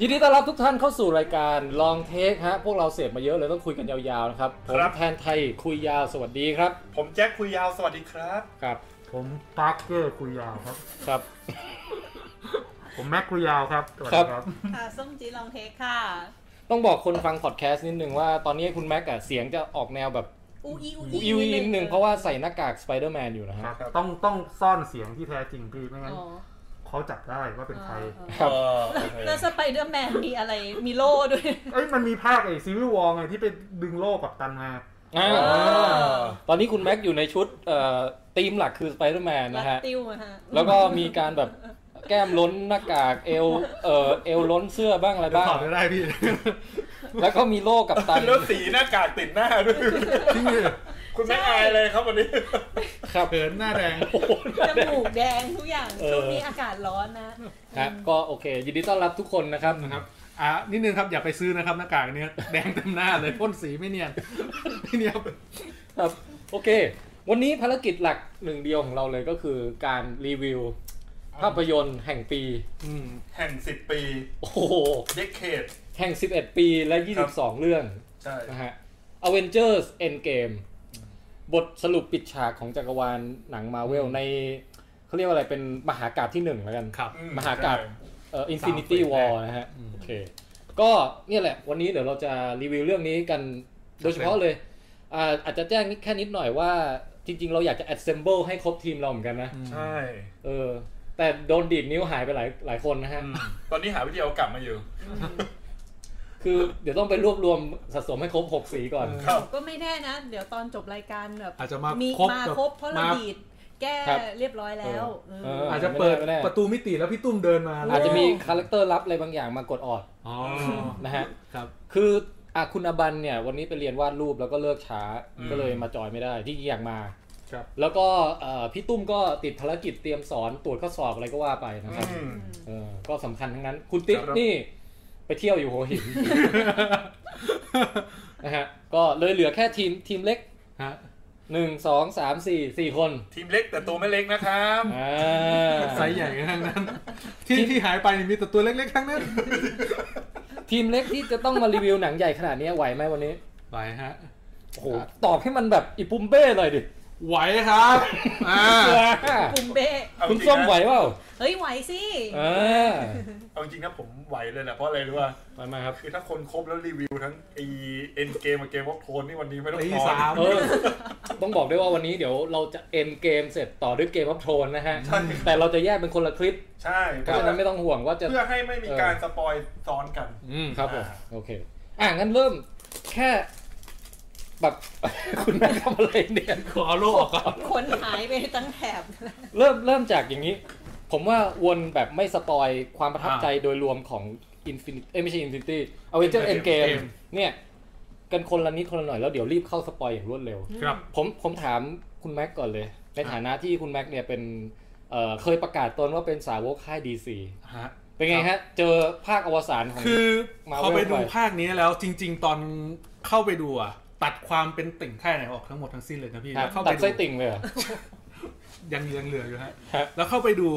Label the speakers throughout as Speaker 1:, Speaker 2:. Speaker 1: ยินดีต้อนรับทุกท่านเข้าสู่รายการลองเทคฮะ พวกเราเสพมาเยอะเลยต้องคุยกันยาวๆนะครับ ผม
Speaker 2: ครับ
Speaker 1: แทนไทยคุยยาวสวัสดีครับ
Speaker 2: ผมแจ็คคุยยาวสวัสดีครับ
Speaker 1: ครับ
Speaker 3: ผมปาร์คเกอร์คุยยาวครับ
Speaker 1: ครับ
Speaker 3: ผมแม็กคุยยาวครับสวัสดีครับ
Speaker 4: ค่ะส้มจีลองเทคค่ะ
Speaker 1: ต้องบอกคนฟังพอดแคสต์นิดนึงว่าตอนนี้คุณแม็กอะเสียงจะออกแนวแบบ
Speaker 4: อูอีอู
Speaker 1: อิวนิดนึงเพราะว่าใส่หน้ากากสไปเดอร์แมนอยู่นะฮะ
Speaker 3: ครับ
Speaker 2: ครับ
Speaker 3: ต้องต้องซ่อนเสียงที่แท้จริงพี่ไม่งั้น
Speaker 4: อ๋อ
Speaker 3: เขาจับได้ว่าเป็นใคร
Speaker 1: ครับ
Speaker 2: เออโอเค
Speaker 4: แล้วสไปเดอร์แมนมีอะไรมีโล่ด้วย
Speaker 3: เอ้ยมันมีภาคไอ้ซีวิววองไงที่ไปดึงโล่กับตันมา
Speaker 1: อ่า
Speaker 4: เออ
Speaker 1: ตอนนี้คุณแม็กอยู่ในชุดเอ่อธีมหลักคือสไปเดอร์แมน
Speaker 4: รั
Speaker 1: นะฮะ
Speaker 4: ดติ้วอะฮะ
Speaker 1: แล้วก็มีการแบบแก้มล้นหน้ากากเอวเอ่อเอวล้นเสื้อบ้างอะไรบ้าง
Speaker 3: ถอดไม่ได้พี่
Speaker 1: แล้วก็มีโล่กับตัน
Speaker 2: แล้วสีหน้ากากติดหน้าด้วย
Speaker 3: ที่นี่
Speaker 2: คุณไม่อายเลยครับวันนี้
Speaker 1: ครับ
Speaker 3: เขินหน้าแดง
Speaker 4: จมูกแดงทุกอย่าง
Speaker 1: เออ
Speaker 4: ช่วงนี้อากาศร้อนนะ
Speaker 1: ฮะก็โอเค ยินดีต้อนรับทุกคนนะครับ
Speaker 3: นะครับ อ่ะนิดนึงครับอย่าไปซื้อนะครับหน้ากากเนี้ยแดงเต็มหน้าเลยพ่นสีไม่เนียนไม่เนียน
Speaker 1: ครับโอเค วันนี้ภารกิจหลักหนึ่งเดียวของเราเลยก็คือการรีวิว ภาพยนตร์แห่งปี
Speaker 3: อืม
Speaker 2: แห่งสิบปี
Speaker 1: โอ้โห
Speaker 2: เดคเคด
Speaker 1: แห่ง 11 ปีและ
Speaker 2: ครับ
Speaker 1: 22 เรื่อง
Speaker 2: ใช่
Speaker 1: นะฮะ Avengers Endgame บทสรุปปิดฉากของจักรวาลหนังมาเวลในเขาเรียกว่าอะไรเป็นมหากาพย์ที่หนึ่งแล้วกัน
Speaker 3: ครับ
Speaker 2: อื
Speaker 1: มหากาพย์
Speaker 2: ใช่
Speaker 1: เอ่อ Infinity
Speaker 3: สามเฟส
Speaker 1: War นะฮะ โอเค ก็เนี่ยแหละ วันนี้เดี๋ยวเราจะรีวิวเรื่องนี้กันโดยเฉพาะเลยอ่าอาจจะแจ้งนิดแค่นิดหน่อยว่า จริง ๆ เราอยากจะ assemble ให้ครบทีมเราเหมือนกันนะ
Speaker 2: ใช่
Speaker 1: เออ แต่โดนดีดนิ้วหายไปหลายหลายคนนะฮะ
Speaker 2: อืมตอนนี้หาวิธีเอากลับมาอยู่
Speaker 1: คือเดี๋ยวต้องไปรวบรวมสะสมให้ครบ 6 สีก่อน
Speaker 2: ครับ
Speaker 4: ก็ไม่แน่นะ เดี๋ยวตอนจบรายการแบบ
Speaker 3: อาจจะมาครบ
Speaker 4: มาครบ
Speaker 3: แบบ
Speaker 4: เพราะเรา
Speaker 3: มา
Speaker 4: ดีดแก้
Speaker 1: ครับ
Speaker 4: เรียบร้อยแล้ว
Speaker 1: เอ
Speaker 4: เอ
Speaker 1: อ
Speaker 4: อ
Speaker 3: อาจจะเปิด
Speaker 1: ไม่ได้ไม่ได้
Speaker 3: ประตูมิติแล้วพี่ตุ้มเดินมา
Speaker 1: อาจจะมีคาแรคเตอร์ลับอะไรบางอย่างมากดออด
Speaker 3: อ๋อ
Speaker 1: นะฮะ
Speaker 3: ครับ
Speaker 1: คืออ่ะคุณอบันเนี่ย วันนี้ไปเรียนวาดรูปแล้วก็เลิกช้า
Speaker 2: อืม
Speaker 1: ก็เลยมาจอยไม่ได้ที่อยากมา
Speaker 3: ครับ
Speaker 1: แล้วก็เอ่อพี่ตุ้มก็ติดภารกิจเตรียมสอนตรวจข้อสอบอะไรก็ว่าไปนะครับ
Speaker 2: อืม
Speaker 1: เออก็สำคัญทั้งนั้น คุณติ๊ก
Speaker 2: ครับ
Speaker 1: นี่ไปเที่ยวอยู่หัวหิน นะฮะ ก็เลยเหลือแค่ทีมทีมเล็ก
Speaker 3: ฮะ
Speaker 1: หนึ่งสองสามสี่สี่คน
Speaker 2: ทีมเล็กแต่ตัวไม่เล็กนะครับ
Speaker 1: อ่า
Speaker 3: ไซส์ใหญ่กันทั้งนั้น ที่ที่หายไปนี่มีแต่ตัวเล็กๆทั้งนั้น
Speaker 1: ทีมเล็กที่จะต้องมารีวิวหนังใหญ่ขนาดนี้ไหวไหมวันนี้
Speaker 3: ไหวฮะ
Speaker 1: โอ้โห ตอบให้มันแบบอีปุมเบ้หน่อยดิ
Speaker 3: ไหวครับอ่า
Speaker 4: กลุ่มเบ้
Speaker 2: เอาจ
Speaker 1: คุ
Speaker 2: ริ
Speaker 1: ณ
Speaker 2: งนะ
Speaker 1: ส้มไหวเปล่า
Speaker 4: เฮ้ยไหวสิ
Speaker 1: อ่า
Speaker 2: เอาจริงนะผมไหวเลยแหละเพราะอะไรรู้ป่ะ
Speaker 1: ไปมาครับ
Speaker 2: คือถ้าคนครบแล้วรีวิวทั้งไอเอ็นเกมกับเกมวอล์กโทนนี่วันนี้ไม่ต้อง
Speaker 3: ตี
Speaker 2: นอน
Speaker 3: สาม
Speaker 1: เออ ต้องบอกด้วยว่าวันนี้เดี๋ยวเราจะเอ็นเกมเสร็จต่อด้วยเกมพับโทนนะฮะ
Speaker 2: ใช่
Speaker 1: แต่เราจะแยกเป็นคนละคลิป
Speaker 2: ใช่
Speaker 1: เพ
Speaker 2: เพ
Speaker 1: ราะฉะ
Speaker 2: ราะฉะ
Speaker 1: นั้
Speaker 2: นั้น น
Speaker 1: ไม่ต้องห่วงว่าจะ
Speaker 2: เพื่อให้ไม่มีการสปอยซ้อนกัน
Speaker 1: อืมครับผม
Speaker 2: อ่า
Speaker 1: โอเค อ่ะงั้นเริ่มแค่แบบ คุณแม่ทำอะไรเนี่ย
Speaker 3: ขอโลกครับ
Speaker 4: คนหายไปตั้งแถบ
Speaker 1: เริ่มเริ่มจากอย่างนี้ ผมว่าวนแบบไม่สปอยความประทับใจโดยรวมของ Infinity เอ้ยไม่ใช่ Infinity Avenger Endgame เนี่ย กันคนละนิดคนละหน่อยแล้วเดี๋ยวรีบเข้าสปอยอย่างรวดเร็ว
Speaker 3: ครับ
Speaker 1: ผมผมถามคุณแม็กก่อนเลย ในฐานะที่คุณแม็กเนี่ยเป็นเอ่อเคยประกาศตนว่าเป็นสาวกค่าย DC
Speaker 3: ฮะ
Speaker 1: เป็นไงฮะ เจอภาคอวสานของ
Speaker 3: คือพอ
Speaker 1: Marvel
Speaker 3: ไปดู
Speaker 1: ไป
Speaker 3: ภาคนี้แล้วจริง ๆ ตอนเข้าไปดูอ่ะ ตัดความเป็นติ่งค่ายไหนออกทั้งหมดทั้งสิ้นเลยนะพี่
Speaker 1: ฮะ
Speaker 3: แล้วเข้า
Speaker 1: ตั
Speaker 3: ไป
Speaker 1: ด
Speaker 3: ดู
Speaker 1: ไส้ติ่งเลยเหรอ
Speaker 3: ยังยังเหลืออยู่ฮะ
Speaker 1: ฮะ
Speaker 3: แล้วเข้าไปดู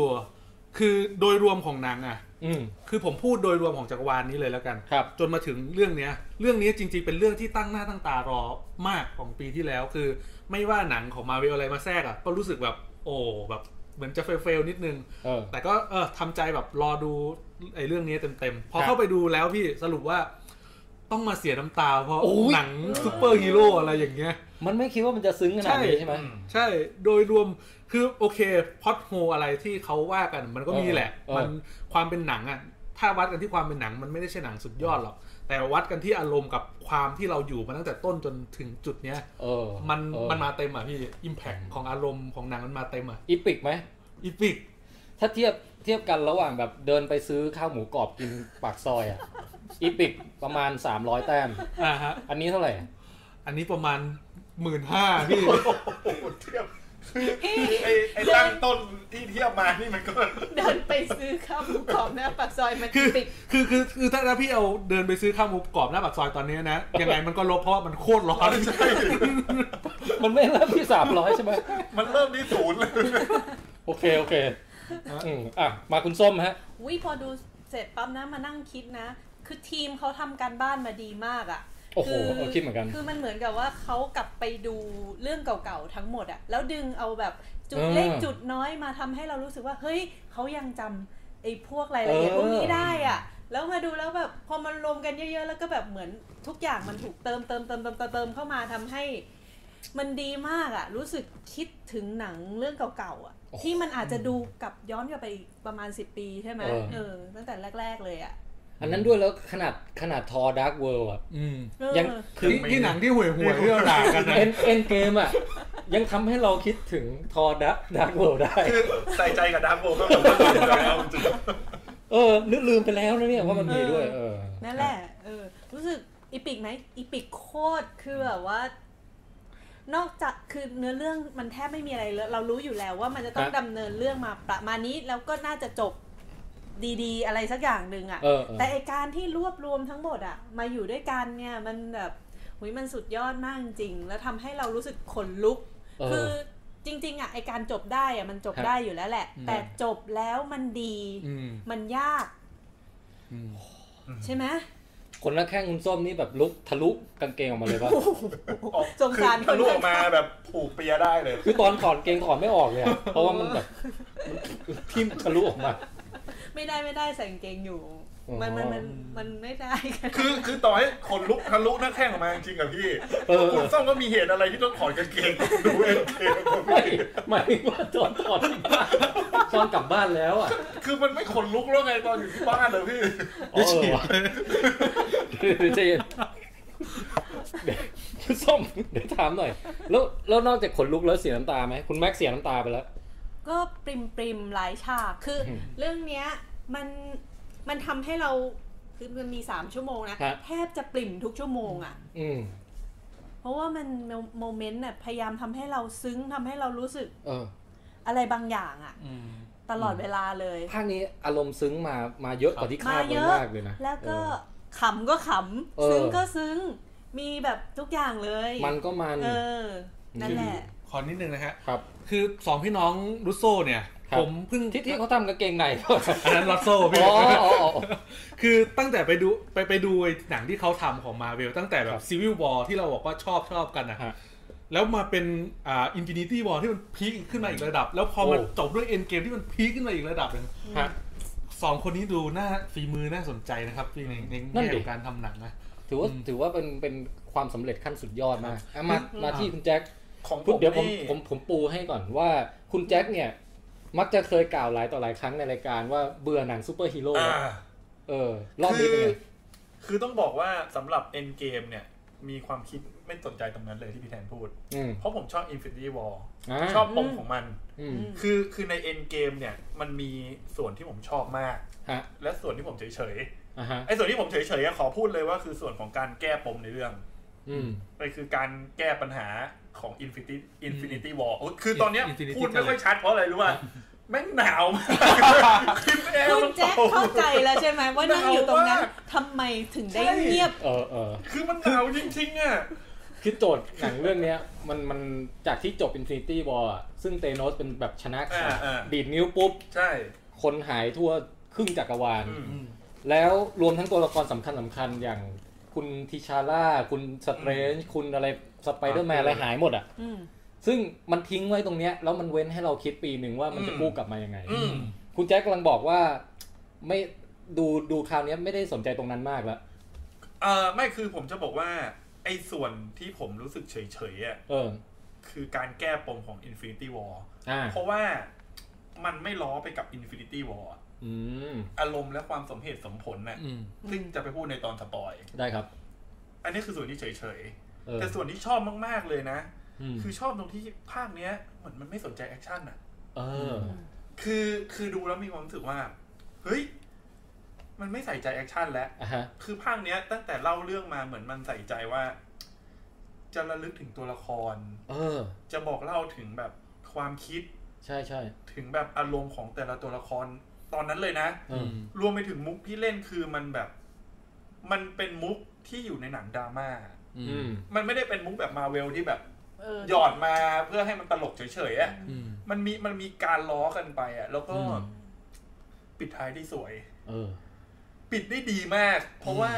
Speaker 3: คือโดยรวมของหนังอ่ะ
Speaker 1: อืม
Speaker 3: คือผมพูดโดยรวมของจักรวาลนี้เลยแล้วกัน
Speaker 1: ครับ
Speaker 3: จนมาถึงเรื่องเนี้ย เรื่องนี้จริงๆ เป็นเรื่องที่ตั้งหน้าตั้งตารอมากของปีที่แล้ว คือ ไม่ว่าหนังของมาเวลอะไรมาแทรกอะ่ะ ก็รู้สึกแบบโอ้แบบเหมือนจะเฟลๆนิดนึง
Speaker 1: เออ
Speaker 3: แต่ก็เออทำใจแบบรอดูไอ้เรื่องนี้เต็มๆ พอ
Speaker 1: ครับ
Speaker 3: เข้าไปดูแล้วพี่สรุปว่า ต้องมาเสียน้ำตา เพราะ
Speaker 1: โอ้ย
Speaker 3: หนังซูเปอร์ฮีโร่อะไรอย่างเงี้ย
Speaker 1: มันไม่คิดว่ามันจะซึ้งขนาดนี้
Speaker 3: ใช่
Speaker 1: ใช่ไหม
Speaker 3: ใช่โดยรวมคือโอเคพอดโฮอะไรที่เขาว่ากันมันก็มีแหละ
Speaker 1: เออเออ
Speaker 3: มันความเป็นหนังอ่ะ ถ้าวัดกันที่ความเป็นหนังมันไม่ได้ใช่หนังสุดยอดหรอก แต่วัดกันที่อารมณ์กับความที่เราอยู่มาตั้งแต่ต้นจนถึงจุดเนี้ย
Speaker 1: เออ
Speaker 3: มัน
Speaker 1: เออ
Speaker 3: มันมาเต็มอ่ะพี่อิมแพคของอารมณ์ของหนังมันมาเต็มอ่ะ
Speaker 1: อีปิกไหม
Speaker 3: อีพิก
Speaker 1: ถ้าเทียบเทียบกันระหว่างแบบเดินไปซื้อข้าวหมูกรอบกินปากซอยอ่ะ อีปิกประมาณ 300 แต้ม
Speaker 3: อ่าฮะ
Speaker 1: อันนี้เท่าไหร่
Speaker 3: อันนี้ประมาณหมื่นห้าพี่
Speaker 2: โอ้โหเทียบไอ้ไอ้ตั้งต้นที่เทียบมานี่มันก็
Speaker 4: เดินไปซื้อข้าวหมูกรอบหน้าปากซอยมัน
Speaker 3: คือ
Speaker 4: ติด
Speaker 3: คือคือคือถ้าถ้าพี่เอาเดินไปซื้อข้าวหมูกรอบหน้าปากซอยตอนนี้นะ ยังไงมันก็ลบเพราะว่ามันโคตรร้อน
Speaker 1: มันไม่เริ่มที่ 300 ใช่ไหม
Speaker 2: มันเริ่มที่ศูนย์เลย
Speaker 1: โอเค โอเคอืมอ่ะ มาคุณส้มฮะ
Speaker 4: วิพอดู เสร็จปั๊บนะมานั่งคิดนะ คือทีมเขาทำการบ้านมาดีมากอะ่ะ
Speaker 1: โอ้โหเออคิดเหมือนกัน
Speaker 4: คือมันเหมือนกับว่าเขากลับไปดูเรื่องเก่าๆทั้งหมดอะ่ะ แล้วดึงเอาแบบจุด
Speaker 1: เออ
Speaker 4: เล็กจุดน้อยมาทำให้เรารู้สึกว่า เฮ้ยเขายังจำไอ้พวกรายละเอียด
Speaker 1: เออ
Speaker 4: พวกนี้ได้อะ่ะ แล้วมาดูแล้วแบบพอมันรวมกันเยอะ ๆ แล้วก็แบบเหมือนทุกอย่างมันถูกเติมเติมเติมเติมเติมเติมเข้ามาทำให้ มันดีมากอะรู้สึกคิดถึงหนังเรื่องเก่าๆอะ
Speaker 1: โอ้โห
Speaker 4: ที่มันอาจจะดูกลับย้อนกลับไปอีกประมาณ 10 ปีใช่ไหม
Speaker 1: เออ
Speaker 4: เออตั้งแต่แรก ๆ เลยอะ
Speaker 1: อันนั้นด้วยแล้วขนาดขนาดทอดักเวิลด์อ่ะ
Speaker 3: อืม
Speaker 4: เออ
Speaker 1: ยังคือ
Speaker 3: ที่ที่หนังที่ห่วยห่วยๆเรื่องราวกันนะ
Speaker 1: เอ็นเอ็นเกมอ่ะ ยังทำให้เราคิดถึงทอดักดักเวิลด์ได้
Speaker 2: คือใส่ใจกับดาร์กโบก็เหมือนกันแล้วจริง
Speaker 1: เออนึกลืมไปแล้วนะเนี่ยว่ามันมีด้วย เออ
Speaker 4: นั่นแหละเออรู้สึกอีปิกไหมอีปิกโคตรคือแบบว่า นอกจากคือเนื้อเรื่องมันแทบไม่มีอะไรเลยเรารู้อยู่แล้วว่ามันจะต้องดำเนินเรื่องมาประมาณนี้แล้วก็น่าจะจบดีๆ อะไรสักอย่างหนึ่งอะ
Speaker 1: เออเออ
Speaker 4: แต่ไอการที่รวบรวมทั้งหมดอะมาอยู่ด้วยกันเนี่ยมันแบบหุยมันสุดยอดมากจริงๆแล้วทำให้เรารู้สึกขนลุก
Speaker 1: เอ
Speaker 4: คือ อจริงๆอะไอการจบได้อะมันจบ
Speaker 1: ครับ
Speaker 4: ได้อยู่แล้วแหละ แต่จบแล้วมันดี
Speaker 3: ม
Speaker 4: มันยาก
Speaker 3: อืม
Speaker 4: ใช่ไหม
Speaker 1: คนละแข้งคุณส้มนี่แบบลุกทะลุกางเกงออกมาเลยป่ะ
Speaker 2: ๆออก
Speaker 4: สงสาร
Speaker 2: คือ
Speaker 4: ค
Speaker 2: ทะ
Speaker 4: น
Speaker 2: ลุออกมาแบบผูกเปียได้เลย
Speaker 1: คือตอนถอดเกงถอดไม่ออกเลยอะเพราะว่ามันแบบมันทิ่มทะลุออกมา
Speaker 4: ไม่ได้ไม่ได้ใส่กางเกงอยู่
Speaker 1: อ๋อ
Speaker 4: มันมันมันมันไม่ได้กัน
Speaker 2: คือคือต่อให้ขนลุกทะลุหน้าแข้งออกมาจริงๆกับพี่
Speaker 1: เออ
Speaker 2: คุณส้มก็มีเหตุอะไรที่ต้องถอดกางเกงดูเอ็นเกม
Speaker 1: ไม่หมายถึงว่าตอนถอดที่บ้านตอนกลับบ้านแล้วอ่ะ
Speaker 2: คือมันไม่ขนลุกแล้วไงตอนอยู่ที่บ้านเลยพี่
Speaker 1: เออว่ะเดี๋ยวใจเย็นเดี๋ยวคุณส้มเดี๋ยวถามหน่อย แล้วแล้วนอกจากขนลุกแล้วเสียน้ำตาไหมคุณแม็กเสียน้ำตาไปแล้ว
Speaker 4: ก็ปริมปริมๆหลายฉากคืออ
Speaker 1: ม
Speaker 4: เรื่องเนี้ยมันมันทำให้เราคือมันมีสามชั่วโมงนะครับ แทบจะปริมทุกชั่วโมงอะ
Speaker 1: อืม
Speaker 4: เพราะว่ามันโมเมนต์น่ะพยายามทำให้เราซึ้งทำให้เรารู้สึก
Speaker 1: เออ
Speaker 4: อะไรบางอย่างอะ
Speaker 3: อืม
Speaker 4: ตลอดเวลาเลย
Speaker 1: ภาคนี้อารมณ์ซึ้งมามาเยอะกว่าที่คาด
Speaker 4: มาเย
Speaker 1: ไว้
Speaker 4: อะ
Speaker 1: มากเลยนะ
Speaker 4: แล้วก็ขำก็ข
Speaker 1: เอ
Speaker 4: ำ
Speaker 1: อ
Speaker 4: ซึ้งก็ซึ้งมีแบบทุกอย่างเลย
Speaker 1: เออมันก็มัน
Speaker 4: เออ นั่นแหละ
Speaker 3: ขอนิดนึงนะฮะ
Speaker 1: ครับ
Speaker 3: คือสองพี่น้องรุสโซเนี่ย
Speaker 1: ครับ
Speaker 3: ผมเพิ่ง
Speaker 1: ที่ที่เขาทำกางเกงใน
Speaker 3: อันนั้นรอสโซพี่
Speaker 1: อ๋ออ๋ออ๋อ
Speaker 3: คือตั้งแต่ไปดูไปไปดูไอ้หนังที่เขาทำของมาเวลตั้งแต่แบ
Speaker 1: ครับ บ
Speaker 3: ซีวิลวอที่เราบอกว่าชอบชอบกันนะ
Speaker 1: ฮะ
Speaker 3: แล้วมาเป็นอ่าอินฟินิตี้วอที่มันพีคขึ้นมาอีกระดับ แล้วพอมัน
Speaker 1: โอ้
Speaker 3: จบด้วยเอ็นเกมที่มันพีคขึ้นมาอีกระดับหนึง
Speaker 1: ฮะ
Speaker 3: สองคนนี้ดูหน้าฝีมือน่าสนใจนะครับพี่ในใน
Speaker 1: นั่น
Speaker 3: แง่
Speaker 1: ดิ
Speaker 3: ของการทำหนังนะ
Speaker 1: ถือว่า
Speaker 3: อืม
Speaker 1: ถือว่าเป็นเป็นความสำเร็จขั้นสุดยอดมากอ่ะมา
Speaker 3: อืม
Speaker 1: มาที่คุณแจ็ค
Speaker 2: ของผ
Speaker 1: พูด
Speaker 2: ม
Speaker 1: เดี๋ยวผม
Speaker 2: นี่
Speaker 1: ผมผมปูให้ก่อนว่า คุณแจ็คเนี่ย มักจะเคยกล่าวหลายต่อหลายครั้งในรายการว่าเบื่อหนังซูเปอร์ฮีโร่
Speaker 2: อ่า
Speaker 1: เออ รอบนี้เป็นไง
Speaker 2: คือต้องบอกว่าสำหรับ End Game เนี่ย มีความคิดไม่สนใจตรงนั้นเลยที่พี่แทนพูด
Speaker 1: อืม
Speaker 2: เพราะผมชอบ Infinity War
Speaker 1: อ่า
Speaker 2: ชอบปม
Speaker 4: อืม
Speaker 2: ของมัน
Speaker 1: อืม
Speaker 2: คือคือใน End Game เนี่ย มันมีส่วนที่ผมชอบมาก
Speaker 1: ฮะ
Speaker 2: และส่วนที่ผมเฉย
Speaker 1: อ่ะฮะ
Speaker 2: ๆไอ้ส่วนที่ผมเฉยๆอะขอพูดเลยว่าคือส่วนของการแก้ปมในเรื่อง
Speaker 1: อืม
Speaker 2: มันคือการแก้ปัญหาของ Infinity Infinity War โอ้คือตอนเนี้ย
Speaker 3: Infinity
Speaker 2: พูดไม่ค่อยชัดเพราะอะไรรู้ป่ะแม่งหนาวมาก คิมแอร์
Speaker 4: คุณ
Speaker 2: มัน
Speaker 4: แจ็ค
Speaker 2: ตก
Speaker 4: เข้าใจแล้วใช่ไหมว่านั่งอยู่ตรงนั้น
Speaker 2: หนาวมาก
Speaker 4: ทำไมถึงได้เงียบ
Speaker 1: เออเออ
Speaker 2: คือมันหนาวจริงๆอ่ะ
Speaker 1: คือโจทย์หนังเรื่องเนี้ยมันมันจากที่จบ Infinity War อ่ะซึ่งเตโนสเป็นแบบชนะขาด
Speaker 2: อ่าอ่า
Speaker 1: ดีดนิ้วปุ๊บ
Speaker 2: ใช่
Speaker 1: คนหายทั่วครึ่งจักรวาล
Speaker 2: อืม
Speaker 1: แล้วรวมทั้งตัวละครสำคัญสำคัญอย่างคุณทิชาร่า คุณสเตรนจ์คุณอะไรสไปเดอร์แมน
Speaker 3: อ่า
Speaker 1: อะไรหายหมดอ่ะ
Speaker 4: อืม
Speaker 1: ซึ่งมันทิ้งไว้ตรงเนี้ยแล้วมันเว้นให้เราคิดปีหนึ่งว่ามันจะ
Speaker 2: อืม
Speaker 1: กู้กลับมายังไง
Speaker 2: อืม
Speaker 1: คุณแจ็คกำลังบอกว่าไม่ดูดูคราวเนี้ยไม่ได้สนใจตรงนั้นมากละ
Speaker 2: เออไม่คือผมจะบอกว่าไอ้ส่วนที่ผมรู้สึกเฉยๆอ่ะ
Speaker 1: เออ
Speaker 2: คือการแก้ปมของ Infinity War
Speaker 1: อ่า
Speaker 2: เพราะว่ามันไม่ล้อไปกับ Infinity War อะ
Speaker 1: อืม
Speaker 2: อารมณ์และความสมเหตุสมผลน่ะ
Speaker 3: อืม
Speaker 2: ซึ่งจะไปพูดในตอนสปอย
Speaker 1: ได้ครับ
Speaker 2: อันนี้คือส่วนที่เฉย
Speaker 1: เอ
Speaker 2: ๆ
Speaker 1: อ
Speaker 2: แต่ส่วนที่ชอบมากๆเลยนะ
Speaker 1: อืม
Speaker 2: คือชอบตรงที่ภาคเนี้ยเหมือนมันไม่สนใจแอคชั่นอ่ะ
Speaker 1: เออ
Speaker 2: คือคือดูแล้วมีความรู้สึกว่า เฮ้ย มันไม่ใส่ใจแอคชั่นแล้ว
Speaker 1: อ่ะฮะ
Speaker 2: คือภาคเนี้ยตั้งแต่เล่าเรื่องมาเหมือนมันใส่ใจว่า จะระลึกถึงตัวละคร
Speaker 1: เออ
Speaker 2: จะบอกเล่าถึงแบบความคิด
Speaker 1: ใช่ใช่
Speaker 2: ถึงแบบอารมณ์ของแต่ละตัวละครตอนนั้นเลยนะ
Speaker 1: เอออ
Speaker 2: รวมไปถึงมุกที่เล่นคือมันแบบ มันเป็นมุกที่อยู่ในหนังดราม่า
Speaker 1: อืม
Speaker 2: มันไม่ได้เป็นมุกแบบมาเวลที่แบบ
Speaker 4: เออ
Speaker 2: หยอดมาเพื่อให้มันตลกเฉยๆอะ
Speaker 3: อืม
Speaker 2: มันมีมันมีการล้อกันไปอะแล้วก็
Speaker 3: อืม
Speaker 2: ปิดท้ายได้สวย
Speaker 1: เออ
Speaker 2: ปิดได้ดีมาก เพราะว่า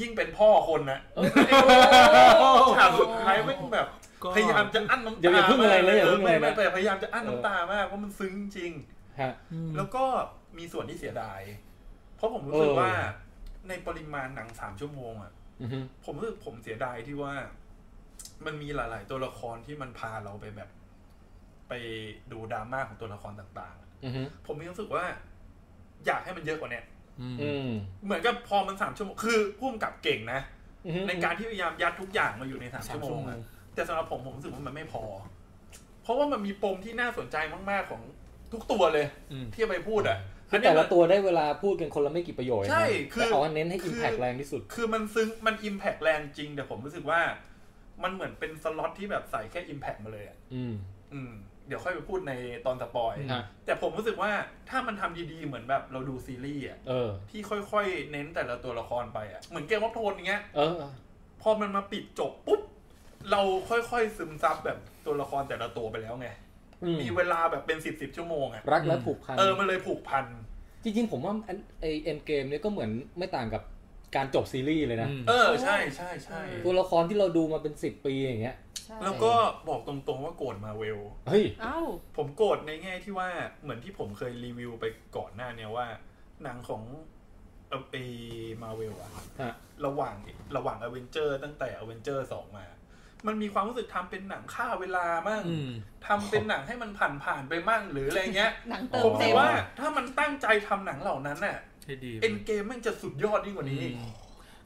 Speaker 2: ยิ่งเป็นพ่อคนนะ
Speaker 1: เออ
Speaker 2: ฉากสุดท้ายแม่งแบบ
Speaker 3: ก็
Speaker 2: พยายามจะอั้นน้ำตา
Speaker 1: อย่าอย่าพึ่งอะไรเลยอย่าพึ่งอะไรนะ
Speaker 2: ม่ม่ม่พยายามจะอั้นน้ำตามากเพราะมันซึ้งจริง
Speaker 1: ฮะ
Speaker 3: อืม
Speaker 2: แล้วก็มีส่วนที่เสียดาย เพราะผมรู้สึก
Speaker 1: เออ
Speaker 2: ว่าในปริมาณหนังสามชั่วโมงอ่ะ
Speaker 1: อือฮึ
Speaker 2: ผมรู้สึกผมเสียดายที่ว่า มันมีหลาย ๆ ตัวละครที่มันพาเราไปแบบ ไปดูดราม่าของตัวละครต่างๆอะ
Speaker 1: อือฮึ
Speaker 2: ผมมีความรู้สึกว่า อยากให้มันเยอะกว่าเนี้ย
Speaker 1: อืม
Speaker 2: เหมือนกับพอมันสามชั่วโมงคือพุ่มกับเก่งนะ
Speaker 1: อือฮึ
Speaker 2: ในการที่พยายามยัดทุกอย่างมาอยู่ในสาม
Speaker 3: สาม
Speaker 2: ชั่วโมง
Speaker 3: ชั่วโมง
Speaker 2: อะแต่สำหรับผมผมรู้สึกว่ามันไม่พอ เพราะว่ามันมีปมที่น่าสนใจมาก ๆ ของทุกตัวเลย
Speaker 3: อืม
Speaker 2: ที่เอาไปพูดอ่ะ
Speaker 1: คือ
Speaker 2: เนี้
Speaker 1: แต่
Speaker 2: ย
Speaker 1: ละ
Speaker 2: มัน
Speaker 1: ตัวได้เวลาพูดกันคนละไม่กี่ประโยคเองนะ
Speaker 2: ใช่คือ
Speaker 1: แต่เอาอันเน้นให้
Speaker 2: คือ
Speaker 1: อิ
Speaker 2: อิ
Speaker 1: มแพกแรงที่สุด
Speaker 2: คือมันซึ้งมันอิมแพกแรงจริง แต่ผมรู้สึกว่า มันเหมือนเป็นสล็อตที่แบบใส่แค่อิมแพกมาเลยอะ
Speaker 1: อืม
Speaker 2: อืม เดี๋ยวค่อยไปพูดในตอนสปอย
Speaker 1: อ่ะ
Speaker 2: แต่ผมรู้สึกว่าถ้ามันทำดีๆ เหมือนแบบเราดูซีรีส์อ่ะ
Speaker 1: เออ
Speaker 2: ที่ค่อยๆ เน้นแต่ละตัวละครไปอ่ะเหมือนเกมวัฟโทนอย่างเงี้ย
Speaker 1: เออ
Speaker 2: พอมันมาปิดจบปุ๊บ เราค่อยๆซึมซับแบบตัวละครแต่ละตัวไปแล้วไง
Speaker 1: อืม
Speaker 2: มีเวลาแบบเป็นสิบสิบชั่วโมงอ่ะ
Speaker 1: รักและ
Speaker 3: อืม
Speaker 1: ผูกพัน
Speaker 2: เออมันเลยผูกพัน
Speaker 1: จริงๆ ผมว่าอันไอเอ็นเกมเนี่ยก็เหมือนไม่ต่างกับการจบซีรีส์เลยนะ
Speaker 3: อืม
Speaker 2: เออใช่ใช่ใช่
Speaker 1: ตัวละครที่เราดูมาเป็นสิบปีอย่างเงี้ย
Speaker 4: ใช่
Speaker 2: แล้วก็บอกตรงๆว่าโกรธมาเวล
Speaker 1: เฮ้ย
Speaker 4: เอ้า
Speaker 2: ผมโกรธในแง่ที่ว่าเหมือนที่ผมเคยรีวิวไปก่อนหน้าเนี่ยว่า หนังของเอเอมาเวลอะ
Speaker 1: ฮะ
Speaker 2: ระหว่างระหว่างอเวนเจอร์ตั้งแต่อเวนเจอร์สองมา มันมีความรู้สึกทำเป็นหนังฆ่าเวลามั่ง
Speaker 3: อืม
Speaker 2: ทำเป็นหนังให้มันผ่านผ่านๆไปมั่งหรืออะไรเงี้ย
Speaker 4: หนังเติ
Speaker 2: ผม ม
Speaker 4: เต็
Speaker 2: คิด
Speaker 4: ม
Speaker 2: ว่าถ้ามันตั้งใจทำหนังเหล่านั้นน่ะ
Speaker 3: ให้ดี
Speaker 2: เอ็นเกมมันจะสุดยอดยิ่งกว่านี้
Speaker 3: อืม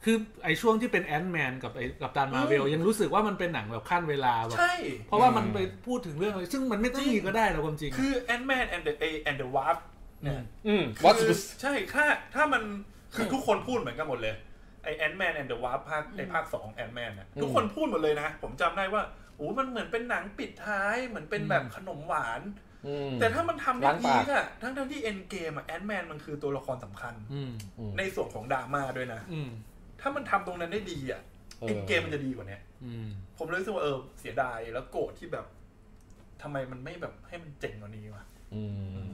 Speaker 3: คือไอ้ช่วงที่เป็นแอนด์แมนกับไอ้กับตันมาเวล
Speaker 2: อืม
Speaker 3: ยังรู้สึกว่ามันเป็นหนังแบบขั้นเวลาแบบ
Speaker 2: ใช่
Speaker 3: เพราะว่ามันไปพูดถึงเรื่องอะไรซึ่งมันไม่ต้องมีก็ได้เราความจริง
Speaker 2: คือแอนด์แมนแอนด์เดอะเอแอนด์เดอะวาร์ฟเนี่ย
Speaker 1: อืม
Speaker 2: คื
Speaker 1: วัต
Speaker 2: อ
Speaker 1: สุส
Speaker 2: ใช่ถ้าถ้ามันคือทุกคนพูดเหมือนกันหมดเลย ไอแอนแมนแอนเดอะวาร์ภาคในภาคสองแอนแมนนะทุกคนพูดหมดเลยนะ ผมจำได้ว่าโอ้มันเหมือนเป็นหนังปิดท้ายเหมือนเป็นแบบขนมหวาน
Speaker 1: อืม
Speaker 2: แต่ถ้ามันทำได้
Speaker 1: ล้าง
Speaker 2: ดี
Speaker 1: ปาก
Speaker 2: อะทั้งทั้งๆที่เอ็นเกมอะแอนแมนมันคือตัวละครสำคัญ
Speaker 3: อืม
Speaker 1: อืม
Speaker 2: ในส่วนของดราม่าด้วยนะ
Speaker 3: อืม
Speaker 2: ถ้ามันทำตรงนั้นได้ดีอะ
Speaker 1: ออ
Speaker 2: เอ็นเกมมันจะดีกว่าเนี้ย
Speaker 3: อืม
Speaker 2: ผมเลยรู้สึกว่าเออเสียดายแล้วโกรธที่แบบทำไมมันไม่แบบให้มันเจ๋งกว่านี้วะ
Speaker 1: อื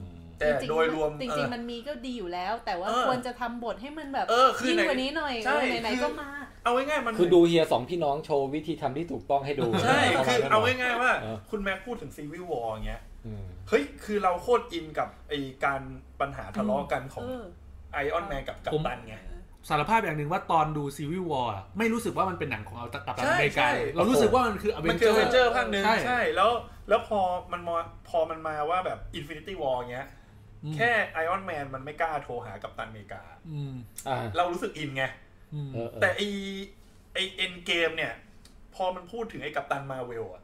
Speaker 1: ม
Speaker 2: แต่
Speaker 4: จงๆ
Speaker 2: โดยรวม
Speaker 4: จ
Speaker 2: เอ
Speaker 4: ริ
Speaker 2: อ
Speaker 4: งๆมันมีก็ดีอยู่แล้ว แต่ว่า
Speaker 2: เออ
Speaker 4: ควรจะทำบทให้มันแบบ
Speaker 2: เออคือ
Speaker 4: ยิ่ง
Speaker 2: ไหน
Speaker 4: กว่านี้หน่อย
Speaker 2: ใช่
Speaker 4: เออไหน
Speaker 2: คือ
Speaker 4: ๆก็มา
Speaker 2: เอาง่ายๆมัน
Speaker 1: คือดูเฮียสองพี่น้องโชว์วิธีทำที่ถูกต้องให้ดู
Speaker 2: ใช่
Speaker 1: ประม
Speaker 2: คื
Speaker 1: ณ
Speaker 2: อ
Speaker 1: นั้น
Speaker 2: เอา
Speaker 1: หร
Speaker 2: ง่ายๆว่า
Speaker 1: เออ
Speaker 2: คุณแม็กพูดถึงซีวิววอลเงี้ย
Speaker 1: อืม
Speaker 2: เฮ้ย คือเราโคตรอินกับไอการปัญหาทะเลาะกันขอ
Speaker 4: เอง อ
Speaker 2: ไอออนแมนกับกัปตันไง
Speaker 3: สารภาพอย่างหนึ่งว่าตอนดูซีวิววอร์ไม่รู้สึกว่ามันเป็นหนังของเอาตับตัน
Speaker 2: ใช่
Speaker 3: อเมริกา
Speaker 2: ใช่
Speaker 3: เรารู้สึกว่ามันคืออเว
Speaker 2: มัน
Speaker 3: น
Speaker 2: คือเว
Speaker 3: เจ
Speaker 2: น
Speaker 3: อ
Speaker 2: เจอ
Speaker 3: ร์
Speaker 2: ร์ภาคหนึ่ง
Speaker 3: ใช่
Speaker 2: ใช่ แล้ว แล้วพอมันมาพอมันมาว่าแบบอินฟินิตี้วอลเงี้ย แค่ไอออนแมนมันไม่กล้าโทรหากัปตันอเมริกา
Speaker 3: อืม
Speaker 1: อ่า
Speaker 2: เรารู้สึกอินไง
Speaker 3: อืม
Speaker 1: เออเออ
Speaker 2: แต่ไอไอเอ็นเกมเนี่ย พอมันพูดถึงไอกัปตันมาเวลอะ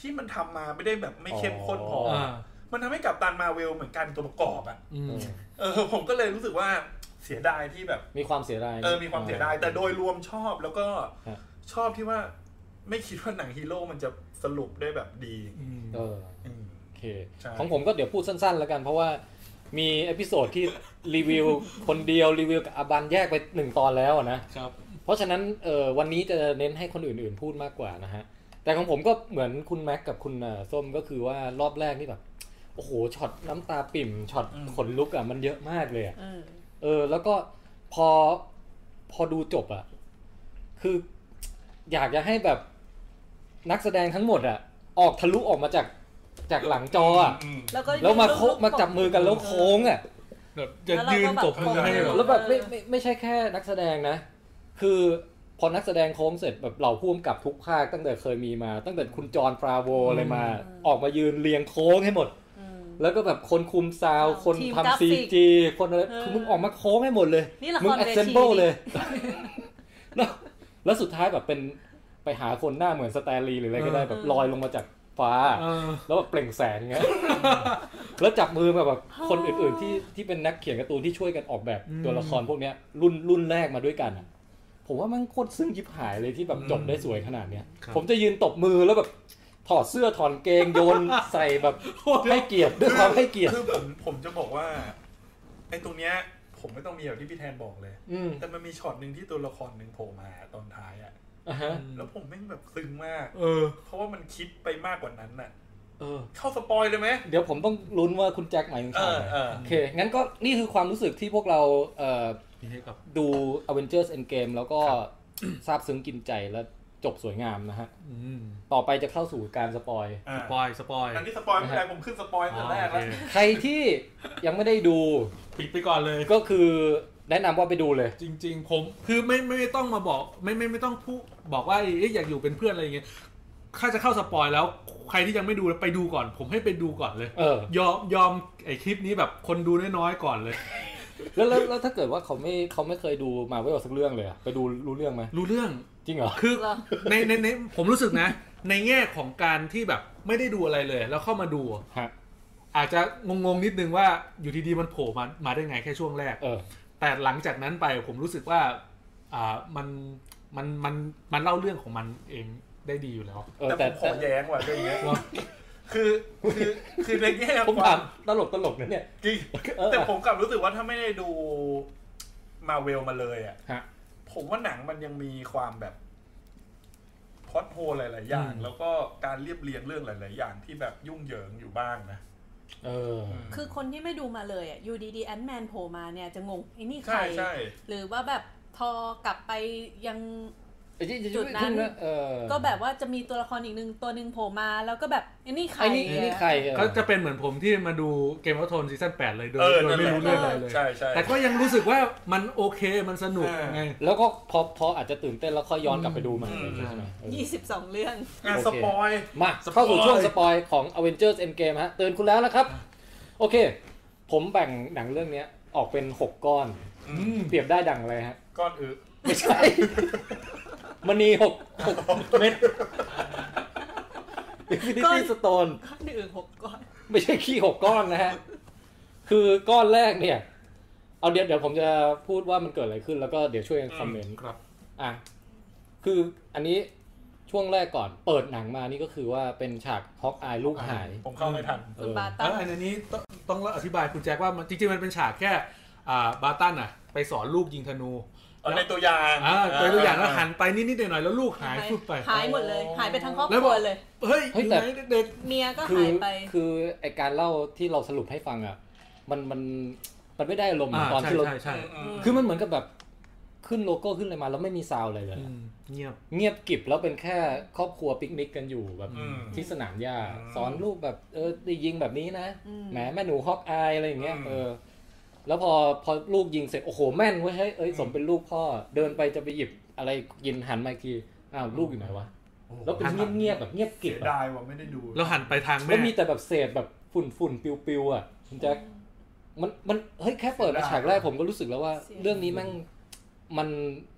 Speaker 2: ที่มันทำมาไม่ได้แบบไม่เข้มข้นพออะ
Speaker 3: อ่า
Speaker 2: มันทำให้กัปตันมาเวลเหมือนกันตัวประกอบอะ
Speaker 3: อืม
Speaker 1: เออ
Speaker 2: เออผมก็เลยรู้สึกว่าเสียดายที่แบบ
Speaker 1: มีความเสียดาย
Speaker 2: เออมีความเสียดาย แต่โดยรวมชอบแล้วก็
Speaker 1: ฮะ
Speaker 2: ชอบที่ว่าไม่คิดว่าหนังฮีโร่มันจะสรุปได้แบบดี
Speaker 3: อืม
Speaker 1: เออ
Speaker 2: อืม
Speaker 1: โอเค
Speaker 2: ใช่
Speaker 1: ของผมก็เดี๋ยวพูดสั้นๆ แล้วกัน เพราะว่ามีเอพิโซดที่รีวิว คนเดียวรีวิวกับอาบันแยกไปหนึ่งตอนแล้วอะนะ
Speaker 3: ครับ
Speaker 1: เพราะฉะนั้นเอ่อวันนี้จะเน้นให้คนอื่นๆพูดมากกว่านะฮะ แต่ของผมก็เหมือนคุณแม็กกับคุณเอ่อส้มก็คือว่ารอบแรกนี่แบบ โอ้โหช็อตน้ำตาปิ่มช็อต
Speaker 2: อืม
Speaker 1: ขนลุกอ่ะมันเยอะมากเลยอะ
Speaker 4: เออ
Speaker 1: เออแล้วก็พอพอดูจบอะ่ะ คือ อยากจะให้แบบนักแสดงทั้งหมดอะ่ะ ออกทะลุออกมาจากจากหลังจออะ่ะ
Speaker 2: ม
Speaker 4: แล้วก็
Speaker 1: แล้วมา
Speaker 4: ลูก
Speaker 1: โค
Speaker 4: ลูก
Speaker 1: มาจับมือกันแล้วโค้งอะ่ะ
Speaker 3: แบบจะยืนตบมือให้
Speaker 4: เ
Speaker 3: แบบ
Speaker 1: แล้วแบบไม่ไม่ไม่ใช่แค่นักแสดงนะ คือพอนักแสดงโค้งเสร็จแบบเหล่าพ่วงกับทุกภาคตั้งแต่เคยมีมา ตั้งแต่คุณจอห์นฟราโวอะไรมา
Speaker 4: อืม
Speaker 1: ออกมายืนเรียงโค้งให้หมด
Speaker 4: เออ
Speaker 1: แล้วก็แบบคนคุมซาวด์คน
Speaker 4: ทีมกรา
Speaker 1: ทำ
Speaker 4: ฟิ
Speaker 1: ซี
Speaker 4: ก
Speaker 1: จีคนอะไร
Speaker 4: เออ
Speaker 1: คือมึงออกมาโค้งให้หมดเลย
Speaker 4: นี่ละคร
Speaker 1: มึง
Speaker 4: เวที
Speaker 1: assemble เลย แล้วแล้วสุดท้ายแบบเป็นไปหาคนหน้าเหมือนสแตนลีย์หรืออะไรก็ได้
Speaker 3: เออ
Speaker 1: แบบลอยลงมาจากฟ้า
Speaker 3: เออ
Speaker 1: แล้วแบบเปล่งแสงเงี้ย แล้วจับมือมาแบบคนอื่นๆที่ที่เป็นนักเขียนการ์ตูนที่ช่วยกันออกแบบ
Speaker 3: อืม
Speaker 1: ตัวละครพวกเนี้ย รุ่นรุ่นแรกมาด้วยกันอะผมว่ามันโคตรซึ้งยิบหายเลยที่แบบจบได้สวยขนาดเนี้ย ผมจะยืนตบมือแล้วแบบถอดเสื้อถอนเกงโยนใส่แบบให้เกียรติด้วยความให้เกียรติ
Speaker 2: คือผมผมจะบอกว่าไอ้ตรงเนี้ย ผมไม่ต้องมีแบบที่พี่แทนบอกเลย
Speaker 1: อืม
Speaker 2: แต่มันมีช็อตหนึ่งที่ตัวละครหนึ่งโผล่มาตอนท้ายอะ
Speaker 1: อ่าฮะ
Speaker 2: แล้วผมแม่งแบบซึ้งมาก
Speaker 3: เออ
Speaker 2: เพราะว่ามันคิดไปมากกว่านั้นน่ะ
Speaker 1: เออ
Speaker 2: เข้าสปอยเลยไหม
Speaker 1: เดี๋ยวผมต้องลุ้นว่าคุณแจ็คหมายถึง
Speaker 2: เอ
Speaker 1: ใคร
Speaker 2: อเออ
Speaker 1: โอเค งั้นก็นี่คือความรู้สึกที่พวกเราเอ่อ
Speaker 3: มีให้กับ
Speaker 1: ดู Avengers Endgame แล้วก็ซาบซึ้งกินใจและจบสวยงามนะฮะ
Speaker 3: อืม
Speaker 1: ต่อไปจะเข้าสู่การสปอย
Speaker 2: อ่า
Speaker 3: สปอยสปอย
Speaker 2: อันนี้สปอยไม่เป็นได้ผมขึ้นสปอยตั้งแต่แรก
Speaker 3: อ๋อ
Speaker 2: แล้ว
Speaker 3: โอเค
Speaker 1: ใครที่ยังไม่ได้ดู
Speaker 3: ปิดไปก่อนเลย
Speaker 1: ก็คือแนะนำว่าไปดูเลย
Speaker 3: จริง ๆ ผมคือไม่ไม่ไม่ต้องมาบอกไม่ไม่ไม่ต้องพูดบอกว่าเอ๊ะอยากอยู่เป็นเพื่อนอะไรอย่างเงี้ยถ้าจะเข้าสปอยแล้วใครที่ยังไม่ดูไปดูก่อน ผมให้ไปดูก่อนเลย
Speaker 1: เออ
Speaker 3: ยอมยอมไอคลิปนี้แบบคนดูน้อยๆก่อนเลย
Speaker 1: แล้วแล้วแล้วถ้าเกิดว่าเขาไม่เขาไม่เคยดูมาเวลสักเรื่องเลยอะไปดูรู้เรื่องไหม
Speaker 3: รู้เรื่อง
Speaker 1: จริงเหรอ
Speaker 3: คือ
Speaker 4: เหรอ
Speaker 3: ในในในผมรู้สึกนะ ในแง่ของการที่แบบไม่ได้ดูอะไรเลย แล้วเข้ามาดู
Speaker 1: ฮะ
Speaker 3: อาจจะงงๆนิดนึงว่าอยู่ดีๆมันโผล่มามาได้ไงแค่ช่วงแรก
Speaker 1: เออ
Speaker 3: แต่หลังจากนั้นไปผมรู้สึกว่าอ่ามันมันมันมันเล่าเรื่องของมันเองได้ดีอยู่แล้ว
Speaker 1: เออ
Speaker 2: แต่
Speaker 1: แต่
Speaker 2: ผมขอแย้งว่ะเรื่องเนี้ย
Speaker 3: ว่า
Speaker 2: คือคือคือในแง่
Speaker 1: ผม
Speaker 2: ควา
Speaker 1: ถาม มตลกตลกนะเนี่ย
Speaker 2: จริง
Speaker 1: เออ
Speaker 2: แต่ผมกลับรู้สึกว่าถ้าไม่ได้ดูมาเวลมาเลยอ่ะ
Speaker 1: ฮะ
Speaker 2: ผมว่าหนังมันยังมีความแบบพล็อดโฮหลาย ๆ อย่าง
Speaker 3: อืม
Speaker 2: แล้วก็การเรียบเรียงเรื่องหลาย ๆ อย่างที่แบบยุ่งเหยิงอยู่บ้างนะ
Speaker 1: เออ
Speaker 4: คือคนที่ไม่ดูมาเลยอ่ะอยู่ดีๆแอนแมนโผล่มาเนี่ยจะงงไอ้นี่ใคร
Speaker 2: ใช่ใช่
Speaker 4: หรือว่าแบบพอกลับไปยัง
Speaker 1: ไอ้ที่
Speaker 4: จุดนั้น
Speaker 1: ขึ้ะเออ
Speaker 4: ก็แบบว่าจะมีตัวละครอีกหนึ่งตัวหนึ่งโผล่มาแล้วก็แบบไอ้นี่ใคร
Speaker 1: ไอ้นี่ไอ้นี่ใครเออ
Speaker 3: ก็จะเป็นเหมือนผมที่มาดูเกมวัตโทนซีซั่น8เลยโดย
Speaker 2: เออ
Speaker 3: โดย
Speaker 2: นั่นแห
Speaker 3: ไม่
Speaker 2: ละ
Speaker 3: รู้เรื่องอะไรเลย
Speaker 2: ใช่ใช่
Speaker 3: แต่ก็ยังรู้สึกว่ามันโอเคมันสนุก
Speaker 2: เออ
Speaker 3: ไง
Speaker 1: แล้วก็พอพออาจจะตื่นเต้นแล้วค่อยย้อนกลับไปดูมัน
Speaker 2: อืม
Speaker 1: ใช่ไหมเออ
Speaker 4: ยี่สิบสองเรื่อง
Speaker 2: อ่ะ
Speaker 1: โอเค
Speaker 2: สปอย
Speaker 1: มา
Speaker 2: สปอย
Speaker 1: เข้าสู่ช่วงสปอยของ Avengers Endgame ฮะ เตือนคุณแล้วนะครับ โอเค ผมแบ่งหนังเรื่องเนี้ยออกเป็น 6 ก้อน
Speaker 2: อืม
Speaker 1: เปรียบได้ดังเลยฮะ
Speaker 2: ก้อนอึ
Speaker 1: ไม่ใช่ มณีหกหกเม็ด
Speaker 4: ก้อ
Speaker 1: Infinity
Speaker 4: น
Speaker 1: Stone
Speaker 4: ก้อนหนึ่งหกก้อน
Speaker 1: ไม่ใช่ขี้หกก้อนนะฮะ คือก้อนแรกเนี่ย เอาเดี๋ยวเดี๋ยวผมจะพูดว่ามันเกิดอะไรขึ้นแล้วก็เดี๋ยวช่วยกันคอมเมนต์
Speaker 3: ครับ
Speaker 1: อ่ะ คืออันนี้ช่วงแรกก่อนเปิดหนังมานี่ก็คือว่าเป็นฉากฮอกอายลูกหาย
Speaker 2: ผมเข้าไม่ทัน
Speaker 1: เอ
Speaker 4: คุณ
Speaker 1: อ
Speaker 4: บา
Speaker 3: แล้ว
Speaker 4: ตั้ง
Speaker 3: อันนี้ต้องต้องอธิบายคุณแจ็คว่ามันจริงๆมันเป็นฉากแค่อ่าบาร์ตันอ่ะ ไปสอนลูกยิงธนู
Speaker 2: เอาในตัวอย่าง
Speaker 3: อ่าตัวตัวอย่างแล้วหันไปนิดๆหน่อยๆแล้วลูกหายฟุบไป
Speaker 4: หายหมดเลย หายไปทั้งครอบ
Speaker 3: แล้วบ
Speaker 4: ครั
Speaker 3: อก
Speaker 4: วเลย
Speaker 3: เฮ้ย
Speaker 1: เฮ้ย
Speaker 3: อยู่
Speaker 1: แต่
Speaker 3: ไหนเด็ก
Speaker 4: เมียก็
Speaker 1: คื
Speaker 4: หายไป
Speaker 1: คือไอการเล่าที่เราสรุปให้ฟังอ่ะ มันมันมันไม่ได้อารมณ์เหมือ
Speaker 3: ๆาน
Speaker 1: ตอนที่เรา
Speaker 3: ใช่ใช่ใช่
Speaker 1: คือมันเหมือนกับแบบขึ้นโลโก้ขึ้นอะไรมาแล้วไม่มีซาวด์อะไรเลย
Speaker 3: อืมเงียบ
Speaker 1: เงียบกริบแล้วเป็นแค่ครอบครัวปิกนิกกันอยู่แบบ
Speaker 3: อื
Speaker 2: ม
Speaker 1: ที่สนามหญ้า
Speaker 2: อืม
Speaker 1: สอนลูกแบบเออได้ยิงแบบนี้นะ
Speaker 4: อืม
Speaker 1: แหมแม่หนูฮอกอายอะไรอย่างเงี้ย
Speaker 2: อืม
Speaker 1: เออ แล้วพอพอลูกยิงเสร็จโอ้โหแม่นเว้ยเฮ้ยเอ้ย
Speaker 2: อืม
Speaker 1: สมเป็นลูกพ่อเดินไปจะไปหยิบอะไรกินหันมาอีกทีอ้าวลูกอยู่ไหนวะแล้วเป็นเงียบเงียบๆแบบเงียบกริบ
Speaker 2: เสีย
Speaker 1: อะ
Speaker 2: ดายว่ะไม่ได้ดู
Speaker 3: แล้วหันไปทาง
Speaker 1: แล้ว
Speaker 3: แม่
Speaker 1: มีแต่แบบเศษแบบฝุ่นฝุ่นปิวปิวๆอ่ะคุณแจ็คมันมันเฮ้ยแค่เปิดมาฉากแรกผมก็รู้สึกแล้วว่า
Speaker 4: เสีย
Speaker 1: เรื่องนี้แม่งมัน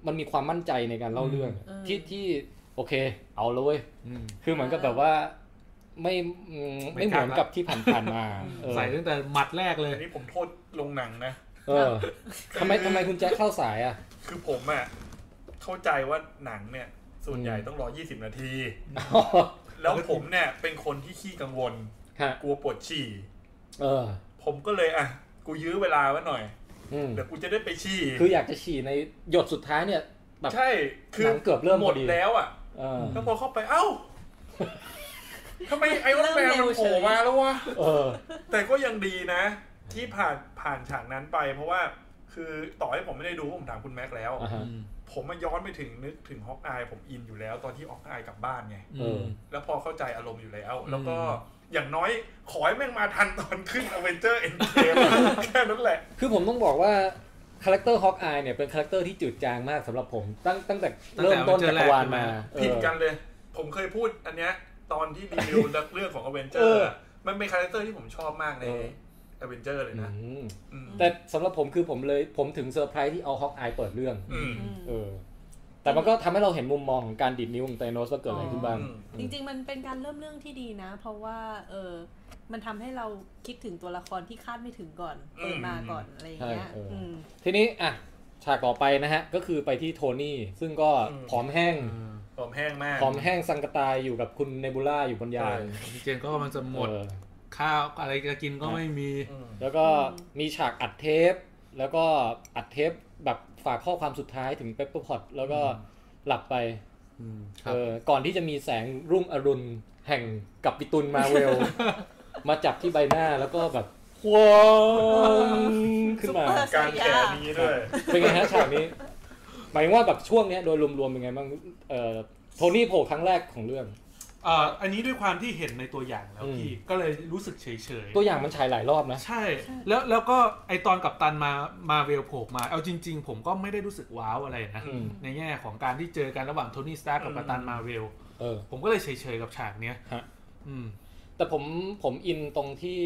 Speaker 1: มันมีความมั่นใจในการเล่าเรื่อง
Speaker 4: อืม
Speaker 1: ที่ที่โอเค เอาเลย
Speaker 3: อืม
Speaker 1: คือเหมือนกับแบบว่าไม่อืม
Speaker 3: ไม่
Speaker 1: ไม่เห
Speaker 3: กล้า
Speaker 1: มือนกับที่ผ่านๆมาเออ
Speaker 3: ใส่ตั้งแต่หมัดแรกเลย
Speaker 2: อันนี้ผมโทษลงหนังนะ
Speaker 1: เออทำไมทำไมคุณแจ็คเข้าสายอ่ะ
Speaker 2: คือผมอ่ะเข้าใจว่าหนังเนี่ย ส่วนใหญ่
Speaker 1: อืม
Speaker 2: ต้องรอ 20 นาที แล้วผมเนี่ยเป็นคนที่ขี้กังวล
Speaker 1: ฮะ
Speaker 2: กลัวปวดฉี่
Speaker 1: เออ
Speaker 2: ผมก็เลยอ่ะ กูยื้อเวลาไว้หน่อย
Speaker 1: อืม
Speaker 2: เดี๋ยวกูจะได้ไปฉี่
Speaker 1: คืออยากจะฉี่ในหยดสุดท้ายเนี่ย แบบ
Speaker 2: ใช่คือ
Speaker 1: หนังเกือบเริ่ม
Speaker 2: หม
Speaker 1: พอ
Speaker 2: ด
Speaker 1: ดี
Speaker 2: แล้วอ่ะ
Speaker 1: เออ
Speaker 2: แล้วพอเข้าไปเอ้า ทำไมไอรอนแมนมันโผล่มาแล้ววะ
Speaker 1: เออ
Speaker 2: แต่ก็ยังดีนะ ที่ผ่านผ่านฉากนั้นไปเพราะว่า คือต่อให้ผมไม่ได้ดูผมถามคุณแม็กซ์แล้ว
Speaker 1: อ่าฮะ
Speaker 2: ผมมาย้อนไปถึงนึกถึงฮอกอายผมอินอยู่แล้ว ตอนที่ฮอกอายกลับบ้านไง
Speaker 1: เออ
Speaker 2: แล้วพอเข้าใจอารมณ์อยู่แล้ว
Speaker 3: อืม
Speaker 2: แล้วก็อย่างน้อยขอให้แม่งมาทันตอนขึ้นอเวนเจอร์เอ็นเกมแค่นั้นแหละ
Speaker 1: คือผมต้องบอกว่าคาแรคเตอร์ฮอกอายเนี่ยเป็นคาแรคเตอร์ที่จืดจางมากสำหรับผม ตั้งตั้งแต่เริ่มต้นจักรวาลมา
Speaker 2: ผิดกัน
Speaker 1: เออ
Speaker 2: เลย ผมเคยพูดอันเนี้ยตอนที่รีวิวเรื่องของอเวนเจอ
Speaker 1: เอ
Speaker 2: ร์
Speaker 1: อ
Speaker 2: มันเป็นคาแรคเตอร์ที่ผมชอบมากใน
Speaker 1: เออ
Speaker 2: อเวนเจอร์เลยนะ
Speaker 1: อืม
Speaker 2: อืม
Speaker 1: แต่สำหรับผมคือผมเลยผมถึงเซอร์ไพรส์ที่เอาฮอกอายเปิดเรื่อง
Speaker 2: อืม
Speaker 4: อืม
Speaker 1: เออ แต่มันก็ทำให้เราเห็นมุมมองของการดิดนิ้วของไตโนสว่าเกิดอะไรขึ้นบ้าง
Speaker 2: อืม
Speaker 4: จริงๆ มันเป็นการเริ่มเรื่องที่ดีนะ เพราะว่า เออ มันทำให้เราคิดถึงตัวละครที่คาดไม่ถึงก่อน
Speaker 2: อืม
Speaker 4: เปิดมาก่อนอะไรอย่างเงี้ย
Speaker 1: ใช่เอออื
Speaker 4: ม
Speaker 1: ทีนี้อ่ะฉากต่อไปนะฮะ ก็คือไปที่โทนี่ ซึ่งก็
Speaker 2: อืม
Speaker 1: ผอมแห้ง
Speaker 2: ผมแห้งมาก
Speaker 1: ผอมแห้งสังกตายอยู่กับคุณเนบูล่าอยู่บนยาน
Speaker 3: เจนก็กำลังจะหมด
Speaker 1: เออ
Speaker 3: ข้าวอะไรจะกินก็ไม่มี
Speaker 2: อืม
Speaker 1: แล้วก็มีฉากอัดเทป แล้วก็อัดเทปแบบฝากข้อความสุดท้ายถึงเปปเปอร์พอตแล้วก็หลับไป
Speaker 3: อืมค
Speaker 1: เอ
Speaker 3: รับ
Speaker 1: อก่อนที่จะมีแสงรุ่งอรุณแห่งกับปิตุนมาเว ล มาจับที่ใบหน้าแล้วก็แบบควงขึ้น มา
Speaker 4: Super
Speaker 2: การแขนนี้ด้วย
Speaker 1: เป็นไงฮะฉากนี้หมายถึงว่าแบบช่วงเนี้ยโดยรวมๆเป็นไงบ้างเอ่อโทนี่โผล่ครั้งแรกของเรื่อง
Speaker 3: เอ่ออันนี้ด้วยความที่เห็นในตัวอย่างแล้ว
Speaker 1: อืม
Speaker 3: พี่ก็เลยรู้สึกเฉยเฉยๆ
Speaker 1: ตัวอย่างมันฉายหลายรอบนะ
Speaker 3: ใช่ แล้วแล้วก็ไอตอนกับตันมามาเวลโผล่มา เอาจริง ๆ ผมก็ไม่ได้รู้สึกว้าวอะไรนะ
Speaker 1: อืม
Speaker 3: ในแง่ของการที่เจอกันระหว่างโทนี่สตาร์กับกัปตันมาเวล
Speaker 1: เออ
Speaker 3: ผมก็เลยเฉยๆกับฉากเนี้ย
Speaker 1: ฮะ
Speaker 3: อืม
Speaker 1: แต่ผมผมอินตรงที่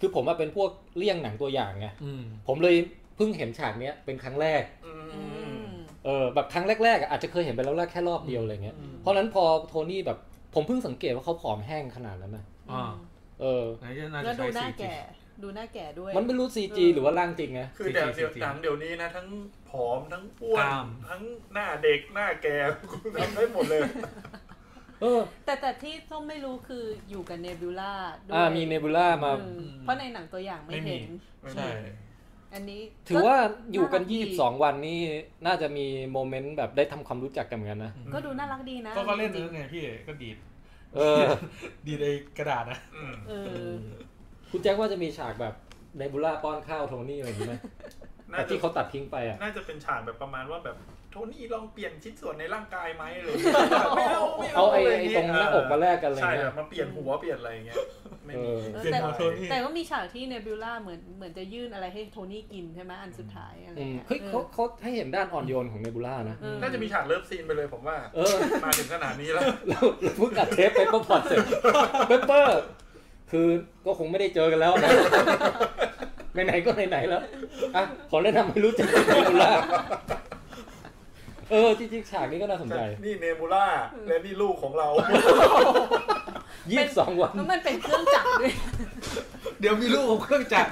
Speaker 1: คือผมว่าเป็นพวกเลี่ยงหนังตัวอย่างไง
Speaker 3: อืม
Speaker 1: ผมเลยเพิ่งเห็นฉากเนี้ยเป็นครั้งแรก
Speaker 2: อื
Speaker 4: อื
Speaker 2: ม
Speaker 4: ม
Speaker 1: เออแบบครั้งแรกๆอ่ะอาจจะเคยเห็นไปแล้วแรกแค่รอบเดียวอะไรเงี้ย เพราะฉะนั้นพอโทนี่แบบผมเพิ่งสังเกตว่าเขาผอมแห้งขนาดนั้นนะ
Speaker 3: อ่า
Speaker 1: เออ
Speaker 3: ไหนจะน่า
Speaker 4: แล้
Speaker 3: จะ
Speaker 4: วดู
Speaker 3: ใช้
Speaker 4: หน้า
Speaker 3: สีจริง
Speaker 4: แก่ ดูหน้าแก่ด้วย
Speaker 1: มันไม่รู้ซีจีหรือว่าร่างจริงนะ
Speaker 2: คือเดี๋ยว
Speaker 3: จ
Speaker 2: เดี๋
Speaker 3: ริ
Speaker 2: ยว
Speaker 3: งๆ
Speaker 2: หนังเดี๋ยวนี้นะ ทั้งผอมทั้งอ้วน
Speaker 3: กล้าม
Speaker 2: ทั้งหน้าเด็กหน้าแก่คุณทำได้หมดเลย
Speaker 1: เออ
Speaker 4: แต่แต่ที่ส้มไม่รู้คืออยู่กับเนบิวล่าด้วย
Speaker 1: อ่ามีเนบูล่ามา
Speaker 4: อืมเพราะในหนังตัวอย่างไม่
Speaker 3: ไม่มี
Speaker 4: เห็น
Speaker 2: ไม่
Speaker 3: ใช่
Speaker 2: มี
Speaker 4: อันนี้
Speaker 1: ถือว่า
Speaker 4: ก็
Speaker 1: อยู่กัน
Speaker 4: น่ารักดี
Speaker 1: 22 วันนี่น่าจะมีโมเมนต์แบบได้ทำความรู้จักกันเหมือนกันนะ
Speaker 4: ก็ดูน่ารักดีนะ
Speaker 3: ก็ก็เล่น
Speaker 4: จริ
Speaker 3: เนื้อง ไงพี่ก็ดีด
Speaker 1: เออ
Speaker 3: ดีดไอกระดาษนะ
Speaker 2: อืม
Speaker 4: ๆเออ
Speaker 1: คุณแจ็คว่าจะมีฉากแบบเนบูล่าป้อนข้าวโทนี่อะไรอย่างนี้ไหม
Speaker 2: น่า
Speaker 1: แต่
Speaker 2: จะ
Speaker 1: ที่เขาตัดทิ้งไปอ่ะ
Speaker 2: น่าจะเป็นฉากแบบประมาณว่าแบบโทนี่ลองเปลี่ยนชิ้นส่วนในร่างกายไหมเลยไม่เอาไม่
Speaker 1: เอาไอ้
Speaker 2: ะ
Speaker 1: ไอ้
Speaker 2: ย่
Speaker 1: ตรงหน้าอกมาแลกกันอะไร
Speaker 2: ใช่
Speaker 1: เงี้
Speaker 2: แบ
Speaker 1: ย
Speaker 2: บมาเปลี่ยนหัวเปลี่ยนอะไรอย่างเงี้ยไม่มี
Speaker 1: เออ
Speaker 3: เป
Speaker 4: เออ
Speaker 3: ลี่ยน
Speaker 4: แต่
Speaker 3: หัวโทนี่
Speaker 4: แต่ก็มีฉากที่เนบิวล่าเหมือนเหมือนจะยื่นอะไรให้โทนี่กินใช่ไหมอันสุดท้ายอะไร
Speaker 1: อืม
Speaker 4: เงี้ย
Speaker 1: เฮ้ยเขาเขาให้เห็นด้านอ่อนโยนของเนบูล่านะ
Speaker 4: เออ
Speaker 2: น่าจะมีฉากเลิฟซีนไปเลยผมว่า
Speaker 1: เออ
Speaker 2: มาถึงขนาดนี้แล้ว
Speaker 1: เราเราเพิ่งอัดเทปไปเปอร์พอดเสร็จเปเปอร์คือก็คงไม่ได้เจอกันแล้วนะไหนๆก็ไหนๆแล้วอ่ะขอแนะนำให้รู้จักเนบูล่าเออจริงๆฉากนี้ก็น่าสนใจ
Speaker 2: นี่เนมูล่าและนี่ลูกของเรา
Speaker 1: ยี่สิบสองวัน
Speaker 4: แล้วมันเป็นเครื่องจักรด้วย
Speaker 3: เดี๋ยวมีลูกของเครื่องจักร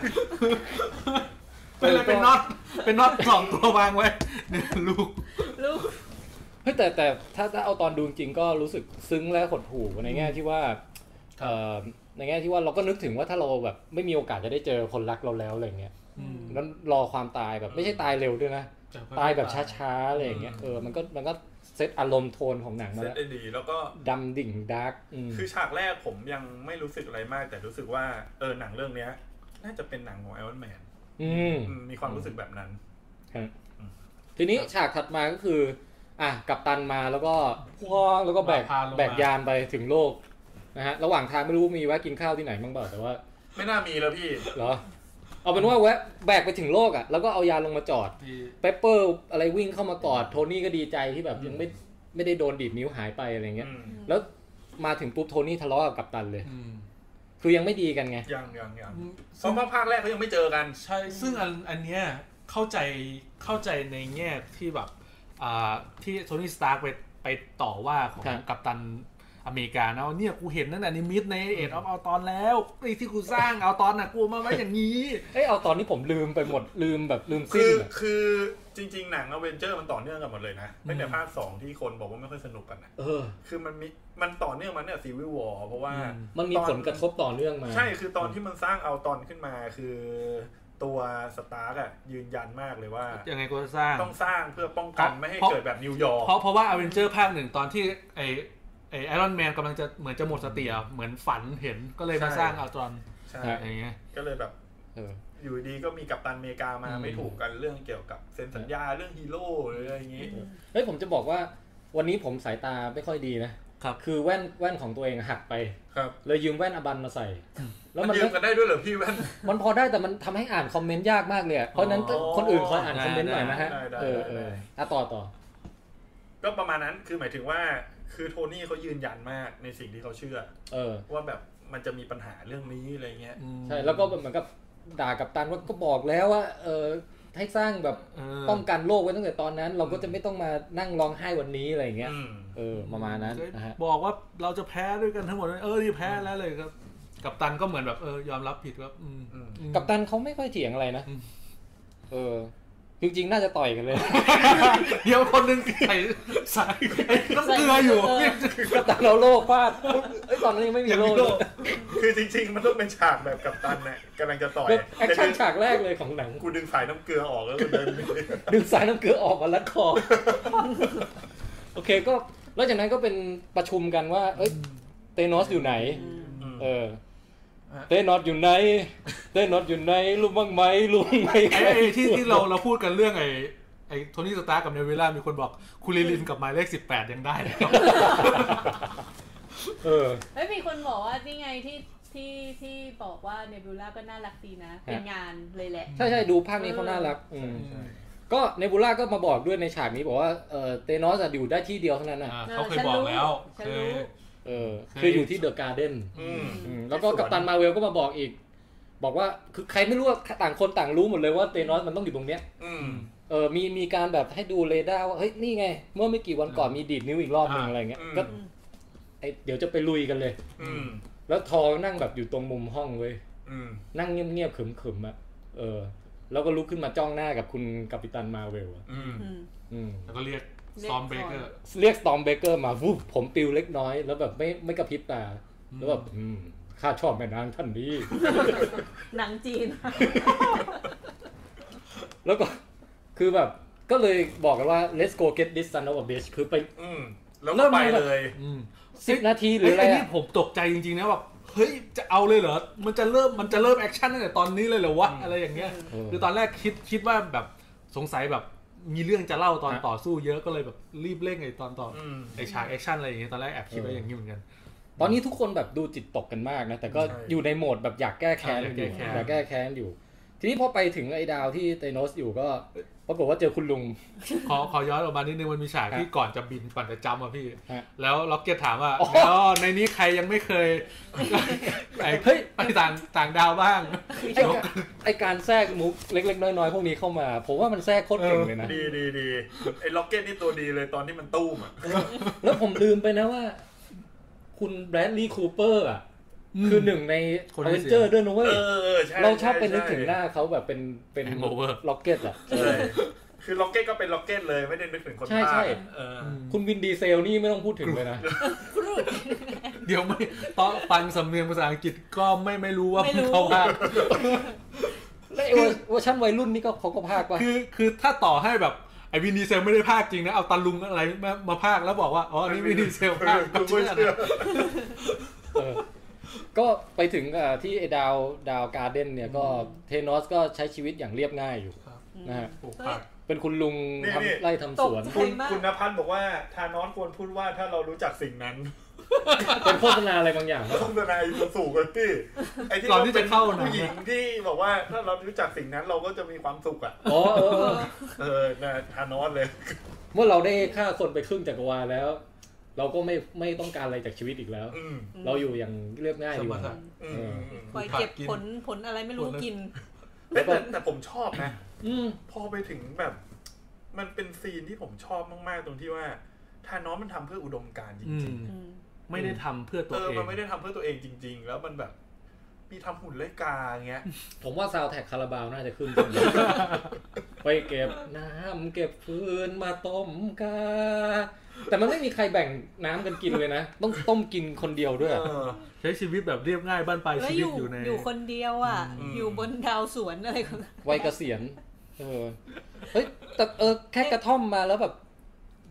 Speaker 3: เป็นอะไร
Speaker 1: เออก็
Speaker 3: เป็นน็อตเป็นน็อตสองตัววางไว้เนี่ยลูก
Speaker 4: ลูก
Speaker 1: เฮ้ยแต่แต่ถ้าถ้าเอาตอนดูจริงๆก็รู้สึกซึ้งและหดหู่ในแง่ที่ว่าเอ่อในแง่ที่ว่าเราก็นึกถึงว่าถ้าเราแบบไม่มีโอกาสจะได้เจอคนรักเราแล้วอะไรอย่างเงี้ย
Speaker 3: อืม
Speaker 1: แล้วรอความตายแบบไม่ใช่ตายเร็วด้วยนะ ตายแบบช้าๆอะไรอย่างเงี้ย
Speaker 3: อืม
Speaker 1: เออ มันก็ มันก็เซตอารมณ์โทนของหนังมา
Speaker 2: เซ็ต
Speaker 1: แล้ว
Speaker 2: ได้ดีแล้วก็
Speaker 1: ดำดิ่งดาร์กอืม
Speaker 2: คือฉากแรกผมยังไม่รู้สึกอะไรมาก แต่รู้สึกว่าเออหนังเรื่องเนี้ย น่าจะเป็นหนังของไอรอนแมน
Speaker 1: อืม
Speaker 2: มีความรู้สึกแบบนั้น
Speaker 1: ฮะทีนี้ฉากถัดมาก็คือ อ่ะ กัปตันมาแล้วก็พ่วงแล้วก็แบก
Speaker 3: พาลงมา
Speaker 1: แบกยานไปถึงโลกนะฮะ ระหว่างทางไม่รู้มีแวะกินข้าวที่ไหนบ้างเปล่าแต่ว่า
Speaker 2: ไม่น่ามีแล้วพี่
Speaker 1: เหรอ เอาเป็นว่าแวะแบกไปถึงโลกอ่ะ แล้วก็เอายานลงมาจอด
Speaker 3: ที่
Speaker 1: เปปเปอร์อะไรวิ่งเข้ามากอด โทนี่ก็ดีใจที่แบบยังไม่ ไม่ได้โดนดีดนิ้วหายไปอะไรเงี้ย
Speaker 2: อืม
Speaker 1: แล้วมาถึงปุ๊บโทนี่ทะเลาะกับกัปตันเลย
Speaker 3: อืม
Speaker 1: คือยังไม่ดีกันไง
Speaker 2: ยังยังยัง
Speaker 3: อืม
Speaker 2: เพราะว่าภาคแรกเขายังไม่เจอกัน
Speaker 3: ใช่ ซึ่งอันอันเนี้ยเข้าใจเข้าใจในแง่ที่แบบอ่าที่โทนี่สตาร์กไปไปต่อว่าของ
Speaker 1: ครับ
Speaker 3: กัปตันอเมริกานะว่าเนี่ยกูเห็นนั่นแหละนิมิตในเอ็ดออฟเอาตอนแล้วไอ้ที่กูสร้างเอาตอนน่ะกูเอามาไว้อย่างนี้
Speaker 1: เอ้ยเอาตอนนี้ผมลืมไปหมดลืมแบบลืม
Speaker 2: คื
Speaker 1: สิ้น
Speaker 2: อ
Speaker 1: อะ
Speaker 2: คือจริง ๆ หนังอเวนเจอร์มันต่อเนื่องกันหมดเลยนะตั้งแต่ภาคสองที่คนบอกว่าไม่ค่อยสนุกกันนะ
Speaker 1: เออ
Speaker 2: คือมันมีมันต่อเนื่องมันเนี่ยซีวิวอเพราะว่า
Speaker 3: อืม
Speaker 1: มันมีผลกระทบต่อเนื่องมา
Speaker 2: ใช่ คือตอนที่มันสร้างเอาตอนขึ้นมาคือ ตัวสตาร์กอะยืนยันมากเลยว่า
Speaker 3: ยังไงกูจะสร้าง
Speaker 2: ต้องสร้างเพื่อป้องกัน
Speaker 3: เพราะ
Speaker 2: ไม่ให้เกิดแบบนิวยอร์ก
Speaker 3: เพราะเพราะว่าอเวนเจอร์ภาคหนึ่งตอนที่ไอไอไอรอนแมนกำลังจะเหมือนจะหมดสติอ่ะเหมือนฝันเห็นก็เลยมาสร้างเอาตอน
Speaker 2: ใช่
Speaker 3: อย่างเงี้ย
Speaker 2: ก็เลยแบบ
Speaker 1: เออ
Speaker 2: อยู่ดีก็มีกัปตันอเมริกามา
Speaker 3: อืม
Speaker 2: ไม่ถูกกันเรื่องเกี่ยวกับเซ็นสัญญาเรื่องฮีโร่หรืออะไรอย่างนี้
Speaker 1: เฮ้ยผมจะบอกว่าวันนี้ผมสายตาไม่ค่อยดีนะครับ คือแว่นแว่นของตัวเองหักไป
Speaker 2: ครับ
Speaker 1: เลยยืมแว่นอบันมาใส่
Speaker 2: แล้
Speaker 1: แล้ว ว
Speaker 2: มั
Speaker 1: มัน น
Speaker 2: ยืมกันได้ด้วยเหรอพี่แว่น
Speaker 1: มันพอได้แต่มันทำให้อ่านคอมเมนต์ยากมากเลยอะเพราะฉะนั้น
Speaker 3: อ๋อ
Speaker 1: คนอื่นคอยอ่านคอมเมนต์ห
Speaker 3: ได้
Speaker 1: น่อยนะฮะ
Speaker 2: ได้ได้
Speaker 1: เออ
Speaker 2: ได้
Speaker 1: เอออ่ะต่อต่อ
Speaker 2: ก็ประมาณนั้นคือหมายถึงว่า คือโทนี่เขายืนยันมากในสิ่งที่เขาเชื่อ
Speaker 1: เออ
Speaker 2: ว่าแบบมันจะมีปัญหาเรื่องนี้อะไรเงี้ย
Speaker 3: อืม
Speaker 1: ใช่แล้วก็เหมือนกับด่ากับตันว่าก็บอกแล้วว่าเออให้สร้างแบบ
Speaker 3: เออ
Speaker 1: ป้องกันโลกไว้ตั้งแต่ตอนนั้น เราก็จะไม่ต้องมานั่งร้องไห้วันนี้อะไรอย่างเงี้ย
Speaker 2: อืม
Speaker 1: เออประมาณนั้นนะฮะ
Speaker 3: บอกว่าเราจะแพ้ด้วยกันทั้งหมดเลยเออนี่แพ้แล้วเลยครับ กับตันก็เหมือนแบบเออยอมรับผิดครับอืม
Speaker 2: อืม
Speaker 3: อืม
Speaker 1: กับตันเขาไม่ค่อยเถียงอะไรนะ
Speaker 3: อืม
Speaker 1: เออ จริงๆ น่าจะต่อยกันเลย
Speaker 3: เดี๋ยวคนหนึงใส่ใส่น้ำเกลืออยู่เนี่ย
Speaker 1: กัปตันเราโลกฟาดปุ๊บเอ้ยตอนนั้นยังไม่มีโลก
Speaker 3: ยังไม่มีโลก
Speaker 2: คือจริง ๆ มันต้องเป็นฉากแบบกัปตันเนี่ยกำลังจะต่อย
Speaker 1: เป็นแอค
Speaker 2: แต่
Speaker 1: ชั่น
Speaker 2: ดึง
Speaker 1: ฉากแรกเลยของหนัง
Speaker 2: กูดึงสายน้ำเกลือออกแล้วกูเดินไป
Speaker 1: ดึงสายน้ำเกลือออกมาลัดคอ โอเคก็ แล้วจากนั้นก็เป็นประชุมกันว่า เอ้ยเตโนสอยู่ไหน
Speaker 4: อืม
Speaker 2: อืม
Speaker 1: เออ
Speaker 3: ฮะ
Speaker 1: เตโนสอยู่ไหน เตโนสอยู่ไหนรู้บ้างไหมรู้บ้างไหม
Speaker 3: ไอ้ไอ้ที่ที่เราเราพูดกันเรื่องไอ้ไอ้โทนี่สตาร์กับเนวิลล่ามีคนบอกคุริลินกับหมายเลขสิบแปดยังได้เลยครับ
Speaker 1: เออ
Speaker 4: เฮ้ยมีคนบอกว่านี่ไงที่ที่ที่บอกว่าเนบิวล่าก็น่ารักดีนะ เป็นงานเลยแหละ
Speaker 1: ใช่ใช่ดูภาคนี้เขาน่ารักอืม
Speaker 3: ใช่
Speaker 1: ก็เนบูล่าก็มาบอกด้วยในฉากนี้บอกว่าเออเตโนสอะอยู่ได้ที่เดียวเท่านั้นน่ะ
Speaker 3: อ่า
Speaker 4: เออ
Speaker 3: เขาเคยบอกแล้ว
Speaker 4: ฉัน
Speaker 3: เค
Speaker 4: รู้
Speaker 3: ย
Speaker 1: เออ
Speaker 3: เคย
Speaker 1: คืออยู่ที่เดอะการ์เด้น
Speaker 2: อืม
Speaker 1: แล้วก็กัปตันมาร์เวลก็มาบอกอีก บอกว่าคือใครไม่รู้ว่าต่างคนต่างรู้หมดเลยว่าเตโนสมันต้องอยู่ตรงเนี้ย
Speaker 2: อืม
Speaker 1: เออมีมีการแบบให้ดูเรดาร์ว่าเฮ้ยนี่ไง เมื่อไม่กี่วันก่อนมีดีดนิ้วอีกรอบหนึง
Speaker 3: อ่า
Speaker 1: อะไรเงี้ย
Speaker 2: อืม
Speaker 1: ก็ไอเดี๋ยวจะไปลุยกันเลย
Speaker 2: อืม
Speaker 1: แล้วทอนั่งแบบอยู่ตรงมุมห้องเว้ย
Speaker 2: อืม
Speaker 1: นั่งเงียบๆขึมๆอ่ะเออ แล้วก็ลุกขึ้นมาจ้องหน้ากับคุณกัปตันมาร์เวลอะ
Speaker 2: อืม
Speaker 4: อืม
Speaker 1: อืม
Speaker 3: แล้วก็เรียก
Speaker 4: เรียก
Speaker 3: ซอมเบเกอ
Speaker 4: Storm
Speaker 3: ร์
Speaker 1: เรียกสตอมเบเกอร์มาวูบผมปิวเล็กน้อย แล้วแบบไม่ไม่กระพริบตา แล้วแบบอืมข้าชอบแม่นางท่านนี้
Speaker 4: หนังจีน
Speaker 1: แล้วก็คือแบบก็เลยบอกกันว่า let's go get this son of a bitch คือไป
Speaker 2: อืม แล้ว
Speaker 1: เริ่
Speaker 2: ก็
Speaker 1: ม
Speaker 2: ไป
Speaker 1: เลย
Speaker 2: เลย
Speaker 3: อืม
Speaker 1: สิบนาทีหรืออะไร
Speaker 3: ไอ้นี่
Speaker 1: อะ
Speaker 3: ผมตกใจจริงๆนะแบบเฮ้ยจะเอาเลยเหรอ มันจะเริ่มมันจะเริ่มแอคชั่นตั้งแต่ตอนนี้เลยเหรอวะ อะไรอย่างเงี้ย
Speaker 1: เออ
Speaker 3: คือตอนแรกคิดคิดว่าแบบสงสัยแบบมีเรื่องจะเล่าตอนต่อสู้เยอะก็เลยแบบรีบเร่งไอ้ตอนต่ออ
Speaker 2: อืม
Speaker 3: ไอ้ฉากแอคชั่นอะไรอย่างเงี้ยตอนแรกแอบคิดไว้อย่างนี้เหมือนกัน
Speaker 1: ตอนนี้ทุกคนแบบดูจิตตกกันมากนะ แต่ก็
Speaker 2: ใช่
Speaker 1: อยู่ในโหมดแบบอยากแก้แค้น
Speaker 3: อยา
Speaker 1: อ
Speaker 3: กแก้
Speaker 1: ยู่
Speaker 3: แค้น
Speaker 1: อยากแก้แค้นอยู่ ทีนี้พอไปถึงไอ้ดาวที่เตโนสอยู่ก็ปรากฏว่าเจอคุณ ลุง
Speaker 3: ขอขอย้อนออกมานิดนึงมันมีฉากที่ก่อนจะบินก่อนจะจำอ่ะพี่
Speaker 1: ฮะ
Speaker 3: แล้วล็อกเก็ตถามว่า
Speaker 1: อ๋อ
Speaker 3: แล้วในนี้ใครยังไม่เคยไอ้
Speaker 1: เฮ้ย
Speaker 3: ไปต่างต่างดาวบ้าง
Speaker 1: ไอ้กะไอการแทรกมุกเล็กๆ น้อยๆ พวกนี้เข้ามา ผมว่ามันแทรกโคตรเก่งเลยนะ
Speaker 2: ดีดีดีไอ้ล็อกเก็ตนี่ตัวดีเลยตอนที่มันตู้มอ่ะ
Speaker 1: แล้วผมลืมไปนะว่า คุณแบรดลีย์คูเปอร์อ่ะ คือหนึ่งใน
Speaker 3: คน
Speaker 1: อ
Speaker 3: ที่
Speaker 1: เวน
Speaker 3: เสีย
Speaker 1: เจอร์ด้วยนะเว้ย
Speaker 2: เออใช่
Speaker 1: เราชอบไปนึก
Speaker 2: ใ
Speaker 1: ถึงหน้าเขาแบบเป็นเป็น
Speaker 3: Hangover
Speaker 1: ล็อกเก็ตอ่ะ
Speaker 2: ใช่คือล็อกเก็ตก็เป็นล็อกเก็ตเลยไม่ได้นึกถึงคน
Speaker 1: ใช่
Speaker 2: ภาค
Speaker 1: ใช่
Speaker 2: เออ
Speaker 1: คุณวินดีเซลนี่ไม่ต้องพูดถึง เลยนะ
Speaker 3: เดี๋ยวไม่ตอนฟังสำเนียงภาษาอังกฤษก็ไม่ไม่รู้ว่า
Speaker 4: ไม่รู้
Speaker 3: เขาว่า
Speaker 1: และไอ้เวอร์เวอร์ชันวัยรุ่นนี่ก็เขาก็พากว่า
Speaker 3: คือคือถ้าต่อให้แบบไอ้วินดีเซลไม่ได้ภาคจริงนะ เอาตาลุงอะไรมามาภาคแล้วบอกว่า อ๋ออันนี่วินดีเซลภาค
Speaker 2: กูไม่เชื่อ
Speaker 1: เอ อก็ไปถึงอ่ะที่ไอ้ดาวดาวการ์เด้นเนี่ยก็เทนอสก็ใช้ชีวิตอย่างเรียบง่ายอยู่นะฮะ
Speaker 3: โอ้ภาค
Speaker 1: เป็นคุณลุงทำไร่ทำสวน
Speaker 4: ตกใจ
Speaker 2: คุณ
Speaker 4: มาก
Speaker 2: คุณนภัทรบอกว่าทานอสควรพูดว่าถ้าเรารู้จักสิ่งนั้น
Speaker 1: เป็นโฆษณาอะไรบางอย่างปะ
Speaker 2: โฆษณาอีสูงกันพี่ไอ้ที่
Speaker 3: ก่อนที่จะเข้าหนะ
Speaker 2: ผู้หญิงที่บอกว่าถ้าเรารู้จักสิ่งนั้นเราก็จะมีความสุขอ่ะ
Speaker 1: อ๋อเออเออ
Speaker 2: เออนะทานอสเลย
Speaker 1: เมื่อเราได้ฆ่าคนไปครึ่งจักรวาลแล้ว เราก็ไม่ไม่ต้องการอะไรจากชีวิตอีกแล้ว
Speaker 2: อืม
Speaker 1: เราอยู่อย่างเรียบง่าย
Speaker 3: ส
Speaker 1: ดีก
Speaker 3: มรร
Speaker 1: ว่า
Speaker 3: ถะ
Speaker 2: อืมอืม
Speaker 4: คอยเก็บผลผลอะไรไม่รู้
Speaker 3: ผลอะไร
Speaker 4: กิน
Speaker 2: เอ้ยแต่แต่ผมชอบนะ
Speaker 1: อืม
Speaker 2: พอไปถึงแบบ มันเป็นซีนที่ผมชอบมากๆ ตรงที่ว่าทานอสมันทำเพื่ออุดมการณ์จ
Speaker 3: อื
Speaker 2: ริ
Speaker 3: ม
Speaker 2: ง
Speaker 4: อืม
Speaker 3: ไม่ได้ทำเพื่อ
Speaker 2: ๆ
Speaker 3: ตัว
Speaker 2: เออ
Speaker 3: เอง
Speaker 2: มันไม่ได้ทำเพื่อตัวเองจริง ๆ แล้วมันแบบ มีทำหุ่นไล่กาอย่างเงี้ย
Speaker 1: ผมว่าซาวแท็กคาราบาวน่าจะ ขึ้น ไปเก็บน้ำเก็บพื้นมาต้มกา แต่มันไม่มีใครแบ่งน้ำกันกินเลยนะ ต้องต้มกินคนเดียวด้วย
Speaker 2: เออ
Speaker 3: ใช้ชีวิตแบบเรียบง่ายบ้านปลาย
Speaker 4: แล้ว
Speaker 3: ชี
Speaker 4: อ
Speaker 3: วิต
Speaker 4: ยู่
Speaker 3: อยู่ใน
Speaker 4: อยู่คนเดียวอ่ะ
Speaker 2: อืม
Speaker 4: อยู่บนดาวสวนอะไรของ
Speaker 1: วัยเกษียณ เออ เฮ้ย แต่เออแค่กระท่อมมาแล้วแบบ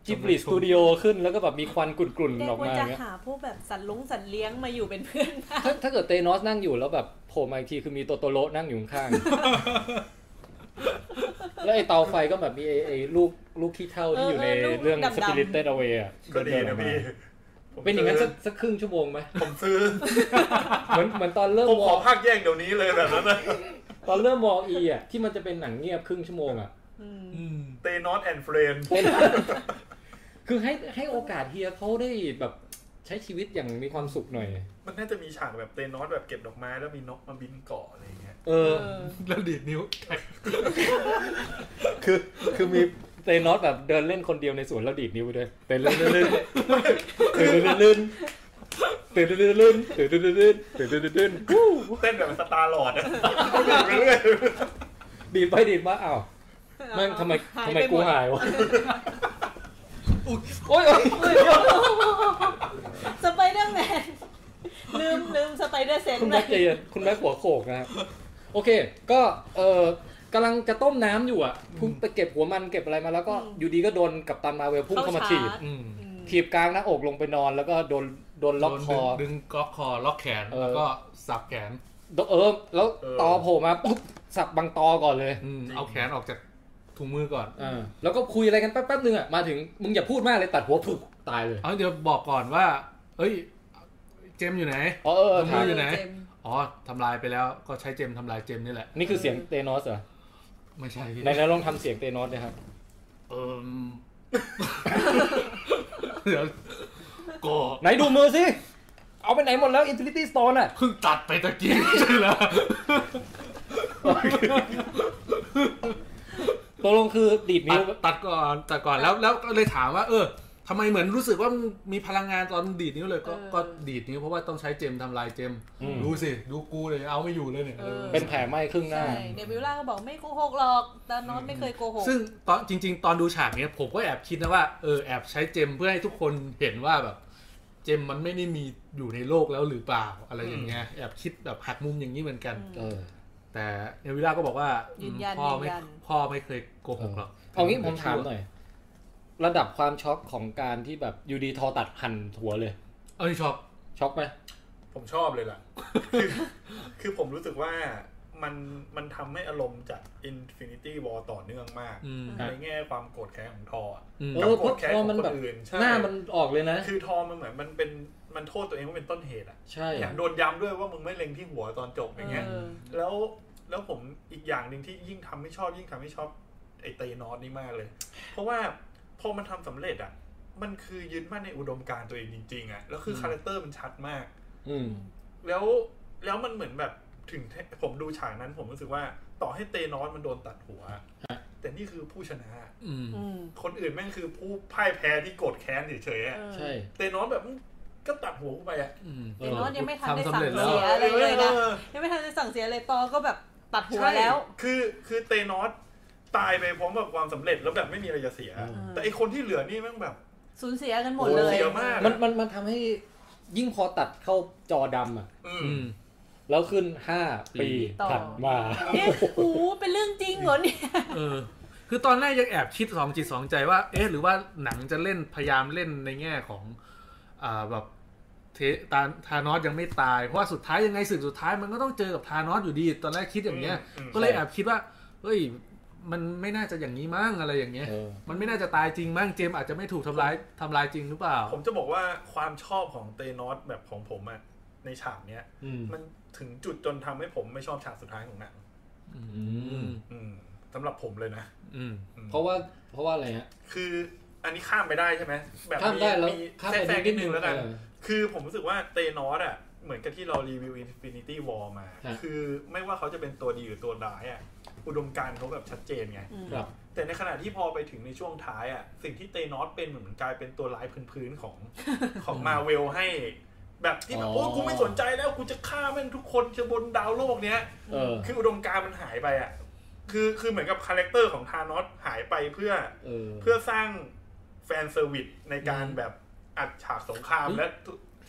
Speaker 1: จิบลิสตูดิโอขึ้นแล้วก็แบบมีควันกรุ่น
Speaker 4: แก
Speaker 1: ๆออก
Speaker 4: ควร
Speaker 1: มาอ
Speaker 4: จะ
Speaker 1: ย่างเงี้ย
Speaker 4: หาพวกแบบสัตว์ลงสัตว์เลี้ยงมาอยู่เป็นเพื่อนบ้าง
Speaker 1: ถ้าถ้าเกิดเตโนอสนั่งอยู่แล้วแบบโผล่มาอีกทีคือมีโตโตโรนั่งอยู่ข้างๆ แล้วไอ้เตาไฟก็แบบมีไอ้ไอ้ลูกลูกขี้เท่าที่อยู่ในเรื่อง Spirited Away อะ
Speaker 2: ก็ดีนะพี่ผม
Speaker 1: เป็นอย่างนั้นสั
Speaker 2: ซื้
Speaker 1: กสักครึ่งชั่วโมงไหม
Speaker 2: ผมซื้อ
Speaker 1: เหมือนเหมือนตอนเริ่ม
Speaker 2: ผม
Speaker 1: ว
Speaker 2: ข
Speaker 1: อ
Speaker 2: อ
Speaker 1: ล
Speaker 2: ภาคแยกเดี๋ยวนี้เลยแบบนั้นนะ
Speaker 1: ตอนเริ่มวอลอีอะที่มันจะเป็นหนังเงียบครึ่งชั่วโมงอะ
Speaker 4: อืม
Speaker 3: อืม
Speaker 2: เตนอสแอนด์เฟรน
Speaker 1: เป็น คือให้ให้โอกาสเฮียเขาได้แบบใช้ชีวิตอย่างมีความสุขหน่อย
Speaker 2: มันน่าจะมีฉากแบบเตนอสแบบเก็บดอกไม้แล้วมีนกมาบินเกาะอะไรอย่างเงี้ย
Speaker 1: เออ
Speaker 4: เออ
Speaker 3: แล้วดีดนิ้ว
Speaker 1: คือคือมีเตโนอสแบบเดินเล่นคนเดียวในสวนแล้วดีดนิ้วไปด้วยเต้นเล่นเล่นเล่นเต้นเล่นเล่นเต้นเล่นเล่นเต้นเล่นเล่นเต้นเล่นเล่นฮู้
Speaker 2: เต้นแบบสตาร์ลอร์ดอะเรื่อย
Speaker 1: ดีดไปดีดมาอ้าวแม่งทำไม
Speaker 4: หาย
Speaker 1: ทำ
Speaker 4: ไปห
Speaker 1: ไม
Speaker 4: มด
Speaker 1: กู หายวะโอ๊ยโอ๊ยโอ๊ย
Speaker 4: สไปเดอร์แมนลืมลืมสไปเดอร์เซน
Speaker 1: คุณ
Speaker 4: ไป
Speaker 1: แม็กใจเย็นคุณแม็กหัวโขกนะครับโอเค ก็เออกำลังจะต้มน้ำอยู่อ่ะพุ่งไปเก็บหัวมันเก็บอะไรมาแล้วก็อยู่ดีก็โดนกับตันมาเวลพุ่งเข้ามาฉีด
Speaker 3: อืม
Speaker 4: อืม
Speaker 1: ถีบกลางหน้าอกลงไปนอน แล้วก็โดนโดนล็อกคอ
Speaker 3: โดนดึงดึงก๊อกคอล็อกแขน
Speaker 1: เออ
Speaker 3: แล้วก็สับแขน
Speaker 1: เออ แล้ว
Speaker 2: เออ
Speaker 1: ตอโผล่มาปุ๊บสับบางตอก่อนเลย
Speaker 3: อืมเอาแขนออกจากถุงมือก่อน
Speaker 1: อ่าแล้วก็คุยอะไรกันแป๊บๆนึงอ่ะมาถึงมึงอย่าพูดมากเลยตัดหัวปุ๊บตายเลย
Speaker 3: เอาเดี๋ยวบอกก่อนว่า เอ้ย เจมอยู่ไหน
Speaker 1: อ๋อเออเออ
Speaker 3: ทำ
Speaker 1: ถาม
Speaker 3: อยู่ไหน
Speaker 4: เจมส์
Speaker 3: อ๋อทำลายไปแล้วก็ใช้เจมทำลายเจมนี่แหละ
Speaker 1: นี่คือเสียงเตโนสเหรอ
Speaker 3: ไม่ใช่พี่
Speaker 1: ไหนๆลองทำเสียงเตโนสนะครับ
Speaker 3: เอม เดี๋ยวก็
Speaker 1: ไหนดูมือสิ เอาไปไหนหมดแล้ว Infinity Stone อ่ะ
Speaker 3: เพิ่งตัดไปตะ กี้ใช่แล้ว
Speaker 1: ตกลงคือดีด
Speaker 3: ตั
Speaker 1: นิ้
Speaker 3: ด
Speaker 1: ว
Speaker 3: ตัดก่อนตัดก่อนแล้วแล้วก็เลยถามว่า เออทำไมเหมือนรู้สึกว่ามันมีพลังงานตอนดีดนิ้วเลยก็ก็ดีดนิ้วเพราะว่าต้องใช้เจมทำลายเจม
Speaker 1: อืม
Speaker 3: ดูสิ ดูกูเลยเอาไม่อยู่เลยเนี่ยออ
Speaker 1: เป็นแผลไหม้ครึ่งหน้า
Speaker 4: ใช่เดวิลล่าก็บอกไม่โกหกหรอกตานอสไม่เคยโกหก
Speaker 3: ซึ่งตอนจริง ๆ ตอนดูฉากเนี้ยผมก็แอบคิดนะว่าเออแอบใช้เจมเพื่อให้ทุกคนเห็นว่าแบบ เจมมันไม่ได้มีอยู่ในโลกแล้วหรือเปล่าอะไรอย่างเงี้ยแอบคิดแบบหักมุมอย่างนี้เหมือนกัน
Speaker 1: เออ
Speaker 3: แต่เนวิลล่าก็บอกว่า
Speaker 4: ยืนยัน
Speaker 3: พ่อไม่
Speaker 4: ยืนยัน
Speaker 3: พ่อไม่เคยโกหกหรอก
Speaker 1: เอางี้ผมถามหน่อย ระดับความช็อกของการที่แบบอยูดีทอตัดหั่นหัวเลย
Speaker 3: เออชอบ
Speaker 1: ช็อกไหม
Speaker 2: ผมชอบเลยล่ะ คือคือผมรู้สึกว่ามันมันทำให้อารมณ์จาก Infinity War ต่อเนื่องมาก
Speaker 3: อืม
Speaker 2: ในแง่ความโกรธแค้นของทออะ
Speaker 3: อืม
Speaker 1: เออเพราะ
Speaker 2: กับกดแขน
Speaker 1: พอมันแบบ
Speaker 2: ของคนอื่นใช่
Speaker 1: หน้ามันออกเลยนะ
Speaker 2: คือทอมันเหมือนมันเป็นมันโทษตัวเองว่าเป็นต้นเหตุอะ
Speaker 1: ใช่
Speaker 2: แถมโดนย้ำด้วยว่ามึงไม่เล็งที่หัวตอนจบอย่างเงี้ย
Speaker 4: เออ
Speaker 2: แล้วแล้วผมอีกอย่างหนึ่งที่ยิ่งทำไม่ชอบ ยิ่งทำไม่ชอบไอ้เตนอสนี่มากเลย เพราะว่าพอมันทำสำเร็จอ่ะ มันคือยึดมั่นในอุดมการณ์ตัวเองจริงๆอ่ะแล้วคือคาแรคเตอร์มันชัดมาก
Speaker 1: อืม
Speaker 2: แล้วแล้วมันเหมือนแบบถึงแทผมดูฉากนั้นผมรู้สึกว่าต่อให้เตนอสมันโดนตัดหัว แต่นี่คือผู้ชนะ
Speaker 3: อืม
Speaker 4: อืม
Speaker 2: คนอื่นแม่งคือผู้พ่ายแพ้ที่โกรธแค้นเฉยๆอะ
Speaker 4: เออ
Speaker 1: ใช่
Speaker 2: เตนอสแบบก็ตัดหัวกูไปอ่ะ
Speaker 3: อืม
Speaker 4: เดนอสยังไม่ทันได้
Speaker 3: ทำ
Speaker 4: สั่
Speaker 3: สำ
Speaker 4: ง
Speaker 3: เร็จแล้ว
Speaker 4: เสียอะไรเลยนะ
Speaker 2: ออ
Speaker 4: ยังไม่ทันได้สั่งเสียเลยตอก็แบบตัดหัวแล้ว
Speaker 2: ใช่คือคือเตนอสตายไปพร้อมกับความสำเร็จแล้วแบบไม่มีอะไรจะเสีย
Speaker 1: อืม
Speaker 2: แต่ไอคนที่เหลือนี่แม่งแบบ
Speaker 4: สูญเสียกันหมดเลย
Speaker 2: โอ้เสียมาก
Speaker 1: มันมันมันทำให้ยิ่งพอตัดเข้าจอดำอ่ะ
Speaker 2: อืม
Speaker 3: อืม
Speaker 1: แล้วขึ้นห้า
Speaker 3: ปี
Speaker 1: ปีถัดมา
Speaker 4: เนี่ยโอ้โหเป็นเรื่องจริงเหรอเนี่ย
Speaker 3: เออ คือตอนแรกยังแอบคิดสองจิตสองใจว่า เอ๊ะหรือว่าหนังจะเล่นพยายามเล่นในแง่ของ อ่าแบบเทตาทานอสยังไม่ตาย เพราะว่าสุดท้ายยังไงสึกสุดท้ายมันก็ต้องเจอกับทานอสอยู่ดี ตอนแรกคิดอย่างเงี้ย
Speaker 2: อืม
Speaker 3: ก็เลยแอบคิดว่า เฮ้ย มันไม่น่าจะอย่างนี้มั้งอะไรอย่างเงี้ย
Speaker 1: เออ
Speaker 3: มันไม่น่าจะตายจริงมั้งเจมส์อาจจะไม่ถูกทำร้ายทำร้ายจริงหรือเปล่า
Speaker 2: ผมจะบอกว่าความชอบของเตนอสแบบของผมอะในฉากเนี้ย
Speaker 1: อืม
Speaker 2: มันถึงจุดจนทำให้ผมไม่ชอบฉากสุดท้ายของหนัง
Speaker 3: อืม
Speaker 2: อืมสำหรับผมเลยนะ
Speaker 3: อืม
Speaker 2: อืม
Speaker 1: เพราะว่าเพราะว่าอะไรฮะ
Speaker 2: คืออันนี้ข้ามไปได้ใช่ไหมแบบ
Speaker 1: ข้ามได้แล้วข้าม
Speaker 2: แทร
Speaker 1: ไป
Speaker 2: กแทรกนิดนึงแล้วกัน
Speaker 1: เออ
Speaker 2: คือผมรู้สึกว่าเตนอสอ่ะ เหมือนกับที่เรารีวิว Infinity War มา
Speaker 1: ฮะ
Speaker 2: คือไม่ว่าเขาจะเป็นตัวดีหรือตัวร้ายอ่ะ อุดมการณ์เขาแบบชัดเจนไง
Speaker 1: ครับ
Speaker 2: แต่ในขณะที่พอไปถึงในช่วงท้ายอ่ะ สิ่งที่เตนอสเป็นเหมือนกลายเป็นตัวร้ายพื้นๆของ ของมาเวลให้ แบบที่แบบ
Speaker 1: อ๋อ
Speaker 2: โอ้กูไม่สนใจแล้วกูจะฆ่าแม่งทุกคนจะบนดาวโลกเนี้ย
Speaker 1: เออ
Speaker 2: คืออุดมการณ์มันหายไปอ่ะ คือคือเหมือนกับคาแรคเตอร์ของธานอสหายไปเพื่อ
Speaker 1: เออ
Speaker 2: เพื่อสร้างแฟนเซอร์วิสในการ
Speaker 3: อืม
Speaker 2: แบบอัดฉากสงคราม
Speaker 1: เฮ้ย
Speaker 2: และ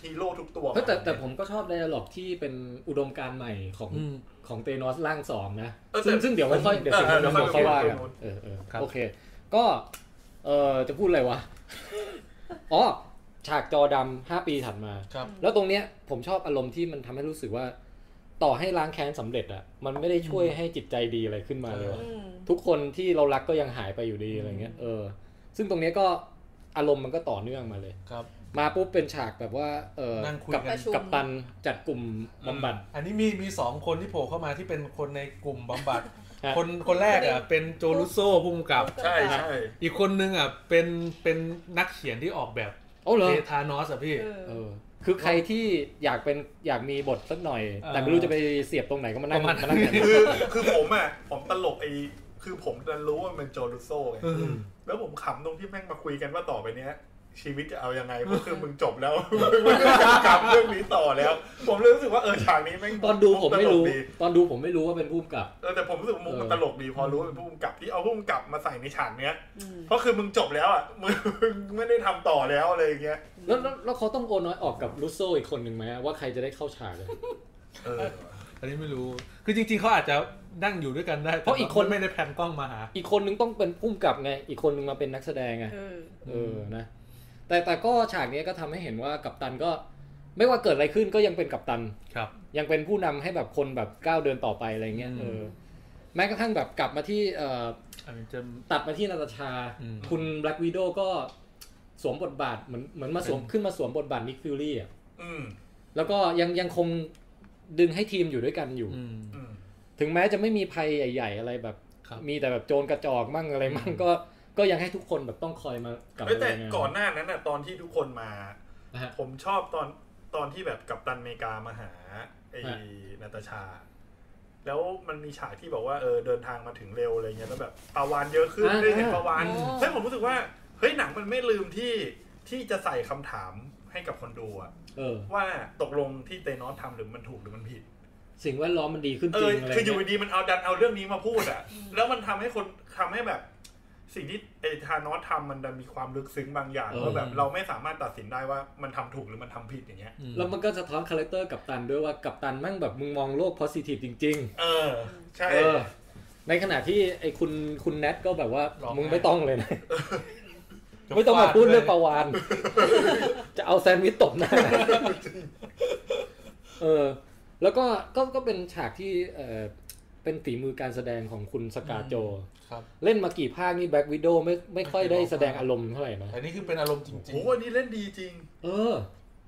Speaker 2: ฮีโร่ทุกตัว
Speaker 1: เฮ้ยแต่แต่ผมก็ชอบไดอะล็อกที่เป็นอุดมการณ์ใหม่ของ
Speaker 3: อืม
Speaker 1: ของเตนอสร่างสองนะ
Speaker 2: ออ
Speaker 1: ซึ่ง
Speaker 2: แต่
Speaker 1: ซึ่งเดี๋ยวไว้ค่อยเดี๋ยว
Speaker 2: เอ
Speaker 1: สิ่ง
Speaker 2: อเออ
Speaker 1: เดี๋ยว
Speaker 2: เดี๋ยวค่
Speaker 1: ค่อ
Speaker 2: อย ย
Speaker 1: ว่ากัน
Speaker 2: ไปดู
Speaker 1: เออเออ
Speaker 3: ครับ
Speaker 1: โอเค ก็เออจะพูดอะไรว ะ อ๋อ ฉากจอดำห้าปีถัดมา
Speaker 3: ครับ
Speaker 1: แล้วตรงเนี้ยผมชอบอารมณ์ที่มันทำให้รู้สึกว่า ต่อให้ล้างแค้นสำเร็จอะมันไม่ได้ช่วยให้จิตใจดีอะไรขึ้นมาเลย
Speaker 4: อื
Speaker 1: วะ
Speaker 4: ม
Speaker 1: ทุกคนที่เรารักก็ยังหายไปอยู่ดีอะไรเงี้ยเออ ซึ่งตรงเนี้ยก็อารมณ์มันก็ต่อเนื่องมาเลย
Speaker 3: ครับ
Speaker 1: มาปุ๊บเป็นฉากแบบว่าเออ
Speaker 3: นั่งคุยกั
Speaker 1: กัน บกับตันจัดกลุ่มบำบัด
Speaker 3: อันนี้มีมีสองคนที่โผล่เข้ามาที่เป็นคนในกลุ่มบำบัด
Speaker 1: ฮะ
Speaker 3: คนคนแรกอ่ะเป็นโจลุโซภูมิกับ
Speaker 2: ใช่ใช่
Speaker 3: อีกคนนึงอ่ะเป็นเป็นนักเขียนที่ออกแบบ
Speaker 1: โอ้เหรอ
Speaker 3: เททานอสอ่ะพี่
Speaker 4: เออ
Speaker 1: เออ คือใครที่อยากเป็นอยากมีบทสักหน่อย
Speaker 3: เออ
Speaker 1: แต่ไม่รู้จะไปเสียบตรงไหนก็มานั่ง
Speaker 3: ประมาณ
Speaker 1: มานั่งกัน
Speaker 2: คือคือผมอ่ะผมตลกไอ้คือผมดันรู้ว่ามันเป็นโจลูโซ่ไง
Speaker 3: เออ
Speaker 2: แล้วผมขำตรงที่แม่งมาคุยกันว่าต่อไปเนี้ย ชีวิตจะเอายังไงเพราะคือมึงจบแล้ว มึงไม่ได้กลับเรื่องนี้ต่อแล้ว ผมเลยรู้สึกว่าเออฉากนี้แม่ง
Speaker 1: ตอนดูผมไม่รู้
Speaker 2: ตลกดี
Speaker 1: ตอนดูผมไม่รู้ว่าเป็นผู้กำกับ
Speaker 2: เออแต่ผมรู้สึกว่ามุกมัน
Speaker 1: เออ
Speaker 2: ตลกดีพอรู้ว่าเป็นผู้กำกับที่เอาผู้กำกับมาใส่ในฉากเนี้ย
Speaker 4: อืม
Speaker 2: เพราะคือมึงจบแล้วอ่ะมึง ไม่ได้ทำต่อแล้วอะไรอย่างเงี้ย
Speaker 1: แล้วแล้วแล้วเขาต้องโอนน้อยออกกับลูโซอีกคนหนึ่งไหมว่าใครจะได้เข้าฉาก เลย
Speaker 2: เออ
Speaker 3: อันนี้ไม่รู้ คือจริงๆเขาอาจจะนั่งอยู่ด้วยกันได้
Speaker 1: เพราะอีกคน
Speaker 3: ไม่ได้แพนกล้องมาหา
Speaker 1: อีกคนนึงต้องเป็นผู้กำกับไง อีกคนนึงมาเป็นนักแสดงไง
Speaker 4: เออ
Speaker 1: เออนะ แต่แต่ก็ฉากเนี้ยก็ทำให้เห็นว่ากัปตันก็ ไม่ว่าเกิดอะไรขึ้นก็ยังเป็นกัปตัน
Speaker 3: ครับ
Speaker 1: ยังเป็นผู้นำให้แบบคนแบบก้าวเดินต่อไปอะไรเงี้ย
Speaker 3: อืม
Speaker 1: เออแม้กระทั่งแบบกลับมาที่เอ่อ
Speaker 3: อันนี้จะ
Speaker 1: ตัดมาที่นาตาชา
Speaker 3: อืม
Speaker 1: คุณแบล็กวีโดก็สวมบทบาทเหมือนเหมือนมาสวม
Speaker 3: เป็น
Speaker 1: ขึ้นมาสวมบทบาทนิกฟิลลี่อ่ะ
Speaker 2: อืม
Speaker 1: แล้วก็ยังยังคงดึงให้ทีมอยู่ด้วยกันอยู่
Speaker 3: อืม
Speaker 2: อืม
Speaker 1: ถึงแม้จะไม่มีภัยใหญ่ ๆ อะไรแบบ
Speaker 3: ครับ
Speaker 1: มีแต่แบบโจรกระจอกมั่งอะไรมั่ง
Speaker 3: อืม
Speaker 1: ก็ก็ยังให้ทุกคนแบบต้องคอยมากลับ
Speaker 2: เอ้ยแต่
Speaker 1: รายงา
Speaker 2: ก่อนหน้านั้นน่ะตอนที่ทุกคนมา
Speaker 1: นะฮะ
Speaker 2: ผมชอบตอนตอนที่แบบกัปตันอเมริกามาหาไอ้
Speaker 1: ฮะ
Speaker 2: นาตาชา แล้วมันมีฉากที่บอกว่าเออเดินทางมาถึงเร็วอะไรเงี้ยแล้วแบบปลาวานเยอะขึ้นได้เห็นปลาวาน
Speaker 4: อ๋อ
Speaker 2: เฮ้ยผมรู้สึกว่าเฮ้ยหนังมันไม่ลืมที่ที่จะใส่คำถามให้กับคนดูอะ
Speaker 1: เออ
Speaker 2: ว่าตกลงที่เตนอสทำหรือมันถูกหรือมันผิด
Speaker 1: สิ่งแวดล้อมมันดีขึ้น
Speaker 2: เอ
Speaker 1: จริอะไร
Speaker 2: องคืออยู่
Speaker 1: เงี้ย
Speaker 2: ดีๆมันเอาดันเอาเรื่องนี้มาพูดอ่ะ แล้วมันทำให้คนทำให้แบบ สิ่งที่ไอ้ธานอสทำมันดันมีความลึกซึ้งบางอย่างว่าแบบ
Speaker 3: เออ
Speaker 2: เราไม่สามารถตัดสินได้ว่ามันทำถูกหรือมันทำผิดอย่างเงี้ย
Speaker 3: อืม
Speaker 1: แล้วมันก็สะท้อนคาแรคเตอร์กัปตันด้วยว่ากัปตันแมั่งแบบมึงมองโลก positive จริง
Speaker 2: เออ
Speaker 1: ๆ
Speaker 2: ใช่
Speaker 1: เออ ในขณะที่ไอ้คุณคุณแนทก็แบบว่า
Speaker 3: ร้องไห้
Speaker 1: มึงไม่ต้องเลยนะ ไม่ต้องมาพูดเรื่องประวาน จะเอาแซนด์วิชตบหน้า เออ แล้วก็ก็ก็เป็นฉากที่เออเป็นฝีมือการแสดงของคุณสกาโจ
Speaker 5: ครับ
Speaker 1: เล่นมากี่ภาคนี่แบ็กวิดโดไม่ไม่ค่อยได้แสดงอารมณ์เท่าไหร่นะ
Speaker 5: อันนี้คือเป็นอารมณ์จริง
Speaker 2: โอ้โหอันนี้เล่นดีจริง
Speaker 1: เออ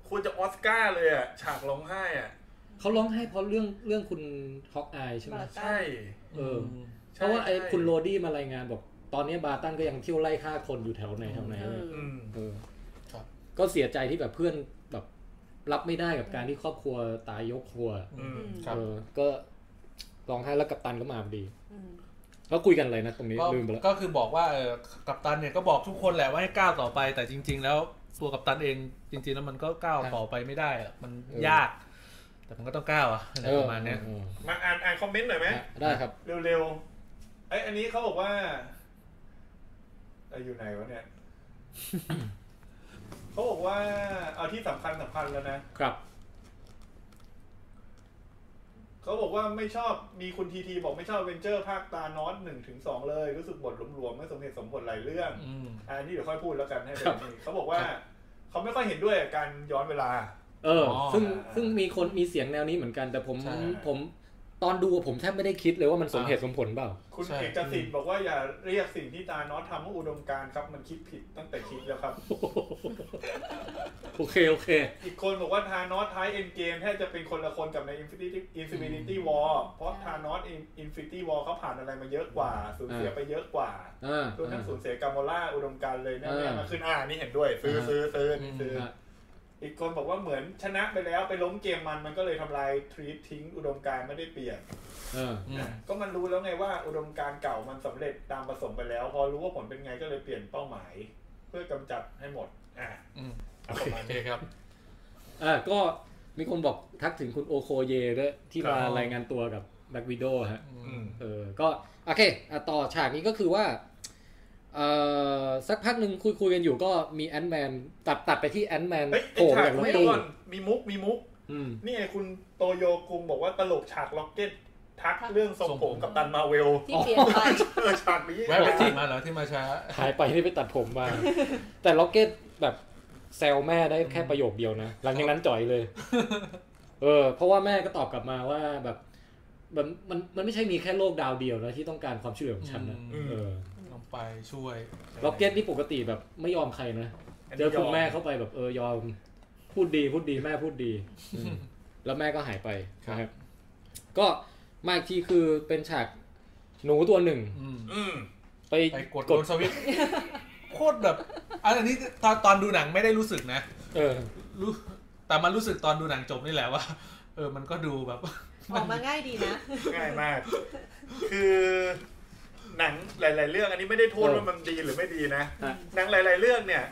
Speaker 2: ควรจะออสการ์เลยอ่ะ ฉากร้องไห้อ่ะ
Speaker 1: เขาร้องไห้เพราะเรื่องเรื่องคุณฮอกอายใช่ไหม
Speaker 4: บาร์ตัน
Speaker 2: ใช่
Speaker 1: เออเพ
Speaker 2: ใช่
Speaker 1: ราะว่าไอ้
Speaker 2: ใช่
Speaker 1: คุณโรดี้มารายงานบอก ตอนนี้บาร์ตันก็ยังเที่ยวไล่ฆ่าคนอยู่แถวไหนแถวไหน
Speaker 4: เอ
Speaker 1: เลย
Speaker 4: อ
Speaker 2: อืม
Speaker 1: เออ
Speaker 5: ๆครับ
Speaker 1: ก็เสียใจที่แบบเพื่อนแบบรับไม่ได้กับการที่ครอบครัวตายยกครัว
Speaker 2: อื
Speaker 4: อื
Speaker 2: ม
Speaker 4: ม
Speaker 5: ครับ
Speaker 1: เออ ก็ร้องไห้แล้วกัปตันก็มาพอดี
Speaker 4: อืม
Speaker 1: แล้วคุยกันอะไรนะตรงนี้
Speaker 3: ก็
Speaker 1: ลืมไปแล้ว
Speaker 3: ก็คือบอกว่าเออกัปตันเนี่ยก็บอกทุกคนแหละว่าให้ก้าวต่อไปแต่จริง ๆ แล้วตัวกัปตันเองจริง ๆ แล้วมันก็ก้าวต่อไปไม่ได้อะมัน
Speaker 1: เออ
Speaker 3: ยาก แต่มันก็ต้องก้าวอะอะไร
Speaker 1: เออ
Speaker 3: ประมาณเนี้ย
Speaker 1: เออ
Speaker 2: มาอ่านอ่านคอมเมนต์หน่อยไหม
Speaker 1: ได้ครับ
Speaker 2: เร็วๆไอยอันนี้เขาบอกว่าเอ้ยอยู่ไหนวะเนี่ย เขาบอกว่า เอาที่สำคัญสำคัญแล้วนะ
Speaker 1: ครับ
Speaker 2: เขาบอกว่าไม่ชอบมีคุณทีทีบอกไม่ชอบเวนเจอร์ภาคตานอสหนึ่งถึงสองเลย รู้สึกบทหลวมๆไม่สมเหตุสมผลหลายเรื่อง
Speaker 3: อืม
Speaker 2: อ่านี่เดี๋ยวค่อยพูดแล้วกันให้เป็
Speaker 1: ครับ
Speaker 2: นนี่เขาบอกว่า เขาไม่ค่อยเห็นด้วยกับการย้อนเวลา
Speaker 1: เอออ
Speaker 3: อ
Speaker 1: ซึ่งซึ่งมีคนมีเสียงแนวนี้เหมือนกัน แต่ผม
Speaker 5: ใช่
Speaker 1: ผมตอนดูอะผมแทบไม่ได้คิดเลยว่ามันสมเหตุสมผลเปล่า
Speaker 2: คุณ
Speaker 5: ใช่
Speaker 2: เอกสิทธิ์บอกว่าอย่าเรียกสิ่งที่ตานอสทำว่าอุดมการณ์ครับ มันคิดผิดตั้งแต่คิดแล้วครับ
Speaker 1: โอเค โอเค
Speaker 2: อีกคนบอกว่าทานอสท้ายเอ็นเกมแทบจะเป็นคนละคนกับใน Infinity Infinity War เพราะทานอส Infinity War เขาผ่านอะไรมาเยอะกว่าสูญเสียไปเยอะกว่า
Speaker 1: อ่า
Speaker 2: ตัวนั้
Speaker 1: อ่า
Speaker 2: นสูญเสียกามอล่าอุดมการณ์เลยแน่
Speaker 1: อ่า
Speaker 2: ๆมาขึ้นอ่านี่เห็นด้วย ซื้อ
Speaker 1: อ่า
Speaker 2: ซื้อซื้อนี่ซื้ออ
Speaker 1: ฮะ
Speaker 2: อีกคนบอกว่าเหมือนชนะไปแล้วไปล้มเกมมันมันก็เลยทำลายทรีททิ้งอุดมการณ์ไม่ได้เปลี่ยน
Speaker 1: เออ
Speaker 3: อืม
Speaker 2: ก็มันรู้แล้วไงว่าอุดมการณ์เก่ามันสำเร็จตามประสงค์ไปแล้ว พอรู้ว่าผลเป็นไงก็เลยเปลี่ยนเป้าหมาย เพื่อกำจัดให้หมดอ่ะ
Speaker 5: อืม
Speaker 2: เอาประมาณ
Speaker 5: โอเค
Speaker 2: นี้
Speaker 5: ครับ
Speaker 1: อ่าก็มีคนบอกทักถึงคุณโอโคเยด้วยที่มา
Speaker 2: ครับ
Speaker 1: รายงานตัวกับแบล็กวิดโดฮะ
Speaker 2: อืม
Speaker 1: เออ ก็ โอเคอ่ะต่อฉากนี้ก็คือว่า เอ่อ สักพักหนึ่งคุยคุยกันอยู่ก็มีแอนแมน ตัดตัดไปที่แอนแมน
Speaker 2: เฮ้ย
Speaker 1: โผล่
Speaker 2: ไอ้ฉาก
Speaker 1: จากรถ
Speaker 2: ไม่
Speaker 1: ตู้
Speaker 2: ก่อนมีมุกมีมุก
Speaker 1: อืม
Speaker 2: นี่ไงคุณโตโยกรุงบอกว่าตลกฉากล็อกเก็ต ทักเรื่องทรงผมกับตันมาเวล
Speaker 4: ที่เปลี่ยนไป
Speaker 2: เออฉากนี้
Speaker 5: แวะไปตัดมาเหรอที่มาช้า
Speaker 1: หายไปนี่ไปตัดผมมา แต่ล็อกเก็ตแบบแซวแม่ได้แค่ประโยคเดียวนะ หลังจากนั้นจ่อยเลย เออ เพราะว่าแม่ก็ตอบกลับมาว่าแบบแบบมันมันไม่ใช่มีแค่โลกดาวเดียวนะที่ต้องการความช่วยเหลือของฉันนะ
Speaker 5: อืม
Speaker 1: เออ
Speaker 5: ลงไปช่วย
Speaker 1: ล็อกเก็ตนี่ปกติแบบไม่ยอมใครนะ
Speaker 2: น
Speaker 1: เจ
Speaker 2: นี้
Speaker 1: อคุณแม่เข้าไปแบบเออยอม พูดดีพูดดีแม่พูดดีอืมแล้วแม่ก็หายไปนะครับก็มาอีกทีคือเป็นฉากหนูตัวหนึ่ง
Speaker 3: อืม
Speaker 2: อืม
Speaker 1: ไป
Speaker 5: ไปกดโดนสวิตช์โคตรแบบอันนี้ตอนตอนดูหนังไม่ได้รู้สึกนะ
Speaker 1: เออ
Speaker 3: รู้แต่มันรู้สึกตอนดูหนังจบนี่แหละว่า เออมันก็ดูแบบ
Speaker 4: ออกมาง่ายดีนะ
Speaker 2: ง่ายมาก คือหนังหลาย ๆ เรื่องอันนี้ไม่ได้โทษ
Speaker 1: เออ
Speaker 2: ว่ามันดีหรือไม่ดีนะ
Speaker 1: ฮะ
Speaker 2: หนังหลาย ๆ เรื่องเนี่ย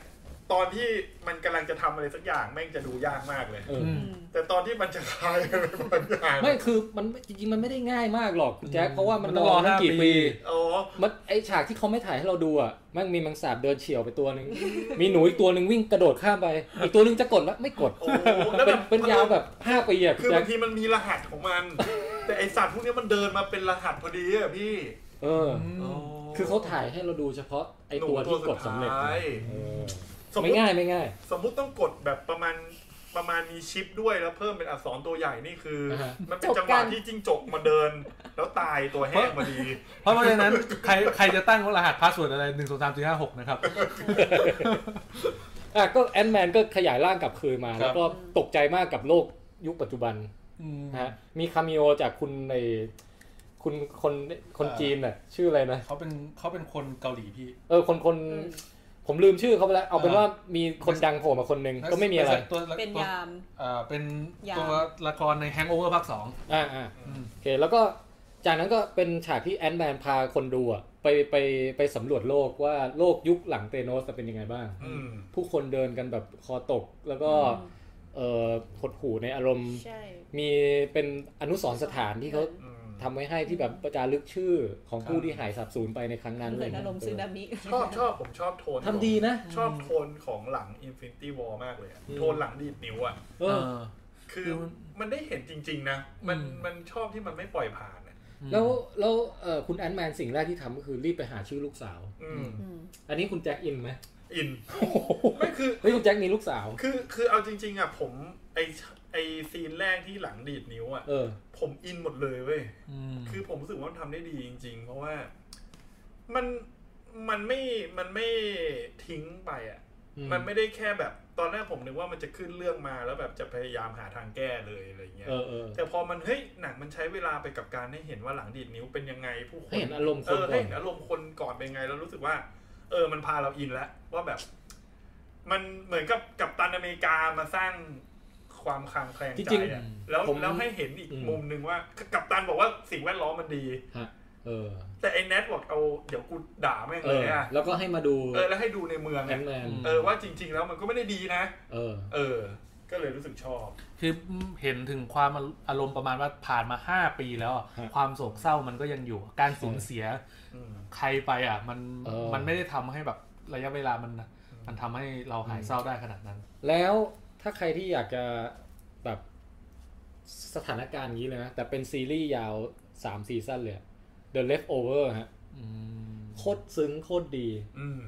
Speaker 2: ตอนที่มันกำลังจะทำอะไรสักอย่างแม่งจะดูยากมากเลย
Speaker 1: เออ
Speaker 3: อืม
Speaker 2: แต่ตอนที่มันจะคลายอะไรบางอย่าง
Speaker 1: ไม่คือมันจริงๆมันไม่ได้ง่ายมากหรอกคุณแจ็ค
Speaker 3: อืม
Speaker 1: เพราะว่ามัน
Speaker 3: มันต้
Speaker 1: ร
Speaker 3: อง
Speaker 1: อ
Speaker 3: รอ
Speaker 1: ตั้งกี่
Speaker 3: ห้าปี
Speaker 1: ปี
Speaker 2: โอ้
Speaker 1: มันไอฉากที่เขาไม่ถ่ายให้เราดูอ่ะแมันมีแมังสาบเดินเฉียวไปตัวหนึ่ง มีหนูอีกตัวหนึ่งวิ่งกระโดดข้ามไป อีกตัวหนึ่งจะกดแล้วไม่กด
Speaker 2: โหแล้ว
Speaker 1: เป็
Speaker 2: แบ
Speaker 1: น
Speaker 2: บ
Speaker 1: เป็นยาวแบบห้าปีอ่ะคุ
Speaker 2: คื
Speaker 1: ณ
Speaker 2: อ
Speaker 1: แจ็
Speaker 2: บา
Speaker 1: ค
Speaker 2: งทีมันมีรหัสของมัน แต่ไอสัตว์พวกเนี้ยมันเดินมาเป็นรหัสพอดีอะพี่
Speaker 1: เออ
Speaker 3: อืม
Speaker 1: คือเขาถ่ายให้เราดูเฉพาะไอตัวที่กดสำเร็จ
Speaker 2: หนูตัวสุดท้าย
Speaker 1: เออ
Speaker 2: สม
Speaker 1: ไม่
Speaker 2: มติ
Speaker 1: ง่ายไม่ง่าย
Speaker 2: สมมุติต้องกดแบบประมาณประมาณมีชิปด้วยแล้วเพิ่มเป็นอักษรตัวใหญ่นี่คือ
Speaker 1: อ่าฮะ
Speaker 2: มันเป็นจังห
Speaker 4: จบกั
Speaker 2: วะ
Speaker 4: น
Speaker 2: ที่จิ้งจกมาเดิน แล้วตายตัวแห้งมาดี
Speaker 3: เพราะเพราะฉะนั้น ใครใครจะตั้งรหัสพาสเวิร์ดอะไรหนึ่งสองสามสี่ห้าหกนะครับ
Speaker 1: อ่ะก็แอนแมนก็ขยายร่างกลับคืนมา
Speaker 6: ครับ
Speaker 1: แล้วก็ตกใจมากกับโลกยุคปัจจุบัน
Speaker 6: อืม
Speaker 1: นะฮะมีคาเมิโอจากคุณในคุณคนคนจีนน่ะชื่ออะไรนะ
Speaker 6: เขาเป็นเขาเป็นคนเกาหลีพี่
Speaker 1: เออคนคน
Speaker 4: อืม
Speaker 1: ผมลืมชื่อเขาไปแล้ว เอาเป็นว่ามีคนดังโผล่มาคนหนึ่งก็ไม่มีอะไร
Speaker 6: ตัว
Speaker 4: เป็นยาม
Speaker 6: อ่าเป็น
Speaker 4: ยา
Speaker 6: ตัว
Speaker 3: ละครในแฮงโอเวอร์ภาคสอง
Speaker 1: อ่าอ่า
Speaker 6: อืม
Speaker 1: โอเค แล้วก็จากนั้นก็เป็นฉากที่แอนแมนพาคนดูอะไปไปไปสำรวจโลกว่าโลกยุคหลังเตโนสจะเป็นยังไงบ้าง
Speaker 2: อืม
Speaker 1: ผู้คนเดินกันแบบคอตก แล้วก็เออหดหู่ในอารมณ์
Speaker 4: ใช่
Speaker 1: มีเป็นอนุสรณ์สถานที่เขา
Speaker 2: อืม
Speaker 1: ทำไว้ให้ที่แบบประจารึกชื่อของผู้ที่หายสับสูญไปในครั้งนั้น
Speaker 4: เห
Speaker 1: เล
Speaker 4: มือย นอารมณ์ซึนามิ
Speaker 2: ชอบชอบผมชอบโทน
Speaker 1: ทำดีนะ
Speaker 2: ชอบโทนของหลัง Infinity War มากเลยอะ
Speaker 1: อืม
Speaker 2: โทนหลังดีดนิ้วอ่ะ
Speaker 1: เออ
Speaker 2: คือมันได้เห็นจริง ๆ นะ มัน
Speaker 3: อืม
Speaker 2: มันชอบที่มันไม่ปล่อยผ่านอะ
Speaker 1: แล้วแล้วเอ่อคุณแอนแมนสิ่งแรกที่ทำก็คือรีบไปหาชื่อลูกสาว
Speaker 2: อืม
Speaker 1: อันนี้คุณแจ็คอินไหม
Speaker 2: อิน ไม่คือ
Speaker 1: เฮ้ยคุณแจ็คมีลูกสาว
Speaker 2: คือคือเอาจริง ๆ อ่ะ ผมไอไอซีนแรกที่หลังดีดนิ้วอ่ะ
Speaker 1: เออ
Speaker 2: ผมอินหมดเลยเว้ย
Speaker 3: อืม
Speaker 2: คือผมรู้สึกว่ามันทำได้ดีจริง ๆ เพราะว่า มันมันไม่มันไม่ทิ้งไปอ่ะ
Speaker 1: อืม
Speaker 2: มันไม่ได้แค่แบบตอนแรกผมนึกว่ามันจะขึ้นเรื่องมาแล้วแบบจะพยายามหาทางแก้เลยอะไรเงี้ย
Speaker 1: เออเออ
Speaker 2: แต่พอมันเฮ้ยหนังมันใช้เวลาไปกับการให้เห็นว่าหลังดีดนิ้วเป็นยังไงผู้คน
Speaker 1: ให้เห็นอารมณ์คน
Speaker 2: เออ
Speaker 1: ก่อน
Speaker 2: ให้เห็นอารมณ์คนก่อนเป็นยังไงแล้วรู้สึกว่า เออมันพาเราอินแล้วว่าแบบ มันเหมือนกับกับตันอเมริกามาสร้างความคลางแคลง
Speaker 1: จ
Speaker 2: ใจ
Speaker 1: ริง
Speaker 2: อะ
Speaker 1: ๆ
Speaker 2: แล้ว
Speaker 1: ผม
Speaker 2: แล้วให้เห็นอีก
Speaker 1: อืม
Speaker 2: มุมหนึ่งว่า กับตันบอกว่าสิ่งแวดล้อมมันดี
Speaker 1: ฮะเออ
Speaker 2: แต่ไอ้แนทบอกเอาเดี๋ยวกูด่าแม่ง
Speaker 1: เอ
Speaker 2: เล
Speaker 1: อย
Speaker 2: อะ
Speaker 1: แล้วก็ให้มาดู
Speaker 2: เออแล้วให้ดูในเมือง
Speaker 1: แอ
Speaker 2: อะ
Speaker 1: นแมน
Speaker 2: เออว่าจริง ๆ แล้วมันก็ไม่ได้ดีนะ
Speaker 1: เออ
Speaker 2: เออ ก็เลยรู้สึกชอบ
Speaker 3: คือเห็นถึงความอารมณ์ประมาณว่าผ่านมาห้าปีแล้วอะ
Speaker 1: ฮะ
Speaker 3: ความโศกเศร้ามันก็ยังอยู่ การสูญเสีย
Speaker 2: อืม
Speaker 3: ใครไปอ่ะ มัน
Speaker 1: เออ
Speaker 3: มันไม่ได้ทำให้แบบระยะเวลามัน มันทำให้เราหายเศร้าได้ขนาดนั้น
Speaker 1: แล้วถ้าใครที่อยากจะแบบสถานการณ์อย่างนี้เลยนะ แต่เป็นซีรีส์ยาวสามซีซั่นเลยอะ The Leftover ฮะ
Speaker 3: อืม
Speaker 1: โคตรซึ้งโคตรดี
Speaker 2: อืม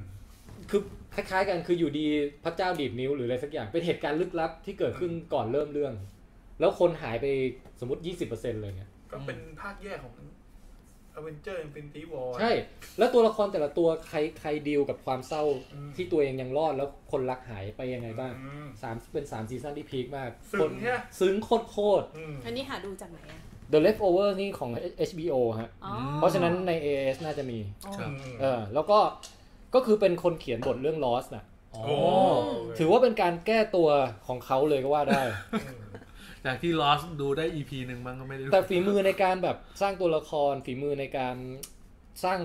Speaker 1: คือคล้ายๆกันคืออยู่ดีพระเจ้าดีบนิ้วหรืออะไรสักอย่าง เป็นเหตุการณ์ลึกลับที่เกิดขึ้นก่อนเริ่มเรื่อง แล้วคนหายไปสมมติ 20%เลยเนี่ย
Speaker 2: ก็เป็นภาคแยกของ a v e n g e r Infinity War
Speaker 1: ใช่ แล้วตัวละครแต่ละตัวใครใครดีลกับความเศร้า
Speaker 2: อืม
Speaker 1: ที่ตัวเองยังรอดแล้วคนรักหายไปยังไงบ้าง
Speaker 2: อืม
Speaker 1: สามเป็นสามซีซั่นที่พีคมาก
Speaker 2: ซึ้งเนี่ย
Speaker 1: ซึ้งโคตรโคตร
Speaker 2: อืม
Speaker 4: อันนี้หาดูจากไหนอ่ะ
Speaker 1: The Leftover นี่ของ HBO ฮะ
Speaker 4: อ๋อ
Speaker 1: เพราะฉะนั้นใน AS น่าจะมี
Speaker 2: อืม
Speaker 1: เออ แล้วก็ ก็คือเป็นคนเขียนบทเรื่อง Lost น่ะ
Speaker 3: อ๋อ
Speaker 2: โอ้
Speaker 1: ถือว่าเป็นการแก้ตัวของเขาเลยก็ว่าได้
Speaker 3: จากที่ Lost ดูได้ EP หนึ่งมั้งก็ไม่ได้ดู
Speaker 1: แต่ฝีมือในการแบบสร้างตัวละคร ฝีมือในการสร้าง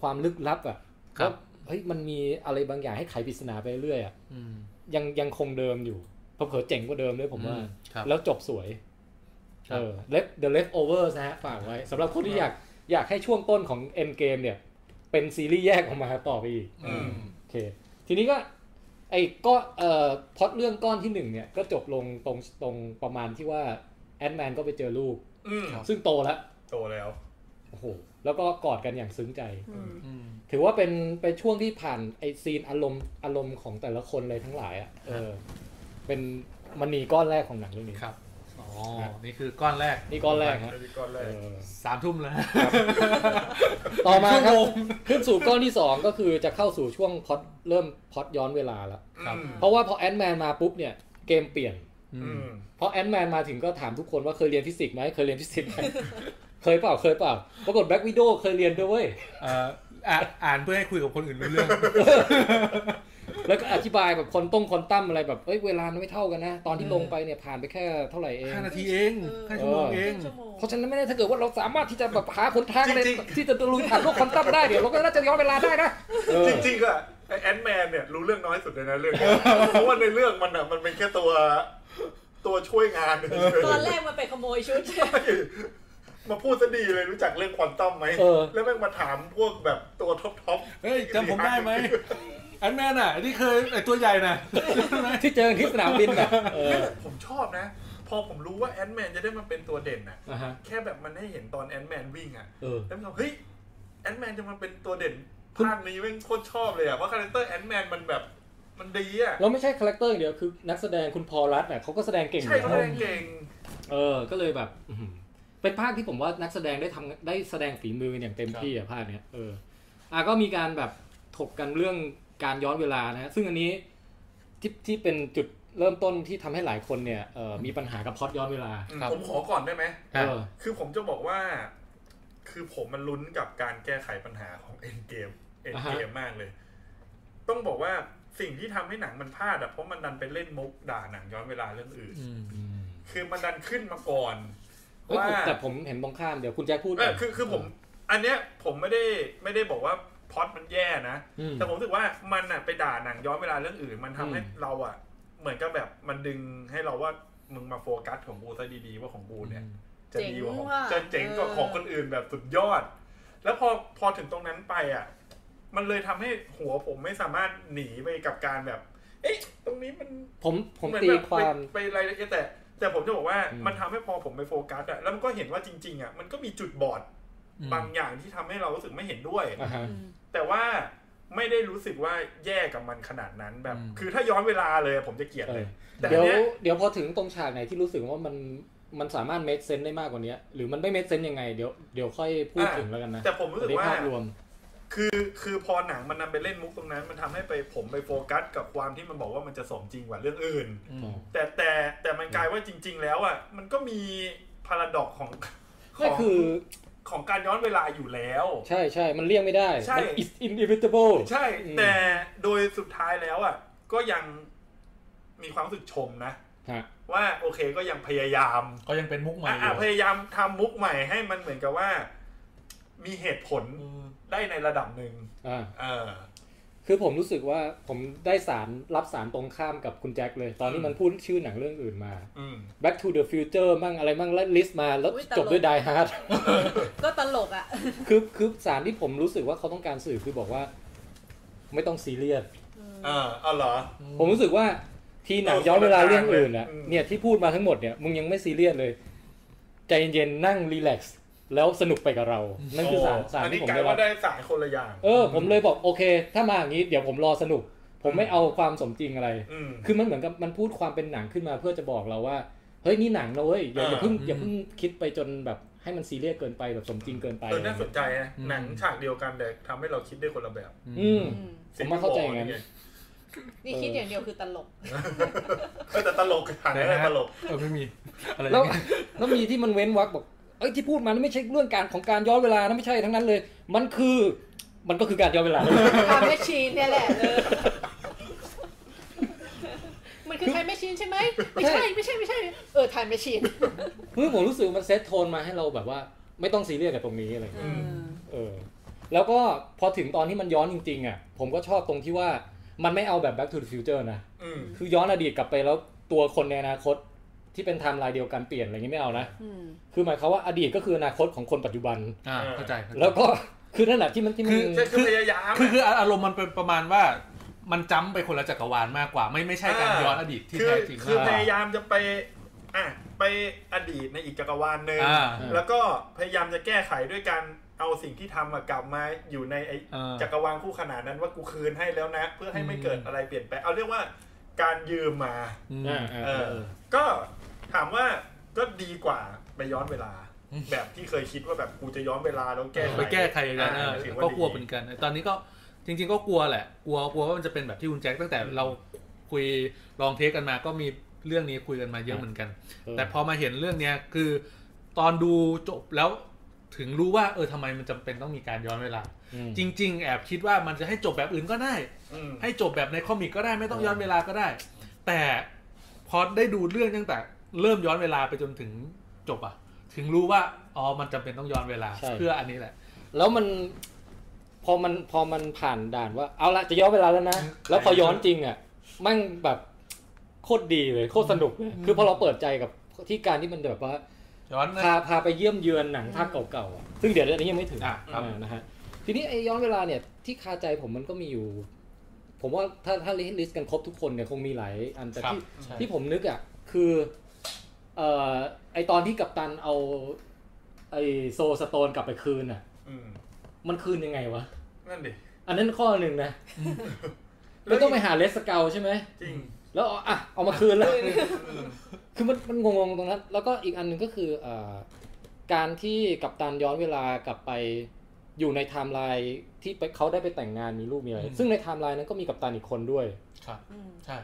Speaker 1: ความลึกลับอ่ะแล้วเฮ้ย มันมีอะไรบางอย่างให้ไขปริศนาไปเรื่อยอ่ะ
Speaker 3: อืม
Speaker 1: ยังยังคงเดิมอยู่เผลอๆเจ๋งกว่าเดิมด้วยผมว่า
Speaker 3: อืครับ
Speaker 1: แล้วจบสวย
Speaker 3: ครับ
Speaker 1: เออ Left The Leftovers นะฮะฝากไว้สำหรับคนที่อยากอยากให้ช่วงต้นของ End Game เนี่ย เป็นซีรีส์แยกออกมาต่อไปอีก
Speaker 6: อืม
Speaker 1: โอเค ทีนี้ก็ไอ้ก็เอ่อพล็อดเรื่องก้อนที่หนึ่งเนี่ย ก็จบลงตรงตรงประมาณที่ว่าแอนแมนก็ไปเจอลูก
Speaker 2: อืม
Speaker 1: ซึ่งโตแล้ว
Speaker 2: โตแล้ว
Speaker 1: โอ้โหแล้วก็กอดกันอย่างซึ้งใจ
Speaker 4: อืม
Speaker 3: อืม
Speaker 1: ถือว่าเป็นเป็นช่วงที่ผ่านไอซีนอารมณ์อารมณ์ของแต่ละคนเลยทั้งหลายอ่ะเออเป็นมณีก้อนแรกของหนังเรื่องนี้
Speaker 3: ครับอ๋อนี่คือก้อนแรก
Speaker 1: นี่ก้อนแรกฮะ
Speaker 2: แล้วก้อนแร
Speaker 1: เอก อ
Speaker 3: สามทุ่มแล้ว
Speaker 1: ต่อมาครับ ขึ้นสู่ก้อนที่ 2 ก็คือจะเข้าสู่ช่วงพล็อดเริ่มพล็อดย้อนเวลาแล้ว
Speaker 3: ครับ
Speaker 2: อืม
Speaker 1: เพราะว่าพอแอนแมนมาปุ๊บเนี่ยเกมเปลี่ยน
Speaker 3: อื
Speaker 2: อื
Speaker 3: ม
Speaker 2: ม
Speaker 1: เพราะแอนแมนมาถึงก็ถามทุกคนว่าเคยเรียนฟิสิกส์ไหมเคยเรียนฟิสิกส์ไหม เคยเปล่าเคยเปล่า ปรากฏแบล็กวิดโอเคยเรียนด้วยเวย
Speaker 3: เอ่ออ่ะอ่านเพื่อให้คุยกับคนอื่นรู้เรื่อง
Speaker 1: แล้วก็อธิบายแบบคอนต้งคอนตั้มอะไรแบบเอ้ยเวลามันไม่เท่ากันนะ ตอนที่ลงไปเนี่ยผ่านไปแค่เท่าไหร่เอง
Speaker 3: ห้านาทีเองห้าชั่วโมงเอง
Speaker 4: ชั่วโมง
Speaker 1: เพราะฉะนั้นไม่ได้ถ้าเกิดว่าเราสามารถที่จะแบบหาคนทางอะไรที่จะตะลุยผ่านโลกคอนตั้มได้เดี๋ยวเราก็น่าจะย้อนเวลาได้นะเออ
Speaker 2: จริงๆอะไอแอนแมนเนี่ยรู้เรื่องน้อยสุดเลยนะเรื่อง เนี้ยเพราะว่าในเรื่องมันอะมันเป็นแค่ตัวตัวช่วยงานเฉย
Speaker 4: ตอนแรกมันไปขโมยชุด
Speaker 2: ๆมาพูดซะดีเลยรู้จักเรื่องควอนตัมไหม
Speaker 1: เออ
Speaker 2: แล้วแม่งมาถามพวกแบบตัวท็อปท็อป
Speaker 3: เฮ้ยจำผมได้ไหมแอนแมนอ่ะที่เคยไอตัวใหญ่น่ะ
Speaker 1: ที่เจอกันที่สนามบินน่ะเออ
Speaker 2: ผมชอบนะ พอผมรู้ว่าแอนแมนจะได้มาเป็นตัวเด่นน่ะ
Speaker 1: อ่ะฮะ
Speaker 2: แค่แบบมันให้เห็นตอนแอนแมนวิ่งอะ
Speaker 1: เออ
Speaker 2: แล้วมันบอกเฮ้ยแอนแมนจะมาเป็นตัวเด่นภาคนี้แม่งโคตรชอบเลยอะเพราะคาแรคเตอร์แอนแมนมันแบบ มันดีอ่ะ
Speaker 1: แล้วไม่ใช่คาแรคเตอร์อย่างเดียวคือนักแสดงคุณพอลรัตน์เนี่ยเขาก็แสดงเก่งอ
Speaker 2: ใช่
Speaker 1: ยู่
Speaker 2: เขา
Speaker 1: แล้ว
Speaker 2: แสดงเก่ง
Speaker 1: เออ ก็เลยแบบอื้อหือเป็นภาคที่ผมว่านักแสดงได้ทำได้แสดงฝีมืออย่างเต็มที่อ่ะภาคเนี้ยเอออ่ะก็มีการแบบถกกันเรื่องการย้อนเวลานะ ซึ่งอันนี้ที่ที่เป็นจุดเริ่มต้นที่ทำให้หลายคนเนี่ยเออมีปัญหากับพล็อดย้อนเวลา
Speaker 7: ครับ
Speaker 2: ผมขอก่อนได้ไหม
Speaker 1: เออ
Speaker 2: คือผมจะบอกว่า คือผมมันลุ้นกับการแก้ไขปัญหาของเอ็นเกมเอ็น
Speaker 1: อ่า
Speaker 2: เก
Speaker 1: ฮะ
Speaker 2: มมากเลย ต้องบอกว่าสิ่งที่ทำให้หนังมันพลาดอะเพราะมันดันไปเล่นมุกด่าหนังย้อนเวลาเรื่องอื่น
Speaker 3: อืม
Speaker 1: อืม
Speaker 2: คือมันดันขึ้นมาก่อน
Speaker 1: เอ้ย
Speaker 2: ว่า
Speaker 1: ผมแต่ผมเห็นตรงข้ามเดี๋ยวคุณแจ็คพูด
Speaker 2: เออคือคือผม อันเนี้ยผมไม่ได้ไม่ได้บอกว่าพล็อดมันแย่นะ
Speaker 1: อืม
Speaker 2: แต่ผมรู้สึกว่ามันอะไปด่าหนังย้อนเวลาเรื่องอื่น มันทำให้
Speaker 1: อืม
Speaker 2: เราอะเหมือนกับแบบมันดึงให้เราว่ามึงมาโฟกัสของกูซะดีๆว่าของกูเนี่ย จะดีกว่าของ
Speaker 4: เจ๋งว่ะ
Speaker 2: จะเจ๋งกว่า
Speaker 4: เออ
Speaker 2: ของคนอื่นแบบสุดยอด แล้วพอพอถึงตรงนั้นไปอ่ะ มันเลยทำให้หัวผมไม่สามารถหนีไปกับการแบบ เอ๊ะตรงนี้มัน
Speaker 1: ผมผม
Speaker 2: เหอน
Speaker 1: ตี
Speaker 2: แบบ
Speaker 1: ความ
Speaker 2: ไปไปรายละเอียดแต่ แต่ผมจะบอกว่า
Speaker 1: อืม
Speaker 2: มันทำให้พอผมไปโฟกัสอ่ะแล้วมันก็เห็นว่าจริง ๆอ่ะมันก็มีจุดบอดบางอย่างที่ทำให้เรารู้สึกไม่เห็นด้วย
Speaker 1: อ่าฮะ
Speaker 4: อืม
Speaker 2: แต่ว่าไม่ได้รู้สึกว่าแย่กับมันขนาดนั้นแบบ
Speaker 3: อืม
Speaker 2: คือถ้าย้อนเวลาเลยผมจะเกลียดเลย แต่
Speaker 1: เดี๋ยว
Speaker 2: อันเนี้ย
Speaker 1: เดี๋ยวพอถึงตรงฉากไหนที่รู้สึกว่ามันมันสามารถเมคเซนได้มากกว่านี้หรือมันไม่เมคเซนยังไงเดี๋ยวเดี๋ยวค่อยพูด
Speaker 2: อ่ะ
Speaker 1: ถึงแล้วกันนะ
Speaker 2: แต่ผมรู้สึก
Speaker 1: ใน
Speaker 2: ว่า
Speaker 1: ภาพรวม
Speaker 2: คือคือพอหนังมันนำไปเล่นมุกตรงนั้น มันทำให้ไปผมไปโฟกัสกับความที่มันบอกว่ามันจะสมจริงกว่าเรื่องอื่น
Speaker 3: อืม
Speaker 2: แต่แต่แต่มันกลายว่าจริง ๆ แล้วอ่ะมันก็มีพาราดอกของข
Speaker 1: ก็
Speaker 2: อง
Speaker 1: คือ
Speaker 2: ของการย้อนเวลาอยู่แล้ว
Speaker 1: ใช่ใช่มันเลี่ยงไม่ได้
Speaker 2: ใช่
Speaker 1: มัน is inevitable
Speaker 2: ใช่
Speaker 1: อืม
Speaker 2: แต่โดยสุดท้ายแล้วอ่ะก็ยังมีความรู้สึกชมนะ
Speaker 1: ฮะ
Speaker 2: ว่าโอเคก็ยังพยายาม
Speaker 7: ก็ยังเป็นมุกใหม่
Speaker 2: อ่ะ
Speaker 7: อ
Speaker 2: อ่ะพ
Speaker 7: ยู่
Speaker 2: ยายามทำมุกใหม่ให้มันเหมือนกับว่า มีเหตุผล
Speaker 7: อืม
Speaker 2: ได้ในระดับหนึ่ง
Speaker 1: อ่า
Speaker 2: เออ
Speaker 1: คือผมรู้สึกว่าผมได้สารรับสารตรงข้ามกับคุณแจ็คเลย ตอนนี้
Speaker 2: อืม
Speaker 1: มันพูดชื่อหนังเรื่องอื่นมา
Speaker 2: อืม
Speaker 1: Back to the Future มั่งอะไรมั่งแล้วลิสต์มาแล้ว
Speaker 4: อุ๊ยตลก
Speaker 1: จบด้วย Die Hard
Speaker 4: ก็ตลกอ่ะ
Speaker 1: คือคือสารที่ผมรู้สึกว่าเขาต้องการสื่อคือบอกว่า ไม่ต้องซีเรียส
Speaker 2: เออเอาเหรอ
Speaker 1: ผมรู้สึกว่าทีหนังย้อนเวลาเรื่องอื่นอะ
Speaker 2: อืม
Speaker 1: เนี่ยที่พูดมาทั้งหมดเนี่ยมึงยังไม่ซีเรียสเลย ใจเย็นๆนั่งรีแลกซ์แล้วสนุกไปกับเรา นั่นคือสารสาร
Speaker 2: อัน
Speaker 1: ที่
Speaker 2: นี้
Speaker 1: ผม
Speaker 2: กลาย
Speaker 1: ได้รั
Speaker 2: ว่า
Speaker 1: บ
Speaker 2: ได้สารคนละอย่าง
Speaker 1: เออ ผมเลยบอกโอเค ถ้ามาอย่างนี้เดี๋ยวผมรอสนุก ผมไม่เอาความสมจริงอะไร
Speaker 2: อืม
Speaker 1: คือมันเหมือนกับมันพูดความเป็นหนังขึ้นมาเพื่อจะบอกเราว่าเฮ้ยนี่หนังนะเว้ยอย่า
Speaker 2: อ่า
Speaker 1: อย่าเพิ่งอย่า
Speaker 3: อืม
Speaker 1: เพิ่งคิดไปจนแบบให้มันซีเรียสเกินไปแบบสมจริงเกินไป
Speaker 2: เออน่าสนใจนะ
Speaker 3: อืม
Speaker 2: หนังฉากเดียวกันแต่ทำให้เราคิดได้คนละแบบ
Speaker 1: อืม
Speaker 4: อืม
Speaker 1: ผมว่าเข้าใจอย่างนั้น
Speaker 2: สิ่ที่บก
Speaker 4: นี่คิดอย่างเดียวคือตลก
Speaker 2: เออแต่ตลกหนังนั้นตลก
Speaker 3: เออไม่มีอะไร
Speaker 1: แล้ว
Speaker 3: อย่างเงี้ย
Speaker 1: แล้วมีที่มันเว้นวรรคบอกเอ้ยที่พูดมานี่ไม่ใช่เรื่องการของการย้อนเวลานะไม่ใช่ทั้งนั้นเลย มันคือมันก็คือการย้อนเวลา
Speaker 4: ทำแมชชีนเนี่ยแหละเออมันคือไทม์แมชชีนใช่ไหม ไม่ใช่ ไม่ใช่ ไม่ใช่ เออไทม์แมชชีน
Speaker 1: คือผมรู้สึกมันเซตโทนมาให้เราแบบว่า ไม่ต้องซีเรียสกับตรงนี้อะไรอย่าง
Speaker 2: อื
Speaker 1: เงี้ย
Speaker 2: ม
Speaker 1: เออ แล้วก็พอถึงตอนที่มันย้อนจริงๆอ่ะผมก็ชอบตรงที่ว่ามันไม่เอาแบบ back to the future นะ
Speaker 2: อืม
Speaker 1: คือย้อนอดีตกลับไปแล้วตัวคนในอนาคตที่เป็นไทม์ไลน์เดียวกันเปลี่ยนอะไรอย่างงี้ไม่เอานะ
Speaker 4: อืม
Speaker 1: คือหมายความว่าอดีตก็คืออนาคตของคนปัจจุบัน
Speaker 3: อ่าเข้าใจเข้าใจ
Speaker 1: แล้วก็ คือนั่นแหละที่มันที่มัน
Speaker 2: ใช่คือพยายาม
Speaker 7: คือ
Speaker 2: อะ
Speaker 7: คืออารมณ์มันเป็นประมาณว่า มันจ้ำไปคนละจักรวาลมากกว่า ไม่ไม่ใช่การย้อนอดีตที่
Speaker 2: คือ
Speaker 7: แท้จริง
Speaker 2: คือ
Speaker 7: มากกว่าย
Speaker 2: พายามจะไปอ่ะไปอดีตในอีกจักรวาลหนึ่ง
Speaker 7: อ่า
Speaker 2: แล้วก็พยายามจะแก้ไขด้วยการเอาสิ่งที่ทำอะกลับมาอยู่ในไอ
Speaker 3: อ่า
Speaker 2: จักรวาลคู่ขนานนั้นว่ากูคืนให้แล้วนะ เพื่อให้ไม่เกิดอะไรเปลี่ยนแปลงเอาเรียกว่าการยืมมา
Speaker 3: อืม
Speaker 1: อ่าอ่า
Speaker 2: เอ
Speaker 1: เอ
Speaker 2: อ
Speaker 1: อ
Speaker 2: ก็ถามว่าก็ดีกว่าไปย้อนเวลา แบบที่เคยคิดว่าแบบกูจะย้อนเวลาแล้วแก้
Speaker 3: ไปแก้ไขกัน
Speaker 2: อ่า
Speaker 3: เออ
Speaker 2: ถือา
Speaker 3: ก็กลัว
Speaker 2: ดี
Speaker 3: เหมือนกัน ตอนนี้ก็จริง ๆ ก็กลัวแหละ กลัวกลัวว่ามันจะเป็นแบบที่คุณแจ็คตั้งแต่เราคุยลองเทสกันมา ก็มีเรื่องนี้คุยกันมาเยอะเหมือนกัน
Speaker 1: เออ
Speaker 3: แต่พอมาเห็นเรื่องเนี้ยคือ ตอนดูจบแล้วถึงรู้ว่าเออทำไมมันจำเป็นต้องมีการย้อนเวลา
Speaker 1: อืม
Speaker 3: จริง ๆ แอบคิดว่ามันจะให้จบแบบอื่นก็ได้
Speaker 2: อืม
Speaker 3: ให้จบแบบในคอมิกก็ได้ไม่ต้องย้อนเวลาก็ได้ แต่พอได้ดูเรื่องตั้งแต่เริ่มย้อนเวลาไปจนถึงจบอะถึงรู้ว่าอ๋อมันจำเป็นต้องย้อนเวลา
Speaker 1: ใช่
Speaker 3: เพื่ออันนี้แหละ
Speaker 1: แล้วมันพอมันพอมันผ่านด่านว่า เอาละจะย้อนเวลาแล้วนะ แล้วพอย้อนจริงอ่ะแมั่งแบบโคตรดีเลย โคตรสนุกเลยคือพอเราเปิดใจกับที่การที่มันแบบว่า
Speaker 7: ย้อนนะ
Speaker 1: พาพาไปเยี่ยมเยือนหนังภาคเก่าๆอ่ะซึ่งเดี๋ยวอันนี้ยังไม่ถึง
Speaker 7: อ่ะครับ
Speaker 1: อ่านะฮะทีนี้ไอ้ย้อนเวลาเนี่ยที่คาใจผมมันก็มีอยู่ ผมว่าถ้าถ้าลิสต์กันครบทุกคนเนี่ยคงมีหลายอันแต่
Speaker 7: ครับ
Speaker 1: ที่
Speaker 7: ใช่
Speaker 1: ที่ผมนึกอ่ะคือเอ่อไอตอนที่กัปตันเอา ไอโซลสโตนกลับไปคืนอ่ะ
Speaker 2: อืม
Speaker 1: มันคืนยังไงวะ
Speaker 2: นั่นดิ
Speaker 1: อันนั้นข้อหนึ่งนะ มันต้องไปหาเลสเกลใช่ไหม
Speaker 2: จริง
Speaker 1: แล้วเอาอ่ะเอามาคืนแล้ว
Speaker 2: เออ
Speaker 1: คือมันมันงงๆตรงนั้น แล้วก็อีกอันหนึ่งก็คือเอ่อการที่กัปตันย้อนเวลากลับไปอยู่ในไทม์ไลน์ที่ไปเขาได้ไปแต่งงานมีลูกมีอะไร
Speaker 3: อืม
Speaker 1: ซึ่งในไทม์ไลน์นั้นก็มีกัปตันอีกคนด้วย
Speaker 3: ครับ
Speaker 4: อืม
Speaker 3: ใช่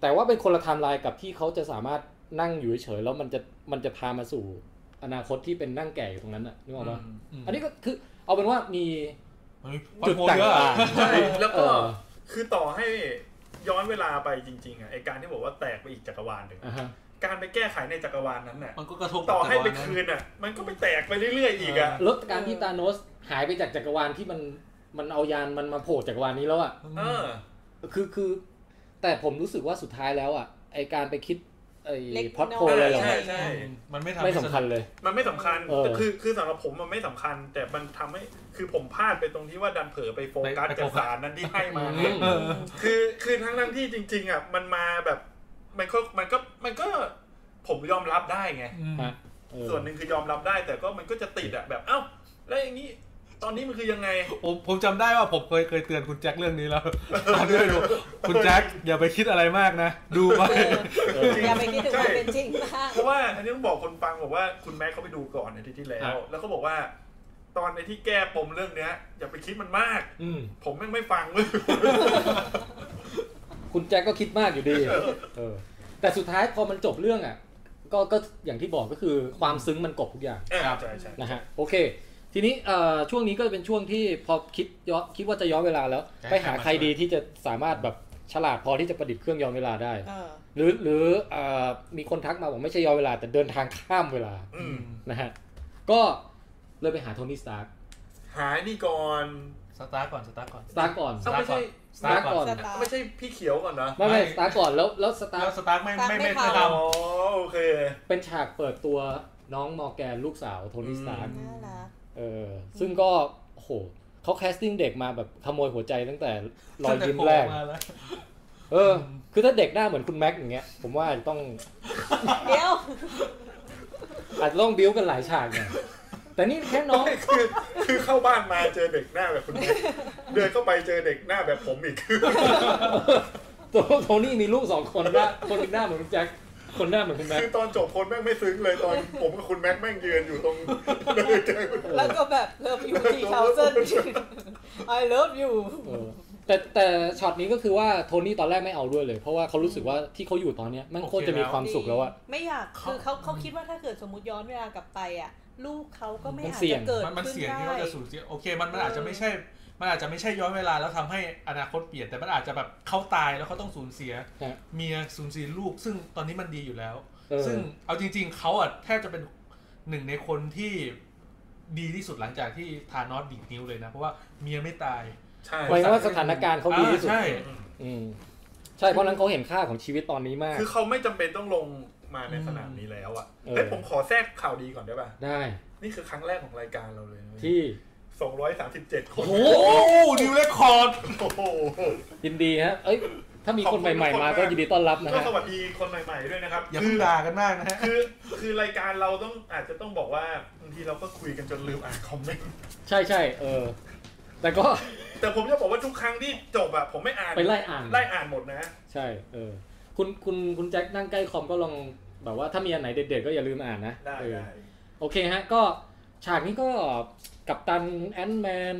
Speaker 1: แต่ว่าเป็นคนละไทม์ไลน์กับที่เขาจะสามารถนั่งอยู่เฉยๆแล้วมันจะมันจะพามาสู่อนาคตที่เป็นนั่งแก่อยู่ตรงนั้นน่ะนึกออกปะ
Speaker 3: ม
Speaker 1: อันนี้ก็คือเอาเป็นว่ามี
Speaker 3: มันมี
Speaker 1: จุด
Speaker 3: พอ
Speaker 1: ต่าง
Speaker 3: เยอะ
Speaker 1: ต่าง
Speaker 2: ใช่แล้วก็
Speaker 1: เออ
Speaker 2: คือต่อให้ย้อนเวลาไปจริงๆอ่ะไอการที่บอกว่าแตกไปอีกจักรวาลหนึ่ง
Speaker 1: อ่ะ
Speaker 2: อะ
Speaker 1: ฮะ
Speaker 2: การไปแก้ไขในจักรวาลนั้นน่ะ
Speaker 3: มันก็กระทบ
Speaker 2: ต่อให้ไป
Speaker 3: กับจักรวาล
Speaker 2: คื
Speaker 3: นั้น
Speaker 2: นอ่ะ มันก็ไปแตกไปเรื่อยๆอีกอ่ะ
Speaker 1: แล้วการที่ตาโนสหายไปจากจักรวาลที่มันมันเอายานมันมาโผล่จักรวาลนี้แล้วอ่ะ
Speaker 2: เออ
Speaker 1: คือคือ แต่ผมรู้สึกว่าสุดท้ายแล้วอ่ะไอการไปคิดไอ
Speaker 4: เล็ก
Speaker 1: พล็อด
Speaker 4: น้อย
Speaker 1: โพลอะไรเหรอ
Speaker 2: ใช่
Speaker 3: มันไม่ทำ
Speaker 1: ไม่
Speaker 3: ให้
Speaker 1: สำคัญเลย
Speaker 2: มันไม่สำคัญ
Speaker 1: เออ
Speaker 2: แต่คือคือสำหรับผมมันไม่สำคัญ แต่มันทำให้คือผมพลาดไปตรงที่ว่าดันเผลอไปโฟกัส
Speaker 8: ไปโฟกัส
Speaker 2: กับสารนั้นที่ให้มา
Speaker 1: อืม
Speaker 3: เออ
Speaker 2: คือคือทั้งทั้งๆที่จริง ๆอ่ะมันมาแบบมันก็มันก็มันก็ผมยอมรับได้ไง
Speaker 1: ฮะเออ
Speaker 2: ส่วนหนึ่งคือยอมรับได้ แต่ก็มันก็จะติดอ่ะแบบเอ้า แล้วอย่างนี้ ตอนนี้มันคือยังไง
Speaker 8: ผมผมจำได้ว่าผมเคยเคยเตือนคุณแจ็คเรื่องนี้ แล้วตามด้วยดูคุณแจ็คอย่าไปคิดอะไรมากนะ ดูไป
Speaker 4: เออ
Speaker 1: เออ
Speaker 4: อย่าไปคิดถึงความเป็นจริงมาก
Speaker 2: เพราะว่าอันนี้ต้องบอกคนฟังบอกว่าคุณแม็กเขาไปดูก่อนในที่ที่แล้
Speaker 1: ครั
Speaker 2: ว
Speaker 1: บ
Speaker 2: แล้วเขาบอกว่า ตอนในที่แก้ปมเรื่องเนี้ย อย่าไปคิดมันมาก
Speaker 1: อืม
Speaker 2: ผมแม่งไม่ฟังเลย
Speaker 1: คุณแจ็คก็คิดมากอยู่ดีเออแต่สุดท้ายพอมันจบเรื่องอ่ะ ก็ก็อย่างที่บอกก็คือความซึ้งมันกลบทุกอย่าง
Speaker 2: เออ
Speaker 3: ครับ
Speaker 2: ใช่ใช่
Speaker 1: นะฮะโอเค ทีนี้เอ่อช่วงนี้ก็เป็นช่วงที่พอคิดย้อนคิดว่าจะย้อนเวลาแล้ว
Speaker 3: ใช่
Speaker 1: ไปหาใครดีที่จะสามารถแบบฉลาดพอที่จะประดิษฐ์เครื่องย้อนเวลาได้
Speaker 4: เออ
Speaker 1: หรือหรือเอ่อมีคนทักมาบอกไม่ใช่ย้อนเวลาแต่เดินทางข้ามเวลา
Speaker 2: อืม
Speaker 1: นะฮะ ก็เลยไปหาโทนี่สตาร์ค
Speaker 2: หายนี่ก่อน
Speaker 3: สตาร์ทก่อนสตาร์ทก่อน
Speaker 1: สตาร์คก่อน
Speaker 3: สตาร์ทก่อน
Speaker 1: สตาร์ทก่อน
Speaker 4: สตาร์ท
Speaker 2: ไม่ใช่พี่เขียวก่อนนะ
Speaker 1: ไม่ไม่สตาร์คก่อน แล้วแล้วสตาร์
Speaker 3: แล้
Speaker 1: คว
Speaker 3: สตาร์ทไม่ไม่ไม่ไม่
Speaker 4: สตาร์ทไม่เข้า
Speaker 3: ทำ
Speaker 2: อ๋อโอเค
Speaker 1: เป็นฉากเปิดตัวน้องมอร์แกนลูกสาวโทนี่
Speaker 2: อืม
Speaker 1: สตาร์ค
Speaker 4: น่ารัก
Speaker 1: เออ ซึ่งก็ โอ้โหเขาแคสติ้งเด็กมาแบบขโมยหัวใจตั้งแต่รอยยิ้มแรก เออ คือถ้าเด็กหน้าเหมือนคุณแม็กซ์อย่างเงี้ย ผมว่าอาจจะต้อง
Speaker 4: เดี๋ยว
Speaker 1: อาจจะต้องบิ้วกันหลายฉากหน่อยแต่นี่แค่น้อง
Speaker 2: ไม่คือคือเข้าบ้านมาเจอเด็กหน้าแบบคุณแม่เดินเข้าไปเจอเด็กหน้าแบบผมอีกคือ
Speaker 1: ตัวโทนี่มีลูกสองคนนะคนหนึ่งหน้าเหมือนคุณแจ็ค คนหน้าเหมือนคุณแม็ก
Speaker 2: คือ
Speaker 1: ซ์
Speaker 2: ตอนจบคนแม่งไม่ซึ้งเลยตอนผมกับคุณแม็กแม่งยืนอยู่ตรงเดินเจอคุณ
Speaker 4: แล้วก็แบบเลิฟยูทีเทาเซน I love you
Speaker 1: เออแต่แต่ช็อตนี้ก็คือว่าโทนี่ตอนแรกไม่เอาด้วยเลย เพราะว่าเขารู้สึกว่าที่เขาอยู่ตอนเนี้ยมันโคตรจะมีความสุขแล้วอะ
Speaker 4: ไม่อยาก คือเขาเขาคิดว่าถ้าเกิดสมมติย้อนเวลากลับไปอ่ะ ลูกเขาก็ไม่
Speaker 1: มัน
Speaker 4: อาจ
Speaker 1: เสี่ย
Speaker 4: จะ
Speaker 1: ง
Speaker 4: เกิด
Speaker 3: มันมัน
Speaker 4: ขึ้น
Speaker 3: เสี่ยงที่
Speaker 4: ได้
Speaker 3: ว่าจะสูญเสียโอเคมันมันอาจจะไม่ใช่ มันอาจจะไม่ใช่ย้อนเวลาแล้วทำให้อนาคตเปลี่ยนแต่มันอาจจะแบบเขาตายแล้วเขาต้องสูญเสีย
Speaker 1: ฮะ
Speaker 3: เมียสูญเสียลูก ซึ่งตอนนี้มันดีอยู่แล้ว
Speaker 1: เออ
Speaker 3: ซึ่งเอาจริง ๆเขาอ่ะแทบจะเป็นหนึ่งในคนที่ดีที่สุดหลังจากที่ธานอสดิดนิ้วเลยนะ เพราะว่าเมียไม่ตาย
Speaker 2: ใช่
Speaker 1: หมายถึงว่าสถานการณ์เขาดีที่สุด
Speaker 3: อ่าใช่
Speaker 1: อืมใช่เพราะฉะนั้นเขาเห็นค่าของชีวิตตอนนี้มาก
Speaker 2: คือเขาไม่จำเป็นต้องลงมาในสนามนี้แล้วอ่ะ
Speaker 1: เออ
Speaker 2: เฮ้ยผมขอแทรกข่าวดีก่อนได้ป่ะ
Speaker 1: ได้
Speaker 2: นี่คือครั้งแรกของรายการเราเลย
Speaker 1: ที่
Speaker 2: สองร้อยสามสิบเจ็ดคน
Speaker 1: โอ้โห
Speaker 3: โอ้ดิวเรคคอร์ด
Speaker 2: โอ้โห
Speaker 1: ยินดีฮะ เอ้ย ถ้ามีคนใหม่ ๆ มา
Speaker 2: ขอบคุณ
Speaker 1: ก็ยินดีต้อนรับนะ
Speaker 2: ก็
Speaker 1: ฮะ
Speaker 2: สวัสดีคนใหม่ ๆด้วยนะครับ
Speaker 3: อย่าเพิ่งด่ากันมากนะฮะ
Speaker 2: คือคือรายการเราต้องอาจจะต้องบอกว่าบางทีเราก็คุยกันจนลืมอ่านคอมเมนต์
Speaker 1: ใช่ใช่เออ แต่ก็
Speaker 2: แต่ผมจะบอกว่าทุกครั้งที่จบอะผมไม่อ่าน
Speaker 1: ไปไล่อ่าน
Speaker 2: ไล่อ่านหมดนะ
Speaker 1: ใช่ เออ คุณคุณคุณแจ็คนั่งใกล้คอมก็ลองแบบว่าถ้ามีอันไหนเด็ดๆก็อย่าลืมอ่านนะ
Speaker 2: ได้
Speaker 1: เออ
Speaker 2: ได้
Speaker 1: โอเคฮะ ก็ฉากนี้ก็กับตันแอนแมน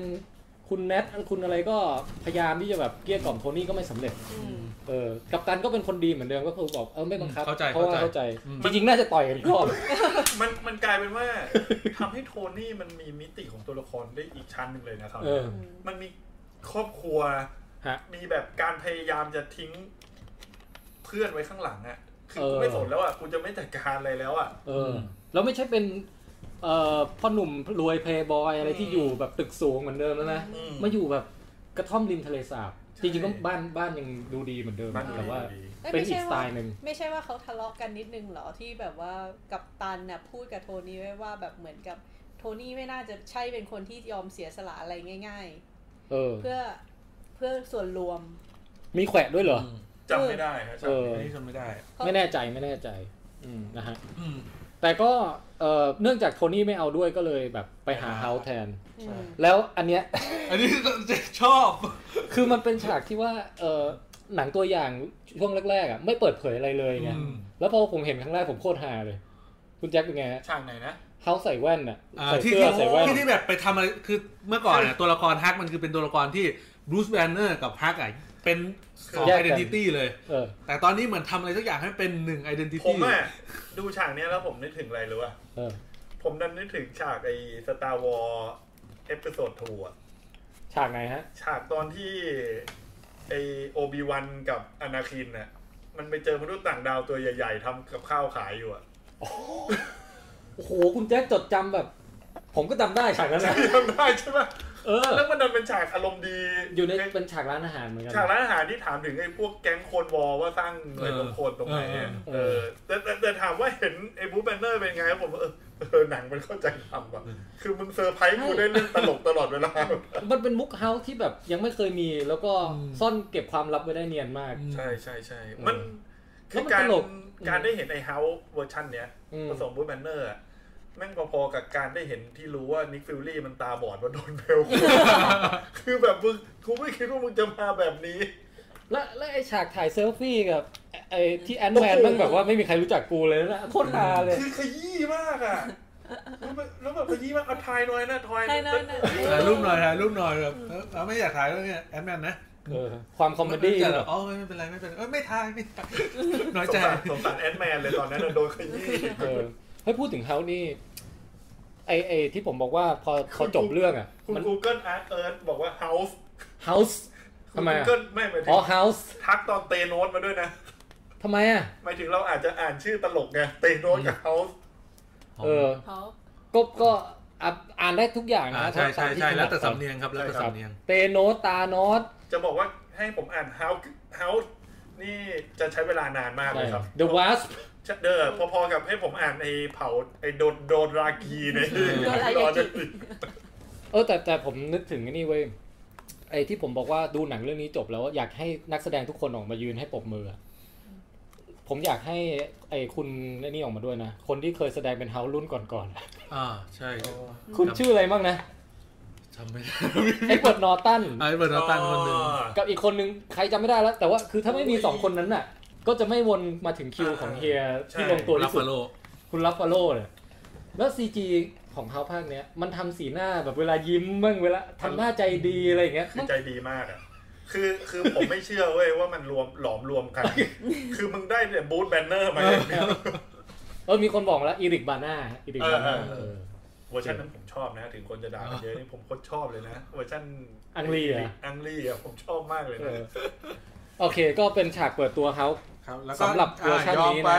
Speaker 1: คุณแนทคุณอะไรก็พยายามที่จะแบบเกลี้ยกล่อมโทนี่ก็ไม่สำเร็จ
Speaker 4: อืม
Speaker 1: เออกับตันก็เป็นคนดีเหมือนเดิมก็คือบอกเออไม่บังคับ
Speaker 3: อืมเข้าใจ
Speaker 1: เพราะว่าเข้า
Speaker 3: เข้า
Speaker 1: ใจ
Speaker 3: ใจ
Speaker 1: จริงๆ น่าจะต่อยกันอีกรอบ
Speaker 2: มันมันกลายเป็นว่า ทำให้โทนี่มันมีมิติของตัวละครได้อีกชั้นหนึ่งเลยนะครับ
Speaker 1: เออ
Speaker 2: มันมีครอบครัว
Speaker 1: ฮะ
Speaker 2: มีแบบการพยายามจะทิ้งเพื่อนไว้ข้างหลังอะคือกู
Speaker 1: เออ
Speaker 2: ไม่สนแล้วอะกูจะไม่จัดการอะไรแล้วอะ
Speaker 1: เออแล้วไม่ใช่เป็นเอ่อพ่อหนุ่มรวยเพย์บอยอะไรที่
Speaker 2: อืม
Speaker 1: อยู่แบบตึกสูงเหมือนเดิมแล้วนะ
Speaker 2: อื
Speaker 1: มาอยู่แบบกระท่อมริมทะเลสาบ
Speaker 2: ใช่
Speaker 1: จริงๆก็บ้านบ้านยังดูดีเหมือนเดิม
Speaker 2: มัน
Speaker 1: แต่ว่า
Speaker 2: ดี
Speaker 4: เอ้ย
Speaker 1: เป็น
Speaker 4: ไม่
Speaker 1: อี
Speaker 4: ใช่
Speaker 1: กสไต
Speaker 4: ว่า
Speaker 1: ล์หนึ่ง
Speaker 4: ไม่ใช่ว่าเขาทะเลาะกันนิดนึงเหรอที่แบบว่ากับตันน่ะพูดกับโทนี่ไว้ว่าแบบเหมือนกับโทนี่ไม่น่าจะใช่เป็นคนที่ยอมเสียสละอะไรง่าย
Speaker 1: เออ
Speaker 4: ๆ เพื่อเพื่อส่วนรวม
Speaker 1: มีแขวะด้วยเหรอ
Speaker 2: จำไม่ได้ครับ
Speaker 1: เออ
Speaker 3: อันนี้จำไม่ได้
Speaker 4: เพราะ
Speaker 1: ไม่แน่ใจไม่แน่ใจ อืมนะฮะ
Speaker 3: อืม
Speaker 1: แต่ก็ เอ่อเนื่องจากโทนี่ไม่เอาด้วยก็เลยแบบไปหาเฮาแทน
Speaker 4: อืม
Speaker 1: แล้วอันเนี้ย
Speaker 9: อันนี้ชอบ
Speaker 1: คือมันเป็นฉากที่ว่าเออหนังตัวอย่างช่วงแรกๆอ่ะไม่เปิดเผยอะไรเลยไง
Speaker 9: อืม
Speaker 1: แล้วพอผมเห็นครั้งแรกผมโคตรฮาเลย คุณแจ็คเป็นไงฮะ
Speaker 2: ฉากไหนนะ
Speaker 1: เฮาใส่แว่นอ่ะ
Speaker 3: อ่า
Speaker 1: ใส่
Speaker 3: ที่
Speaker 1: เสื้
Speaker 3: ที่
Speaker 1: อใส่แว่น
Speaker 3: ที่ที่แบบไปทำอะไรคือเมื่อก่อนเนี่ยตัวละครฮักมันคือเป็นตัวละครที่บรูซแบนเนอร์กับฮักอ่ะเป็นสอง
Speaker 1: แยก
Speaker 3: ไอ
Speaker 1: กัน
Speaker 3: ดีนิตี้เลย
Speaker 1: เออ
Speaker 3: แต่ตอนนี้เหมือนทำอะไรสักอย่างให้เป็นหนึ่งไอดีนิ
Speaker 2: ผม
Speaker 3: ตี้
Speaker 2: อ่ะดูฉากเนี้ยแล้วผมนึกถึงอะไรรู้ป่ะ
Speaker 1: เออ
Speaker 2: ผมดันนึกถึงฉากไอ้ Star Wars เอพิโซดทูอะ
Speaker 1: ฉากไหนฮะ
Speaker 2: ฉากตอนที่ไอโอบิวันกับอนาคินน่ะมันไปเจอมนุษย์ต่างดาวตัวใหญ่ๆทำกับข้าวขายอยู่อะ
Speaker 1: โอ้โห คุณแจ็คจดจำแบบ ผมก็จำได้ฉากนั้นนะ
Speaker 2: จำได้ใช่ปะ
Speaker 1: เออ
Speaker 2: แล้วมันดันเป็นฉากอารมณ์ดี
Speaker 1: อยู่ในเป็นฉากร้านอาหารเหมือนกัน
Speaker 2: ฉากร้านอาหารที่ถามถึงไอ้พวกแก๊งโคนวอลว่าสร้างเงินวยลงโคนตรงไหนอะ
Speaker 1: เออ
Speaker 2: เออแต่แต่แต่ถามว่าเห็นไอ้บูธแบนเนอร์เป็นไงผมว่าเออเออหนังมันเข้าใจทำอะคือมันเซอร์ไพรส์กูได้เรื่องตลกตลอดเวลา
Speaker 1: มันเป็นมุกเฮาส์ที่แบบยังไม่เคยมี แล้วก็ซ่อนเก็บความลับไว้ได้เนียนมาก
Speaker 2: ใช่ใช่ใช่
Speaker 1: เออ
Speaker 2: มัน
Speaker 1: แล้
Speaker 2: คื
Speaker 1: ว
Speaker 2: อ
Speaker 1: มัน
Speaker 2: การ
Speaker 1: ตลก
Speaker 2: การได้เห็นไอ้เฮาส์เวอร์ชันเนี้ย
Speaker 1: อืม
Speaker 2: ผสมบูธแบนเนอร์อะแม่งพอๆกับการได้เห็นที่รู้ว่านิกฟิลลี่มันตาบอดว่าโดนเพลว คือแบบมึงกูไม่คิดว่ามึงจะมาแบบนี้
Speaker 1: และและไอฉากถ่ายเซลฟี่กับไอ้ไอที่แอนแมนมันแบบว่าไม่มีใครรู้จักกูเลยนะโคตรฮาเลย
Speaker 2: คือขยี้มากอ่ะแล้วแบบแล้วแบบขยี้มากเอาทายหน่อยนะทาย
Speaker 4: ใช่นั่นน่ะ
Speaker 3: ถ่ายรูปหน่อยถ่ายรูปหน่อยแบบเออเราไม่อยากถ่ายแล้วเนี่ยแอดแมนนะ
Speaker 1: เออความคอมเมดี้
Speaker 3: แต่แบ
Speaker 1: แบบ
Speaker 3: บอ๋อไม่เป็นไรไม่เป็นไรเออไม่ถ่ายไม่ ถ่ายน้อย
Speaker 2: ส
Speaker 3: ใจ
Speaker 2: งสารสงสารแอนด์แมนเลยตอนนั้นนะโดนขยี้
Speaker 1: เออให้พูดถึงเฮานี่ไอไอที่ผมบอกว่าพอพอจบเรื่องอ่ะ
Speaker 2: คุณ
Speaker 1: มัน
Speaker 2: Google Art Earth บอกว่า House
Speaker 1: เฮาส์
Speaker 2: คุณ
Speaker 1: ทำไมอ่ะ
Speaker 2: Google ไม่หมายถึ
Speaker 1: อ๋อง เฮาส์
Speaker 2: ทักตอนเตโนตมาด้วยนะ
Speaker 1: ทำไมอ่ะ
Speaker 2: หมายถึงเราอาจจะอ่านชื่อตลกไงเตโนตกับ House
Speaker 1: เออ
Speaker 4: เขา
Speaker 1: ก็ก็อ่ะอ่านได้ทุกอย่าง
Speaker 3: อ่า
Speaker 1: นะ
Speaker 3: ใช่ใช่ใช่
Speaker 1: ตามที่
Speaker 3: แล้วแต่
Speaker 1: ถนัด
Speaker 3: สำเนียงครับแล้วแต่
Speaker 1: ครับ
Speaker 3: สำเนียง
Speaker 1: เตโนตานอส
Speaker 2: จะบอกว่าให้ผมอ่าน house house นี่จะใช้เวลานานมากเลยครับ
Speaker 1: เดอะวาส
Speaker 2: จะเดอพอๆกับให้ผมอ่านไอ้เผาไอ้โดนโดนรากีใน
Speaker 4: โดนอะไรอยางกิน
Speaker 1: เออแต่แต่ผมนึกถึงไอ้นี่เว้ยไอที่ผมบอกว่าดูหนังเรื่องนี้จบแล้วอยากให้นักแสดงทุกคนออกมายืนให้ปรบมืออะผมอยากให้ไอคุณไอ้นี่ออกมาด้วยนะ คนที่เคยแสดงเป็นเฮารุ่นก่อนๆอะ
Speaker 3: อ่าใช่
Speaker 1: คุณชื่ออะไรบ้างนะ
Speaker 3: จำไม่ได้
Speaker 1: ไอ้เปิดนอตัน
Speaker 3: ไอ้เบอร์นอตันคนหนึ่ง
Speaker 1: กับอีกคนนึงใครจำไม่ได้แล้ว แต่ว่าคือถ้าไม่มีสองคนนั้นน่ะ ก็จะไม่วนมาถึงคิวของเฮียที่ลงตัว
Speaker 3: รั
Speaker 1: ที่
Speaker 3: ฟ
Speaker 1: สุด
Speaker 3: ฟาโล
Speaker 1: คุณรับฟอลโล่เนี่ยแล้วซีจีของเขาภาคเนี้ย มันทำสีหน้าแบบเวลายิ้มบ้างเวลาทำหน้าใจดีอะไรอย่างเงี้ย
Speaker 2: คือใจดีมากอ่ะคือคือผมไม่เชื่อเว้ยว่ามันรวมหลอมรวมกัน คือมึงได้เนี่ยบูธแบนเนอร์มาอย่างเดียว
Speaker 1: เออมีคนบอกแล้วอีริกบาน่าอีริกบาน่า
Speaker 2: เออเออ
Speaker 1: เออ
Speaker 2: เวอร์ชันนั้นผมชอบนะ ถึงคนจะด่ากันเยอะนี่ผมโคตรชอบเลยนะเวอร์ชัน
Speaker 1: อังลีอ่ะ
Speaker 2: อังลีอ่ะผมชอบมากเลย
Speaker 1: เออ
Speaker 2: นะ
Speaker 1: โอเคก็เป็นฉากเปิดตัวเขา
Speaker 3: ครับแล้วก็
Speaker 1: สำหรับเวอร์ชันนี้นะ
Speaker 3: อ่ายอมไป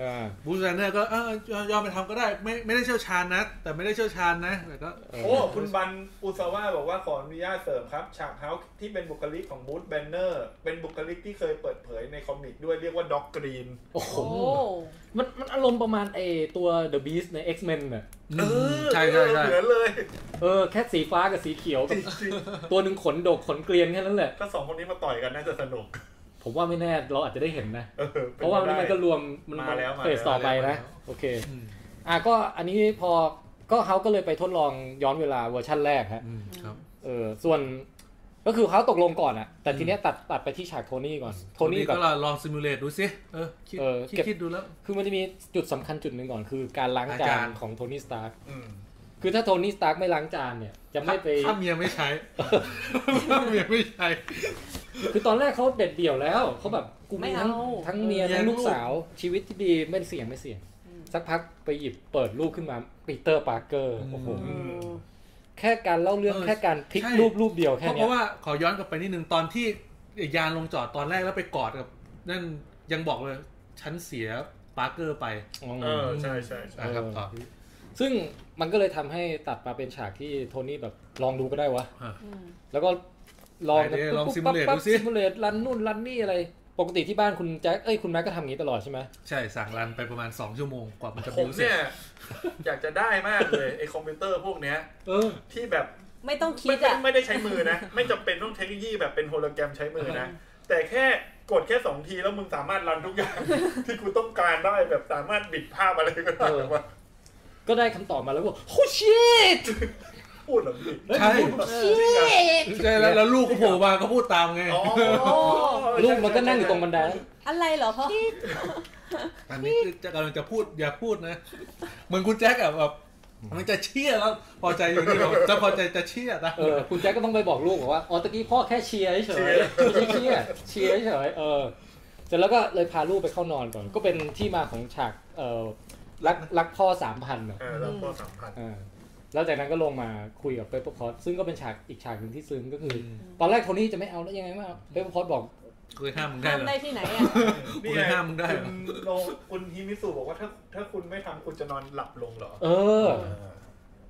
Speaker 1: อ่า
Speaker 3: บูสไซเนอร์ก็เออยอมไปทำก็ได้ไม่ไม่ได้เชี่ยวชาญนะ แต่ไม่ได้เชี่ยวชาญนะแต่ก็
Speaker 1: เ
Speaker 2: โอ้คุณบันอุซาว่าบอกว่าขออนุญาตเสริมครับ ฉากเฮาส์ที่เป็นบุคลิกของบูธแบนเนอร์ เป็นบุคลิกที่เคยเปิดเผยในคอมิกด้วยเรียกว่าด็อกกรีน
Speaker 1: โอ้โห
Speaker 4: โอ้
Speaker 1: มันมันอารมณ์ประมาณไอตัว The Beast ใน X-Men น่ะ
Speaker 3: อืม
Speaker 2: เออ
Speaker 3: ใช่ใช่ใช่
Speaker 2: เหลือเลย
Speaker 1: เออแค่สีฟ้ากับสีเขียว
Speaker 2: จ
Speaker 1: กับ
Speaker 2: ริง
Speaker 1: ตัวหนึ่งขนดกขนเกลียนแค่นั้นแหละ
Speaker 2: ๆถ้าสองคนนี้มาต่อยกันน่าจะสนุก
Speaker 1: ผมว่าไม่แน่เราอาจจะได้เห็นนะ
Speaker 2: ออ
Speaker 1: เพราะว่า
Speaker 2: ป็
Speaker 1: มัน
Speaker 2: ไป
Speaker 1: มัน
Speaker 2: ได้
Speaker 1: ก็รวมมัน
Speaker 2: มาแล้วมาแล้ว
Speaker 1: เฟสต่อไปนะโอเค
Speaker 3: อืม
Speaker 1: อ่ะก็อันนี้พอก็เขาก็เลยไปทดลองย้อนเวลาเวอร์ชั่นแรกฮะ
Speaker 3: อืมครับ
Speaker 1: เออส่วนก็คือเขาตกลงก่อนอะแต่ทีเนี้ยตัดตัดไปที่ฉากโทนี่ก่อนโท
Speaker 3: โทนี่
Speaker 1: นี่
Speaker 3: ก็
Speaker 1: กับ
Speaker 3: ลองซิมูเลตดูสิเออคิด
Speaker 1: เออ
Speaker 3: คิด
Speaker 1: เก็บ
Speaker 3: คิดดูแล้ว
Speaker 1: คือมันจะมีจุดสำคัญจุดหนึ่งก่อน คือการล้างจา
Speaker 3: ล้างจาน น
Speaker 1: ของโทนี่สตาร์ค
Speaker 2: อืม
Speaker 1: คือถ้าโทนี่สตาร์คไม่ล้างจานเนี่ยจะไม่ไป
Speaker 3: ถ้าเมียไม่ใช้ ถ้าเมียไม่ใช้
Speaker 1: คือตอนแรกเขาเด็ดเดี่ยวแล้วเขาแบบกูมีทั้งทั้งเมีย
Speaker 3: เออ
Speaker 1: ทั้งลูกสาวชีวิตที่ดีไม่เสี่ยงไม่เสี่ยง สักพักไปหยิบเปิดรูปขึ้นมาปีเตอร์ปาร์เกอร์โอ้โห
Speaker 2: อืม
Speaker 1: แค่การเล่าเรื่อง
Speaker 3: เออ
Speaker 1: แค่การพลิก
Speaker 3: ใช่
Speaker 1: รูปรูปเดียว
Speaker 3: เพ
Speaker 1: แค่
Speaker 3: ราะ
Speaker 1: เนี้ย
Speaker 3: เพราะว่าขอย้อนกลับไปนิดนึงตอนที่ยานลงจอดตอนแรกแล้วไปกอดกับ นั่นยังบอกเลย ฉันเสียปาร์เกอร์ไป
Speaker 2: เออใช่ใช่ใช่
Speaker 3: อ่ะครับต่อ
Speaker 1: ซึ่งมันก็เลยทำให้ตัดมาเป็นฉากที่โทนี่แบบลองดูก็ได้วะ
Speaker 4: อืม
Speaker 1: แล้วก็ลอง
Speaker 3: ไหนดิลอง simulate ดูสิ
Speaker 1: ซิมูเลตรันนู่นรันนี่อะไร ปกติที่บ้านคุณแจ็คเอ้ยคุณแม็กก็ทำอย่างนี้ตลอดใช่ไหม
Speaker 3: ใช่สั่งรันไปประมาณ 2 ชั่วโมงกว่ามันจะ
Speaker 2: ผม
Speaker 3: บิวเสร็จ
Speaker 2: เนี่ย อยากจะได้มากเลยไอ้คอมพิวเตอร์พวกเนี้ย
Speaker 1: เออ
Speaker 2: ที่แบบ
Speaker 4: ไม่ต้องคิ
Speaker 2: ไม่
Speaker 4: ด
Speaker 2: ไม่
Speaker 4: อ่ะ
Speaker 2: ไม่ได้ใช้มือนะ ไม่จำเป็นต้องเทคโนโลยีแบบเป็นโฮโลแกรมใช้มือนะ แต่แค่กดแค่สองทีแล้วมึงสามารถรันทุกอย่าง ที่กูต้องการได้แบบสามารถบิดภาพอะไรก็ได้
Speaker 1: เออ
Speaker 2: แบบว่า
Speaker 1: ก็ได้คำตอบมาแล้วก็โอ้ชิต
Speaker 2: พูดเหรอพี่
Speaker 3: ใช่
Speaker 2: จริงอะ
Speaker 3: ใช่แล้วแล้วลูกก็โผล่มาก็พูดตามไง
Speaker 2: อ๋อ
Speaker 1: ลูกมันก็นั่งอยู่ตรงบันไดแล้ว
Speaker 4: อะไรเหรอพ่อ
Speaker 3: อันนี้คือจะกำลังจะพูดอย่าพูดนะ เหมือนคุณแจ็คอะแบบมันจะเชี่ยแล้ว พอใจอยู่นี่แบบจะพอใจจะเชี่ยนะ
Speaker 1: เออคุณแจ็คก็ต้องไปบอกลูกบอกว่าอ๋อตะกี้พ่อแค่เชียร์เฉยๆไม่ใช่เชียร์เชียร์เฉยๆเออเสร็จแล้วก็เลยพาลูกไปเข้านอนก่อน ก็เป็นที่มาของฉากเออรักรักพ่อสามพันอ่ะ
Speaker 2: เออแล้วก็สัมพันธ์
Speaker 1: เออแล้วจากนั้นก็ลงมาคุยกับเปเปอร์คอสซึ่งก็เป็นฉากอีกฉากหนึ่งที่ซึ้งก็คือ ตอนแรกโทนี่จะไม่เอาแล้วยังไงไม่เอาเปเปอร์คอสบอก
Speaker 3: เคยห้ามมึงได้
Speaker 4: ห้าม
Speaker 3: เหรอ
Speaker 4: ได้ที่ไหนอ่ะ
Speaker 3: กูเลยห้ามมึงได้เหรอ
Speaker 2: คุณโนคุณฮิมิสุบอกว่าถ้าถ้าคุณไม่ทำคุณจะนอนหลับลงเหรอ
Speaker 1: เออ
Speaker 2: เออ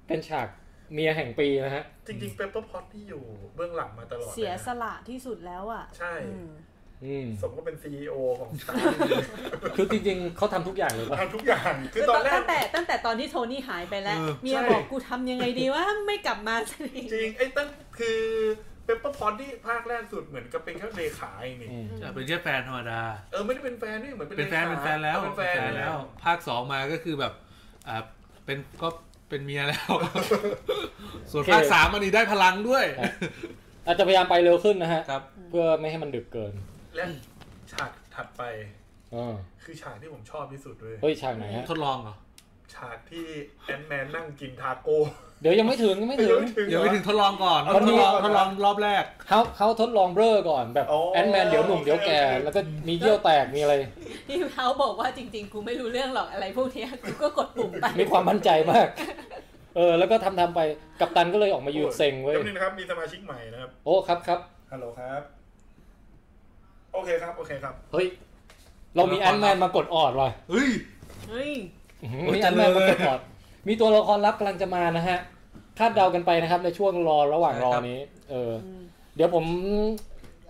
Speaker 1: เป็นฉากเมียแห่งปีนะฮะ
Speaker 2: จริงๆเปเปอร์พอตที่อยู่เบื้องหลังมาตลอด
Speaker 4: เสียส
Speaker 2: ลนะ
Speaker 4: ละที่สุดแล้วอ่ะ
Speaker 2: ใช่
Speaker 4: อืม
Speaker 1: อืม
Speaker 2: สมก็เป็น ซีอของสาย
Speaker 1: คือจริงๆเขาทำทุกอย่างเลยป่ะ
Speaker 2: ทำทุก อย่างคื
Speaker 4: คือ อ
Speaker 2: ต
Speaker 4: ต
Speaker 2: อ
Speaker 4: อน น
Speaker 2: แรก
Speaker 4: ตั้งแต่ตั้งแต่ตอนที่โทนี่หายไปแล้ว
Speaker 3: เออ
Speaker 4: เมีย
Speaker 2: ใช่
Speaker 4: บอกกูทำยังไงดีว่าไม่กลับมา สักที
Speaker 2: จริงไอ้ตั้งคือเปเปอร์พอตที่ภาคแรกสุดเหมือนกับเป็นแค่เลขาเองนี่
Speaker 1: อืม
Speaker 3: จะเป็นแค่แฟนธรรมดา
Speaker 2: เออไม่ได้เป็นแฟนนี่เหมือนเป็น
Speaker 3: เป็นแฟน
Speaker 2: ลขา
Speaker 3: เป็นแฟนแล้ว
Speaker 2: เป็นแฟนแล้ว
Speaker 3: ภาคสองมาก็คือแบบอ่าเป็นก็เป็นเมียแล้ว ส่วนภาคสามอันนี้ได้พลังด้วย
Speaker 1: อาจจะพยายามไปเร็วขึ้นนะฮะ
Speaker 3: ครับ
Speaker 1: เพื่อไม่ให้มันดึกเกิน
Speaker 2: และฉากถัดไป
Speaker 1: เออ
Speaker 2: คือฉากที่ผมชอบที่สุดเลย
Speaker 1: เฮ้ยฉากไหนฮะ
Speaker 3: ทดลองเหรอ
Speaker 2: ฉากที่แอนแมนนั่งกินทาโก้
Speaker 1: เดี๋ยวยังไม่ถึงยังไม่ถึง
Speaker 2: ไม่ถึง
Speaker 3: อย่าไปถึง
Speaker 2: เหร
Speaker 3: ทดลองก่อน
Speaker 1: มัน
Speaker 3: ท
Speaker 1: มี
Speaker 3: ดลองทดลองรอบแรก
Speaker 1: เขาเขาทดลองเบลอก่อนแบบ
Speaker 2: อ๋อ
Speaker 1: แอนแมนเดี๋ยวหนุ่มเดี๋ยวแก่
Speaker 2: โอเค
Speaker 1: แล้วก็มีเยี่ยวแตกมีอะไร
Speaker 4: ที่เขาบอกว่าจริง ๆ กูไม่รู้เรื่องหรอกอะไรพวกเนี้ยกูก็กดปุ่มไป
Speaker 1: มีความมั่นใจมาก เออ แล้วก็ทำทำไปกัปตันก็เลยออกมายืนเซ็งเว้ย
Speaker 2: แป๊บนึงนะครับมีสมาชิกใหม่นะครับ
Speaker 1: โอ้ครับครับ
Speaker 2: ฮัลโหลครับ โอเคครับ โอเคครับ
Speaker 1: เฮ้ยเรามีแอนแมนมากดออดว่ะ
Speaker 3: เฮ้ย
Speaker 4: เฮ้ย
Speaker 1: อื้อหือ
Speaker 3: โอ้ย
Speaker 1: มีแอนแมน
Speaker 3: เจริ
Speaker 1: มาก
Speaker 3: ญ
Speaker 1: ดออด มีตัวละครลับกำลังจะมานะฮะคาดเดากันไปนะครับ ในช่วงรอระหว่างรอนี้ เออ
Speaker 4: อืม
Speaker 1: เดี๋ยวผม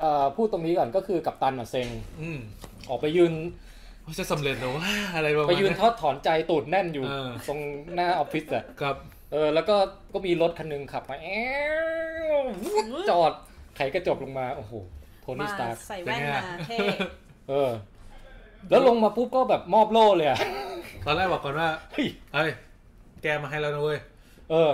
Speaker 1: เอ่อพูดตรงนี้ก่อนก็คือกัปตันอ่ะเซ็ง
Speaker 3: อืม
Speaker 1: ออกไปยืน
Speaker 3: ว่าจะสำเร็จเหรือว่าอะไรประมาณ
Speaker 1: ไปยืน
Speaker 3: เนี้
Speaker 1: ทอดถอนใจตูดแน่นอยู่
Speaker 3: เออ
Speaker 1: ตรงหน้าออฟฟิศอะ
Speaker 3: ครับ
Speaker 1: เออแล้วก็ก็มีรถคันหนึงขับมาแอววูดจอดไขกระจกลงมา โอ้โหโท
Speaker 4: มา
Speaker 1: นี่สตาร์
Speaker 4: ใส่แว่นมาเท่
Speaker 1: เออ แล้วลงมาปุ๊บก็แบบมอบโล่เลยอะ
Speaker 3: ตอนแรกบอกก่อนว่า
Speaker 1: เฮ้ย
Speaker 3: เฮ้ย แกมาให้แล้วนะเว้ย
Speaker 1: เออ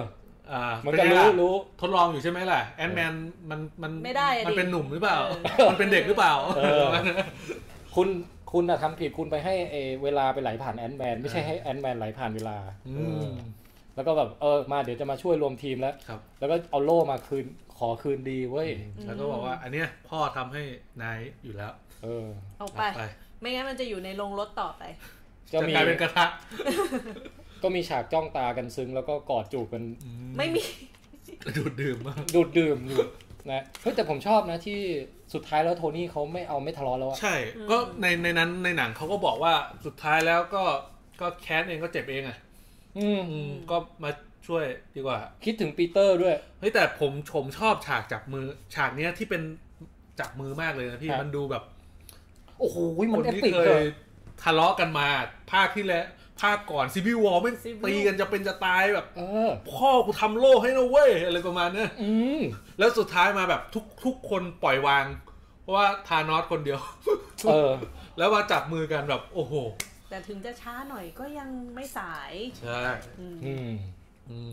Speaker 3: อ่า
Speaker 1: มัน
Speaker 3: เป็
Speaker 1: ก็
Speaker 3: นไง
Speaker 1: รู้
Speaker 3: ล่ะ
Speaker 1: รู้
Speaker 3: ทดลองอยู่ใช่ไหมล่ะ แอนแมนมันมัน
Speaker 4: ไม่ได้อะ
Speaker 3: มัน
Speaker 4: ดิ
Speaker 3: เป็นหนุ่มหรือเปล่า
Speaker 1: เออ
Speaker 3: มันเป็นเด็กหรือเปล่า
Speaker 1: เอ อ คุณคุณอะทำผิดคุณไปให้เอเวลาไปไหลผ่านแอนแมนไม่ใช่ให้แอนแมนไหลผ่านเวลา
Speaker 3: อื
Speaker 1: เออ
Speaker 3: ม
Speaker 1: แล้วก็แบบเออมาเดี๋ยวจะมาช่วยรวมทีมแล้ว
Speaker 3: ครับ
Speaker 1: แล้วก็เอาโล่มาคืนขอคืนดีเว้ย
Speaker 3: แล้วก็บอกว่า อันเนี้ยพ่อทำให้นายอยู่แล้ว
Speaker 1: เออ
Speaker 4: เอาไป
Speaker 3: รับ
Speaker 4: ไม่งั้นมันจะอยู่ในโรงรถต่อไป
Speaker 1: ก็
Speaker 3: จะ
Speaker 1: มี
Speaker 3: กลายเป็นกระทะ
Speaker 1: ก็มีฉากจ้องตากันซึ้งแล้วก็กอดจูบกัน
Speaker 3: อื
Speaker 4: ไม่มี
Speaker 3: ดูดดื่มมาก
Speaker 1: ดูดดื่มอยู่นะเฮ้ยแต่ผมชอบนะที่สุดท้ายแล้วโทนี่เขาไม่เอาไม่ทะเลาะแล้วอะ
Speaker 3: ใช่ ก็ในในนั้นในหนังเขาก็บอกว่าสุดท้ายแล้วก็ก็แค้นเองก็เจ็บเองอ่ะ
Speaker 1: อืม
Speaker 3: อืมก็มาช่วยดีกว่า
Speaker 1: คิดถึงปีเตอร์ด้วย
Speaker 3: เฮ้ยแต่ผมผมชอบฉากจับมือ ฉากเนี้ยที่เป็นจับมือมากเลยนะพี่
Speaker 1: ครับ
Speaker 3: มันดูแบบ
Speaker 1: โอ้โห
Speaker 3: ค
Speaker 1: มัน
Speaker 3: น
Speaker 1: เอฟ
Speaker 3: ที่
Speaker 1: ติก
Speaker 3: เค
Speaker 1: เลย ย
Speaker 3: ทะเลาะกันมา ภาคที่แล้วภาคก่อนซีบิววอลไม่ง
Speaker 4: Civil
Speaker 3: ตีกันจะเป็นจะตายแบบ
Speaker 1: เออ
Speaker 3: พ่อกูทำโล่ให้นะเว้ย อะไรประมาณเนี้ย
Speaker 1: อืม
Speaker 3: แล้วสุดท้ายมาแบบทุกทุกคนปล่อยวาง เพราะว่าทานอสคนเดียว
Speaker 1: เออ
Speaker 3: แล้วมาจับมือกันแบบโอ้โห
Speaker 4: แต่ถึงจะช้าหน่อยก็ยังไม่สาย
Speaker 3: ใช่
Speaker 4: อืม
Speaker 1: อืม
Speaker 3: อืม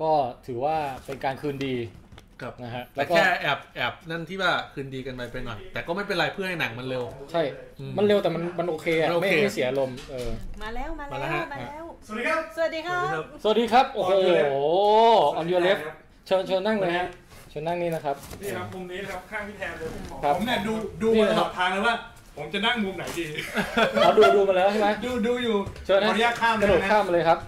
Speaker 1: ก็ถือว่าเป็นการคืนดี
Speaker 3: ครับ
Speaker 1: นะฮะ
Speaker 3: แต่
Speaker 1: แล้วก็
Speaker 3: แค่แอบแอบนั่นที่ว่าคืนดีกันไปไปหน่อยแต่ก็ไม่เป็นไรเพื่อให้หนังมันเร็ว
Speaker 1: ใช่
Speaker 3: อืม
Speaker 1: มันเร็วแต่มันมันโอเคอะ
Speaker 3: มันโอ
Speaker 1: ไม่
Speaker 3: เค
Speaker 1: ไม่เสียลมณ์เออ
Speaker 4: มาแล้วมาแล้ว
Speaker 3: มาแล้วฮะ
Speaker 4: มาแล้ว
Speaker 2: สวัสดีครับ
Speaker 4: สวัสดีครับ
Speaker 1: สวัสดีครับ โอ้โห
Speaker 2: On your
Speaker 1: ออนยูเลฟเชิญเชิญนั่งเลยฮะเชิญนั่งนี่นะครับ
Speaker 2: นี่ครับมุมนี้นะครับข้างพี่แทนเลยผมขอ
Speaker 1: ครับ
Speaker 10: ผมเนี่ยดูดูมาตลอดทางเลยว่า ผมจะนั่งมุมไหนดี
Speaker 1: เอาดูดูมาแล้วใช่ไหม
Speaker 10: ดูดูอยู่
Speaker 1: เชิญ
Speaker 10: ข
Speaker 1: นะ
Speaker 10: ออนุญาตข้าม
Speaker 1: กระโดด
Speaker 10: นะ
Speaker 1: ข้ามมาเลยครับ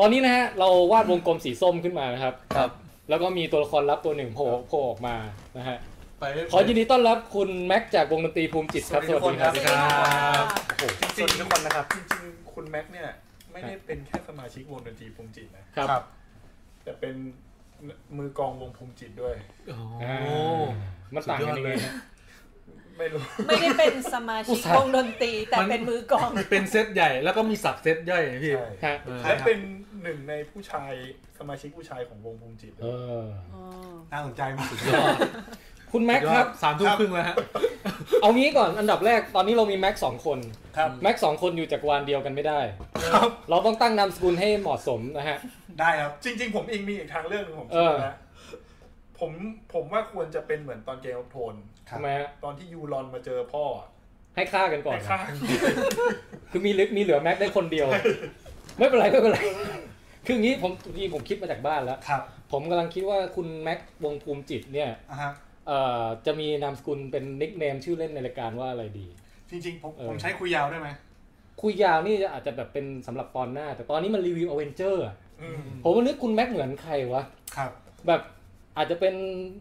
Speaker 1: ตอนนี้นะฮะเราวาดวงกลมสีส้มขึ้นมานะครับ
Speaker 3: ครับ
Speaker 1: แล้วก็มีตัวละครลับตัวหนึ่งโผล่โผล่ออกมานะฮะ
Speaker 3: ไป
Speaker 1: ขอยินดีต้อนรับคุณแม็กจากวงดนตรีภูมิจิตครับ ส
Speaker 10: สวั
Speaker 1: วัส
Speaker 10: สดี
Speaker 1: ดีค
Speaker 10: ครับ
Speaker 1: รับ
Speaker 4: สวัสดีค่ะ
Speaker 3: ครับ
Speaker 2: สวัสดีทุกคนนะครับ จริงๆ คุณแม็กซ์เนี่ย ไม่ได้เป็นแค่สมาชิกวงดนตรีภูมิจิตนะ
Speaker 1: ครับ
Speaker 2: แต่เป็นมือกลองวงภูมิจิตด้วย
Speaker 3: โอ้
Speaker 1: อ่า มันต่างกันยังไงนะ
Speaker 2: ไม่รู้
Speaker 4: ไม่ได้เป็นสมาชิกวงดนตรี แต่เป็นมือกลอง
Speaker 3: เป็นเซตใหญ่แล้วก็มีสับเซตย่อยไงพี่
Speaker 2: ใช่
Speaker 1: ฮะ
Speaker 3: เออ
Speaker 2: และเป็นหนึ่งในผู้ชายสมาชิกผู้ชายของวงภูมิจิต
Speaker 1: เอ
Speaker 2: ด้วย
Speaker 1: อ
Speaker 10: น่าสนใจมาก
Speaker 1: คุณแม็กครับ
Speaker 3: สามทุ่มครึ่งแล้วฮะ
Speaker 1: เอางี้ก่อน อันดับแรก ตอนนี้เรามีแม็กสองคน
Speaker 10: ครับ
Speaker 1: แม็กสองคนอยู่จักรวาลเดียวกันไม่ได้ ครับเราต้องตั้งนามสกุลให้เหมาะสมนะฮะ
Speaker 2: ได้ครับ
Speaker 11: จริง ๆ ผมเองมีอีกทางเลือกหนึงผม
Speaker 1: เอ
Speaker 11: เชื่
Speaker 1: อ
Speaker 11: อนะผมผมว่าควรจะเป็นเหมือนตอนเกมโทน
Speaker 2: ครับ
Speaker 1: ทำไมฮะ
Speaker 11: ตอนที่ยูรอนมาเจอพ่อ
Speaker 1: ให้ฆ่ากันก่อน
Speaker 11: ไอ้ข้าง
Speaker 1: คือมีลึกมีเหลือแม็กได้คนเดียว ไม่เป็นไรไม่เป็นไร คืออย่างนี้ผมจริงๆผมคิดมาจากบ้านแล้ว
Speaker 2: ครับ
Speaker 1: ผมกำลังคิดว่าคุณแม็กวงภูมิจิตเนี่ย
Speaker 2: อ่ะฮะ
Speaker 1: เอ่อจะมีนามสกุลเป็นนิกเนมชื่อเล่นในรายการว่าอะไรดี
Speaker 2: จริงๆผม
Speaker 1: เออ
Speaker 2: ผมใช้คุยยาวได้ไหม
Speaker 1: คุยยาวนี่จะอาจจะแบบเป็นสำหรับตอนหน้า แต่ตอนนี้มันรีวิวอเวนเจอร์
Speaker 11: อืม
Speaker 1: ผมนึกคุณแม็กเหมือนใครวะ
Speaker 2: ครับ
Speaker 1: แบบอาจจะเป็น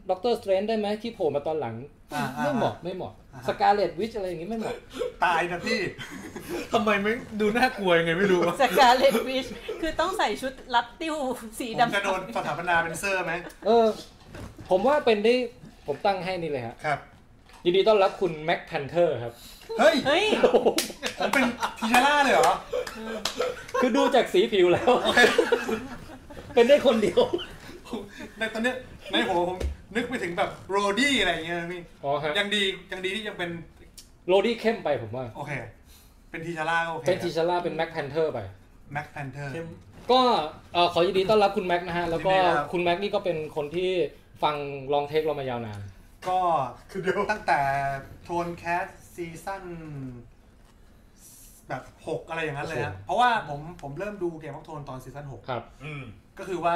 Speaker 1: ด็อกเตอร์สเตรนได้ไหมที่โผล่มาตอนหลัง
Speaker 2: อ่า
Speaker 1: ไม่เหมาะไม่เหมาะ
Speaker 2: อ่า
Speaker 1: สกาเลตวิชอะไรอย่างนี้ไม่เหมาะ
Speaker 2: ตายนะพี่
Speaker 12: ทำไมไม่ดูน่ากลัวยังไงไม่รู้วะ
Speaker 4: สกาเลตวิชคือต้องใส่ชุดรับติ้วสี
Speaker 2: ผม
Speaker 4: ดำ
Speaker 2: จะโดนสถาปนาเป็นเซอร์ไหม
Speaker 1: เออ ผมว่าเป็นได้ผมตั้งให้นี่เลยฮะ
Speaker 2: ครับ
Speaker 1: ยินดีต้อนรับคุณแม็กแพนเทอร์ครับ
Speaker 2: เฮ้ย
Speaker 4: เฮ้ย
Speaker 2: ผมเป็นทีชาร่าเลยเหรอ
Speaker 1: คือดูจากสีผิวแล้ว เป็นได้คนเดียว
Speaker 2: ในตอนเนี้ยในหัวผมนึกไปถึงแบบโรดี้อะไรอย่างเงี้ยนะพี่
Speaker 1: อ๋อฮะ
Speaker 2: ยังดียังดีที่ยังเป็น
Speaker 1: โรดี้เข้มไปผมว่า
Speaker 2: โอเค เป็นทีชาร่าก็โอเค
Speaker 1: เป็นทีชาร่าเป็นแม็กแพนเทอร์ไป
Speaker 2: แม็กแพนเทอร์
Speaker 3: เข้ม
Speaker 1: ก็เอ่อขอยินดีต้อนรับคุณแม็กนะฮะ แล้วก็
Speaker 2: ยินดีครับ
Speaker 1: คุณแม็กนี่ก็เป็นคนที่ฟังลองเทคเรามายาวนาน
Speaker 2: ก็
Speaker 11: คือเดียว
Speaker 2: ตั้งแต่โทนแคสซีซั่นแบบ 6 อะไรอย่างนั้นเลยฮะ
Speaker 1: โอ้โห
Speaker 2: เพราะว่าผมผมเริ่มดูเกมของโทนตอนซีซั่น6
Speaker 1: ครับ
Speaker 11: อืม
Speaker 2: ก็คือว่า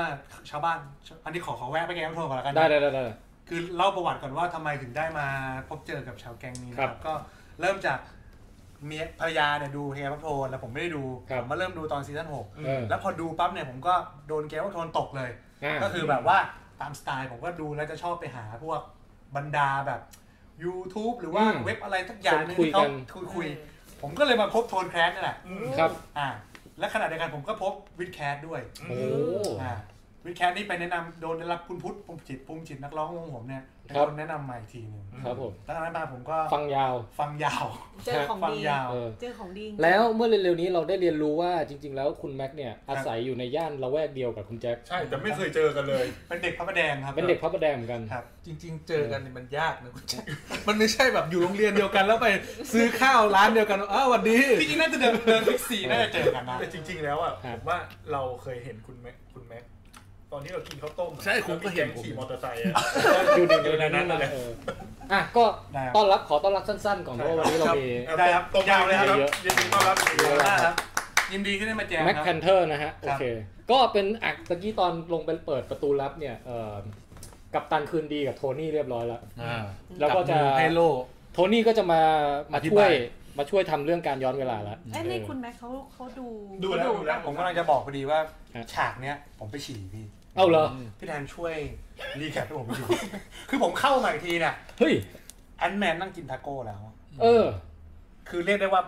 Speaker 2: ชาวบ้านอันนี้ขอขอแวะไปเกมของโทนก่อนละกันนะ
Speaker 1: ได้ได้ได้ได้
Speaker 2: คือเล่าประวัติก่อนว่าทำไมถึงได้มาพบเจอกับชาวแก๊งนี้นะ
Speaker 1: ค
Speaker 2: ค
Speaker 1: รั
Speaker 2: รับบ ก็เริ่มจากเมียภรรยาเนี่ยดูเฮลโทนแล้วผมไม่ได้ดู
Speaker 1: ครับ
Speaker 2: ผมมาเริ่มดูตอนซีซั่นหก
Speaker 1: เออ
Speaker 2: แล้วพอดูปั๊บเนี่ยผมก็โดนเกมโทนตกเลย
Speaker 1: อ่า
Speaker 2: ก็คือแบบว่าตามสไตล์ผมก็ดูแล้วจะชอบไปหาพวกบรรดาแบบ YouTube หรือว่าเว็บอะไรสักอย่างหนึงที่เขาคุยคุยๆผมก็เลยมาพบโทนแคสนี่แหละ
Speaker 11: อืม
Speaker 1: ครับ
Speaker 2: อ่าและขณะเดียวกันผมก็พบวิดแคสด้วย
Speaker 1: โอ้โห
Speaker 2: อ่าวิดแคสนี่ไปแนะนำโดนได้รับคุณพุทธภูมิจิตภูมิจิตนักร้องวงผมเนี่ยเป็น
Speaker 1: ครับ
Speaker 2: คนแนะนำมาอีกทีหนึ่ง
Speaker 1: ครับผม
Speaker 2: แล้วตอนนั้นมาผมก็
Speaker 1: ฟังยาว
Speaker 2: ฟังยาว
Speaker 4: เจอของ
Speaker 2: ฟัง
Speaker 4: ดี
Speaker 2: ยาว
Speaker 1: เออ
Speaker 4: เจอของดี
Speaker 1: แล้วเมื่อเร็วๆนี้เราได้เรียนรู้ว่าจริง ๆ แล้วคุณแม็กเนี่ยอาศัยอยู่ในย่านละแวกเดียวกับคุณแจ็ค
Speaker 11: ใช่ แต่ไม่เคยเจอกันเลย
Speaker 2: เป็นเด็กพระประแดงครับ
Speaker 1: เป็นเด็กพระประแดงเหมือนกัน
Speaker 2: ครับ
Speaker 3: จริง ๆ เจอกันเนี่ยมันยากนะคุณแจ็คมันไม่ใช่แบบอยู่โรงเรียนเดียวกันแล้วไปซื้อข้าวร้านเดียวกันอ้าวสวัสดี
Speaker 2: ที่จริงน่าจะเดินเดินบิ๊กซีน่าจะเจอกันนะ
Speaker 11: แต่จริง ๆ แล้วอ่ะ
Speaker 1: ครั
Speaker 11: ผ
Speaker 1: บ
Speaker 11: มว่าเราเคยเห็นคุณแม็กคุณแม็กตอนที่เรากินข้าวต้มอะ
Speaker 12: ใช่ผมก็เห็น
Speaker 11: แล้ว
Speaker 12: ผม
Speaker 11: แขี่มอเตอร์ไซค์อะ
Speaker 1: อยู่ในอยู่ในนั้น
Speaker 11: เล
Speaker 1: เลย
Speaker 11: ย
Speaker 1: อ่ะก็
Speaker 2: ได้ครับ
Speaker 1: ต้อนรับขอต้อนรับสั้นๆก่อนเพราะว่าวันนี้เรามี
Speaker 2: ได้ครับ
Speaker 11: ตรงยาวเลยครับ
Speaker 1: เยอะ
Speaker 11: ยินดีต้อนรับ
Speaker 2: เยอะมากครับ ยินดีที่ได้มาแจม
Speaker 1: แม็ก
Speaker 2: ค
Speaker 1: แพ
Speaker 2: รับ
Speaker 1: นเทอร์นะฮะ โอเค ก็เป็นอักตะกี้ตอนลงไปเปิดประตูลับเนี่ยเอ่อกับตันคืนดีกับโทนี่เรียบร้อยแล้ว แล้วก็จะ
Speaker 3: บมือไฮโล
Speaker 1: โทนี่ก็จะมามา
Speaker 3: อธิ
Speaker 1: ช่ว
Speaker 3: บาย ย
Speaker 1: มาช่วยทำเรื่องการย้อนเวลาแล้ว
Speaker 4: เอ้ยนี่คุณแม็กเขาเขาดู
Speaker 11: ดูแล้วดูแล้ว
Speaker 2: ผมกำลังจะบอกพอดีว่า
Speaker 1: ครับ
Speaker 2: ฉากเนี้ยผมไปฉี่พี่
Speaker 1: เอาเหรอ
Speaker 2: พี่แดนช่วยรีแคปให้ผมดู คือผมเข้ามาอีกทีเนี่ย
Speaker 1: เฮ้ย
Speaker 2: แอนแมนนั่งกินทาโก้แล้ว
Speaker 1: เออ
Speaker 2: คือเรียกได้ว่า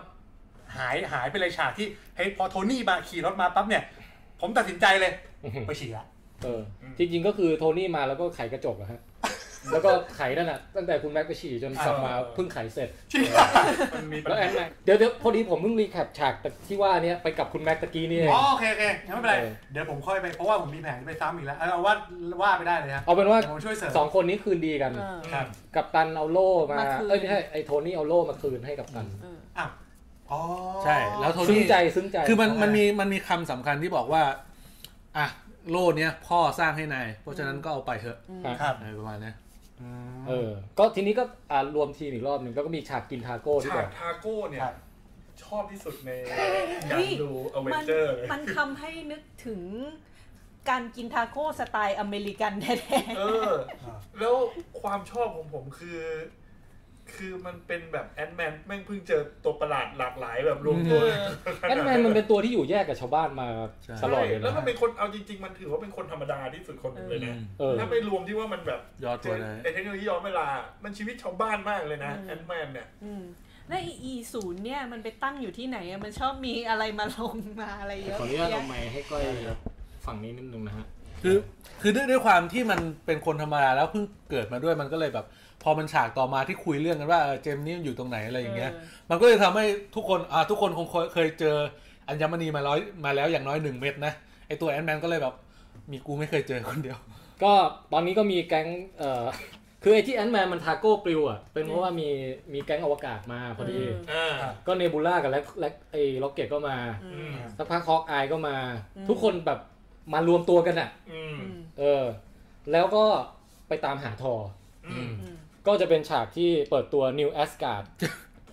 Speaker 2: หายหายไปเลยฉากที่เฮ้ยพอโทนี่มาขี่รถมาปั๊บเนี่ย ผมตัดสินใจเลย ไปฉี่ละ
Speaker 1: เออจริงๆก็คือโทนี่มาแล้วก็ไขกระจกอะฮะ แล้วก็ไขนั่นน่ะ ตั้งแต่คุณแม็กไปฉี่จนกลับมาเพิ่งไขเสร็จ
Speaker 11: มันมีปัญ
Speaker 1: แล้วแอ
Speaker 11: หาน
Speaker 1: แม็กเดี๋ยวเดี๋ยวพอดีผมเพิ่งรีแคปฉากที่ว่าเนี้ยไปกับคุณแม็กตะกี้นี่เอง
Speaker 2: อ๋อโอเคโอเคงั้นไม่เป็นไร
Speaker 1: เออ
Speaker 2: เดี๋ยวผมค่อยไป เพราะว่าผมมีแผนจะไปซ้ำอีกแล้ว เอาเอาว่าว่าไปได้เลยฮะ
Speaker 1: เอาเป็นว่า
Speaker 2: เดี๋ยวผมช่วยเสริม
Speaker 1: สองคนนี้คืนดีกัน
Speaker 4: เออ
Speaker 2: ครับ
Speaker 1: กับตันเอาโล่มา
Speaker 4: มาคืน
Speaker 1: เอ้ยไม่ใช่ไอ้โทนี่เอาโล่มาคืนให้กับตัน
Speaker 4: เออ
Speaker 2: อ้าวอ๋อ
Speaker 12: ใช่แล้วโท
Speaker 1: ซึ้ง
Speaker 12: นี่
Speaker 1: ใจซึ้งใจ
Speaker 12: คือมัน
Speaker 2: โอเค
Speaker 12: มันมีมันมีคำสำคัญที่บอกว่าอ่ะโล่เนี้ยพ่อสร้างให้นายเพราะฉะนั้นก็เอาไปเถอะ
Speaker 2: ครับ
Speaker 12: อะไรประมาณเนี้ย
Speaker 2: ม
Speaker 1: เออ ก็ทีนี้ก็อ่ารวมทีมอีกรอบหนึ่งแล้วก็มีฉากกินทาโก้ด้วย
Speaker 11: ฉากทาโก้เนี่ย
Speaker 2: ครับ
Speaker 11: ชอบที่สุดใน
Speaker 4: เฮ้
Speaker 11: การ
Speaker 4: ย
Speaker 11: ดูอเว
Speaker 4: มัน น
Speaker 11: เจอร์เลย
Speaker 4: มันทำให้นึกถึงการกินทาโก้สไตล์อเมริกันแท้
Speaker 11: เออ แล้วความชอบของผมคือ คือมันเป็นแบบแอนแมนแม่งเพิ่งเจอตัวประหลาดหลากหลายแบบรวมตัว
Speaker 1: แอนแมนมันเป็นตัวที่อยู่แยกกับชาวบ้านมา
Speaker 12: ใช่
Speaker 1: ตลอดเล
Speaker 11: ใช่
Speaker 1: ย
Speaker 11: แล้วมั
Speaker 1: นะ
Speaker 11: นเป็นคนเอาจริง ๆ มันถือว่าเป็นคนธรรมดาที่สุดคนหนึ่งเลยนะ
Speaker 1: เออ
Speaker 11: ถ้าไม่รวมที่ว่ามันแบบ
Speaker 12: ยอดตัวเลย
Speaker 11: ไอเทคโนโลยีย้อนเวลา มันชีวิตชาวบ้านมากเลยนะแอนแมนเนี่ย
Speaker 4: ๆอืมแล้วไอ้อีศูนย์เนี่ยมันไปตั้งอยู่ที่ไหนอะมันชอบมีอะไรมาลงมาอะไรเยอะ
Speaker 1: ขออนุญาต
Speaker 4: แยะ
Speaker 1: เอาไม้ให้ใกล้ฝั่งนี้นิดนึงนะฮะ
Speaker 12: คือคือด้วยด้วยความที่มันเป็นคนธรรมดาแล้วเพิ่งเกิดมาด้วยมันก็เลยแบบ พอมันฉากต่อมาที่คุยเรื่องกันว่าเออเจมส์นี่มันอยู่ตรงไหนอะไรอย่างเงี้ย
Speaker 4: เออ
Speaker 12: มันก็เลยทำให้ทุกคนอ่าทุกคนคงเคยเคยเจออัญมณีมาร้อยมาแล้วอย่างน้อยหนึ่งเม็ดนะไอ ตัวแอนแมนก็เลยแบบมีกูไม่เคยเจอคนเดียว
Speaker 1: ก็ตอนนี้ก็มีแก๊งเอ่อ คือไอ้ที่แอนแมนมันทาโก้ปลิวอ่ะ เป็นเพราะว่ามีมีแก๊งอวกาศมาพอดี
Speaker 4: อืม
Speaker 11: อ่า
Speaker 1: ก็เนบูล่ากับแล็กแล็กไอ้ล็อกเก็ตก็มา
Speaker 4: อื
Speaker 11: อื
Speaker 4: ม
Speaker 11: ม
Speaker 1: สักพักฮอกอายก็มา
Speaker 4: อืม
Speaker 1: ทุกคนแบบมารวมตัวกันอ่ะ
Speaker 11: อืม
Speaker 4: อืม
Speaker 1: เออ แล้วก็ไปตามหาทอร์
Speaker 11: อืม
Speaker 4: อืม
Speaker 1: ก็จะเป็นฉากที่เปิดตัวนิวแอสการ์ด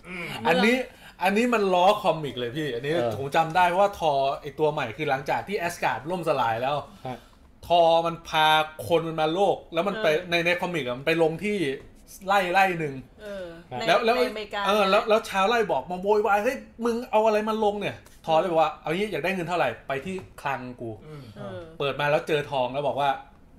Speaker 11: อืม
Speaker 4: เมือง
Speaker 3: อันนี้อันนี้มันล้อคอมิกเลยพี่ อันนี้
Speaker 1: เออ
Speaker 3: ผมจำได้เพราะว่าทอไอตัวใหม่คือหลังจากที่แอสการ์ดล่มสลายแล้ว
Speaker 1: ฮะ
Speaker 3: ทอมันพาคนมันมาโลก แล้วมันไป
Speaker 4: เออ
Speaker 3: ในในคอมิกอะมันไปลงที่ไล่ไล่หนึ่ง
Speaker 4: เออ
Speaker 1: ครับ
Speaker 4: ใน
Speaker 3: แล้วแล้ว
Speaker 4: ในอเมริกา
Speaker 3: เออแล้วแล้วชาวไร่บอกมาโวยวายเฮ้ยมึงเอาอะไรมาลงเนี่ยทอเลยบอกว่าเอางี้อยากได้เงินเท่าไหร่ไปที่คลังกู
Speaker 11: อืม
Speaker 4: เออ
Speaker 3: เปิดมาแล้วเจอทองแล้วบอกว่า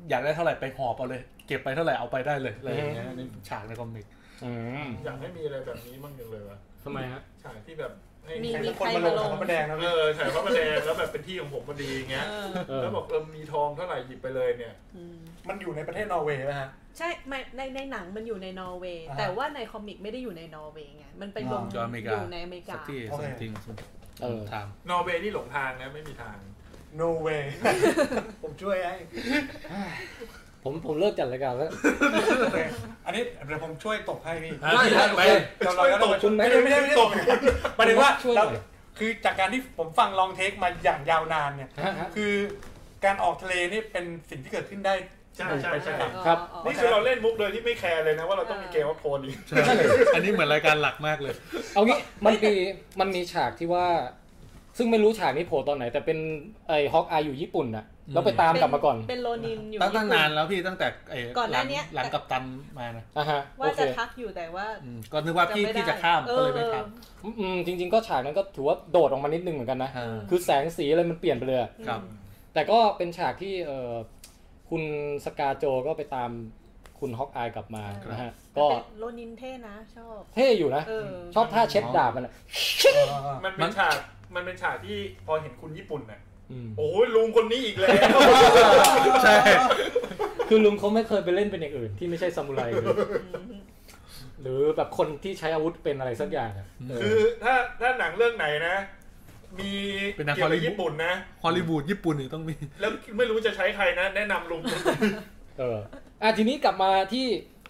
Speaker 3: อยากได้เท่าไหร่ไปหอบเอาเลย เก็บไปเท่าไหร่เอาไปได้เลยอะไรอย่างเงี้ยในฉากในคอมิก
Speaker 1: อืม
Speaker 11: อยากให้มีอะไรแบบนี้บ้างจังเลยวะ
Speaker 1: ทำไมฮะ
Speaker 11: ฉากที่แบบให้
Speaker 4: มี
Speaker 2: ใคร
Speaker 4: มี
Speaker 2: สักค
Speaker 4: ใคน ร
Speaker 2: มาล
Speaker 4: มาง ล
Speaker 2: ถั
Speaker 4: ง
Speaker 2: งพระประแดงนะ
Speaker 11: เออฉากพระประแดงแล้วแบบเป็นที่ของผมพอดีอย่างเงี้ย
Speaker 4: เออ
Speaker 1: เออ
Speaker 11: แล้วบอกเออมีทองเท่าไหร่หยิบไปเลยเนี่ย
Speaker 4: อืม
Speaker 2: มันอยู่ในประเทศนอร์เวย์นะฮะ
Speaker 4: ใช่ไม่ในในหนังมันอยู่ในนอร์เวย์
Speaker 2: อ่า
Speaker 4: แต่ว่าในคอมิกไม่ได้อยู่ในนอร์เวย์ไงมันไปลง
Speaker 3: จอเม
Speaker 4: อก
Speaker 3: ริา
Speaker 4: ยู่ในอเมริกา
Speaker 3: สักที่
Speaker 2: โอเค
Speaker 3: สักจริง
Speaker 1: เออ
Speaker 3: ถาม
Speaker 11: นอร์เวย์นี่หลงทางนะไม่มีทาง
Speaker 2: โนเวย์ผมช่วยไอ้
Speaker 1: ผมผมเลิกจัดรายการแล้ว
Speaker 2: อันนี้เดี๋ยวผมช่วยตบให้พี่
Speaker 3: ได้ได้ไป
Speaker 2: เราเราเรา
Speaker 11: ช่วยตบ
Speaker 1: คุณไหม
Speaker 2: ไม่ได้ไม่ได้ไม่ได้ตบประเด็นว่า
Speaker 1: ช่วยห
Speaker 2: เรา
Speaker 1: น่อย
Speaker 2: คือจากการที่ผมฟังลองเทคมาอย่างยาวนานเนี่ย
Speaker 1: ฮะฮะ
Speaker 2: คือการออกทะเลนี่เป็นสิ่งที่เกิดขึ้นได้
Speaker 11: ใช่ใช่ใช่
Speaker 1: ครับ
Speaker 11: นี่คือเราเล่นมุกโดยที่ไม่แคร์เลยนะ ว่าเราต้องมีเกมว่าโพนอีก
Speaker 3: อันนี้เหมือนรายการหลักมากเลย
Speaker 1: เอางี้มันมีมันมีฉากที่ว่า ซึ่งไม่รู้ฉากนี้โผล่ตอนไหน แต่เป็นไอ้ฮอกอายอยู่ญี่ปุ่นน่ะแล้วไปตามกลับมาก่อน
Speaker 4: เป็นโลนินอยู่
Speaker 3: ตั้งตั้ง
Speaker 4: ญี่ปุ่
Speaker 3: นานแล้วพี่ตั้งแต่ไ
Speaker 4: ก่อนหน้าเนี้ย
Speaker 3: หลังหลังกับตันมานะ
Speaker 1: อ่ะฮะโอ
Speaker 4: ว่า
Speaker 1: เค
Speaker 4: จะทักอยู่แต่ว่า
Speaker 3: อืมก็นึกว่าพี่
Speaker 4: ำไได้
Speaker 3: พี่จะข้ามก็เลยไม่ข้าม
Speaker 1: อืมอืมจริง ๆ ก็ฉากนั้นก็ถือว่าโดดออกมานิดนึงเหมือนกันนะ
Speaker 3: อ่า
Speaker 1: คือแสงสีอะไรมันเปลี่ยนไปเลยอะ
Speaker 4: เออ
Speaker 3: ครับ
Speaker 1: แต่ก็เป็นฉากที่เออคุณสกาโจก็ไปตามคุณฮอกอายกลับมา
Speaker 3: ครับ
Speaker 1: นะฮะ
Speaker 4: แต่
Speaker 1: ก็
Speaker 4: โลนินเท่นะชอบ
Speaker 1: เท่อยู่นะ
Speaker 4: เออ
Speaker 1: ชอบท่าเช็ดดาบมันอะ
Speaker 11: มันเป็นฉากมันเป็นฉากที่พอเห็นคุณญี่ปุ่นน่ะ
Speaker 1: อืม
Speaker 11: โอ้ยลุงคนนี้อีกแล้ว
Speaker 3: ใช่
Speaker 1: คือลุงเขาไม่เคยไปเล่นเป็นอย่างอื่น ที่ไม่ใช่ซามูไรเลย หรือแบบคนที่ใช้อาวุธเป็นอะไรสักอย่างอะเออ
Speaker 11: คือถ้าถ้าหนังเรื่องไหนนะ มีเกี่ยวกับญี่ปุ่นนะ
Speaker 3: ฮอลลีวูดญี่ปุ่นนี่ต้องมี
Speaker 11: แล้วไม่รู้จะใช้ใครนะ แนะนำลุง
Speaker 1: เอออ่ะทีนี้กลับมาที่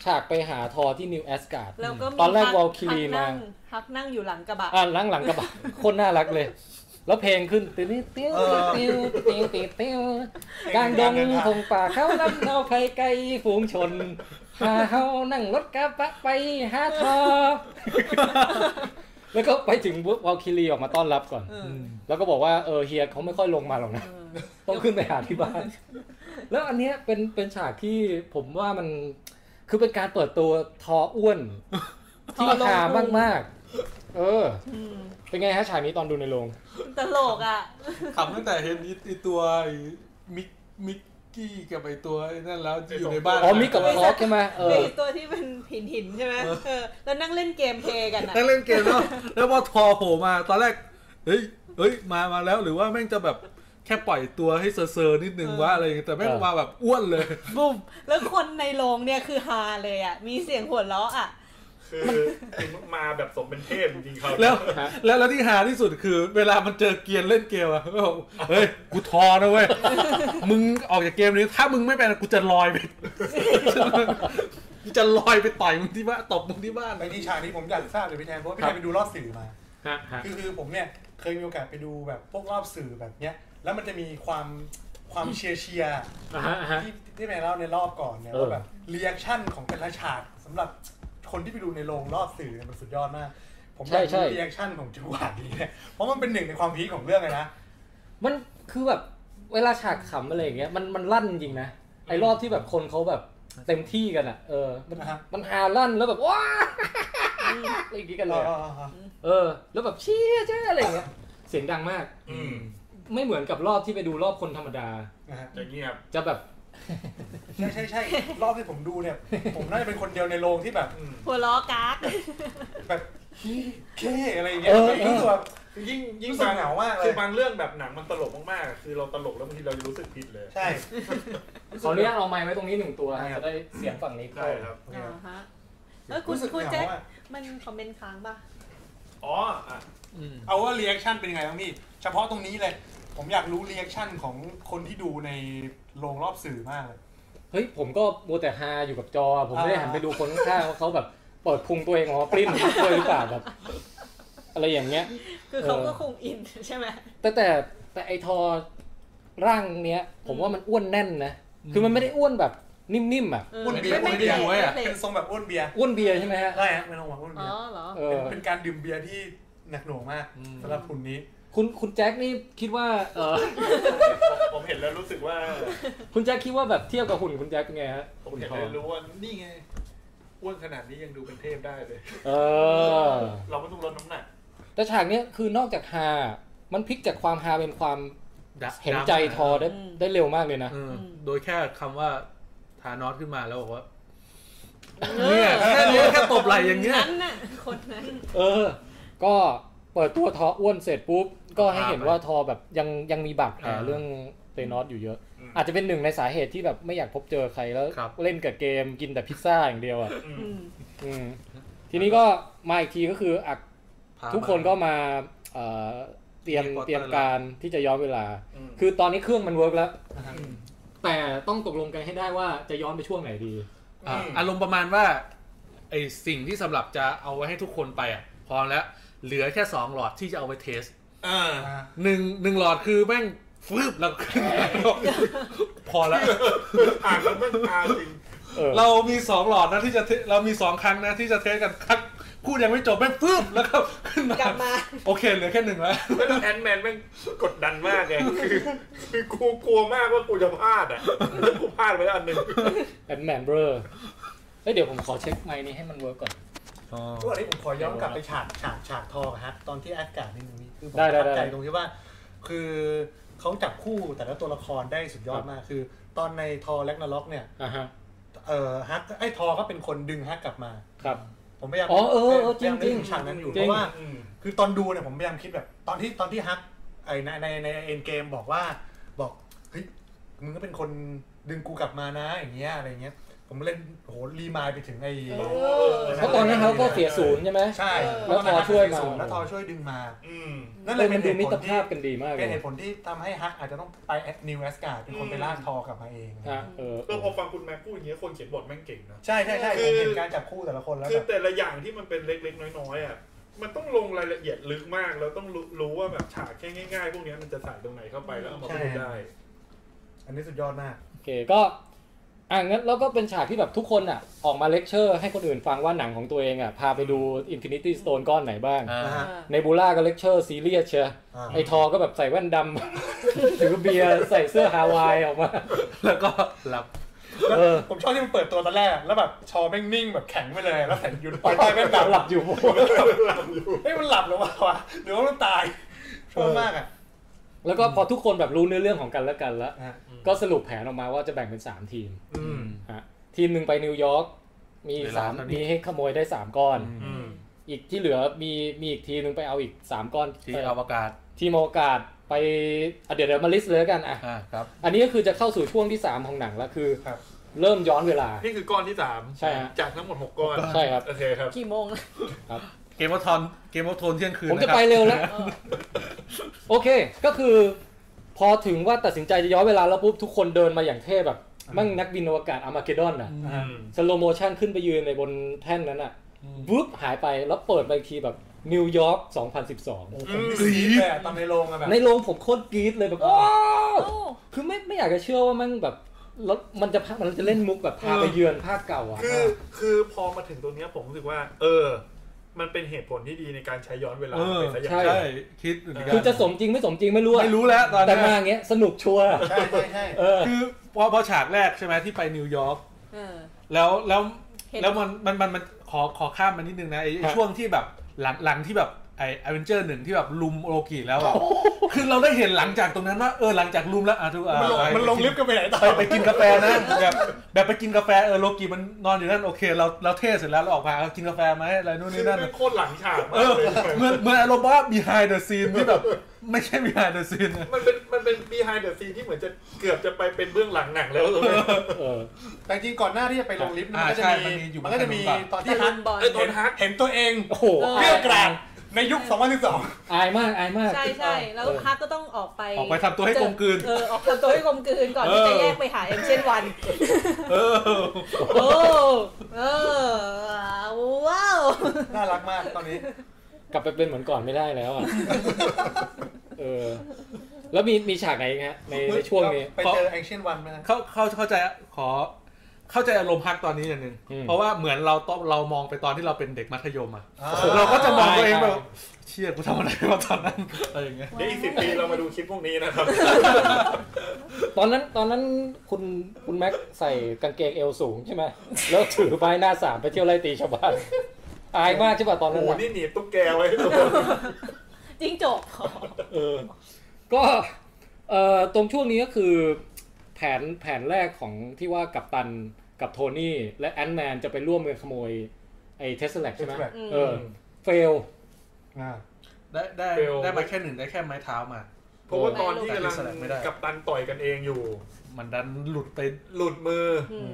Speaker 1: ฉากไปหาทอที่นิวแอสการ์ด
Speaker 4: แล้วก็มี
Speaker 1: ตอนแรก
Speaker 4: ฮั
Speaker 1: Valkyrie
Speaker 4: ฮันั่ง
Speaker 1: มา
Speaker 4: ฮักนั่งอยู่หลังกระบะ
Speaker 1: อ่ะหลังหลังกระบะ โคนน่ารักเลย แล้วเพลงขึ้นติ้วติ้ว
Speaker 2: เออ
Speaker 1: ติ้วติ้วติ้วติ้วกลางดงพงป่าเขาลำเนาไผ่ไก่ฝูงชนพาเฮานั่งรถกระบะไปหาทอ แล้วก็ไปถึงวอลคิรีออกมาต้อนรับก่อน
Speaker 4: เออ
Speaker 1: แล้วก็บอกว่าเออเฮียเขาไม่ค่อยลงมาหรอกนะ
Speaker 4: เออ
Speaker 1: ต้องขึ้นไปหาที่บ้าน แล้วอันเนี้ยเป็นเป็นฉากที่ผมว่ามันคือเป็นการเปิดตัวทออ้วน ที่ราคามากมากๆ เออ
Speaker 4: อืม
Speaker 1: เป็นไงฮะฉากนี้ตอนดูในโรง
Speaker 4: ตลกอ่ะ
Speaker 3: ขำตั้งแต่เห็นไอตัวไอ้มิกมิกกี้กับไอตัวไอ้นั่นแล้วที่อยู่ในบ้าน
Speaker 1: อ๋อมิกกับพ
Speaker 4: ไม่ใช่
Speaker 1: อสใช่ไหมเออ
Speaker 4: ไอ้ตัวที่เป็นหินหินๆใช่ไหมเออแล้วนั่งเล่นเกมเพลย์กันอ่ะ
Speaker 3: นั่งเล่นเกมแล้วแล้วพอทอโผล่มาตอนแรกเฮ้ยเฮ้ยมามาแล้วหรือว่าแม่งจะแบบแค่ปล่อยตัวให้เซอร์เซอร์นิดนึงว่าอะไรอย่างเงี้ยแต่แม่ง
Speaker 1: เออ
Speaker 3: มาแบบอ้วนเลย
Speaker 4: บุ้มแล้วคนในโรงเนี่ยคือฮาเลยอ่ะ มีเสียงหัวเราะอ่ะ
Speaker 11: คือคือมาแบบสมเป็นเทพจริงๆเขา
Speaker 3: แล้ว
Speaker 1: ฮะ
Speaker 3: แล้วแล้วที่หาที่สุดคือ เวลามันเจอเกียร์เล่นเกมอะก็บอกเฮ้ยกูทอนะเว้ยมึงออกจากเกมนี้ถ้ามึงไม่เป็นกูจะลอยไปกูจะลอยไปต่อยมึงที่บ้านตบมึงที่บ้าน
Speaker 2: ไปที่ฉากนี้ผมอยากทราบเลยพี่แทนเพราะว่าพี่แทนไปดูรอบสื่อมา
Speaker 1: ฮะฮะ
Speaker 2: คือคือผมเนี่ยเคยมีโอกาสไปดูแบบพวกรอบสื่อแบบเนี้ย แล้วมันจะมีความความเชียร์เชียร์
Speaker 1: อ่ะฮะอ่ะฮะ
Speaker 2: ที่ที่แม่เล่าในรอบก่อนเนี่ย
Speaker 1: เออ
Speaker 2: ว่าแบบเรีแอคชั่นของแต่ละฉากสำหรับคนที่ไปดูในโรงรอบสื่อเนี่ยมันสุดยอดมาก ผมอยากดูรีแอคชั่นของจังหวะนี้เนี่ยเพราะมันเป็นหนึ่งในความพีคของเรื่องเลยนะ
Speaker 1: มันคือแบบเวลาฉากขำอะไรอย่างเงี้ยมันมันลั่นจริงนะ ไอ้รอบที่แบบคนเขาแบบเต็มที่กันอ่ะ เออ มัน
Speaker 2: นะฮะ
Speaker 1: มันฮาลั่นแล้วแบบว้าอะไรอย่างงี้กันเลยอะ เออ แล้วแบบเชี่ยเจ้อะไรอย่างเงี้ย เสียงดังมาก
Speaker 11: อืม
Speaker 1: ไม่เหมือนกับรอบที่ไปดูรอบคนธรรมดา
Speaker 2: นะฮะ
Speaker 11: จะเงียบ
Speaker 1: จะแบบ
Speaker 2: ใช่ใช่ใช่รอบที่ผมดูเนี่ย ผมน่าจะเป็นคนเดียวในโรงที่แบบ
Speaker 11: อืม
Speaker 4: หัวเราะกาก
Speaker 2: แบบเค้อะไรอย่างเงี้ย
Speaker 1: เออ
Speaker 2: รู้สึกว่า
Speaker 11: คือยิ่งยิ่
Speaker 2: ยิ่
Speaker 11: ง
Speaker 2: งส
Speaker 11: บาง
Speaker 2: เหงามากเล
Speaker 11: คือย บางเรื่องแบบหนังมันตลกมากๆอะคือเราตลกแล้วบางทีเราจะรู้สึกผิดเลย
Speaker 2: ใช่
Speaker 1: ขออนุญาตเอาไม้ไว้ตรงนี้หนึ่งตัว
Speaker 2: ได้ครับ
Speaker 1: จะได้เสียงฝั่งนี้เข้า
Speaker 11: ใช่ครับ
Speaker 2: โอเค
Speaker 4: อ่า
Speaker 2: ครับ
Speaker 4: ฮะแล้วคุณ
Speaker 2: รู้สึก
Speaker 4: คุณ
Speaker 2: เห
Speaker 4: แจ็
Speaker 2: งา
Speaker 4: ค
Speaker 2: อะ
Speaker 4: มันคอมเมนต์ค้างป่ะ
Speaker 11: อ๋ออ่ะ
Speaker 3: อืม
Speaker 2: เอาว่ารีแอคชั่นเป็นยังไงบ้างพี่ เฉพาะตรงนี้เลย ผมอยากรู้รีแอคชั่นของคนที่ดูในโรงรอบสื่อมากเลย
Speaker 1: เฮ้ยผมก็มัวแต่ฮาอยู่กับจอ ผมไม่ได้หันไปดูคนข้างๆว่าเขาแบบเปิดพุงตัวเองออกมาปลิ้นด้วยหรือเปล่าแบบ อะไรอย่างเงี้ย
Speaker 4: คือเขาก็คงอินใช่ไหม
Speaker 1: แต่แต่แต่ไอทอร่างเนี้ย ผมว่ามันอ้วนแน่นนะ คือมันไม่ได้อ้วนแบบนิ่มๆอ่ะ
Speaker 4: เออ
Speaker 2: อ้วนเบียร์
Speaker 4: ไม่ไม่เบียร์
Speaker 13: อ้วนเบียร์
Speaker 4: ไม่เบีย
Speaker 2: เป็น
Speaker 4: ร์
Speaker 2: ทรงแบบอ้วนเบียร์
Speaker 1: อ้วนเบียร์ใช่ไหมฮะ
Speaker 2: ได้ฮะไม่ต้องหวังอ้วน
Speaker 4: อ๋
Speaker 2: เบี
Speaker 4: อย
Speaker 2: ร์
Speaker 4: เหรอ
Speaker 1: เอ
Speaker 2: เป็น
Speaker 1: อ
Speaker 2: เป็นการดื่มเบียร์ที่หนักหน่วงมาก
Speaker 13: อืม
Speaker 2: สำหรับหุ่นนี้
Speaker 1: คุณคุณแจ็คนี่คิดว่าเออ
Speaker 11: ผมเห็นแล้วรู้สึกว่า
Speaker 1: คุณแจ็คคิดว่าแบบเทียบกับหุ่นคุณแจ็คเป็นไงฮะ
Speaker 11: ผม
Speaker 1: หุ่น
Speaker 11: เห็น
Speaker 1: ทอ
Speaker 11: เล
Speaker 1: ง
Speaker 11: ยรู้ว่านี่ไงอ้วนขนาดนี้ยังดูเป็นเทพได้เลย
Speaker 1: เออ
Speaker 11: เราไม่ต้องลดน้ำหนัก
Speaker 1: แต่ฉากเนี้ยคือนอกจากฮา มันพลิกจากความฮาเป็นความเห็นใจทอได้
Speaker 4: อืม
Speaker 1: ได้เร็วมากเลยนะ
Speaker 3: เอออ
Speaker 4: ม
Speaker 3: โดยแค่คำว่าทานอสขึ้นมาแล้วบอกว่า
Speaker 4: เอ
Speaker 3: เนี่ย
Speaker 4: อ
Speaker 3: แค่นี้แค่ตบไหลอย่างเงี้ย
Speaker 4: นั้นน่ะคนนั้น
Speaker 1: เออ ก็เปิดตัวทออ้วนเสร็จปุ๊บ ก็ให้เห็นว่าทอแบบยังยังมีบาดแผล
Speaker 3: อ่า
Speaker 1: เรื่องเตนอสอยู่เยอะ
Speaker 11: อืม
Speaker 1: อาจจะเป็นหนึ่งในสาเหตุที่แบบไม่อยากพบเจอใครแล้ว
Speaker 3: ครับ
Speaker 1: เล่นกับเกมกินแต่พิซซ่าอย่างเดียวอ่ะ
Speaker 11: อืม
Speaker 4: อืม
Speaker 1: อืมทีนี้ก็มาอีกทีก็คืออ่ะ
Speaker 3: พามา
Speaker 1: ทุกคนก็มาเอ่อเตรียม
Speaker 3: มีควอเตอร์
Speaker 1: เตรียมการที่จะย้อนเวลา
Speaker 11: อืม
Speaker 1: คือตอนนี้เครื่องมันเวิร์กแล้ว
Speaker 11: อืม
Speaker 1: แต่ต้องตกลงกันให้ได้ว่าจะย้อนไปช่วงไหนดี
Speaker 3: อ่ะ
Speaker 11: อืม
Speaker 3: อารมณ์ประมาณว่าไอสิ่งที่สำหรับจะเอาไว้ให้ทุกคนไปอ่ะพร้อมแล้ว เหลือแค่สองหลอดที่จะเอาไปเทส
Speaker 11: อ่า
Speaker 2: อ่า
Speaker 3: หนึ่งหนึ่งหลอดคือแม่งฟืบแล้วขึ้นมาพอแล้ว
Speaker 11: อ่านแล้วมันอาจริง
Speaker 1: เออ
Speaker 3: เรามีสองหลอดนะที่จะเทเรามีสองครั้งนะที่จะเทสกันครั้งพูดยังไม่จบแม่งฟืบแล้วก็ขึ้นมาก
Speaker 4: ลับมา
Speaker 3: โอเคเหลือแค่หนึ่งแล้ว
Speaker 11: แล้วแอนแมนแม่งกดดันมากไงคือ คือกูกลัวมากว่ากูจะพลาดอ่ะแล้วกูพลาดไปแล้วอันหนึ่ง
Speaker 1: แอนแมนเบอร์เอ้ยเดี๋ยวผมขอเช็คไมค์นี้ให้มันเวิร์กก่อน
Speaker 2: ทุกวันนี้ผมขอย้อนกลับไปฉากฉากฉากทองอะฮะตอนที่แอดการ์ดนิดนึงนี่คือผม
Speaker 1: ได้
Speaker 2: ประ
Speaker 1: ได้
Speaker 2: ทับ
Speaker 1: ได้
Speaker 2: ใจตรงที่ว่า คือเขาจับคู่แต่ละตัวละครได้สุดยอ
Speaker 1: ครั
Speaker 2: ด
Speaker 1: บ
Speaker 2: มากคือ ตอนในทอแล็กนาล็อกเนี่ย
Speaker 1: อ่าฮะ
Speaker 2: เอ่อฮักไอ้ทอก็เป็นคนดึงฮักกลับมา
Speaker 1: ครับ
Speaker 2: ผมพยายาม
Speaker 1: อ๋อเออเออ
Speaker 2: พยายาม
Speaker 1: จริงๆ
Speaker 2: นึกถึฉากนั้นอยู่
Speaker 1: จ
Speaker 2: เพ
Speaker 1: ริง
Speaker 2: ราะว่า
Speaker 11: อืม
Speaker 2: คือตอนดูเนี่ยผมพยายามคิดแบบตอนที่ตอนที่ฮักไอในในในเอ็นเกมบอกว่าบอกเฮ้ยมึงก็เป็นคนดึงกูกลับมานะอย่างเงี้ยอะไรเงี้ย ผมเล่นโหรีมายไปถึงไอ้
Speaker 4: เออ
Speaker 1: เพราะตอนนั้นเขาก็เสียศูนย์ใช่ไหม
Speaker 2: ใช่
Speaker 1: แล้วทอช่วยมา
Speaker 2: แล้วทอช่วยดึงมา
Speaker 11: อืม
Speaker 2: นั่นเล
Speaker 1: เลย ย
Speaker 2: เป็
Speaker 1: มัน น
Speaker 2: เห
Speaker 1: ดู
Speaker 2: ตุ
Speaker 1: มิ
Speaker 2: ผ
Speaker 1: ต
Speaker 2: ล
Speaker 1: ร
Speaker 2: ที่
Speaker 1: ภาพกันดีมากเล
Speaker 2: เป็น
Speaker 1: ย
Speaker 2: เหตุผลที่ทำให้ฮักอาจจะต้องไปแอดนิวแอสการ์ดเป็นคนไปลากทอกลับมาเอง
Speaker 1: ฮะเออ
Speaker 11: แล้วพอฟังคุณแม็กพูดอย่างเงี้ยคนเขียนบทแม่งเก่งนะ
Speaker 2: ใช่ใช่ใช่ผมเห็นการจับคู่แต่ละคนแล้ว
Speaker 11: คือ
Speaker 2: แบบ
Speaker 11: แต่ละอย่างที่มันเป็นเล็กๆ น้อยๆอ่ะ มันต้องลงรายละเอียดลึกมาก แล้วต้องรู้รู้ว่าแบบฉากแค่ง่ายๆ พวกเนี้ยมันจะใส่ตรงไหนเข้าไปแล้วเอามาพูดได้
Speaker 2: อันนี้สุดยอดมาก
Speaker 1: โอเค ก็อ่ะงั้นแล้วก็เป็นฉากที่แบบทุกคนอ่ะ ออกมาเลคเชอร์ ให้คนอื่นฟังว่าหนังของตัวเองอ่ะ พาไปดู Infinity Stone ก้อนไหนบ้าง
Speaker 2: อ่า
Speaker 1: ในบูล่าก็เลคเชอร์ซีเรียสเชีย
Speaker 2: อ่า
Speaker 1: ไอทอก็แบบใส่แว่นดำ ถือเบียร์ใส่เสื้อฮาวายออกมา
Speaker 3: แล้วก็หลับ
Speaker 1: เออ
Speaker 2: ผมชอบที่มันเปิดตัวตอนแรก แล้วแบบชอแม่งนิ่งแบบแข็งไปเลย แล้วแผ่นยูนปล่อยใต้แม่งแบบ
Speaker 1: หลับ อยู่
Speaker 2: เฮ้ยมันหลับหรือว่าวะหรือว่ามันตายชอบมากอ่ะ
Speaker 1: แล้วก็พอทุกคนแบบรู้เนื้อเรื่องของกันและกันแล้ว
Speaker 2: อ่ะ
Speaker 1: ก็สรุปแผนออกมาว่าจะแบ่งเป็น 3 ทีม
Speaker 2: อืม
Speaker 1: ฮะทีมหนึ่งไปนิวยอร์กมี
Speaker 3: เวลา
Speaker 1: สาม
Speaker 3: เท่านี้
Speaker 1: มีให้ขโมยได้ 3 ก้อน
Speaker 11: อืม
Speaker 1: อีกที่เหลือมีมีอีกทีมหนึ่งไปเอาอีก 3 ก้อน
Speaker 3: ที่
Speaker 1: เอ่อ
Speaker 3: อวกาศ
Speaker 1: ทีมโอกาสไปอ่ะเดี๋ยวเดี๋ยวมาลิสต์เลยแล้วกันอ่ะ
Speaker 3: อ่าครับ
Speaker 1: อันนี้ก็คือจะเข้าสู่ช่วงที่ 3 ของหนังแล้วคือ
Speaker 2: ครับ
Speaker 1: เริ่มย้อนเวลา
Speaker 11: นี่คือก้อนที่สาม
Speaker 1: ใช่ฮะ
Speaker 11: จากทั้งหมดหกก้อน
Speaker 1: ใช่ครับ
Speaker 11: โอเคครับ
Speaker 4: กี่โมงแล้ว
Speaker 3: เกมวอทอนเกมวอทนเที่ยงคืน
Speaker 1: ผมจะ
Speaker 3: นครับ
Speaker 1: ไปเร็วแล้ว
Speaker 4: เออ
Speaker 1: โอเค ก็คือ พอถึงว่าตัดสินใจจะย้อนเวลาแล้วปุ๊บทุกคนเดินมาอย่างเท่แบบมั่งนักบินอวกาศอาร์มาเกดอนน่ะ
Speaker 11: อืม
Speaker 1: สโลโมชันขึ้นไปยืนในบนแท่นนั้นอ่ะบุ๊บหายไปแล้วเปิดไปอีกทีแบบนิวยอร์ก
Speaker 2: โอ้
Speaker 1: 2012
Speaker 2: โหผมนี่ซีดเลยอะตอนในโรงอะแบบ
Speaker 1: ในโรงผมโคตรกรี๊ดเลยแบบโอ้
Speaker 4: โอ้
Speaker 1: คือไม่ไม่อยากจะเชื่อว่ามันแบบแล้วมันจะพามันจะเล่นมุกแบบพาไปเยือนภาคเก่าอ่ะ
Speaker 11: คือคือพอมาถึงตรงเนี้ยผมรู้สึกว่า เออ มันเป็นเหตุผลที่ดีในการใช้ย้อนเวลา
Speaker 3: เออ
Speaker 11: เป็นระยะ
Speaker 1: ใช่
Speaker 3: ใช่คิดเหมือนกัน
Speaker 1: คือจะสมจริงไม่สมจริงไม่รู้อะ
Speaker 3: ไม่รู้แล้วตอน
Speaker 1: แต่
Speaker 3: เนี้
Speaker 1: มาย อย่างเงี้ยสนุกชัวร์
Speaker 2: ใช่ใช่ใช่
Speaker 1: เออ
Speaker 3: คือพอพอฉากแรกใช่ไหมที่ไปนิวยอร์ก
Speaker 4: เออ
Speaker 3: แล้วแล้ว
Speaker 4: เห็น
Speaker 3: แล้วมันมันมันมันขอขอข้ามมานิดนึงนะไอ้ไอ้
Speaker 1: ฮะ
Speaker 3: ช่วงที่แบบหลังหลังที่แบบไอเอเวนเจอร์หนึ่งที่แบบลุมโอโรกิแล้วอะคือเราได้เห็นหลังจากตรงนั้นว่าเออหลังจากลุมแล้วอ่ะทุกอ่ะ
Speaker 2: มันลง
Speaker 3: ไป
Speaker 2: มันลงลิฟต์กันไปไหนต่อ
Speaker 3: ไปไปกินกาแฟนะแบบแบบไปกินกาแฟเออโรกิมันนอนอยู่นั่นโอเค เราเราเท่เสร็จแล้วเราออกมาเอากินกาแฟไหมอะไรนู่น
Speaker 11: คือ
Speaker 3: นี่นั่น
Speaker 11: เป็นโคตรหลังฉาก
Speaker 3: เอ
Speaker 11: มา
Speaker 3: อ
Speaker 11: กเลย
Speaker 3: เหมือนเหมือนอารมณ์ว่า behind the scene ที่แบบ ไม่ใช่ behind the scene นะ
Speaker 11: มันเป็นมันเป็น behind the scene ที่เหมือนจะเกือบจะไปเป็นเบื้องหลังหนังแล้วตรงเนี้ย
Speaker 1: เออ
Speaker 2: แต่จริงก่อนหน้าที่จะไปลงลิฟต์มั
Speaker 3: าน
Speaker 2: ก็จะ
Speaker 3: ใช่
Speaker 2: มี
Speaker 3: มันมีอยู่
Speaker 2: มันก็จะมี
Speaker 3: บนถนนก่อ
Speaker 2: ตอนที่ฮัก
Speaker 3: น
Speaker 4: ตะลุมบอล
Speaker 2: เอ้ยตอนฮักเห็นตัวเอง
Speaker 1: โอ้โห
Speaker 4: เออ
Speaker 2: เรียกกลางใน ในยุค 2012
Speaker 1: อายมากอายมาก
Speaker 4: ใช่ใช่แล้วฮักก็ต้องออกไป
Speaker 3: ออกไปทำตัวให้กลมกลืน
Speaker 4: เออออกทำตัวให้กลมกลืนก่อนที่จะแยกไปหาอย่างเช่นวัน
Speaker 3: เออ
Speaker 4: โอ้เออว้าว
Speaker 2: น่ารักมากตอนนี้
Speaker 1: กลับไปเป็นเหมือนก่อนไม่ได้แล้วอ่ะ เออ แล้วมีมีฉากไหนอีกฮะในในช่วงนี้
Speaker 2: ไปเจอ Ancient One ไหมฮะ
Speaker 3: เข้าเข้าเข้าใจขอ เข้าใจอารมณ์ฮักตอนนี้อย่างหนึ่ง
Speaker 1: อืม
Speaker 3: เพราะว่าเหมือนเราตอนเรามองไปตอนที่เราเป็นเด็กมัธยมอะ
Speaker 2: อ่า
Speaker 3: เราก็จะมองตัวเองแบบเชี่ยกูทำอะไรมาตอนนั้นอะไรอย่างเงี้ย
Speaker 11: เดี๋ยวอีกสิบปีเรามาดูคลิปพวกนี้นะครับ
Speaker 1: ตอนนั้นตอนนั้นคุณคุณแม็กใส่กางเกงเอวสูงใช่ไหมแล้วถือใบหน้าสามไปเที่ยวไล่ตีชาวบ้านอายมากใช่ป่ะตอน
Speaker 11: โอ้
Speaker 1: นั้น
Speaker 11: โห
Speaker 1: น่ะ
Speaker 11: นี่หนีบตุ๊กแกไว้ ตัว
Speaker 4: จิ้งจก
Speaker 1: เออ ก็เอ่อตรงช่วงนี้ก็คือ แผนแผนแรกของที่ว่ากัปตันกับโทนี่ และแอนแมนจะไปร่วมกันขโมยไอ้เทสแลกใช่ไหม
Speaker 2: Tesseract
Speaker 1: เออเฟล
Speaker 2: อ่า
Speaker 3: ได้ได้ได้มาแค่หนึ่งได้แค่ไม้เท้ามา
Speaker 11: เพราะว่าตอนที่กำลัง
Speaker 3: แต่ที่สลับไม่ได้
Speaker 11: กับตันต่อยกันเองอยู่
Speaker 3: มันดันหลุดไป
Speaker 11: หลุดมือ
Speaker 4: อืม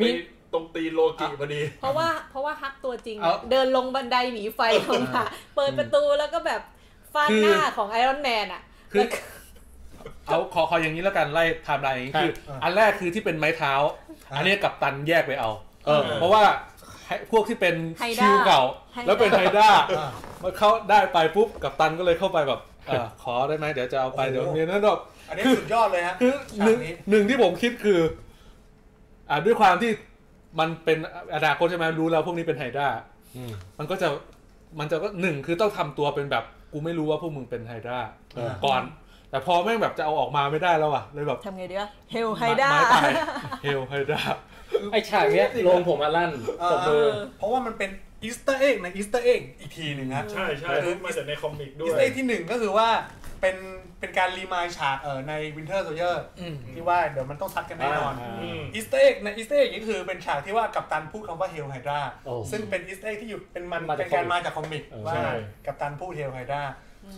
Speaker 1: มี
Speaker 11: ไปตรงตีนโลกิพอดี
Speaker 4: เพราะว่าเพราะว่าฮักตัวจริง
Speaker 3: เอา
Speaker 4: เดินลงบันไดหนีไฟลงมาเปิดประตูแล้วก็แบบฟาด
Speaker 3: คือ
Speaker 4: หน้าของไอรอนแมนอ่ะ
Speaker 3: คือ เอาขอขออย่างนี้แล้วกันไล่ไทม์ไลน์อย่างนี้คืออันแรกคือที่เป็นไม้เท้า อันนี้กับตันแยกไปเอา
Speaker 1: เออ
Speaker 3: เพราะว่าให้พวกที่เป็น
Speaker 4: ไฮด้า
Speaker 3: คิวเก่า
Speaker 4: ไฮด้า
Speaker 3: แล้วเป็นไฮด้า
Speaker 2: อ่า
Speaker 3: มันเข้าได้ไปปุ๊บกับตันก็เลยเข้าไปแบบเออขอได้ไหมเดี๋ยวจะเอาไป
Speaker 2: โอ้โห
Speaker 3: เดี๋ยวเนี่ยนั่นแบบ
Speaker 2: อันนี้สุดยอดเลยฮะ
Speaker 3: คือห
Speaker 2: ฉา
Speaker 3: นึ่
Speaker 2: ก
Speaker 3: ง
Speaker 2: นี้
Speaker 3: หนึ่งที่ผมคิดคือ อ่าด้วยความที่มันเป็นอนาคตใช่ไหมรู้แล้วพวกนี้เป็นไฮด้า
Speaker 1: อืม
Speaker 3: มันก็จะมันจะก็หนึ่งคือต้องทำตัวเป็นแบบกูไม่รู้ว่าพวกมึงเป็นไฮด้า
Speaker 1: เออ
Speaker 3: ก่อน แต่พอแม่งแบบจะเอาออกมาไม่ได้แล้วอ่ะเลยแบบ
Speaker 4: ทำไงดีวะเฮลไฮด้า
Speaker 3: ไม้ตายเฮลไฮด้า
Speaker 1: ไอ้ฉากเนี้ยโรงผมอะลั่นตบมือ
Speaker 4: เออ
Speaker 2: เพราะว่ามันเป็นอีสเตอร์เอ็กในอีสเตอร์เอ็กอีกทีหนึ่งฮะ
Speaker 11: ใช่ใช่รู้มาจากในคอมิกด้
Speaker 2: อีส
Speaker 11: วย
Speaker 2: เตอร์เอ็กที่หนึ่งก็คือว่าเป็นเป็นการรีมายฉากเอ่อในวินเทอร์โซเยอร์ที่ว่าเดี๋ยวมันต้องซัดกันแน่นอน
Speaker 1: อ่า
Speaker 11: อืม
Speaker 2: อีสเตอร์เอ็กในอีสเตอร์เอ็กก็คือเป็นฉากที่ว่ากัปตันพูดคำว่าเฮลไฮดรา
Speaker 1: โอ้
Speaker 2: ซึ่งเป็นอีสเตอร์เอ็กที่อยู่เป็นมัน
Speaker 1: มาจาก
Speaker 2: เป็นการมาจากคอมิก
Speaker 1: เออ
Speaker 2: ว่า
Speaker 1: ใช่
Speaker 2: กัปตันพูดเฮลไฮดรา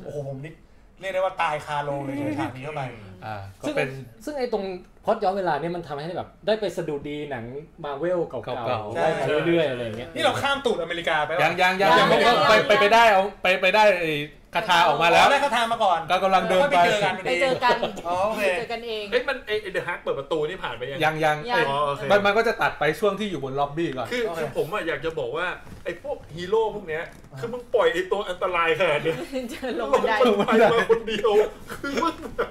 Speaker 2: โอ้โหผมนี่เรียกได้ว่าตายคาโรงเลยในฉากนี้เข้าไป
Speaker 3: อ่าก็
Speaker 1: ซึ่ง
Speaker 3: เป็น
Speaker 1: ซึ่งไอ้ตรงพล็อดย้อนเวลาเนี่ยมันทำให้แบบ ได้ไปสะดุดีหนังมาเวลเก่า
Speaker 3: เก่า
Speaker 1: ๆ
Speaker 3: ๆ
Speaker 1: ได้มา
Speaker 11: ใช่
Speaker 1: เรื่อยๆอะไรอย่างเงี้ย
Speaker 2: นี่เราข้ามตูดอเมริกาไป
Speaker 3: ยั
Speaker 2: แล้ว
Speaker 3: งยังยังยัง
Speaker 4: ยังยัง
Speaker 3: ไป
Speaker 4: ยัง
Speaker 3: ไปไปได้เอาไปไปได้ไอ้คาถาออกมาแล้ว
Speaker 2: ได้คาทามาก่อน
Speaker 3: ก็กำลังเดิน
Speaker 2: ค่อย
Speaker 3: ไป
Speaker 2: เจอกัน
Speaker 4: ไปเจอกัน
Speaker 2: อ๋อโอเค
Speaker 4: เจอกันเอง
Speaker 11: เอ้ยมันไอเดอะฮักเปิดประตูนี่ผ่านไปยัง
Speaker 3: ยังยัง
Speaker 4: ยัง
Speaker 3: เอ้ย
Speaker 11: อ๋อโอเค
Speaker 3: มันมันก็จะตัดไปช่วงที่อยู่บนล็อบบี้ก่อน
Speaker 11: คือคือผมอะอยากจะบอกว่าไอ้พวกฮีโร่พวกเนี้ย คือมึงปล่อยไอ้ตัวอันตรายขนาดเนี้ย
Speaker 4: เจอล
Speaker 11: ล
Speaker 4: ง
Speaker 11: ง
Speaker 4: บันได
Speaker 11: มันไปมาคนเดียว คือมึงแบบ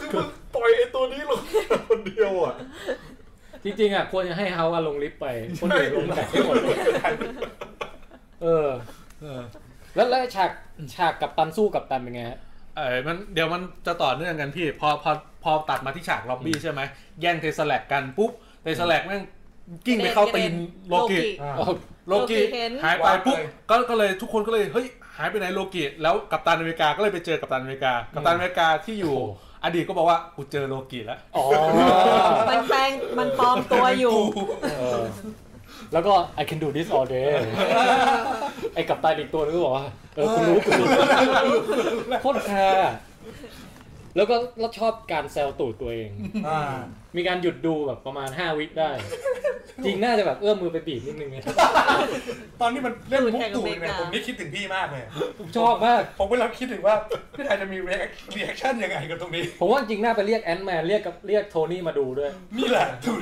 Speaker 11: คือมึงปล่อยไอ้ตัวนี้ลงมาคนเดียวอ่ะ
Speaker 1: จริงๆอ่ะควรจะให้เฮาอะลงลิฟต์ไป คนอื่นลงไหนให้หมดเออ
Speaker 3: เออ
Speaker 1: แล้วแล้วไอ้ฉากฉากกับตันสู้กับตันเป็นไงฮะ
Speaker 3: เอ้ยมันเดี๋ยวมันจะต่อเนื่องกันพี่ พอพอพอตัดมาที่ฉากล็อบบี้ใช่ไหมแย่งเทสแลกกันปุ๊บเทสแลกแม่งกิ้งไปเข้าตีนโลกิ
Speaker 2: อ่า
Speaker 1: อ๋อ
Speaker 3: โลกิ
Speaker 4: โลกิเห็น
Speaker 3: หายไปปุ๊บ
Speaker 2: วางเลย
Speaker 3: ก็ก็เลยทุกคนก็เลยเฮ้ยหายไปไหนโลกิแล้วกัปตันอเมริกาก็เลยไปเจอกัปตันอเมริกากัปตันอเมริกาที่อยู่ อดีตก็บอกว่ากูเจอโลกิแล้ว
Speaker 1: อ๋อ
Speaker 4: มันแปลงมันปลอมตัวอยู่
Speaker 1: เออแล้วก็ I can do this all day ไอ้กับตันอีกตัวนึงก็บอกว่า เออคุณรู้คุณรู้โคตรแคร์แล้วก็แล้วชอบการแซวตูดตัวเอง
Speaker 2: อ่า
Speaker 1: มีการหยุดดูแบบประมาณ 5 วิได้ จริงน่าจะแบบเอื้อมมือไปบีบนิดนึงนะ
Speaker 2: ตอนที่มันเล่นมุกตูด
Speaker 4: แข่งกับอเมริ
Speaker 2: เนี่ย
Speaker 4: กา
Speaker 2: ผมนี่คิดถึงพี่มากเลย
Speaker 1: ผมชอบมาก
Speaker 2: ผมก็รับคิดถึงว่าพี่ไทยจะมีเรีแอคชั่นยังไงกับตรงนี้
Speaker 1: ผมว่าจริงน่าไปเรียกแอนด์แมนเรียกกับเรียกโทนี่มาดูด้วย
Speaker 2: นี่แหละถูก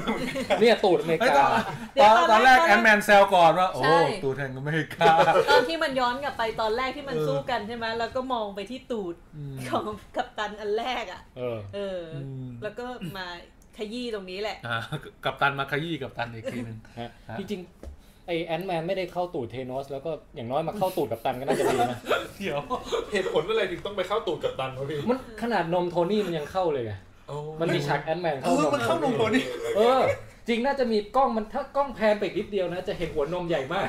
Speaker 1: เนี่ยตูดอเมริ
Speaker 3: เฮ้ย
Speaker 1: กา
Speaker 3: ตอน
Speaker 4: เดี๋ยว
Speaker 3: ตอน
Speaker 4: ต
Speaker 3: ต
Speaker 4: อ
Speaker 3: อน น
Speaker 4: แร
Speaker 3: แร
Speaker 4: ก
Speaker 3: กแอนแมนแซวก่อนว่า โอ้
Speaker 4: ใช่
Speaker 3: ตูแทงก็ไม่กล้า
Speaker 4: ตอนที่มันย้อนกลับไปตอนแรกที่มัน
Speaker 3: เออ
Speaker 4: สู้กันใช่ไหมแล้วก็มองไปที่ตูด
Speaker 3: อืม
Speaker 4: ของกัปตันอันแรกอ่ะ
Speaker 1: เออ
Speaker 4: เอออ
Speaker 3: ม
Speaker 4: แล้วก็มาขยี้ตรงนี้แหละ
Speaker 3: อ่ากับตันมาขยี้กับตันอีกทีหนึ่ง
Speaker 1: ฮะ
Speaker 3: ฮะ
Speaker 1: จริงๆไอแอนด์แมนไม่ได้เข้าตูดเทนอส แล้วก็อย่างน้อยมาเข้าตูดกับตันก็น่าจะดีนะ
Speaker 3: เดี๋ยว
Speaker 11: เหตุผลอะไรถึงต้องไปเข้าตูดกับตันวะพี่
Speaker 1: มันขนาดนมโทนี่มันยังเข้าเลยอะมันมีฉากแอนด์แมน
Speaker 2: เอ
Speaker 1: เข้า
Speaker 2: อน
Speaker 1: ม
Speaker 2: มันเข้าหนุ่มคนนี้
Speaker 1: เออ จริงน่าจะมีกล้องมันถ้ากล้องแพนไปอีกนิดเดียวนะ จะเห็นหัวนมใหญ่มาก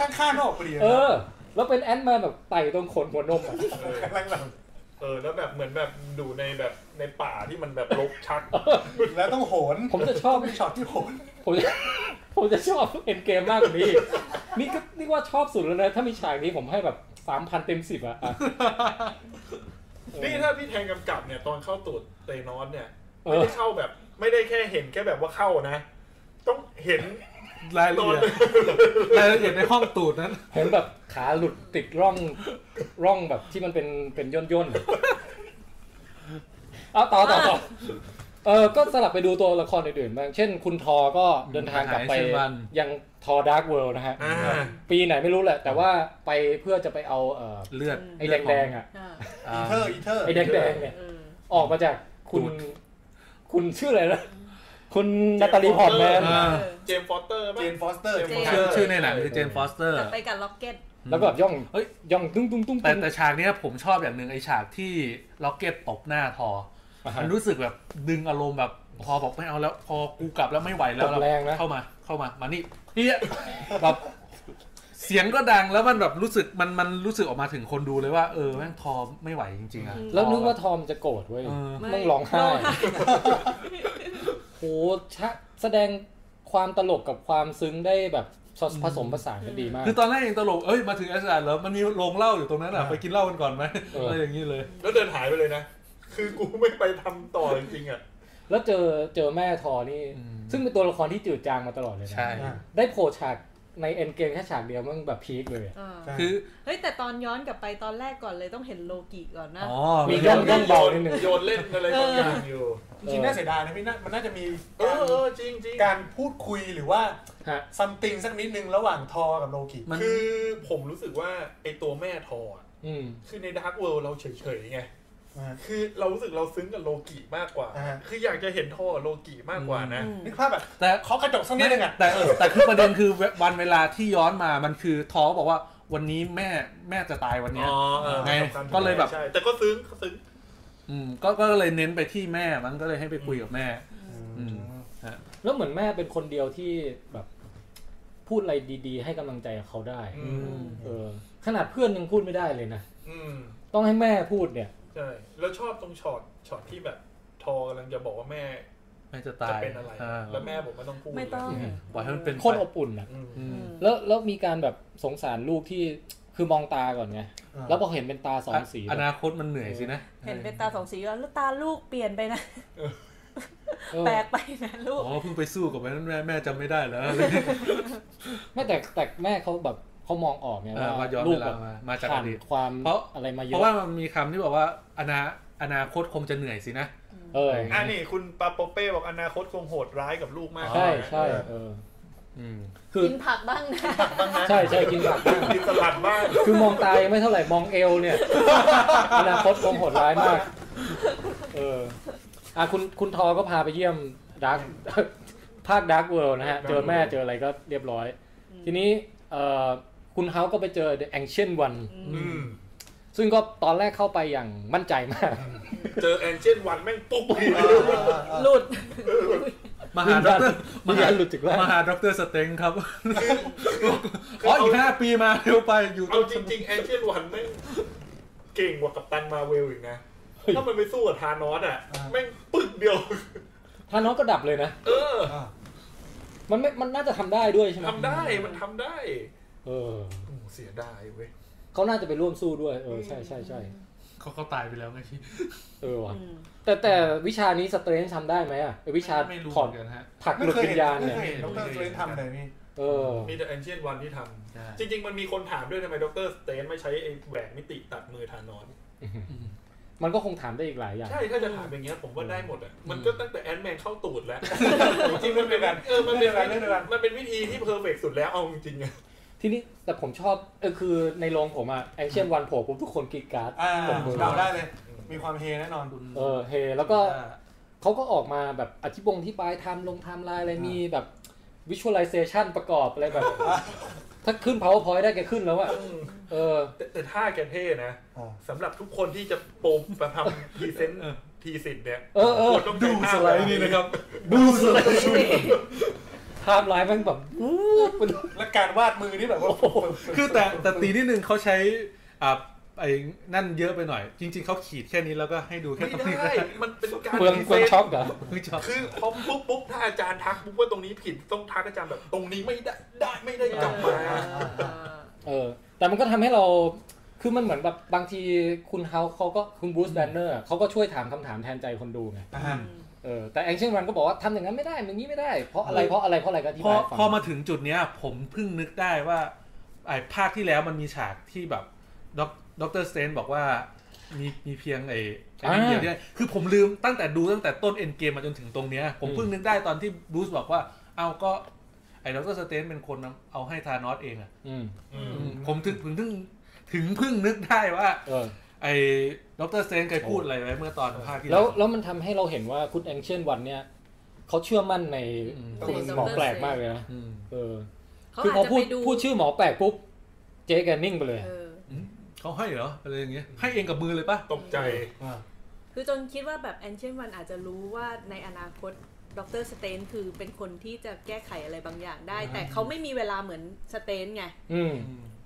Speaker 2: ข้างๆนอกพอดี
Speaker 1: เออ แล้วเป็นแอนด์แมนแบบไต่ตรงขนหัวนมอะ
Speaker 2: กำลังแบบ
Speaker 11: เออแล้วแบบเหมือนแบบดูในแบบในป่าที่มันแบบรกชัก
Speaker 2: แล้วต้องโหน
Speaker 1: ผมจะช
Speaker 2: ต้
Speaker 1: อ
Speaker 2: อบ งเป็นช็อตที่โหน
Speaker 1: ผมจะ ผมจะชอบเอ็นเกมมากกว่านี้อีกนี่ก็นี่ว่าชอบสุดแล้วนะ ถ้ามีฉากนี้ผมให้แบบสามพันเต็มสิบอะอะ
Speaker 11: นี่ถ้าพี่แทงกำกับเนี่ยตอนเข้าตูดเตนอสเนี่ย
Speaker 1: เออ
Speaker 11: ไม่ได้เข้าแบบ ไม่ได้แค่เห็นแค่แบบว่าเข้านะ ต้องเห็น
Speaker 3: รายละเอียดรายละเอียดในห้องตูดนั้น
Speaker 1: เห็นแบบขาหลุดติดร่อง ร่องแบบที่มันเป็นเป็นย่นย่นๆอะเอาต่อต่อต่อเออก็สลับไปดูตัวละครอื่นๆบ้างเช่น คุณทอก็เดินทางกลับไป
Speaker 3: หายเช่นวัน
Speaker 1: ยังทอดาร์กเวิลด์นะฮะ
Speaker 11: อ่า
Speaker 1: ปีไหนไม่รู้แหละ แต่ว่าไปเพื่อจะไปเอาเอ่อ
Speaker 3: เลือด
Speaker 1: ไอ้แดงๆอ่ะ
Speaker 4: อ่า
Speaker 3: อ่า
Speaker 2: เทอร์อีเทอร์
Speaker 1: ไอ้แดงๆเนี่ย
Speaker 4: เออ
Speaker 1: ออกมาจากคุณ
Speaker 3: ดูด
Speaker 1: คุณชื่ออะไรนะคุณนาตาลีพอร์ตแมน
Speaker 3: เออ
Speaker 11: เจมส์ฟอสเตอร์ป่ะ
Speaker 2: เจนฟอสเตอร์
Speaker 11: เจน
Speaker 3: ชื่อชื่อในหนังคือเจนฟอสเตอร์
Speaker 4: จะไปกับล็อกเก็ต
Speaker 1: แล้วก็แบบย่อง
Speaker 3: เฮ้ย
Speaker 1: ย่องตุ้งตุ้งตุ้ง
Speaker 3: แต่แต่ฉากเนี้ยผมชอบอย่างหนึ่งไอ้ฉากที่ล็อกเก็ตตบหน้าทออมันรู้สึกแบบดึงอารมณ์แบบพอบอกไม่เอาแล้วพอกูกลับแล้วไม่ไหวแล้
Speaker 1: ต
Speaker 3: ว
Speaker 1: บ
Speaker 3: เรา
Speaker 1: แรงนะ
Speaker 3: เข้ามาเข้ามามานี่เฮียแบบเสียงก็ดังแล้วมันแบบรู้สึกมันมันรู้สึกออกมาถึงคนดูเลยว่าเออแม่งทอไม่ไหวจริงๆอ่ะ
Speaker 4: อืม
Speaker 1: แล้วนึกว่าทอมจะโกรธเว้ย
Speaker 3: เออ
Speaker 4: ไม่
Speaker 1: ต้องร้องไห้
Speaker 4: ร้อง ไห้
Speaker 1: โหชะแสดงความตลกกับความซึ้งได้แบบผสมผสานกันดีมาก
Speaker 3: คือตอนแรกยังตลก เอ้ย มาถึงแอสซาแล้วมันมีโรงเหล้าอยู่ตรงนั้นอ่ะ
Speaker 2: อ่า
Speaker 3: ไปกินเหล้ากันก่อนไหม
Speaker 1: เอออ
Speaker 3: อะไรอย่างนี้เลย
Speaker 11: แล้วเดินหายไปเลยนะ คือกูไม่ไปทำต่อจริงๆอ่ะ
Speaker 1: แล้วเจอเจอแม่ทอนี่
Speaker 3: อืม
Speaker 1: ซึ่งเป็นตัวละครที่จืดจางมาตลอดเลยนะ
Speaker 3: ใช่
Speaker 2: อ่า
Speaker 1: ได้โผล่ฉากในเอ็นเกมแค่ฉากเดียวมันแบบพีคเลยอะ
Speaker 4: อ่า
Speaker 3: คือ
Speaker 4: เฮ้ย แต่ตอนย้อนกลับไปตอนแรกก่อนเลยต้องเห็นโลกิก่อนนะ
Speaker 3: อ๋อ
Speaker 1: มีย่องย่องเบานิดนึง
Speaker 11: โยนเล่นอะไรบางอย่างอยู่
Speaker 2: จริงๆน่าเสียดายนะพี่น่ามันน่าจะมี
Speaker 11: เออเออจริงจริง
Speaker 2: การพูดคุยหรือว่า
Speaker 1: ฮะ
Speaker 2: ซัมติงสักนิดนึงระหว่างทอกับโลกิ
Speaker 3: มัน
Speaker 11: คือผมรู้สึกว่าไอตัวแม่ทออะ
Speaker 1: อืม
Speaker 11: คือในดาร์กเวิลด์เราเฉยๆไง
Speaker 2: อ่า
Speaker 11: คือเรารู้สึกเราซึ้งกับโลกิมากกว่า
Speaker 2: อ่า
Speaker 11: คืออยากจะเห็นทอกับโลกิมากกว่านะ
Speaker 4: อืม
Speaker 2: นึกภาพแบบ
Speaker 3: แต่
Speaker 2: เขาะกระจกสักนิดนึงอ่ะ
Speaker 3: แต่เออแต่คือประเด็นคือ วันเวลาที่ย้อนมา มันคือทอบอกว่าวันนี้แม่แม่จะตายวันเนี้ย
Speaker 11: อ๋อเออ
Speaker 3: ไง
Speaker 11: สำคัญ
Speaker 3: ก็เลยแบบ
Speaker 11: ใช่แต่ก็ซึ้งก็ซึ้ง
Speaker 3: อืมก็ก็เลยเน้นไปที่แม่มันก็เลยให้ไปคุยกับแม่ อืม
Speaker 1: แล้วเหมือนแม่เป็นคนเดียวที่แบบพูดอะไรดีๆ ให้กำลังใจกับเขาได้
Speaker 11: อืม
Speaker 1: เออ ขนาดเพื่อนยังพูดไม่ได้เลยนะ
Speaker 11: อืม
Speaker 1: ต้องให้แม่พูดเนี่ย
Speaker 11: ใช่ แล้วชอบตรงช็อต ช็อตที่แบบทอกำลังจะบอกว่าแม่
Speaker 3: แม่จะ
Speaker 11: จะ
Speaker 3: ตาย
Speaker 11: เป็นอะไร
Speaker 3: า
Speaker 11: แล้วแม่บอกไม่ต้องพูด
Speaker 4: ไม่ต้อง
Speaker 11: ะไรย่าเย
Speaker 3: ปล่อยให้มันเป็น
Speaker 1: โคตรอบอุ่นอะ
Speaker 11: อืม
Speaker 3: อืม
Speaker 1: แล้วแล้วมีการแบบสงสารลูกที่คือมองตาก่อนไง
Speaker 2: อ่า
Speaker 1: แล้วพอเห็นเป็นตาสองสี
Speaker 3: อนาคตมันเหนื่อยสินะ
Speaker 4: เห็นเป็นตาสองสีแล้วแล้วตาลูกเปลี่ยนไปนะ
Speaker 1: เออ
Speaker 4: แปลกไปนะลูก
Speaker 3: อ๋อเพิ่งไปสู้กับแม่แม่แม่จำไม่ได้แล้ว
Speaker 1: ไม่แต่แต่แม่เขาแบบเขามองออกไง
Speaker 3: อ่าว่าย้อน
Speaker 1: ลูก
Speaker 3: เวลา
Speaker 1: แบบ
Speaker 3: มามาจาก
Speaker 1: ผ่า
Speaker 3: อน ดีต
Speaker 1: ความ
Speaker 3: เพราะ
Speaker 1: อะไรมาเย
Speaker 3: เพ
Speaker 1: อะ
Speaker 3: ราะว่ามันมีคำที่บอกว่าอนาอนาคตคงจะเหนื่อยสินะ
Speaker 1: เออ
Speaker 11: อ่านี่คุณปาโปเป้บอกอนาคตคงโหดร้ายกับลูกมาก
Speaker 1: ใช่ใช่เออ
Speaker 3: อืม
Speaker 1: คือ
Speaker 4: กินผักบ้างนะ
Speaker 1: ใช่ใช่กินผักบ้าง
Speaker 11: กินสลัดมาก
Speaker 1: คือมองตายังไม่เท่าไหร่มองเอว เนี่ยอนาคตคงโหดร้ายมาก เอออ่ะคุณคุณทอก็พาไปเยี่ยมดาร์ก ภาคดาร์กเวิลด์นะฮะ เจอแม่เจออะไรก็เรียบร้อย ทีนี้เอ่อคุณเฮาก็ไปเจอ The Ancient One
Speaker 11: อืม
Speaker 1: ซึ่งก็ตอนแรกเข้าไปอย่างมั่นใจมาก
Speaker 11: เจอแอนเจนวันแม่งปุ๊บ
Speaker 4: หลุด
Speaker 3: มหาดรมหา
Speaker 1: หลุดจากร่าง
Speaker 3: มหาดรสเต็ง ครับอ๋ออีกห้าปีมาเร็วไปอยู่
Speaker 11: เอาจริงๆแอนเจนวันแม่งเก่งกว่ากัปตันมาเวลอีกนะ ถ้ามันไปสู้กับธานอสอ่ะ
Speaker 2: อ่า
Speaker 11: แม่งปึ๊กเดียว
Speaker 1: ถ้าน้องก็ดับเลยนะ
Speaker 11: เออ
Speaker 1: มันไม่มันน่าจะทำได้ด้วยใช่ไหม
Speaker 11: ทำได้มันทำได้
Speaker 1: เออ
Speaker 11: อืมเสียดายเว้ย
Speaker 1: เขาน่าจะไปร่วมสู้ด้วย เออ ใช่ใช่ใช่
Speaker 3: เขาเขาตายไปแล้วไงพี่
Speaker 1: เออว่ะแต่แต่วิชานี้สเตรนจ์ทำได้ไหมอ่ะไอ้วิชา
Speaker 3: ไม่รู้
Speaker 1: ถอด
Speaker 3: เหมือนกันฮะ
Speaker 1: ผักห
Speaker 2: ไม่
Speaker 1: ลุด
Speaker 2: เคย
Speaker 1: วิญ
Speaker 2: เห็น
Speaker 1: ญาณเนี่
Speaker 2: ไม่
Speaker 1: ย
Speaker 2: เคยเห็นดรสเลนทำเลยนี่
Speaker 1: เออ
Speaker 11: มีแต่แอนเชียนวันที่ท
Speaker 3: ใช่
Speaker 11: ำ จริง ๆ มันมีคนถามด้วยทำไมดรสเตนไม่ใช้ไอ้แหวนมิติตัดมือธานอส
Speaker 1: มันก็คงถามได้อีกหลายอย่าง
Speaker 11: ใช่ ถ้าจะถามอย่างเงี้ยผมว่าได้หมดอ่ะ มันก็ตั้งแต่แอนแมนเข้าตูดแล้ว จริงๆมันเป็นแบบเออ มันเป็นอะไรมันเป็นวิธีที่เพอร์เฟกสุดแล้วเอาจริงๆอะ
Speaker 1: ทีนี้แต่ผมชอบเออคือในโรงผมอ่ะแอ c เชียนวันโผล่ปุ๊บทุกคนกรีดกราร์ด
Speaker 2: อ่า
Speaker 1: ผมมือ
Speaker 2: เดาได้เลย มีความเฮแน่นอน
Speaker 1: เออเฮแล้วก็ เขาก็ออกมาแบบอธิบงที่ปลายไทำลงไทำลายอะไรมีแบบวิชวลไลเซชันประกอบอะไรแบบ ถ้าขึ้น powerpoint ได้แกขึ้นแล้วอะเออ
Speaker 11: แต่แต่ท่าแกเท่นะ
Speaker 2: อ่า
Speaker 11: สำหรับทุก คนที่จะโปมมาทำพรีเซนต์ทีสิทธิ์เนี่ย
Speaker 1: เออเออ
Speaker 11: คนต้องดูสไลด์นี่นะครับ
Speaker 1: ดูสุดไทำลายแม่งแบบวู๊ดไปเลย
Speaker 2: และการวาดมือนี่แบบว่า
Speaker 3: คือแต่แต่ตีนิดนึงเขาใช้อ่าไอ้นั่นเยอะไปหน่อย จริง ๆเขาขีดแค่นี้แล้วก็ให้ดูแค่
Speaker 11: ไม่
Speaker 3: ตรงนี้
Speaker 11: ได้ มันเป็นการ
Speaker 1: เปลือง
Speaker 11: พรี
Speaker 1: เป
Speaker 11: ซ
Speaker 1: ลือง
Speaker 11: น
Speaker 1: ช็อก
Speaker 11: ต์
Speaker 1: เหรอ
Speaker 3: คือชอบ
Speaker 11: คือพอปุ๊บปุ๊บถ้าอาจารย์ทักปุ๊บว่าตรงนี้ผิดต้องทักอาจารย์แบบตรงนี้ไม่ได้ได้ไม่ได้กลับมา
Speaker 1: เออ แต่มันก็ทำให้เราคือมันเหมือนแบบบางทีคุณเฮาเขาก็คุณบูสแบนเนอร์เขาก็ช่วยถามคำถามแทนใจคนดูไง
Speaker 2: อ่า
Speaker 1: เออแต่แองเชียนวันก็บอกว่าทำอย่างนั้นไม่ได้อย่างนี้ไม่ได้ เพราะอะไรเพราะอะไรเพราะอะไรก็อ
Speaker 3: พอบ
Speaker 1: ธิายให้ฟัง
Speaker 3: พอมาถึงจุดเนี้ย ผมเพิ่งนึกได้ว่าไอ้ภาคที่แล้วมันมีฉากที่แบบด็อกด็อกเตอร์สเตนบอกว่ามีมีเพียงไอ้ไอ้นั่น
Speaker 1: อ่า
Speaker 3: เดียวเนี่ยคือผมลืมตั้งแต่ดูตั้งแต่ต้นเอ็นเกมมาจนถึงตรงเนี้ย ผมเพิ่งนึกได้ตอนที่บรูซบอกว่า เอาก็ไอ้ด็อกเตอร์สเตนเป็นคนเอาให้ธานอสเองอะ
Speaker 1: อืม
Speaker 11: อืม
Speaker 3: ผมถึงถึงถึงถึงเพิ่งนึกได้ว่า
Speaker 1: เออ
Speaker 3: ไอ้ดรเซนเคยพูดอะไรไว้เมื่อตอนภาคที่
Speaker 1: แล้วแล้วมันทำให้เราเห็นว่าคุณแองเชียนวันเนี่ยเขาเชื่อมั่นใน
Speaker 3: อืม
Speaker 1: คุณหมอแปลกมากเลยนะ
Speaker 3: อืม
Speaker 1: เออ
Speaker 14: เขา
Speaker 1: คือ
Speaker 14: อาจจะ
Speaker 1: พอพู
Speaker 14: ไป
Speaker 1: ด
Speaker 14: ดู
Speaker 1: พูดชื่อหมอแปลกปุ๊บเจ๊แกนิ่งไปเลย
Speaker 14: เออ
Speaker 3: เขาให้เหรออะไรอย่างเงี้ยให้เองกับมือเลยปะ
Speaker 11: ตกใจ
Speaker 14: คือจนคิดว่าแบบแอนเชนวันอาจจะรู้ว่าในอนาคตดรสเตนคือเป็นคนที่จะแก้ไขอะไรบางอย่างได้ แต่เขาไม่มีเวลาเหมือนสเตนไง
Speaker 1: อืม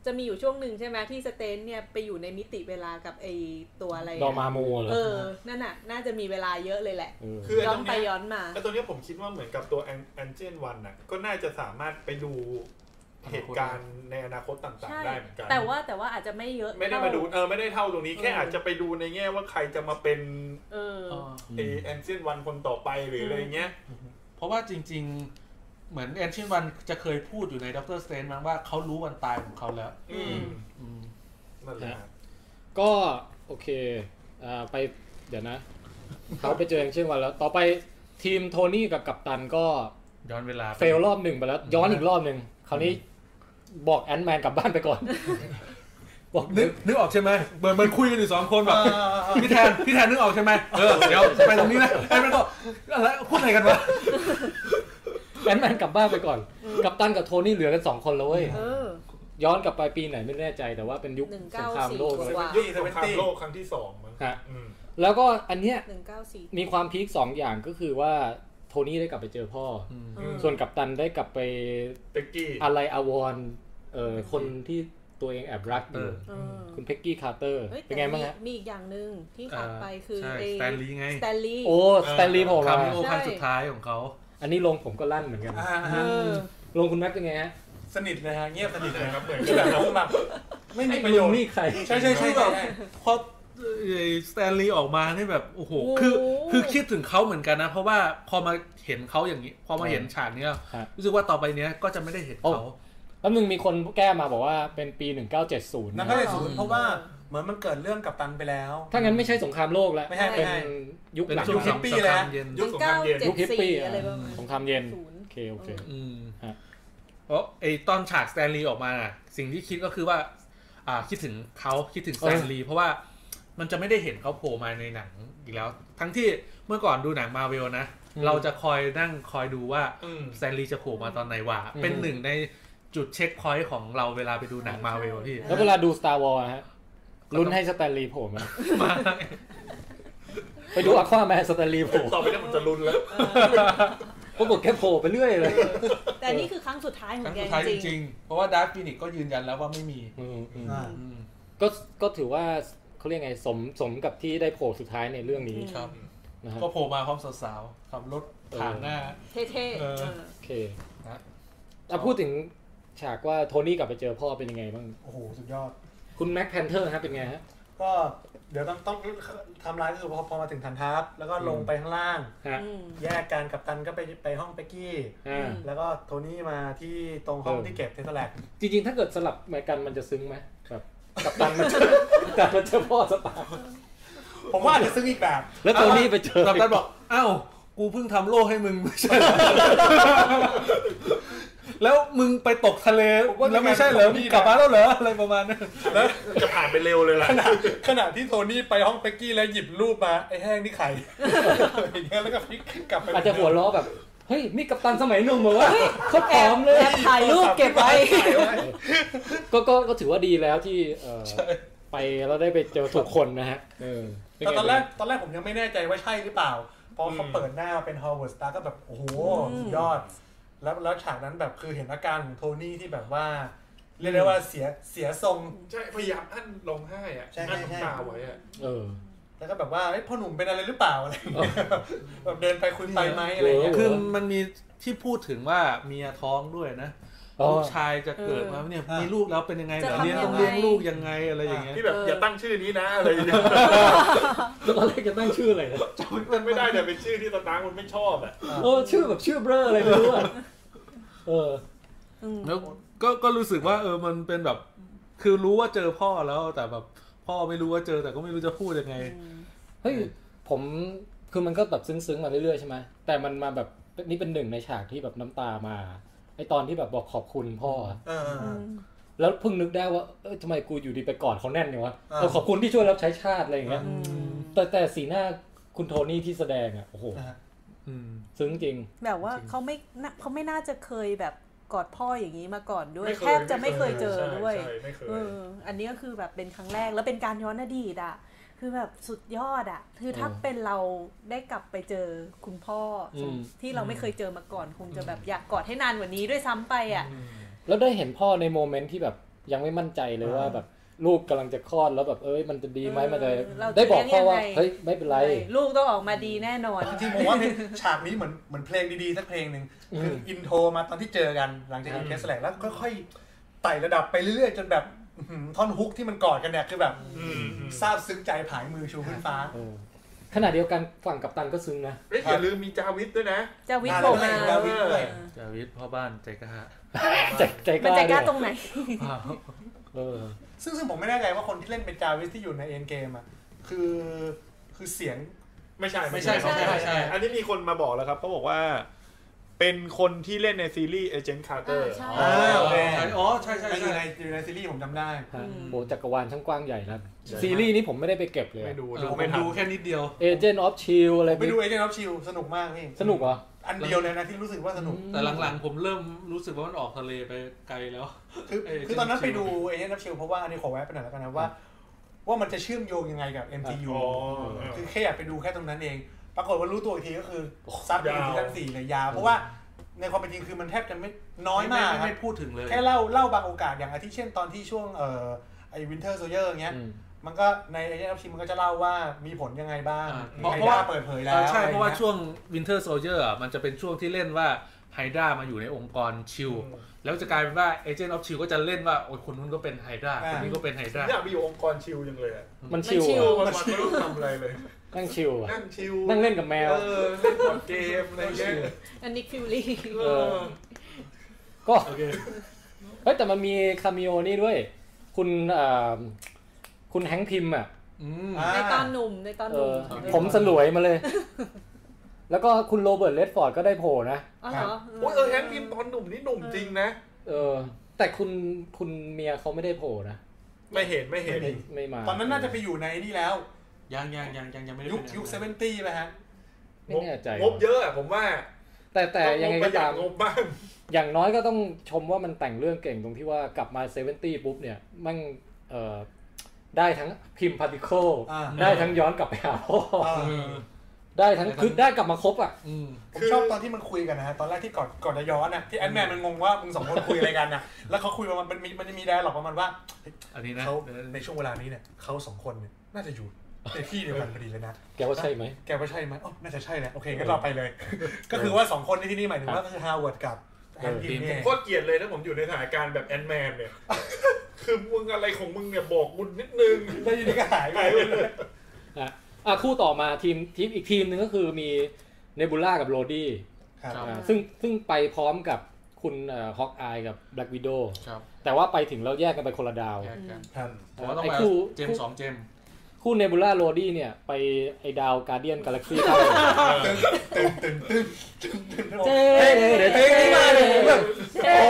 Speaker 14: จะมีอยู่ช่วงหนึ่งใช่ไหมที่สเตนเนี่ยไปอยู่ในมิติเวลากับไอตัวอะไรอะ
Speaker 1: ดอมาโมเลย
Speaker 14: เออ นั่นน่ะ น่าจะมีเวลาเยอะเลยแหละ
Speaker 1: เออ
Speaker 11: คือ
Speaker 14: ย้
Speaker 11: ไอ้
Speaker 14: อน
Speaker 11: ตรง
Speaker 14: ไป
Speaker 11: เนี้ย
Speaker 14: ย้อนมา
Speaker 11: ไอ้ตรงเนี้ยผมคิดว่าเหมือนกับตัวแอนเจนวันน่ะ ก็น่าจะสามารถไปดูเหตุการณ์ในอนาคตต่าง
Speaker 14: ใช่
Speaker 11: ๆได้เหมือนกัน
Speaker 14: แต่ว่าแต่ว่าอาจจะไม่เยอะ
Speaker 11: ไม่ได้มาดู เออ ไม่ได้เท่าตรงนี้ แค่อาจจะไปดูในแง่ว่าใครจะมาเป็น
Speaker 14: เออ
Speaker 11: ไอแอนเจนวันคนต่อไปหรืออะไรเงี้ย
Speaker 3: เพราะว่าจริง ๆ เหมือนแอนชินวันจะเคยพูดอยู่ในดรสเตนมั้งว่าเขารู้วันตายของเขาแล้ว
Speaker 11: อืม
Speaker 3: อืม
Speaker 11: นั่นแหละ
Speaker 1: ก็โอเคอ่าไปเดี๋ยวนะ เขาไปเจอแองเชียนวันแล้ว ต่อไปทีมโทนี่กับกัปตันก็
Speaker 3: ย้อนเวลาไป
Speaker 1: เฟลรอบหนึ่งไปแล้ว ย้อนอีกรอบหนึ่งคราวนี้บอกแอนด์แมนกลับบ้านไปก่อน บอก
Speaker 3: นึ
Speaker 1: นึ
Speaker 3: ก
Speaker 1: ก
Speaker 3: นึกออกใช่ไหมเหมือนเหมันคุยกันอยู่สองคนแบบพี่แทนพี่แทนนึกออกใช่ไหมเออเดี๋ยวไปตรงนี้นะไอ้เป็นก็อะไรพูดอะไรกันวะ
Speaker 1: แอนด์แมนกลับบ้านไปก่อน กัปตันกับโทนี่เหลือกันสองคนแล้วเว้ย
Speaker 14: เออ
Speaker 1: ย้อนกลับไปปีไหนไม่แน่ใจแต่ว่าเป็นยุคสงครามโลกแล้ว
Speaker 14: ว่า
Speaker 11: ยุคสงครามโลกครั้งที่สองมั้ง
Speaker 1: ฮะ
Speaker 11: อืม
Speaker 1: แล้วก็อันเนี้ย
Speaker 14: หนึ่งเก้าสี่
Speaker 1: มีความพีคสองอย่างก็คือว่าโทนี่ได้กลับไปเจอพ่ออส่วนกัปตันได้กลับไป
Speaker 11: เต็กกี้
Speaker 1: อะไรอาวรณ์เอ่อคนที่ตัวเองแอบรักอยู่
Speaker 14: เออ
Speaker 1: คุณเพ็กกี้คาร์เตอร์
Speaker 14: ฮ้ย
Speaker 1: เป็นไงบ้าง
Speaker 14: แต่
Speaker 1: ฮะ
Speaker 14: มีอีกอย่างหนึ่งที่ขาดไปคือ
Speaker 3: ใช่
Speaker 14: ไอ้
Speaker 3: สแตนลีย์ไง
Speaker 14: สแตนลีย์
Speaker 1: โอ้สแตนลีย์ผมมา
Speaker 3: คำโอครั้งสุดท้ายของเขา
Speaker 1: อันนี้ลงผมก็ลั่นเหมือนกัน
Speaker 14: เออ
Speaker 1: ลงคุณแม็กซ์เป็นไงฮะ
Speaker 2: สนิทเลยฮะเงียบสนิทเลย
Speaker 11: ครับเหมือน
Speaker 2: คือแบบเราแบบไม่มีประโยชน์
Speaker 1: นี่ใคร
Speaker 2: ใช่ใช่ใช่ใช่ใช่
Speaker 3: พอเอ่อสแตนลีย์ออกมานี่แบบโอ้โห
Speaker 14: โอ้
Speaker 3: คือคือคิดถึงเขาเหมือนกันนะ เพราะว่าพอมาเห็นเขาอย่างนี้ พอมาเห็นฉากเนี้ย
Speaker 1: ครับ
Speaker 3: รู้สึกว่าต่อไปเนี้ยก็จะไม่ได้เห็นเขา
Speaker 1: แล้วหนึ่งมีคนแก้มาบอกว่าเป็นปี 1970
Speaker 2: นั่น
Speaker 1: นะ
Speaker 2: ก็เลยศูนย์เพราะว่าเหมือนมันเกิดเรื่องกับตันไปแล้ว
Speaker 1: ถ้างั้นไม่ใช่สงครามโลกแล้ว
Speaker 2: ไม่ใช่ไม่
Speaker 1: เป็น
Speaker 2: ใช่
Speaker 1: ยุค
Speaker 3: เป็น
Speaker 1: หลัง
Speaker 3: ช่วง
Speaker 2: ฮิ
Speaker 3: ส
Speaker 2: ป
Speaker 3: ง
Speaker 2: ปี้
Speaker 3: ค
Speaker 2: แล้ว
Speaker 3: รามเย็น
Speaker 11: ยุคสงครามเย็น
Speaker 14: 1974
Speaker 1: ยุคฮิปปี้
Speaker 14: อะไรประมาณ
Speaker 1: สงครามเย็น
Speaker 14: ศูนย์
Speaker 1: โอเค โอเค
Speaker 3: อืม
Speaker 1: ฮะ
Speaker 3: เพราะไอตอนฉากสแตนลีย์ออกมาน่ะสิ่งที่คิดก็คือว่า อ่าคิดถึงเขาคิดถึงสแตนลีย์เพราะว่ามันจะไม่ได้เห็นเขาโผล่มาในหนังอีกแล้ว ทั้งที่เมื่อก่อนดูหนังมาเวลนะ
Speaker 1: อืม
Speaker 3: เราจะคอยนั่งคอยดูว่า
Speaker 11: อืม
Speaker 3: แซนลีจะโผล่มาตอนไหนวะ
Speaker 1: อืม
Speaker 3: เป็นหนึ่งในจุดเช็คพอยต์ของเราเวลาไปดูหนังมาเวลพี่
Speaker 14: ใช่
Speaker 1: แล้วเวลาดู Star Wars อะฮะลุ้นให้สแตนลีย์โผล่มาไปดูอควาแมนสแตนลีย์โผล่
Speaker 11: ต่อไปเนี้ผมจะรุนแล้ว
Speaker 1: ปรากฏแค่โผล่ไปเรื่อยเลย
Speaker 14: แต่นี่คือครั้งสุดท้ายข
Speaker 3: ค
Speaker 14: อ
Speaker 3: รั้
Speaker 14: ง
Speaker 3: ง
Speaker 14: แก
Speaker 3: สุดท้าย
Speaker 14: จ
Speaker 3: จ
Speaker 14: ริ
Speaker 3: ริ
Speaker 14: ง
Speaker 3: งๆ เพราะว่าดาร์ h ฟินิกก็ยืนยันแล้วว่าไม่มี
Speaker 1: อืมอืม
Speaker 2: อ่า
Speaker 3: อืม
Speaker 1: ก็ก็ถือว่าเขาเรียกไงสมสมกับที่ได้โผล่สุดท้ายในเรื่องนี้
Speaker 3: ครับ
Speaker 1: นะฮะ
Speaker 3: ก็โผล่มาพร้อมสาวๆขับรถผ่านหน้า
Speaker 14: เท่ๆ
Speaker 3: เอ
Speaker 14: เอ
Speaker 3: อ
Speaker 14: อ
Speaker 1: โอเค
Speaker 3: นะ
Speaker 1: ถ้าพูดถึงฉากว่าโทนี่กลับไปเจอพ่อเป็นยังไงบ้าง
Speaker 2: โอ้โห สุดยอด
Speaker 1: คุณแม็กแพนเทอร์ฮะเป็นไงฮะ
Speaker 2: ก็เดี๋ยวต้องต้องทำร้ายก็คือพอพอมาถึงฐานทัพแล้วก็ลงไปข้างล่าง
Speaker 1: ฮะ
Speaker 14: อืม
Speaker 2: แยกกันกับตันก็ไปไปห้องเปกกี้
Speaker 1: อ่า
Speaker 2: แล้วก็โทนี่มาที่ตรงห้อง
Speaker 1: เออ
Speaker 2: ที่เก็บเทสแลก
Speaker 1: จริงๆ ถ้าเกิดสลับเหมือนกันมันจะซึ้งไหมแบบกับตันมาเจอ กับตันมาเจอพ่อสตาร์
Speaker 2: ผมว่าอาจจะซึ้งอีกแบบ
Speaker 1: แล้วโทนี่ไปเจอ
Speaker 3: กัปตันบอก อ้าว กูเพิ่งทำโล่ให้มึง ไม่ใช่เหรอแล้วมึงไปตกทะเล
Speaker 2: ผมว่า
Speaker 3: แล้วไม่ใช่เหรอมึงกลับมาแล้วเหรอ อะไรประมาณนั้น
Speaker 11: แล้วจะผ่านไปเร็วเลยล่ะ
Speaker 2: ขณะขณะที่โทนี่ไปห้องเปกกี้แล้วหยิบรูปมา ไอ้แห้งนี่ไข่อย่างเงี้ยแล้วก็พลิกกลับไป
Speaker 1: อาจจะหัวล้อแบบ เฮ้ยนี่กับตันสมัยหนุ่มเหรอวะเขาปลอมเลย
Speaker 14: แอบถ่ายรูปเก็บไว้
Speaker 1: ก็ก็ก็ถือว่าดีแล้วที่เอ่อไปแล้วได้ไปเจอถูกคนนะฮะเออเป็น
Speaker 2: แต่
Speaker 1: ไง
Speaker 2: ตอนแรกตอนแรกผมยังไม่แน่ใจว่าใช่หรือเปล่า พอเขาเปิดหน้ามาเป็นฮาวเวิร์ดสตาร์ก็แบบโอ้โหสุดยอด แล้วแล้วฉากนั้นแบบคือเห็นอาการของโทนี่ที่แบบว่า เรียกได้ว่าเสียเสียทรง
Speaker 11: ใช่ พยายามอั้นร้องไห้อะ
Speaker 2: ใช่ใช่
Speaker 11: อั้น
Speaker 2: ใช่
Speaker 11: น้ำตาไว้อะ
Speaker 1: เออ
Speaker 2: แล้วก็แบบว่าเอ้ยพ่อหนุ่มเป็นอะไรหรือเปล่าอะไรอย่างเงี้ยแบบเดินไปคุยไปไหมอะไรอย่างเงี้ย
Speaker 1: โโห
Speaker 3: คือมันมีที่พูดถึงว่าเมียท้องด้วยนะ
Speaker 1: อ๋อ
Speaker 3: ลูกชายจะเกิดมาเนี่ยมีลูกแล้วเป็นยังไงเหรอ
Speaker 14: จะทำ
Speaker 3: เลี้ยงต้อง
Speaker 14: ยังไง
Speaker 3: เลี้ยงลูกยังไงอะไรอย่างเงี้ย
Speaker 11: ที่แบบ
Speaker 14: เอออ
Speaker 11: อย่าตั้งชื่อนี้นะอะไรอย่างเงี้ย
Speaker 1: แล้วตอนแรกจะตั้งชื่ออะไรนะ
Speaker 11: มันไม่ได้แต่เป็นชื่อที่ตอนนั้นคุณไม่ชอบอ่ะ
Speaker 1: เออชื่อแบบชื่อเบ้ออะไรไม่รู้อ่ะเออ
Speaker 4: อืม
Speaker 3: แล้วก็ก็รู้สึกว่าเออมันเป็นแบบ คือรู้ว่าเจอพ่อแล้วแต่แบบพ่อไม่รู้ว่าเจอแต่ก็ไม่รู้จะพูดยังไง
Speaker 1: เฮ้ยผมคือมันก็แบบซึ้งๆมาเรื่อยๆใช่ไหมแต่มันมาแบบนี่เป็นหนึ่งในฉากที่แบบน้ำตามาไอตอนที่แบบบอกขอบคุณพ่ออะ
Speaker 2: เออ
Speaker 4: อืม
Speaker 1: แล้วเพิ่งนึกได้ว่าเออทำไมกูอยู่ดีไปกอดเขาแน่นเนี่ยวะ
Speaker 2: อ่า
Speaker 1: เออขอบคุณที่ช่วยรับใช้ชาติอะไรอย่างเงี้ย
Speaker 4: อืม
Speaker 1: แต่แต่สีหน้าคุณโทนี่ที่แสดงอ่ะโอ้โห
Speaker 2: นะฮะ
Speaker 3: อืม
Speaker 1: ซึ้งจริง
Speaker 4: แบบว่าเขาไม่น่าเขาไม่น่าจะเคยแบบกอดพ่ออย่างนี้มาก่อนด้วย
Speaker 11: ไม่เคย
Speaker 4: แทบจะไม่เคยเจอ
Speaker 11: ใช่
Speaker 4: ด้วย
Speaker 11: ใช่ไม่เคย
Speaker 4: เอออันนี้ก็คือแบบเป็นครั้งแรกแล้วเป็นการย้อนอดีตอ่ะ คือแบบสุดยอดอ่ะ คือถ้า
Speaker 1: เออ
Speaker 4: เป็นเราได้กลับไปเจอคุณพ่ออ
Speaker 1: ม
Speaker 4: ที่เราไม่เคยเจอมาก่อน คงจะแบบอยากกอดให้นานกว่านี้ด้วยซ้ำไปอ่ะ
Speaker 1: แล้วได้เห็นพ่อในโมเมนต์ที่แบบยังไม่มั่นใจเลยว่าแบบลูกกำลังจะคลอดแล้วแบบเอ้ยมันจะดีไหม
Speaker 4: เออ
Speaker 1: มันจะ
Speaker 4: เราจะ
Speaker 1: ได้บอกพ่อว่า
Speaker 4: เลี้ยงยังไง
Speaker 1: เฮ้ยไม่เป็นไร
Speaker 4: ลูกต้องออกมาดีแน่นอน
Speaker 2: จริงๆผมว่า เป็นฉากนี้เหมือนเหมือนเพลงดีๆสักเพลงหนึ่งคือออินโทรมาตอนที่เจอกันหลังจากอินเคสแลกแล้วค่อยๆไต่ระดับไปเรื่อยๆ จนแบบอื้อหือท่อนฮุกที่มันกอดกันเนี่ยคือแบบ
Speaker 11: อืมอืม
Speaker 2: ซาบซึ้งใจผายมือชูขึ้นฟ้า
Speaker 1: เออขณะเดียวกันฝั่งกัปตันก็ซึ้งนะ
Speaker 11: เอ้ยอย่าลืมมีจาวิทด้วยนะ
Speaker 4: จะวิทย์
Speaker 2: น่ารั
Speaker 4: โผล่มาก
Speaker 2: ดาวิดด้วย
Speaker 3: จาวิทพ่อบ้านใจกล้า
Speaker 1: ใจใจก
Speaker 4: มัน
Speaker 1: ล้า
Speaker 4: จะก
Speaker 1: ด้
Speaker 4: ล้า
Speaker 1: วย
Speaker 4: ตรงไหน
Speaker 1: เออ
Speaker 2: ซึ่งซึ่งผมไม่แน่ใจว่าคนที่เล่นเป็นจาวิสที่อยู่ในเอ็นเกมอ่ะคือคือเสียง
Speaker 11: ไม่ใช่
Speaker 3: ไม่ใช่ไม่ใช่ไม่ใช่
Speaker 11: อันนี้มีคนมาบอกแล้วครับเขาบอกว่า เป็นคนที่เล่นในซีรีส์เอเจนต์คาร์เตอร์
Speaker 14: อ่าใช่
Speaker 3: อ๋อ
Speaker 2: โอเค
Speaker 3: อ๋อใช่ใช่
Speaker 2: อยู่ในอ
Speaker 3: ใช่
Speaker 2: ยู่ในซีรีส์ผมจำได้
Speaker 1: ฮะ
Speaker 4: อืม
Speaker 1: โหจักรวาลช่างกว้างใหญ่นะซีรีส์นี้ผมไม่ได้ไปเก็บเลย
Speaker 11: ไม่ดู
Speaker 3: เอ
Speaker 11: ดู
Speaker 3: อผม
Speaker 11: ไม่ทัน
Speaker 3: ดูแค่นิดเดียว
Speaker 1: Agent of Shield อะไร
Speaker 2: ไป
Speaker 1: นี่
Speaker 2: ดูเอเจนต์ออฟชิลสนุกมากพี่
Speaker 1: สนุกเหรอ
Speaker 2: อันเดียวเลยนะที่รู้สึกว่าสนุก
Speaker 3: แต่หลังๆ ผมเริ่มรู้สึกว่ามันออกทะเลไปไกลแล้ว
Speaker 2: คือ
Speaker 3: เออ
Speaker 2: คือตอนนั้นไป
Speaker 3: ชิลๆ
Speaker 2: ดูเอเจนต์ออฟชิลเพราะว่าอันนี้ขอแวะไปหน่อยแล้วกันนะว่า ว่ามันจะเชื่อมโยงยังไงกับ MCU
Speaker 11: อ๋อ
Speaker 2: คือแค่อยากไปดูแค่ตรงนั้นเอง ปรากฏว่ารู้ตัวอีกทีก็คือซับไป
Speaker 11: ยาว
Speaker 2: ถึงทั้งสี่เลยยาวเพราะว่าในความเป็นจริงคือมันแทบจะไม่น้อยมากครับ
Speaker 3: ไไไม่พูดถึงเลย
Speaker 2: แค่เล่าเล่าบางโอกาสอย่างอาทิเช่นตอนที่ช่วงเอ่อไอวินเทอร์โซเยอร์เงี้ย
Speaker 1: อืม
Speaker 2: มันก็ในเอเจนต์ออฟชิลมันก็จะเล่าว่ามีผลยังไงบ้าง
Speaker 3: อ่า
Speaker 2: มี
Speaker 3: เพราะ
Speaker 2: ไอด้า
Speaker 3: เพราะว่า
Speaker 2: เปิดเผยแล้
Speaker 3: เอ
Speaker 2: ว
Speaker 3: อใช่เพราะว่า
Speaker 2: อไอย่งงี้ย
Speaker 3: ช่วง Winter Soldier อ่ะมันจะเป็นช่วงที่เล่นว่าไฮด้ามาอยู่ในองค์กรชิลแล้วจะกลายเป็นว่า Agent of Shield ก็จะเล่นว่าโอ้ยคนนู้นก็เป็นไฮด้า
Speaker 2: อ่า
Speaker 3: คนนี้ก็เป็นไฮด้า
Speaker 11: อยากไปอยู่องค์กรชิลจังเลยอะ
Speaker 1: มันชิล
Speaker 14: มันชิล
Speaker 1: อะ
Speaker 11: วันๆไม่รู้ทำอะไรเลย
Speaker 1: นั่งชิลอะ
Speaker 11: นั่งชิล
Speaker 1: นั่งเล่นกับแมว
Speaker 11: เออเล่นบอร์ดเกมอะไรเงี้ย
Speaker 14: อันนี้ฟิวลี่
Speaker 11: เออ
Speaker 1: ก็เฮ้ยแต่มันมีคาเมโอนี่ด้วย คุณเอ่อคุณแฮงค์พิมพ์อ่ะ
Speaker 3: อืม
Speaker 2: อ่า
Speaker 14: ในตอนหนุ่มในตอน
Speaker 1: เอ
Speaker 14: หนุ่ม
Speaker 1: อ
Speaker 14: เออ
Speaker 1: ผมสลวยมาเลย แล้วก็คุณโรเบิร์ตเลดฟอร์ดก็ได้โผล่นะ
Speaker 14: อ๋อเหรอ
Speaker 11: โอ้ยเออแฮมพิมตอนหนุ่มนี่หนุ่มจริงนะ
Speaker 1: เออ แต่คุณคุณเมียเขาไม่ได้โผล่นะ
Speaker 11: ไม่เห็นไม่เห็น
Speaker 2: ไม่เห็น
Speaker 1: ไม่มา
Speaker 2: ตอนนั้นน่าจะไปอยู่ในนี่แล้ว
Speaker 3: ยังยังยังยังยังไม่ได้
Speaker 2: ยุคยุคเซเวนตี้ไปฮะ
Speaker 1: ไม่แน่ใจ
Speaker 11: งบเยอะอะผมว่า
Speaker 1: แต่แต่ยังไงก็ตาม
Speaker 11: งบบ้าง
Speaker 1: อย่างน้อยก็ต้องชมว่ามันแต่งเรื่องเก่งตรงที่ว่ากลับมาเซเวนตี้ปุ๊บเนี่ยมันเอ่อได้ทั้งพิมพ์พาร์ติเคิล
Speaker 2: อ่า
Speaker 1: ได้ทั้งย้อนกลับไปหาพ่อ
Speaker 2: เออ
Speaker 3: เออ
Speaker 1: ได้ทั้งคือได้กลับมาครบอ่ะ
Speaker 3: อืม
Speaker 2: ผมชอบตอนที่มันคุยกันนะฮะ ตอนแรกที่ก่อนก่อนจะย้อนน่ะที่แอนแมนมันงงว่ามึงสองคนคุยอะไรกันนะแล้วเขาคุยประมาณมันมีมันจะมีไดร์หลอกประมาณว่า
Speaker 3: อันนี้นะ
Speaker 2: เขาในช่วงเวลานี้เนี่ยเขาสองคนเนี่ยน่าจะอยู่ในที่เดียวกันพอดีเลยนะ
Speaker 1: แกว่าใช่ไหม
Speaker 2: แกว่าใช่ไหมอ๋อน่าจะใช่แหละโอเคงั้นเราไปเลย ก็คือว่าสองคนในที่นี่หมายถึงว่าก็คือฮาวเวิร์ดกับแอนกินเนี่ย
Speaker 11: โคตรเกลียดเลยถ้าผมอยู่ในสถานการณ์แบบแอนแมนเนี่ย คือมึงอะไรของมึงเนี่ยบอกบุญนิดนึง
Speaker 2: แล้วอยินดีก็หายไป
Speaker 11: หายไปเลย
Speaker 1: อ่ะอ่ะคู่ต่อมาทีมทีมอีกทีมหนึ่งก็คือมีเนบูล่ากับโรดี้
Speaker 2: ครับ
Speaker 3: ครับ
Speaker 1: อ่าซึ่งซึ่งไปพร้อมกับคุณฮอกอายกับแบล็กวิด o w
Speaker 3: ครับ
Speaker 1: แต่ว่าไปถึงแล้วแยกกันไปคนละดาว
Speaker 3: แยกกัน
Speaker 2: ครับ
Speaker 3: ผมว่าต้อง
Speaker 1: ไอ้
Speaker 3: ไป
Speaker 1: คู่
Speaker 3: เจมส์สองเจมส์
Speaker 1: คู่เนบูล่าโรดี้เนี่ย ไปไอดาวการเดียนกาแล็กซี่ครับ
Speaker 2: ตื่นตื่นตื่นตื่นตื่น
Speaker 1: เจ
Speaker 2: เฮ้ยเพลงนี้มาเลยผมแบบโอ้โห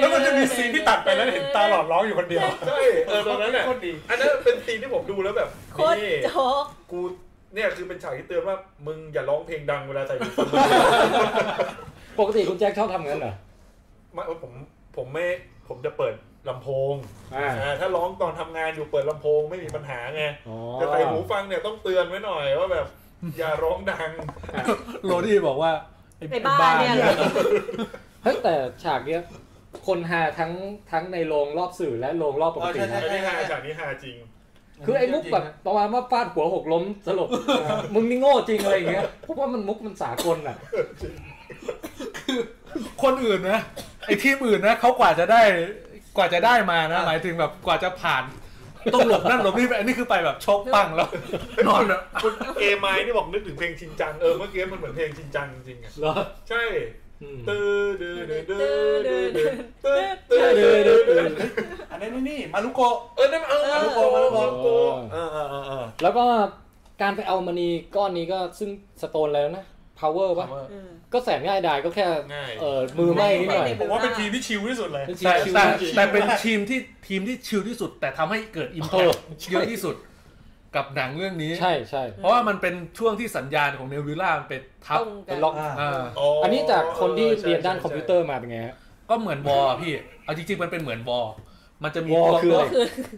Speaker 2: แล้วมันจะมีซีนที่ตัดไปแล้วเห็นตาหลอดร้องอยู่คนเดียว
Speaker 11: ใช่เออตอนนั้นแหละ
Speaker 2: โคตรดี
Speaker 11: อันนั้นเป็นซีนที่ผมดูแล้วแบบ
Speaker 4: โคตร
Speaker 11: นี่
Speaker 4: โจ๊ก
Speaker 11: กูเนี่ยคือเป็นฉากที่เตือนว่ามึงอย่าร้องเพลงดังเวลาใส่หูฟัง
Speaker 1: ปกติคุณแจ็คชอบทำงั้นเหรอ
Speaker 11: ไม่ว่าผมผมไม่ผมจะเปิดลำโพง
Speaker 1: อ่า
Speaker 11: อ่าถ้าร้องตอนทำงานอยู่เปิดลำโพงไม่มีปัญหาไง
Speaker 1: อ๋อ
Speaker 11: แต่ใส่หูฟังเนี่ยต้องเตือนไว้หน่อยว่าแบบ อย่าร้องดัง
Speaker 3: โรดี้บอกว่า
Speaker 14: ไอ้บ้าเนี่ยเหรอ
Speaker 1: เฮ้ยแต่ฉากเนี้ยคนหาทั้งทั้งในโรงรอบสื่อและโรงรอบปกติ
Speaker 2: เออใช่
Speaker 11: อัน
Speaker 1: นะ
Speaker 2: ใช่
Speaker 11: นี้ฮาฉากนี้ฮาจริง
Speaker 1: คือไอ้มุกแบบประมาณว่าฟาดหัวหกล้มสลบมึงนี่โง่จริงอะไรอย่างเงี้ยเพราะว่ามันมุกมันสากลอ่ะ
Speaker 3: คนอื่นนะ ไอ้ทีมอื่นนะเขากว่าจะได้กว่าจะได้มานะหมายถึงแบบกว่าจะผ่านต้องหลบนั่นหลบนี่ไปอันนี้คือไปแบบชกปังแล้ว
Speaker 12: นอนอะ
Speaker 11: คุณเอไมนี่บอกนึกถึงเพลงชินจัง เออ เมื่อกี้มันเหมือนเพลงชินจังจริงๆอะ
Speaker 1: เหรอ
Speaker 11: ใช่
Speaker 1: อืม
Speaker 11: ตื้อดื้อดื้อดื้อดื้อดื้อตื้อตื้อดื้อดื้อดื้อ
Speaker 2: อันนี้นี่นี่มารุโกะ
Speaker 11: เออนั่นเออมารุโกะมารุโกะมารุโกะเออเออเออเออ
Speaker 1: แล้วก็การไปเอามณีก้อนนี้ก็ซึ่งสโตนแล้วนะ power ป่ะ
Speaker 14: เออ
Speaker 1: ก็แสนง่ายดายก็แค่
Speaker 11: ง่าย
Speaker 1: เออมือไหม้นิดหน่อย
Speaker 11: ผมว่าเป็นทีมที่ชิลที่สุดเลย
Speaker 1: เป็นชิ
Speaker 3: แต่
Speaker 1: ว
Speaker 3: แต่
Speaker 1: ๆ
Speaker 3: แต่เป็นทีมที่ทีมที่ชิลที่สุด แต่ทำให้เกิดอิมแพค
Speaker 1: ใช่
Speaker 3: เยอะที่สุด กับหนังเรื่องนี้
Speaker 1: ใช่ใช่
Speaker 3: เพราะว่ามันเป็นช่วงที่สัญญาณของเนวิลล่ามันเป็นทับ
Speaker 14: ตรงกั
Speaker 1: เป็น
Speaker 14: น
Speaker 1: ล็อก
Speaker 3: อ่า
Speaker 1: อันนี้จากคนที่เรียนด้านคอมพิวเตอร์มาเป็นไงฮะ
Speaker 3: ก็เหมือนวอลอะพี่ เอาจริงๆมันเป็นเหมือนวอลมันจะมี
Speaker 1: วอล
Speaker 3: ตัว
Speaker 1: คืออะไร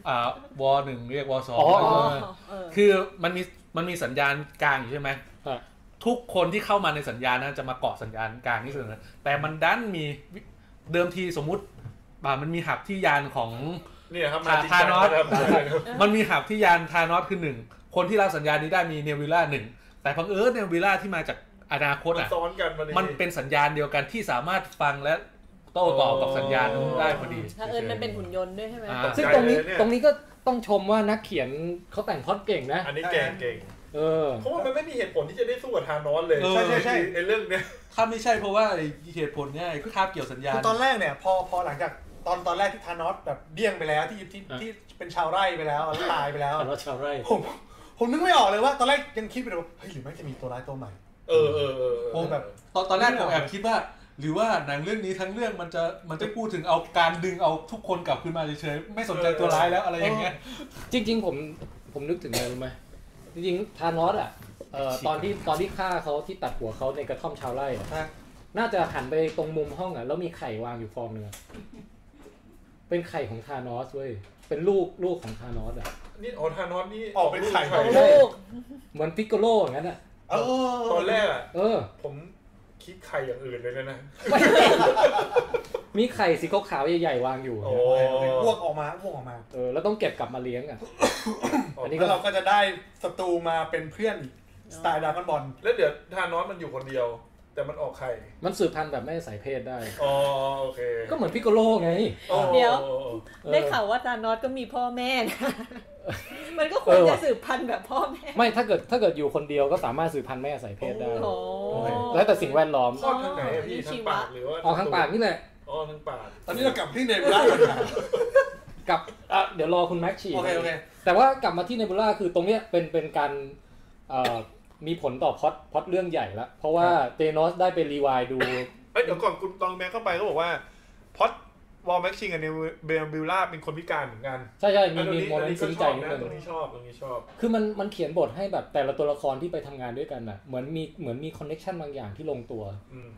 Speaker 3: อ่าวอลหนึ่งเรียกวอลสอง
Speaker 1: อ๋อ
Speaker 3: เรียกวอล
Speaker 14: เออ
Speaker 3: คือมันมีมันมีสัญญาณกลางอยู่ใช่ไหม
Speaker 1: ฮะ
Speaker 3: ทุกคนที่เข้ามาในสัญญาณนั้นจะมาเกาะสัญญาณกลางนี่เสมอแต่มันดันมีวิเดิมทีสมมุติอ่ามันมีหับที่ยานของ
Speaker 11: เนี่ยครับมาจริงจั
Speaker 3: ทาง นอส
Speaker 11: ครับ
Speaker 3: มันมีหับที่ยานทานอสคือหนึ่งคนที่รับสัญญาณนี้ได้มีเนวิลล่าหนึ่งแต่พังเอิญเนวิลล่าที่มาจากอนาคต
Speaker 11: มัน
Speaker 3: อ่ะ
Speaker 11: ซ้อนกันมาดี
Speaker 3: มันเป็นสัญญาณเดียวกันที่สามารถฟังและโต้ตอบกับสัญญาณนั้นได้พอดี
Speaker 14: ถ้าเอิญมันเป็นหุ่นยนต์ด้วยใช่ไหม
Speaker 3: อ่า
Speaker 1: ซึ่งตรงนี้
Speaker 11: ใจเลยเนี่ย
Speaker 1: ตรงนี้ก็ต้องชมว่านักเขียนเขาแต่งพล็อดเก่งนะ
Speaker 11: อันนี้เก่งเก่ง
Speaker 1: เออ
Speaker 11: เพราะว่ามันไม่มีเหตุผลที่จะได้สู้กับทานอสเลย
Speaker 3: เออ
Speaker 11: ใช่ใช่ใช่ไอ้เรื่องเนี้ย
Speaker 3: ถ้าไม่ใช่เพราะว่าไอ้เหตุผลเนี่ยไอ้คาบเกี่ยวสัญญาณ
Speaker 2: คือตอนแรกเนี่ยพอพอหลังจากตอนตอนแรกที่ธานอสแบบเดี้ยงไปแล้วที่ที่
Speaker 1: อ่ะ
Speaker 2: ที่เป็นชาวไร่ไปแล้วแล้วตายไปแล้ว
Speaker 1: แต่ว่าชาวไร่
Speaker 2: ผมผมนึกไม่ออกเลยว่า ตอนแรกยังคิดไปเลยว่าเฮ้ยหรือไม่งจะมีตัวร้ายตัวใหม่
Speaker 11: เออเออเออ
Speaker 2: ผมแบบ
Speaker 3: ตอนตอนแรกผมแอบคิดว่า หรือว่าหนังเรื่องนี้ทั้งเรื่องมันจะมันจะพูดถึงเอาการดึงเอาทุกคนกลับขึ้นมาเฉยๆไม่สนใจตัวร้ายแล้วอะไรอย่างเงี้ย
Speaker 1: จริง ๆ ผมผมนึกถึงอะไรรู้ไหมจริงๆทานอสอ่ะเอ่อตอนที่ตอนที่ฆ่าเขาที่ตัดหัวเขาในกระท่อมชาวไร่อะ
Speaker 2: ฮะ
Speaker 1: น่าจะหันไปตรงมุมห้องอ่ะแล้วมีไข่วางอยู่ฟองหนึ่งอะเป็นไข่ของทานอสเว้ยเป็นลูกลูกของทานอสอ่ะ
Speaker 11: นี่อ๋อทานอสนี่
Speaker 2: ออกเป็นไข่
Speaker 11: ออก
Speaker 14: ลู
Speaker 11: ลูก
Speaker 14: ก
Speaker 1: เหมือนพิกโกโลอย่างนั้นอ่ะ
Speaker 2: เออ
Speaker 11: ตอนแรกอะ
Speaker 1: เออ
Speaker 11: ผมคิดไข่อย่างอื่นเลยนะนะ
Speaker 1: มีไข่สีขาวๆใหญ่ๆวางอยู่
Speaker 11: โอ้
Speaker 2: พวกออกมาพวกออกมา
Speaker 1: เออแล้วต้องเก็บกลับมาเลี้ยงอ่ะ อันนี้
Speaker 2: แล้
Speaker 1: ก็
Speaker 2: วเราก็จะได้ศัตรูมาเป็นเพื่อนสไตล์ดรากันบอล
Speaker 11: แล้วเดี๋ยวทานอสมันอยู่คนเดียว แต่มันออกไข่
Speaker 1: มันสืบพันธุ์แบบไม่ใส่เพศได้
Speaker 11: อ๋อโอเค
Speaker 1: ก็เหมือนพิกโกโลไง
Speaker 11: โอ้
Speaker 14: เดี๋ยว
Speaker 11: โอ้โอ้
Speaker 1: เออ
Speaker 14: ได้ข่าวว่าจานอสก็มีพ่อแม่นะมันก็ควร
Speaker 1: เออ
Speaker 14: จะ
Speaker 1: ว่ะ
Speaker 14: สืบพันธุ์แบบพ่อแม่
Speaker 1: ไม่ถ้าเกิดถ้าเกิดอยู่คนเดียวก็สามารถสืบพันธุ์ไม่อาศัยเพศได้
Speaker 14: โอ้โห
Speaker 1: แล้วแต่สิ่งแวดล้อม
Speaker 11: คลอดทางไหนอะพี่
Speaker 14: อันนี้
Speaker 11: ทา
Speaker 14: ชี
Speaker 11: ง
Speaker 14: วะ
Speaker 11: ปากหรือว่า
Speaker 1: ออกทางปากนี่แหละ
Speaker 11: อ๋อทางปาก
Speaker 2: ตอนนี้เรากลับที่เนบิวล่าก่อนนะ
Speaker 1: กับอ่ะเดี๋ยวรอคุณแม็กซ์ฉีด
Speaker 2: โอเคโอเค
Speaker 1: แต่ว่ากลับมาที่เนบูล่าคือตรงเนี้ยเป็นเป็นการเอ่อมีผลต่อพล็อดพล็อดเรื่องใหญ่ละเพราะว่าเตโนสได้ไปรีไวด์ดู
Speaker 11: เอ้ยเดี๋ยวก่อนคุณตองแม็กเข้าไปเขาบอกว่าพอดวอลแม็กชิงกับเนเบลบิลล่าเป็นคนพิการเหมือนกัน
Speaker 1: ใช่ใช่มี
Speaker 11: อัน
Speaker 1: มี
Speaker 11: นี้
Speaker 1: โม
Speaker 11: อัน
Speaker 1: เมน
Speaker 11: นี้
Speaker 1: ต์
Speaker 11: ก็
Speaker 1: ซึ้ง
Speaker 11: ช
Speaker 1: ใจ
Speaker 11: อบ
Speaker 1: นิด
Speaker 11: นะ
Speaker 1: นึง
Speaker 11: ตรงนี้ชอบตรงนี้ชอบ
Speaker 1: คือมันมันเขียนบทให้แบบแต่ละตัวละครที่ไปทำงานด้วยกันน่ะเหมือนมีเหมือนมีคอนเน็ชันบางอย่างที่ลงตัว
Speaker 11: อืม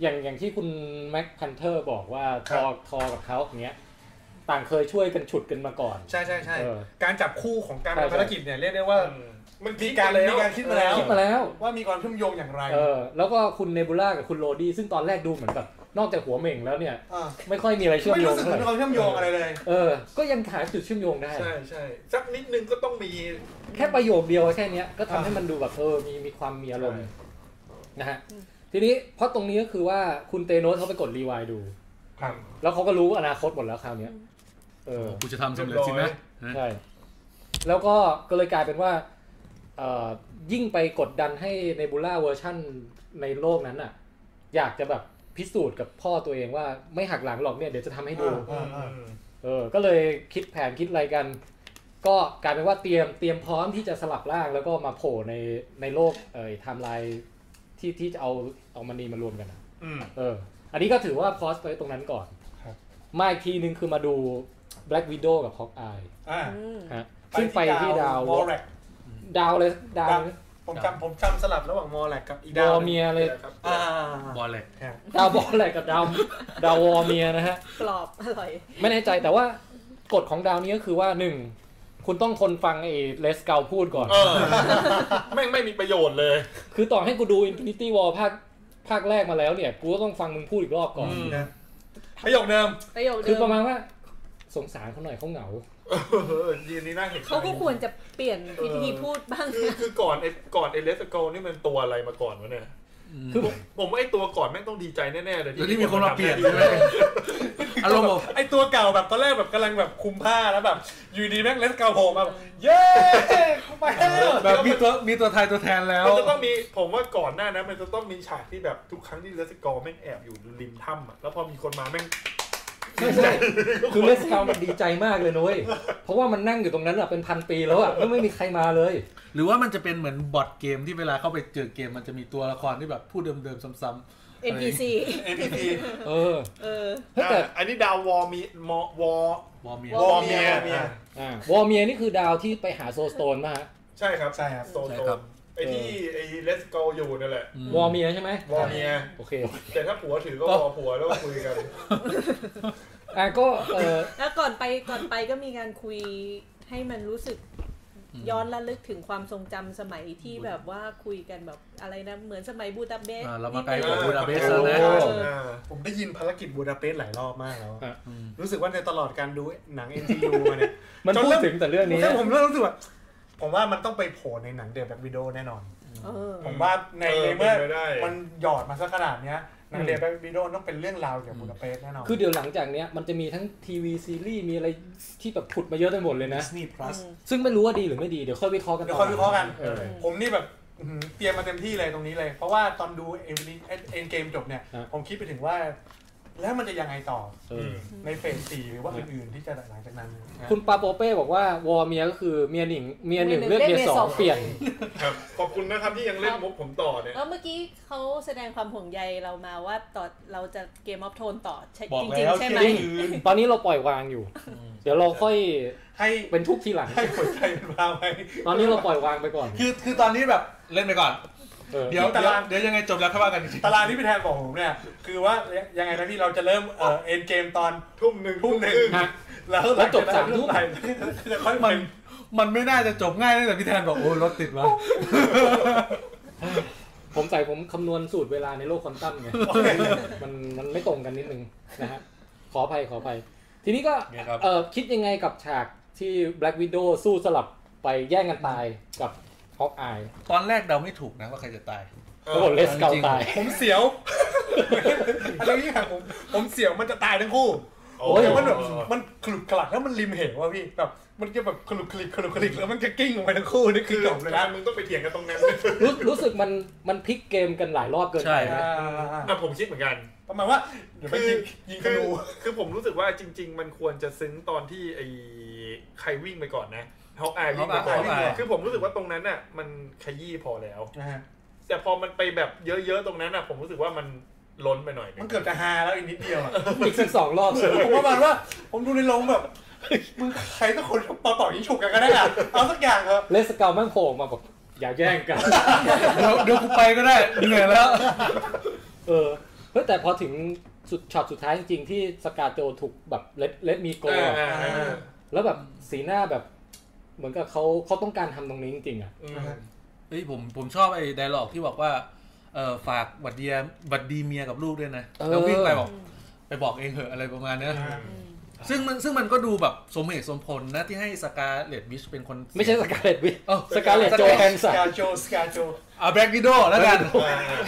Speaker 1: อย่างอย่างที่คุณแม็กพันเทอร์บอกว่าท
Speaker 11: ครั
Speaker 1: อบ ทอกับเขาอย่างเงี้ยต่างเคยช่วยกันฉุดกันมาก่อน
Speaker 2: ใช่ใช่ใช่
Speaker 1: เออ
Speaker 2: การจับคู่ของการ
Speaker 1: ใช่ใช่
Speaker 2: ภารกิจเนี่ยเรียกได้ว่า
Speaker 11: มัน
Speaker 2: มีการมีการคิดมาแล้ว
Speaker 1: คิดมาแล้ว
Speaker 2: ว่ามีความเชื่อมโยงอย่างไร
Speaker 1: เออแล้วก็คุณเนบูล่ากับคุณโรดี้ซึ่งตอนแรกดูเหมือนแบบนอกจากหัวเหม่งแล้วเนี่ย
Speaker 2: อ่ะ
Speaker 1: ไม่ค่อยมีอะไรเชื่อม
Speaker 2: ไม่
Speaker 1: โยง
Speaker 2: รู้สึก
Speaker 1: เท่าไห
Speaker 2: ถึงค
Speaker 1: ร่
Speaker 2: วามเชื่อมโยงอะไรเลย
Speaker 1: เออ ก็ยังหาจุดเชื่อมโยงได้
Speaker 11: ใช่ใช่สักนิดนึงก็ต้องมี
Speaker 1: แค่ประโยคเดียวแค่เนี้ยก็ทำให้มันดูแบบเออมีมีความมีอารมณ์
Speaker 11: ใช่
Speaker 1: นะฮะทีนี้เพราะตรงนี้ก็คือว่าคุณเตโนสเขาไปกดรีไวด์ดู
Speaker 11: ครับ
Speaker 1: แล้วเขาก็รู้อนาคตหมดแล้วคราวเนี้ยเออ
Speaker 3: กูจะทำสำเร็จจริงนะ
Speaker 1: ใช่ แล้วก็ก็เลยกลายเป็นว่าเอ่อยิ่งไปกดดันให้เนบูล่าเวอร์ชั่นในโลกนั้นอ่ะ อยากจะแบบพิสูจน์กับพ่อตัวเองว่าไม่หักหลังหรอกเนี่ยเดี๋ยวจะทำให้ดู
Speaker 11: อื
Speaker 2: อ่าม อ่า
Speaker 1: เออ ก็เลยคิดแผนคิดอะไรกัน ก็กลายเป็นว่าเตรียมเตรียมพร้อมที่จะสลับร่างแล้วก็มาโผล่ในในโลกเอ่ยไทม์ไลน์ที่ที่จะเอาเอามันนีมารวมกันอะ
Speaker 11: อืม
Speaker 1: เออ อันนี้ก็ถือว่าพอสไปตรงนั้นก่อน
Speaker 2: ครับ
Speaker 1: มาอีกทีนึงคือมาดู Black Widow กับ Hawkeye
Speaker 2: อ่า
Speaker 14: อืม
Speaker 1: ฮะซึ่งไปที่ดาว
Speaker 2: มอแรก
Speaker 1: ดาวเลยดาว
Speaker 2: ดาว ผมจำผมจำสลับระหว่างมอแรกกับอีก
Speaker 1: ดา
Speaker 2: ดาว
Speaker 1: วอ
Speaker 2: หนึ่ง
Speaker 1: เมียเลย
Speaker 11: ครับ
Speaker 2: อ่า
Speaker 3: บอลเลย
Speaker 1: ดาวบอลอะไรกับดาวดาววอเมียนะฮะ
Speaker 14: กรอบอร่อย
Speaker 1: ไม่แน่ใจแต่ว่ากฎของดาวนี้ก็คือว่าหนึ่งคุณต้องทนฟังไอ้เลสเกาพูดก่อน
Speaker 11: เออแม่งไม่มีประโยชน์เลย
Speaker 1: คือต่อให้กูดู Infinity War ภาคภาคแรกมาแล้วเนี่ย กูก็ต้องฟังมึงพูดอีกรอบก่อน
Speaker 11: อืม
Speaker 2: ประโยคเดิม
Speaker 14: ประโยคเดิ
Speaker 1: คือ
Speaker 14: ม
Speaker 1: ประมาณว่าสงสารเขาหน่อยเขาเหงา
Speaker 11: ยืนนี่น่าเห็นใจ
Speaker 14: เขาก็ควรจะเปลี่ยนวิธีพูดบ้าง
Speaker 11: คือคือก่อนไอ้ก่อนไอ้เลสโกนี่มันตัวอะไรมาก่อนวะเนี่ย
Speaker 1: คือ
Speaker 11: ผมว่าไอตัวก่อนแม่งต้องดีใจแน่ๆเลย
Speaker 3: แล้วที่มีคนมาเปลี่ยน
Speaker 11: ทำห
Speaker 3: ใช่ไหม
Speaker 11: ที่
Speaker 3: อารมณ์แบบ
Speaker 2: ไอตัวเก่าแบบตอนแรกแบบกำลังแบบคุมผ้าแล้วแบบอยู่ดีแม่งเลสเก่าโผล่มาแบบเย้เข้าไปแล้ว
Speaker 3: แบบมีตัวมีตัวไทยตัวแทนแล้ว
Speaker 11: มันจะต้องมีผมว่าก่อนหน้านั้นมันจะต้องมีฉากที่แบบทุกครั้งที่เลสกอร์แม่งแอบอยู่ริมถ้ำอะแล้วพอมีคนมาแม่ง
Speaker 1: ใช่ใช่คือเลสคาวมันดีใจมากเลยนุ้ยเพราะว่ามันนั่งอยู่ตรงนั้นอะเป็นพันปีแล้วอะแล้วไม่มีใครมาเลย
Speaker 3: หรือว่ามันจะเป็นเหมือนบอทเกมที่เวลาเข้าไปเจอเกมมันจะมีตัวละครที่แบบพูดเดิมๆซ้ำ
Speaker 14: NPC
Speaker 11: เอ็นพีพี
Speaker 1: เออ
Speaker 14: เออ
Speaker 1: เฮ้ยแต่
Speaker 11: อันนี้ดาววอมีมอวอ
Speaker 3: ๆวอร์เมีย
Speaker 14: ว
Speaker 11: ว
Speaker 14: อ
Speaker 11: อเมีย
Speaker 2: อ่ะ
Speaker 1: อ่าวอร์เมียนี่คือดาวที่ไปหาโซลสโตนมาฮะ
Speaker 11: ใช่ครับ
Speaker 2: ใช่ครับ
Speaker 11: โซน
Speaker 3: ใช่
Speaker 11: โซ
Speaker 3: ครับ
Speaker 11: นไอที่ไอเลสกอร์อยู่นั่นแหละ
Speaker 1: วอร์เมียใช่ไหม
Speaker 11: วอเมีย
Speaker 1: โอเค
Speaker 11: แต่ถ้าผัวถือก็วอผัวแล้วก็คุยกัน
Speaker 1: อ่ะก็เออ
Speaker 14: แล้วก่อนไปก่อนไปก็มีการคุยให้มันรู้สึกย้อนระลึกถึงความทรงจำสมัยที่แบบว่าคุยกันแบบอะไรนะ เหมือนสมัยบูดาเบสต์
Speaker 3: อ่าเรามาไกลกว่า
Speaker 14: นิ
Speaker 3: บู
Speaker 14: นึง
Speaker 3: ดาเปสต์แล้วนะ
Speaker 2: ผมได้ยินภารกิจบูดาเปสต์หลายรอบมากแล้ว
Speaker 3: อ่ะอืม
Speaker 2: รู้สึกว่าในตลอดการดูหนัง NGU มาเนี่ย
Speaker 1: มันพูดถึงแต่เรื่องนี้
Speaker 2: ถ้าผมเริ่มรู้สึกว่าผมว่ามันต้องไปโผล่ในหนังเดอะแบบวิดโอแน่นอน
Speaker 14: เออ
Speaker 2: ผมว่าใน
Speaker 11: เออ
Speaker 2: ในเมื่อ
Speaker 11: เป็นไปได้
Speaker 2: มันหยอดมาสักขนาดเนี้ยหนัง
Speaker 1: อืม
Speaker 2: เดอะแบบวิดโอต้องเป็นเรื่องราวเกี่ยวกับบูดาเปสต์แน่นอน
Speaker 1: คือเดี๋ยวหลังจากเนี้ยมันจะมีทั้งทีวีซีรีส์มีอะไรที่แบบผุดมาเยอะไปหมดเลยนะ
Speaker 2: ดิสนีย์พลัส
Speaker 1: ซึ่งไม่รู้ว่าดีหรือไม่ดีเดี๋ยวค่อยวิเคราะห์กัน
Speaker 2: เดี๋ย
Speaker 1: ต่
Speaker 2: ว
Speaker 1: อ
Speaker 2: ค่อยวิเคราะห์กัน
Speaker 1: เออ
Speaker 2: ผมนี่แบบอื้อหือเตรียมมาเต็มที่เลยตรงนี้เลย เพราะว่าตอนดูเอ็นเอ็นเกมจบเนี่ย
Speaker 1: ฮะ
Speaker 2: ผมคิดไปถึงว่า แล้วมันจะยังไงต่อ
Speaker 1: เออ
Speaker 2: ในเฟสสี่หรือว่าอื่นๆที่จะหลังจากนั้นนะ
Speaker 1: คุณปาโปเป้บอกว่าวอร์เมียก็คือเมียหนึ่งเมียหนึ่ง
Speaker 14: เมียหนึ่ง
Speaker 1: เลือกเมีย
Speaker 14: เลือกเมีย
Speaker 1: สอ
Speaker 14: สอง ง
Speaker 1: เปลี่ยน
Speaker 11: ครับขอบคุณนะครับที่ยังเล่นมุกผมต่อเนี่ย
Speaker 14: แล้วเมื่อกี้เขาแสดงความห่วงใยเรามาว่าต่อเราจะเกมออฟโทนต่อใช่
Speaker 3: บอก
Speaker 14: จ
Speaker 3: แล้ว
Speaker 14: ริงๆใช่ไหม
Speaker 1: จริง ตอนนี้เราปล่อยวางอยู่ เดี๋ยวเราค่อย
Speaker 2: ให้
Speaker 1: เป็นทุกข์ทีหลัง
Speaker 2: ให้หัวใจมันพาไป
Speaker 1: ตอนนี้เราปล่อยวางไปก่อน
Speaker 3: คือคือตอนนี้แบบเล่นไปก่อน
Speaker 1: เออ
Speaker 3: เดี๋ยว
Speaker 2: ตา
Speaker 3: เดี๋ยว
Speaker 2: ราง
Speaker 3: เดี๋ยวยังไงจบแล้วค่อยว่ากันอีกที
Speaker 2: ตารางที่พี่แทนบอกผมเนี่ย คือว่ายังไงนะพี่เราจะเริ่มเอ่ออ็นเกมตอน
Speaker 11: ทุ่มหนึ่ง
Speaker 2: ทุ่มหนึ่ง
Speaker 11: ครึ่
Speaker 1: ฮะ
Speaker 2: แล้ว
Speaker 1: แล้วจบสามทุ่ม
Speaker 2: ไปจะค่อย
Speaker 3: มั
Speaker 2: มัน น
Speaker 3: มันไม่น่าจะจบง่ายตั้งแต่พี่แทนบอกโอ้รถติดวะ
Speaker 1: ผมใส่ผมคำนวณสูตรเวลาในโลกควอนตัมไงมันมันไม่ตรงกันนิดนึงนะฮะขออภัยขออภัย ทีนี้ก็
Speaker 3: เนี่ยครับ
Speaker 1: เออคิดยังไงกับฉากที่ Black Widow สู้สลับไปแย่งกันตายกับฮอกอาย
Speaker 3: ตอนแรกเดาไม่ถูกนะว่าใครจะตาย
Speaker 1: ปรากฏเลสเกาตาย
Speaker 2: ผมเสียวอะไรนี่ค่ะผมผมเสียวมันจะตายทั้งคู่
Speaker 1: โอ้ย
Speaker 2: แต่มันแบบมันขลุกขลักแล้วมันริมเหวว่ะพี่แบบมันจะแบบขลุกขลิกขลุกขลิกแล้วมันจะกิ้งลงไปทั้งคู่นี่คื
Speaker 11: คือ อ
Speaker 2: จ
Speaker 11: จ
Speaker 2: บบ เล
Speaker 11: เลย ย
Speaker 2: นะ
Speaker 11: นะมึงต้องไปเถียงกันตรง นั้น
Speaker 1: รู้รู้สึกมันมันพลิกเกมกันหลายรอบเกินไป
Speaker 3: ใช่
Speaker 1: ไหม
Speaker 2: อ่า
Speaker 11: อ่ะผมคิดเหมือนกัน
Speaker 2: ประมาณว่าเดี๋ยวไปยิงยิงก
Speaker 11: คื
Speaker 2: ระ
Speaker 11: อ
Speaker 2: ดู
Speaker 11: คือผมรู้สึกว่าจริง ๆ มันควรจะซึ้งตอนที่ไอ้ใครวิ่งไปก่อนนะฮอกอายวิ่งไปก่อน
Speaker 3: Hawkeye วิ่งไปก่อน
Speaker 11: คือผมรู้สึกว่าตรงนั้นน่ะ มันขยี้พอแล้ว
Speaker 2: นะฮะ
Speaker 11: แต่พอมันไปแบบเยอะๆตรงนั้นน่ะ ผมรู้สึกว่ามันล้นไปหน่อยนึ
Speaker 2: มัน
Speaker 11: ง
Speaker 2: เกือบจะฮาแล้วอีกนิดเดียวอะ
Speaker 1: อีกสักสองรอบ
Speaker 2: ผมประมาณว่าผมดูในโรงแบบมึงใครสักคนปาเป่ายิงฉุกกันก็ได้อะเอาสักอย่างเถอะ
Speaker 1: เลสเกาแม่งโผล่ออกมาบอกอย่าแย่งกัน
Speaker 3: เดี๋ยวเดี๋ยวกูไปก็ได้เหนื่อยแล้ว
Speaker 1: เออเฮ้ยแต่พอถึงสุดช็อตสุดท้ายจริงๆ ที่สกาโจถูกแบบเลดเลดมีโก
Speaker 11: อ่า
Speaker 1: อะ
Speaker 11: อ่าอ่า
Speaker 1: แล้วแบบสีหน้าแบบ เหมือนกับเขาเขาต้องการทำตรงนี้จริงๆอ่ะ
Speaker 11: อืม
Speaker 3: เฮ้ยผมผมชอบไอ้ไดร์ล็อกที่บอกว่าเออฝากหวัดเดียหวัดดีเมียกับลูกด้วยนะ
Speaker 1: เออ
Speaker 3: แล้ววิ่งไปบอก ไปบอกเองเหอะอะไรประมาณเนี้ยซึ่งมันซึ่งมันก็ดูแบบสมเหตุสมผลนะที่ให้สกาเลตวิชเป็นคน
Speaker 1: ไม่ใช่สกาเลตวิ
Speaker 3: เออ
Speaker 1: สกาเลตโจแฮน
Speaker 2: ส
Speaker 1: สัน
Speaker 2: กาโจสกาโจ
Speaker 3: อ่ะแบล็กวิโดแล้วกัน
Speaker 11: อ่าอ่า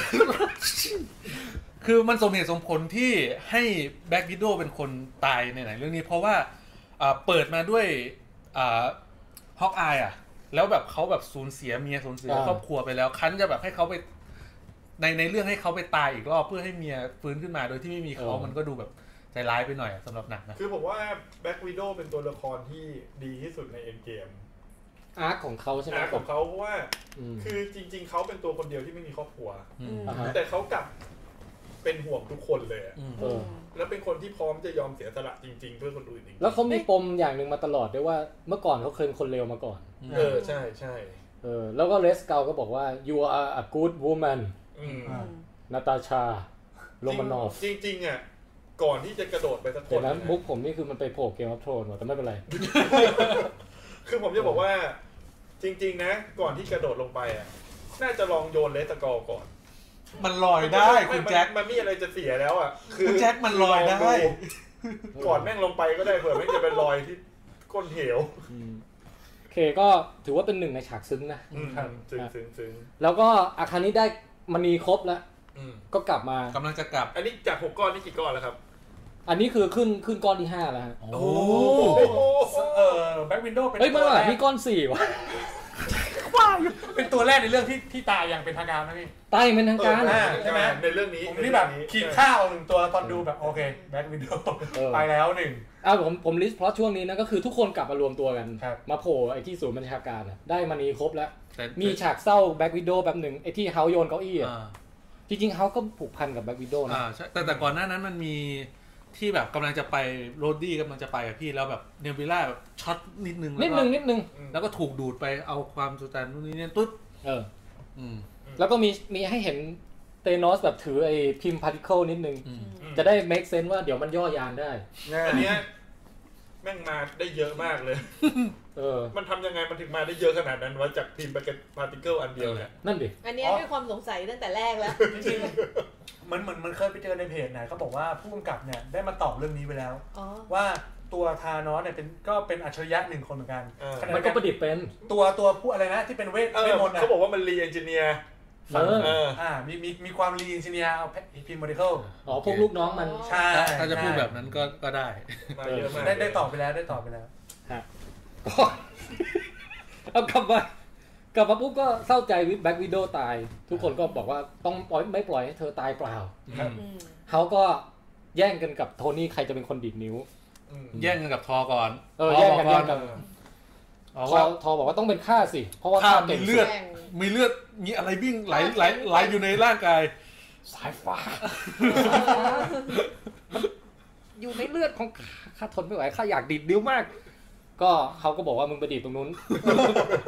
Speaker 3: คือมันสมเหตุสมผลที่ให้แบล็กวิโดเป็นคนตายในหนังเรื่องนี้ เพราะว่าอ่าเปิดมาด้วยฮอกอายอ่ะ แล้วแบบเขาแบบสูญเสียเมียสูญเสียครอบครัวไปแล้ว คันจะแบบให้เขาไป ในในเรื่องให้เขาไปตายอีกรอบเพื่อให้เมียฟื้นขึ้นมาโดยที่ไม่มีเขามันก็ดูแบบใจร้ายไปหน่อยอะสำหรับหนังนะ
Speaker 11: คือผมว่าแบ็กวีโดเป็นตัวละครที่ดีที่สุดในเอ็นเกม
Speaker 1: อาร์คของเขาใช่ไหม
Speaker 11: นะ
Speaker 1: ผ
Speaker 11: ข
Speaker 1: ม
Speaker 11: องเขาเพราะว่า
Speaker 1: อืม
Speaker 11: คือจริง ๆเขาเป็นตัวคนเดียวที่ไม่มีครอบครัว
Speaker 3: อืม
Speaker 1: อ่าฮะ
Speaker 11: แต่เขากลับเป็นห่วงทุกคนเลยอะ
Speaker 3: อืม
Speaker 1: เออ
Speaker 11: แล้วเป็นคนที่พร้อมจะยอมเสียสละจริง ๆ เพื่อคนอื่นจริงๆ
Speaker 1: แล้วเขามีปมอย่างหนึ่งมาตลอดด้วยว่าเมื่อก่อนเขาเคยเป็นคนเลวมาก่อน
Speaker 11: เออใช่ใช่
Speaker 1: เออแล้วก็เลสเกาก็บอกว่า you are a good woman
Speaker 11: อืม
Speaker 1: นาตาชาโรมานอฟ
Speaker 11: จริงๆอ่ะก่อนที่จะกระโดดไปสักค
Speaker 1: เดี๋ย
Speaker 11: น
Speaker 1: วนะมุกผมนี่คือมันไปโผล่เกมอัพโทนว่ะแต่ไม่เป็นไร
Speaker 11: คือผมจะบอกว่า จริง ๆ นะ ก่อนที่กระโดดลงไปอ่ะน่าจะลองโยนเลสตะกอร์ก่อน
Speaker 3: มันลอยได้คุณ
Speaker 11: ไม่
Speaker 3: แจ็ค
Speaker 11: มันมันมีอะไรจะเสียแล้วอ่ะ
Speaker 3: คุณแจ็คมันลอยได้
Speaker 11: งก่อนแม่งลงไปก็ได้เผื่อไม่งจะเป็นรอยที่ก้นเหว
Speaker 1: อืมโอเคก็ถือว่าเป็นหนึ่งในฉากซึ้งนะ
Speaker 11: อืมซึ้งซึ้งซึ้ง
Speaker 1: แล้วก็อาคารนี้ได้มณีครบแล้ว
Speaker 11: อืม
Speaker 1: ก็กลับมา
Speaker 3: กำลังจะกลับ
Speaker 11: อันนี้จากหกก้อนนี่กี่ก้อนแล้วครับ
Speaker 1: อันนี้คือขึ้นขึ้นก้อนที่ห้าแล้วฮะ
Speaker 3: โอ้
Speaker 2: เออแบ็กวินโดว์เป็น
Speaker 1: เฮ้ยไม่
Speaker 2: ตัว
Speaker 1: ว่า
Speaker 2: แรก
Speaker 1: นี่ก้อนสี่วะ
Speaker 2: เป็นตัวแรกในเรื่องที่ที่ตายอย่างเป็นทางการนะพี่
Speaker 1: ใต้เป็นทางการ
Speaker 2: เออ
Speaker 11: ใช่ไหมในเรื่องนี้
Speaker 2: ผมนี่แบบขีดข้าวหนึ่งตัวตอนดูแบบโอเคแบ็กวินโดว์
Speaker 1: เออ
Speaker 2: ไปแล้วหนึ่ง
Speaker 1: อ่ะผมผมลิสต์เพราะช่วงนี้นะก็คือทุกคนกลับมารวมตัวกัน
Speaker 2: ครับ
Speaker 1: มาโผล่ไอ้ที่ศูนย์บัญชาการอะได้มันีครบแล้ว
Speaker 3: แต่
Speaker 1: มีฉากเศร้าแบ็กวิดโดแป๊บหนึ่งไอ้ที่เฮาโยนเก้าอี้อะ
Speaker 3: อ่า
Speaker 1: จริงๆเฮาก็ผูกพันกับแบ็กวิดโดนะ
Speaker 3: อ่าใช่แต่แต่ก่อนหน้านั้นมันมีที่แบบกำลังจะไปโรดดี้กำลังจะไปอะพี่แล้วแบบเนวิลล่าแบบช็อตนิดนึง
Speaker 1: นิ
Speaker 3: แล้
Speaker 1: ด
Speaker 3: วก็
Speaker 1: นึงนิดนึง
Speaker 3: แล้วก็ถูกดูดไปเอาความสุตานนู่นนี่เนี่ยตุ๊ด
Speaker 1: เออ
Speaker 3: อืม
Speaker 1: แล้วก็มีมีให้เห็นเตนอสแบบถือไอ้พิมพ์พาร์ติเคิลนิดนึง
Speaker 3: อืม
Speaker 1: จะได้ make sense ว่าเดี๋ยวมันย่อยานได้
Speaker 11: อันเนี้ยแม่งมาได้เยอะมากเลย
Speaker 1: เออ
Speaker 11: มันทำยังไงมันถึงมาได้เยอะขนาดนั้นวะจากพิมพ์พาร์ติเคิลอันเดียวเนี่ย
Speaker 1: นั่นดิ
Speaker 4: อันเนี้ยด้วยความสงสัยตั้งแต่แรกแล้ว
Speaker 2: จริงๆมันเหมือนมันเคยไปเจอในเพจไหนเขาบอกว่าผู้กำกับเนี่ยได้มาตอบเรื่องนี้ไปแล้ว
Speaker 4: อ๋อ
Speaker 2: ว่าตัวทานอสเนี่ยเป็นก็เป็นอัจฉริยะหนึ่งคนเหมือนกัน
Speaker 11: เออ
Speaker 2: ขณะ
Speaker 1: มันก็
Speaker 2: เดียว
Speaker 1: ป
Speaker 2: กั
Speaker 1: ระดิษฐ์เป็น
Speaker 2: ตัวตัวผู้อะไรนะที่เป็นเวท
Speaker 11: เอ
Speaker 2: เวท
Speaker 11: อ
Speaker 2: มนต์นะ
Speaker 11: เขาบอกว่ามันรีเอนจิเนียร์
Speaker 1: เออ
Speaker 11: เออ
Speaker 2: อ่ามีมีมีความรีอินจิเนียร์เอาพิมพ์โมเดล
Speaker 1: อ๋อ พวกลูกน้องมัน
Speaker 4: อ๋อ
Speaker 2: ใช่
Speaker 3: ถ้าจะพูดแบบนั้นก็ก็ได้
Speaker 11: มาเยอะมาก
Speaker 2: ได้ได้ตอบไปแล้วได้ตอบไปแล้ว
Speaker 1: เอากลับมากลับมาปุ๊บก็เศร้าใจวิแบ็กวิดโดตาย ทุกคนก็บอกว่าต้องปล่อยไม่ปล่อยให้เธอตายเปล่า
Speaker 3: ครับ
Speaker 4: อืม
Speaker 1: เขาก็แย่งกันกับโทนี่ใครจะเป็นคนดีดนิ้ว
Speaker 11: อืม
Speaker 3: แย่งกันกับทอก่อน
Speaker 1: เออ
Speaker 3: ท
Speaker 1: แย่ง
Speaker 3: บ
Speaker 1: กั
Speaker 3: อ
Speaker 1: น
Speaker 3: ก่
Speaker 1: แย่
Speaker 3: อน
Speaker 1: งกัน
Speaker 3: อ๋อ
Speaker 1: ทอ
Speaker 3: ว่า
Speaker 1: ทอบอกว่าต้องเป็นข้าสิ เพราะว่า
Speaker 3: ข้า
Speaker 1: ข้าเก่ง
Speaker 3: มีเลื
Speaker 1: สุ
Speaker 3: อ
Speaker 1: ด
Speaker 3: ด มีเลือดมีอะไรวิ่งไหลไหลไหลอยู่ในร่างกาย
Speaker 1: สายฟ้า อยู่ในเลือดของข้าข้าทนไม่ไหวข้าอยากดีดนิ้วมาก ก็เขาก็บอกว่ามึงไปดีดต รงนู้น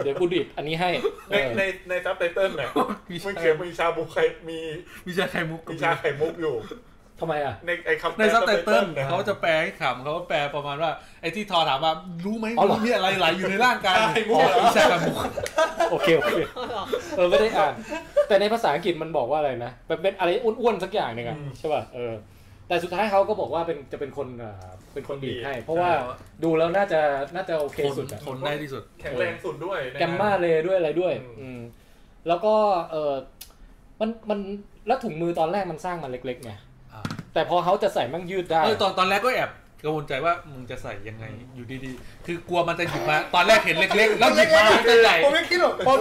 Speaker 1: เดี๋ยวกูดีดอันนี้ให้เอ
Speaker 11: ใน
Speaker 1: อ
Speaker 11: ในในซับไตเติลน่ะ
Speaker 3: มี
Speaker 11: มัน
Speaker 3: ชา
Speaker 11: เขียนมีชาบุกไข่มี
Speaker 3: วิชาไข่มุกกับ
Speaker 11: มีชาไข่มุกอยู่
Speaker 1: ทำไมอ่ะ
Speaker 11: ในไอ้คำ
Speaker 3: ในซับไตเติล
Speaker 11: นฮ
Speaker 3: เขาจะแปลให้ขำเขาแปลประมาณว่าไอ้ที่ทอถามว่ารู้ไหม
Speaker 1: อ๋อเหรอ
Speaker 3: มีอะไรไหลอยู่ในร่างกาย
Speaker 2: ไข่มุกเหรอ
Speaker 3: อ๋อวิชาไข่มุก
Speaker 1: โอเคโอเคเออไม่ได้อ่าน แต่ในภาษาอังกฤษมันบอกว่าอะไรนะแบบเป็นอะไรอ้วนๆสักอย่างหนึ่งอะใช่ป่ะเออ แต่สุดท้ายเขาก็บอกว่าเป็นจะเป็นคนอ่าเป็นคนดีดให้ เพราะว่าดูแล้วน่าจะน่าจะโอเค
Speaker 3: คน
Speaker 1: สุดอะ
Speaker 3: คนได้ที่สุด
Speaker 11: แข็งแรงสุดด้วยนะฮะ
Speaker 1: แกมมาเลยด้วยอะไรด้วย
Speaker 11: อืม
Speaker 1: อืมแล้วก็เออมันมันแล้วถุงมือตอนแรกมันสร้างมันเล็กๆไง
Speaker 3: อ่า
Speaker 1: แต่พอเขาจะใส่มันยืดได้
Speaker 3: เออตอนตอนแรกก็แอบกังวลใจว่ามึงจะใส่ยังไงอยู่ดีๆ คือกลัวมันจะหยิบมา ตอนแรกเห็นเล็กๆ แล้วหยิบมาเป็นใหญ่
Speaker 2: ผมไม่คิดหรอกผม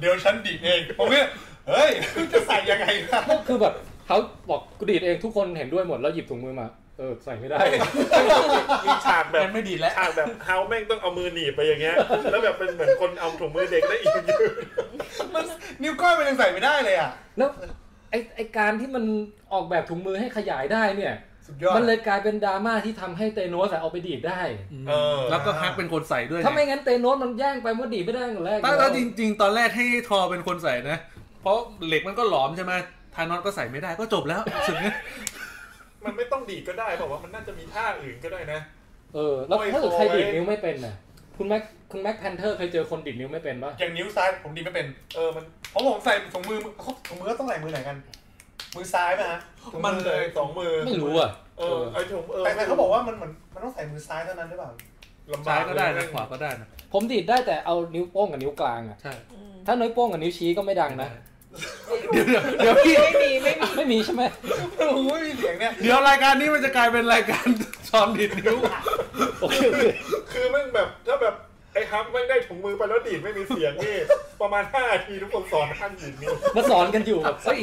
Speaker 2: เดี๋ยวฉันดีดเองผมก็เฮ้ยจะใส่ยังไงนะ
Speaker 1: ก็คือแบบเขาบอกกูดีดเองทุกคนเห็นด้วยหมดแล้วหยิบถุงมือมา เออใส่ไม่ได้
Speaker 11: มีฉากแบบ
Speaker 3: มันไม่ดีแล้ว
Speaker 11: ฉากแบบเฮาแม่งต้องเอามือหนีบไปอย่างเงี้ย แล้วแบบเป็นเหมือนคนเอาถุงมือเด็กได้อีกเยอะ
Speaker 2: นิ้วก้อยมันยังใส่ไม่ได้เลยอ่ะ
Speaker 1: แล้วไอไอการที่มันออกแบบถุงมือให้ขยายได้เนี่ย
Speaker 2: สุดยอด
Speaker 1: มันเลยกลายเป็นดราม่าที่ทำให้เตโนสอะเอาไปดีดได้
Speaker 11: เออ
Speaker 3: แล้วก็ฮักเป็นคนใส่ด้วย
Speaker 1: ถ้าไม่งั้นเตโนสมันแย่งไปว่าดีดไม่ได้ตั้งแต่แรก
Speaker 3: ตั้งแต่จริง ๆ ตอนแรกให้ทอเป็นคนใส่นะ เพราะเหล็กมันก็หลอมใช่ไหมทานอสก็ใส่ไม่ได้ก็จบแล้ว สุดนี้
Speaker 11: มันไม่ต้องดีดก็ได้บอกว่าวะมันน่าจะมีท่าอื่นก็ได้นะ
Speaker 1: เออ แล้ว
Speaker 11: โอ้ย
Speaker 1: ถ้าเกิดใคร
Speaker 11: โอ้ย
Speaker 1: ดีดนิ้วไม่เป็นน่ะ คุณแม็กคุณแม็กแพนเทอร์เคยเจอคนดีดนิ้วไม่เป็นปะ
Speaker 2: อย่างนิ้วซ้ายผมดีไม่เป็น
Speaker 11: เออมัน
Speaker 2: เพราะผมใส่ถุงมือถุงมือก็ต้องใส่มือไหนกัน มือซ้ายป่ะฮะถุง
Speaker 11: มัน
Speaker 2: อ
Speaker 11: เลยสองมือ
Speaker 1: ไม่รู้อ่ะ
Speaker 11: เออไอ้ถุงเออ
Speaker 2: แต่แต่เขาบอกว่ามันเหมือนมันต้องใส่มือซ้ายเท่านั้นหรือเปล่า
Speaker 11: ลำบ
Speaker 3: ซ้ายก็ได้นะ
Speaker 11: เลย
Speaker 3: ขวาก็ได้นะ
Speaker 1: ผมดีดได้แต่เอานิ้วโป้งกับนิ้วกลางอะ
Speaker 3: ใช่
Speaker 4: อืม
Speaker 1: ถ้านิ้วโป้งกับนิ้วชี้ก็ไม่ดังนะ
Speaker 3: เดี๋ยวเดี๋ยวพี่
Speaker 4: ไม่มีไม่มี
Speaker 1: ไม่มีใช่ไหม
Speaker 2: โอ้ยมีเสียงเนี่ย
Speaker 3: เดี๋ยวรายการนี้มันจะกลายเป็นรายการ ซอนดิดนิ้ว
Speaker 1: โอเคโอเค
Speaker 11: คือแม่งแบบถ้าแบบไอ้ฮับแม่งได้ถุงมือไปแล้วดีดไม่มีเสียงนี่ ประมาณห้านาทีทุกคนสอนขั้นดีดนิ้ว
Speaker 1: มาสอนกันอยู่แบบเฮ้ย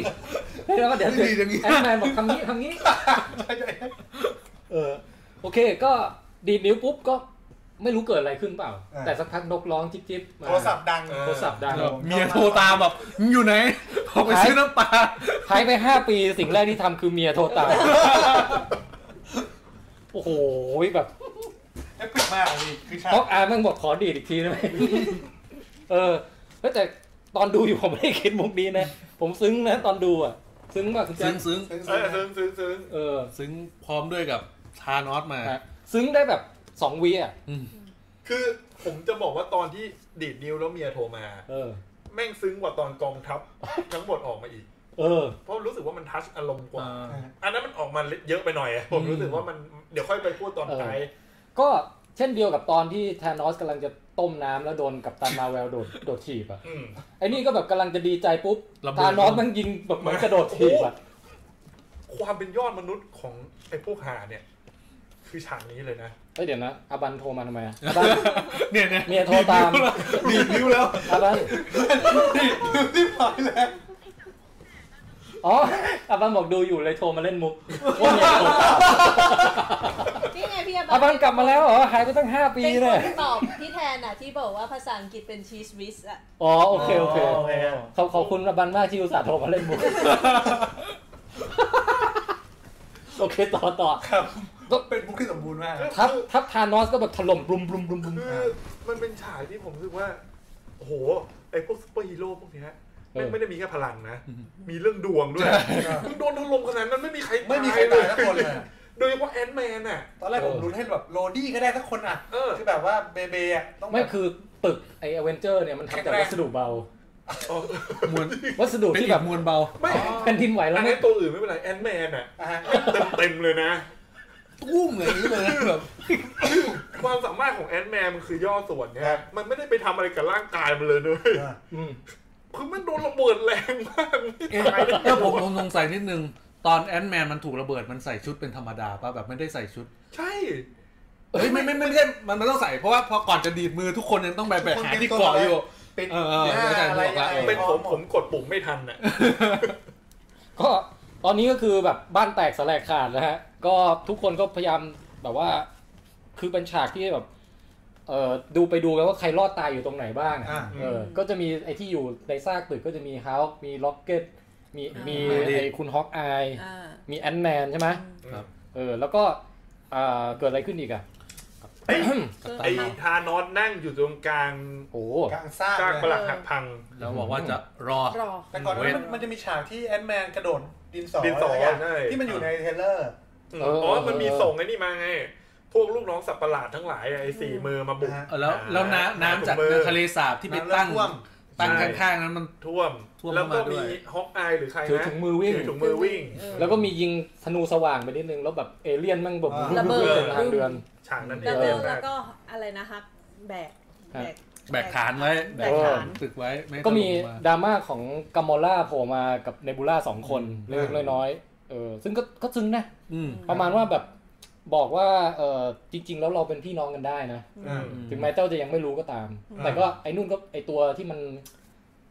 Speaker 1: เฮ้ยแล้วก็เดี๋ยว
Speaker 3: ดีอย่างนี้
Speaker 1: แอดแมนบอกทำนี้ทำนี้ เออโอเคก็ดีดนิ้วปุ๊บก็ไม่รู้เกิดอะไรขึ้นเปล่า
Speaker 2: อ่า
Speaker 1: แต่สักพักนกร้องจิ๊บจิ๊บมา
Speaker 2: โทรศัพท์ดัง
Speaker 11: เออ
Speaker 1: โทรศัพท์ดัง
Speaker 2: เออ
Speaker 3: เมียโทรตามแบบมึงอยู่ไหน ออกไปซื้อน้ำปลา
Speaker 1: หายไปห้าปีสิ่งแรกที่ทำคือเมียโทรตามโอ้โหแบบ
Speaker 2: เอฟเฟกต์มากเลยพี่คือฉาก
Speaker 1: เพราะอาร์แม่งบอกขอดีดอีกทีได้ไหมเออเฮ้ยแต่ตอนดูอยู่ผมไม่ได้คิดมุกนี้นะ ผมซึ้งนะตอนดูอ่ะ ซึ้งมากคุณแจ๊
Speaker 3: ซึ้
Speaker 1: ค
Speaker 3: งซึ้ง
Speaker 11: เออซึ้งซึ้งซึ้ง
Speaker 1: เออ
Speaker 3: ซึ้งพร้อมด้วยกับทานอสมา
Speaker 1: ฮะซึ้งได้แบบสองวีอ่ะ
Speaker 3: อืม
Speaker 11: คือผมจะบอกว่าตอนที่ดีดนิ้วแล้วเมียโทรมา
Speaker 1: เออ
Speaker 11: แม่งซึ้งกว่าตอนกองทัพ ทั้งหมดออกมาอีก
Speaker 1: เออ
Speaker 11: เพราะรู้สึกว่ามันทัชอารมณ์กว่า
Speaker 3: อ่า
Speaker 11: อันนั้นมันออกมาเยอะไปหน่อยอะผมรู้สึกว่ามันเดี๋ยวค่อยไปพูดตอน
Speaker 1: เออ
Speaker 11: ท้าย
Speaker 1: ก็เช่นเดียวกับตอนที่ธานอสกำลังจะ ต้มน้ำแล้วโดนกับตันมาแวลโดดโดดถีบอ่ะ
Speaker 11: อืม
Speaker 1: ไอ้นี่ก็แบบกำลังจะดีใจปุ๊บ
Speaker 3: ระเบิด
Speaker 1: ตานอสมันยิงแบบเหมือนกระโดดถีบอ่ะ
Speaker 11: ความเป็นยอดมนุษย์ของไอ้พวกหาเนี่ย คือฉากนี้เลยนะ
Speaker 1: เอ้ยเดี๋ยวนะอาบันโทรมาทำไมอะอาบัน
Speaker 3: เนี่ยเนี่ย
Speaker 1: เมียโทรตาม
Speaker 2: ดีดนิ้วแล้ว
Speaker 1: อาบัน
Speaker 2: ดีดนิ้วที่ปลายแล้ว
Speaker 1: อ๋ออาบันบอกดูอยู่เลยโทรมาเล่นมุกว่าเมียโทรตาม
Speaker 14: นี่ไงพี่อา
Speaker 1: อาบั
Speaker 14: บั
Speaker 1: นกลับมาแล้วเหรอหายไปตั้งห้าปี
Speaker 14: เป็น
Speaker 1: เล
Speaker 14: ค
Speaker 1: ย
Speaker 14: นตอบที่แทนอ่ะที่บอกว่าภาษาอังกฤษเป็นชีสวิสอ่ะ
Speaker 1: อ๋อโอเคโอเค
Speaker 2: โอเคอะ
Speaker 1: ขอบขอบคุณอาบันมากที่อุตส่าห์โทรมาเล่นมุกโอเคต่อต่อ
Speaker 2: ครับเป็นบุคที่สมบูรณ์มาก
Speaker 1: ทับทับทานอสก็แบบถล่มรุมรุมรุมรุม
Speaker 11: คือมันเป็นฉากที่ผมรู้สึกว่า โอ้โห ไอ้พวกซูเปอร์ฮีโร่พวกเนี้ย
Speaker 1: เออ
Speaker 11: แม่งไม่ได้มีแค่พลังนะ มีเรื่องดวงด้วยมึงโดนถล่มขนาดนั้นไม่มีใคร
Speaker 2: ไม่มีใครตายสักคนเลย
Speaker 11: โดยเฉพาะแอนด์แมนอ่ะ
Speaker 2: ตอนแรกผมรุ้นให้แบบโรดี้ก็ได้สักคนอ่ะ
Speaker 11: เออ
Speaker 2: คือแบบว่าเบเบอ่ะต้องแบบ
Speaker 1: ไม่คือตึกไอเอเวนเจอร์เนี่ยมันทำจาก
Speaker 2: แข็งแรง
Speaker 1: วัสดุเบา
Speaker 3: มวล
Speaker 1: วัสดุ
Speaker 3: เป็น
Speaker 1: ที่
Speaker 3: อี
Speaker 1: แบบ
Speaker 3: กมวลเบา
Speaker 11: ไม่
Speaker 1: แผ่นดินไหวแล้
Speaker 11: อั
Speaker 1: วน ไม่
Speaker 11: นี้ตัวอื่นไม่เป็นไรแอนด์แมนอ่ะ
Speaker 2: อ่ะฮะ
Speaker 11: เต็มเต็มๆเลยนะ
Speaker 3: ตุ้มเลยางนี้เลยนะแบบ
Speaker 11: ความสามารถของแอนด์แมนมันคือย่อส่วนเนี่ยมันไม่ได้ไปทำอะไรกับร่างกายมันเลยเนย
Speaker 1: อืม
Speaker 11: คือมันโดนระเบิดแรงมาก
Speaker 3: เอ๊ะเออผมผมสงสัยนิดนึง ตอนแอนด์แมนมันถูกระเบิดมันใส่ชุดเป็นธรรมดาป่ะแบบไม่ได้ใส่ชุด
Speaker 11: ใช่
Speaker 3: เฮ้ยไม่ไม่ไม่ไม่ใช่มันมันต้องใส่เพราะว่าพอก่อนจะดีดมือทุกคนยังต้องแบกแบกหาที่เกาะอยู่
Speaker 2: ปิด
Speaker 3: เออเออ
Speaker 2: หน้า
Speaker 3: เดี๋ยวอาจารย์
Speaker 2: อะไร
Speaker 3: บอกละเออ
Speaker 11: เป็นผมผมกดปุ่มไม่ทันอ่ะ
Speaker 1: ก็ตอนนี้ก็คือแบบบ้านแตกสลายขาดนะฮะ ก็ทุกคนก็พยายามแบบว่า คือเป็นฉากที่แบบ เอ่อดูไปดูกันว่าใครรอดตายอยู่ตรงไหนบ้าง
Speaker 2: อ่ะ
Speaker 1: เออ ก็จะมีไอที่อยู่ในซากตึกก็จะมีฮาวมีล็อกเก็ตมีมีไอคุณฮอกอาย
Speaker 14: อ่า
Speaker 1: มีแอนแมนใช่ไหม
Speaker 3: ครับ
Speaker 1: เออ แล้วก็อ่าเกิดอะไรขึ้นอีกอะ
Speaker 11: ไอ้ทานอสนั่งอยู่ตรงกลาง
Speaker 1: โอ้
Speaker 2: กลางซ่าก
Speaker 11: ซาก
Speaker 2: เลย
Speaker 11: ปรักหักพัง
Speaker 3: แล้วบอกว่าจะรอ
Speaker 14: รอ
Speaker 2: แต่ก่อนนั้นมัน
Speaker 3: เว้น
Speaker 2: มันจะมีฉากที่แอนด์แมนกระโดดดินสอ
Speaker 11: ดินสอ
Speaker 2: อะไรอย่าง
Speaker 11: ใช่
Speaker 2: ที่มันอยู่ในเทรลเลอร์
Speaker 1: เออ
Speaker 11: อ๋อ มันมี
Speaker 1: เออ
Speaker 11: ส่งไอ้นี่มาไง พวกลูกน้องสับประหลาดทั้งหลายอะไอ้สี่มือมาบุก
Speaker 2: อ่า
Speaker 3: เออแล้วแล้วน้ำน้ำจาก
Speaker 11: มือ
Speaker 3: ทะเลสาบที่ไป
Speaker 2: น้ำเริ่ม
Speaker 3: ตั้ง
Speaker 2: ท่วม
Speaker 3: ตั้ง
Speaker 11: ใช่
Speaker 3: ข้างๆนั้นมัน
Speaker 11: ท่วม
Speaker 3: ท่วม
Speaker 11: แล้วก็
Speaker 3: มาด้
Speaker 11: มี
Speaker 3: วย
Speaker 11: ฮอกอายหรือใคร
Speaker 1: ถือ
Speaker 11: นะ
Speaker 1: ถุงมือวิ่ง
Speaker 11: ถือถุงมือวิ่ง
Speaker 1: แล้วก็มียิงธนูสว่างไปนิดนึง แล้วแบบเอเลี่ยนแมั่งแบบ
Speaker 2: อ่า
Speaker 14: ระเบิด
Speaker 1: เป็นทางเดือน
Speaker 11: ฉากนั้นเอ
Speaker 14: แล้วก็
Speaker 11: งเต็ม
Speaker 14: แล้
Speaker 11: มาว ก
Speaker 14: ก็อะไรนะฮักแบกแบก
Speaker 3: แบกฐานไว้
Speaker 14: แบกฐาน
Speaker 3: ตึกไว้ไให้
Speaker 1: ก็มี
Speaker 3: ถล่า
Speaker 1: ดราม่าของกัมมอล่าโผล่มากับเนบูล่าสองคนเล็กๆน้อยๆเออซึ่งก็ก็ซึ้งนะ
Speaker 3: อืม
Speaker 1: ประมาณว่าแบบบอกว่าเออจริง ๆ แล้วเราเป็นพี่น้องกันได้นะ
Speaker 11: อืม
Speaker 1: ถึงแม้เจ้าจะยังไม่รู้ก็ตาม
Speaker 2: อืม
Speaker 1: แต่ก็ไอ้นุ่นก็ไอ้ตัวที่มัน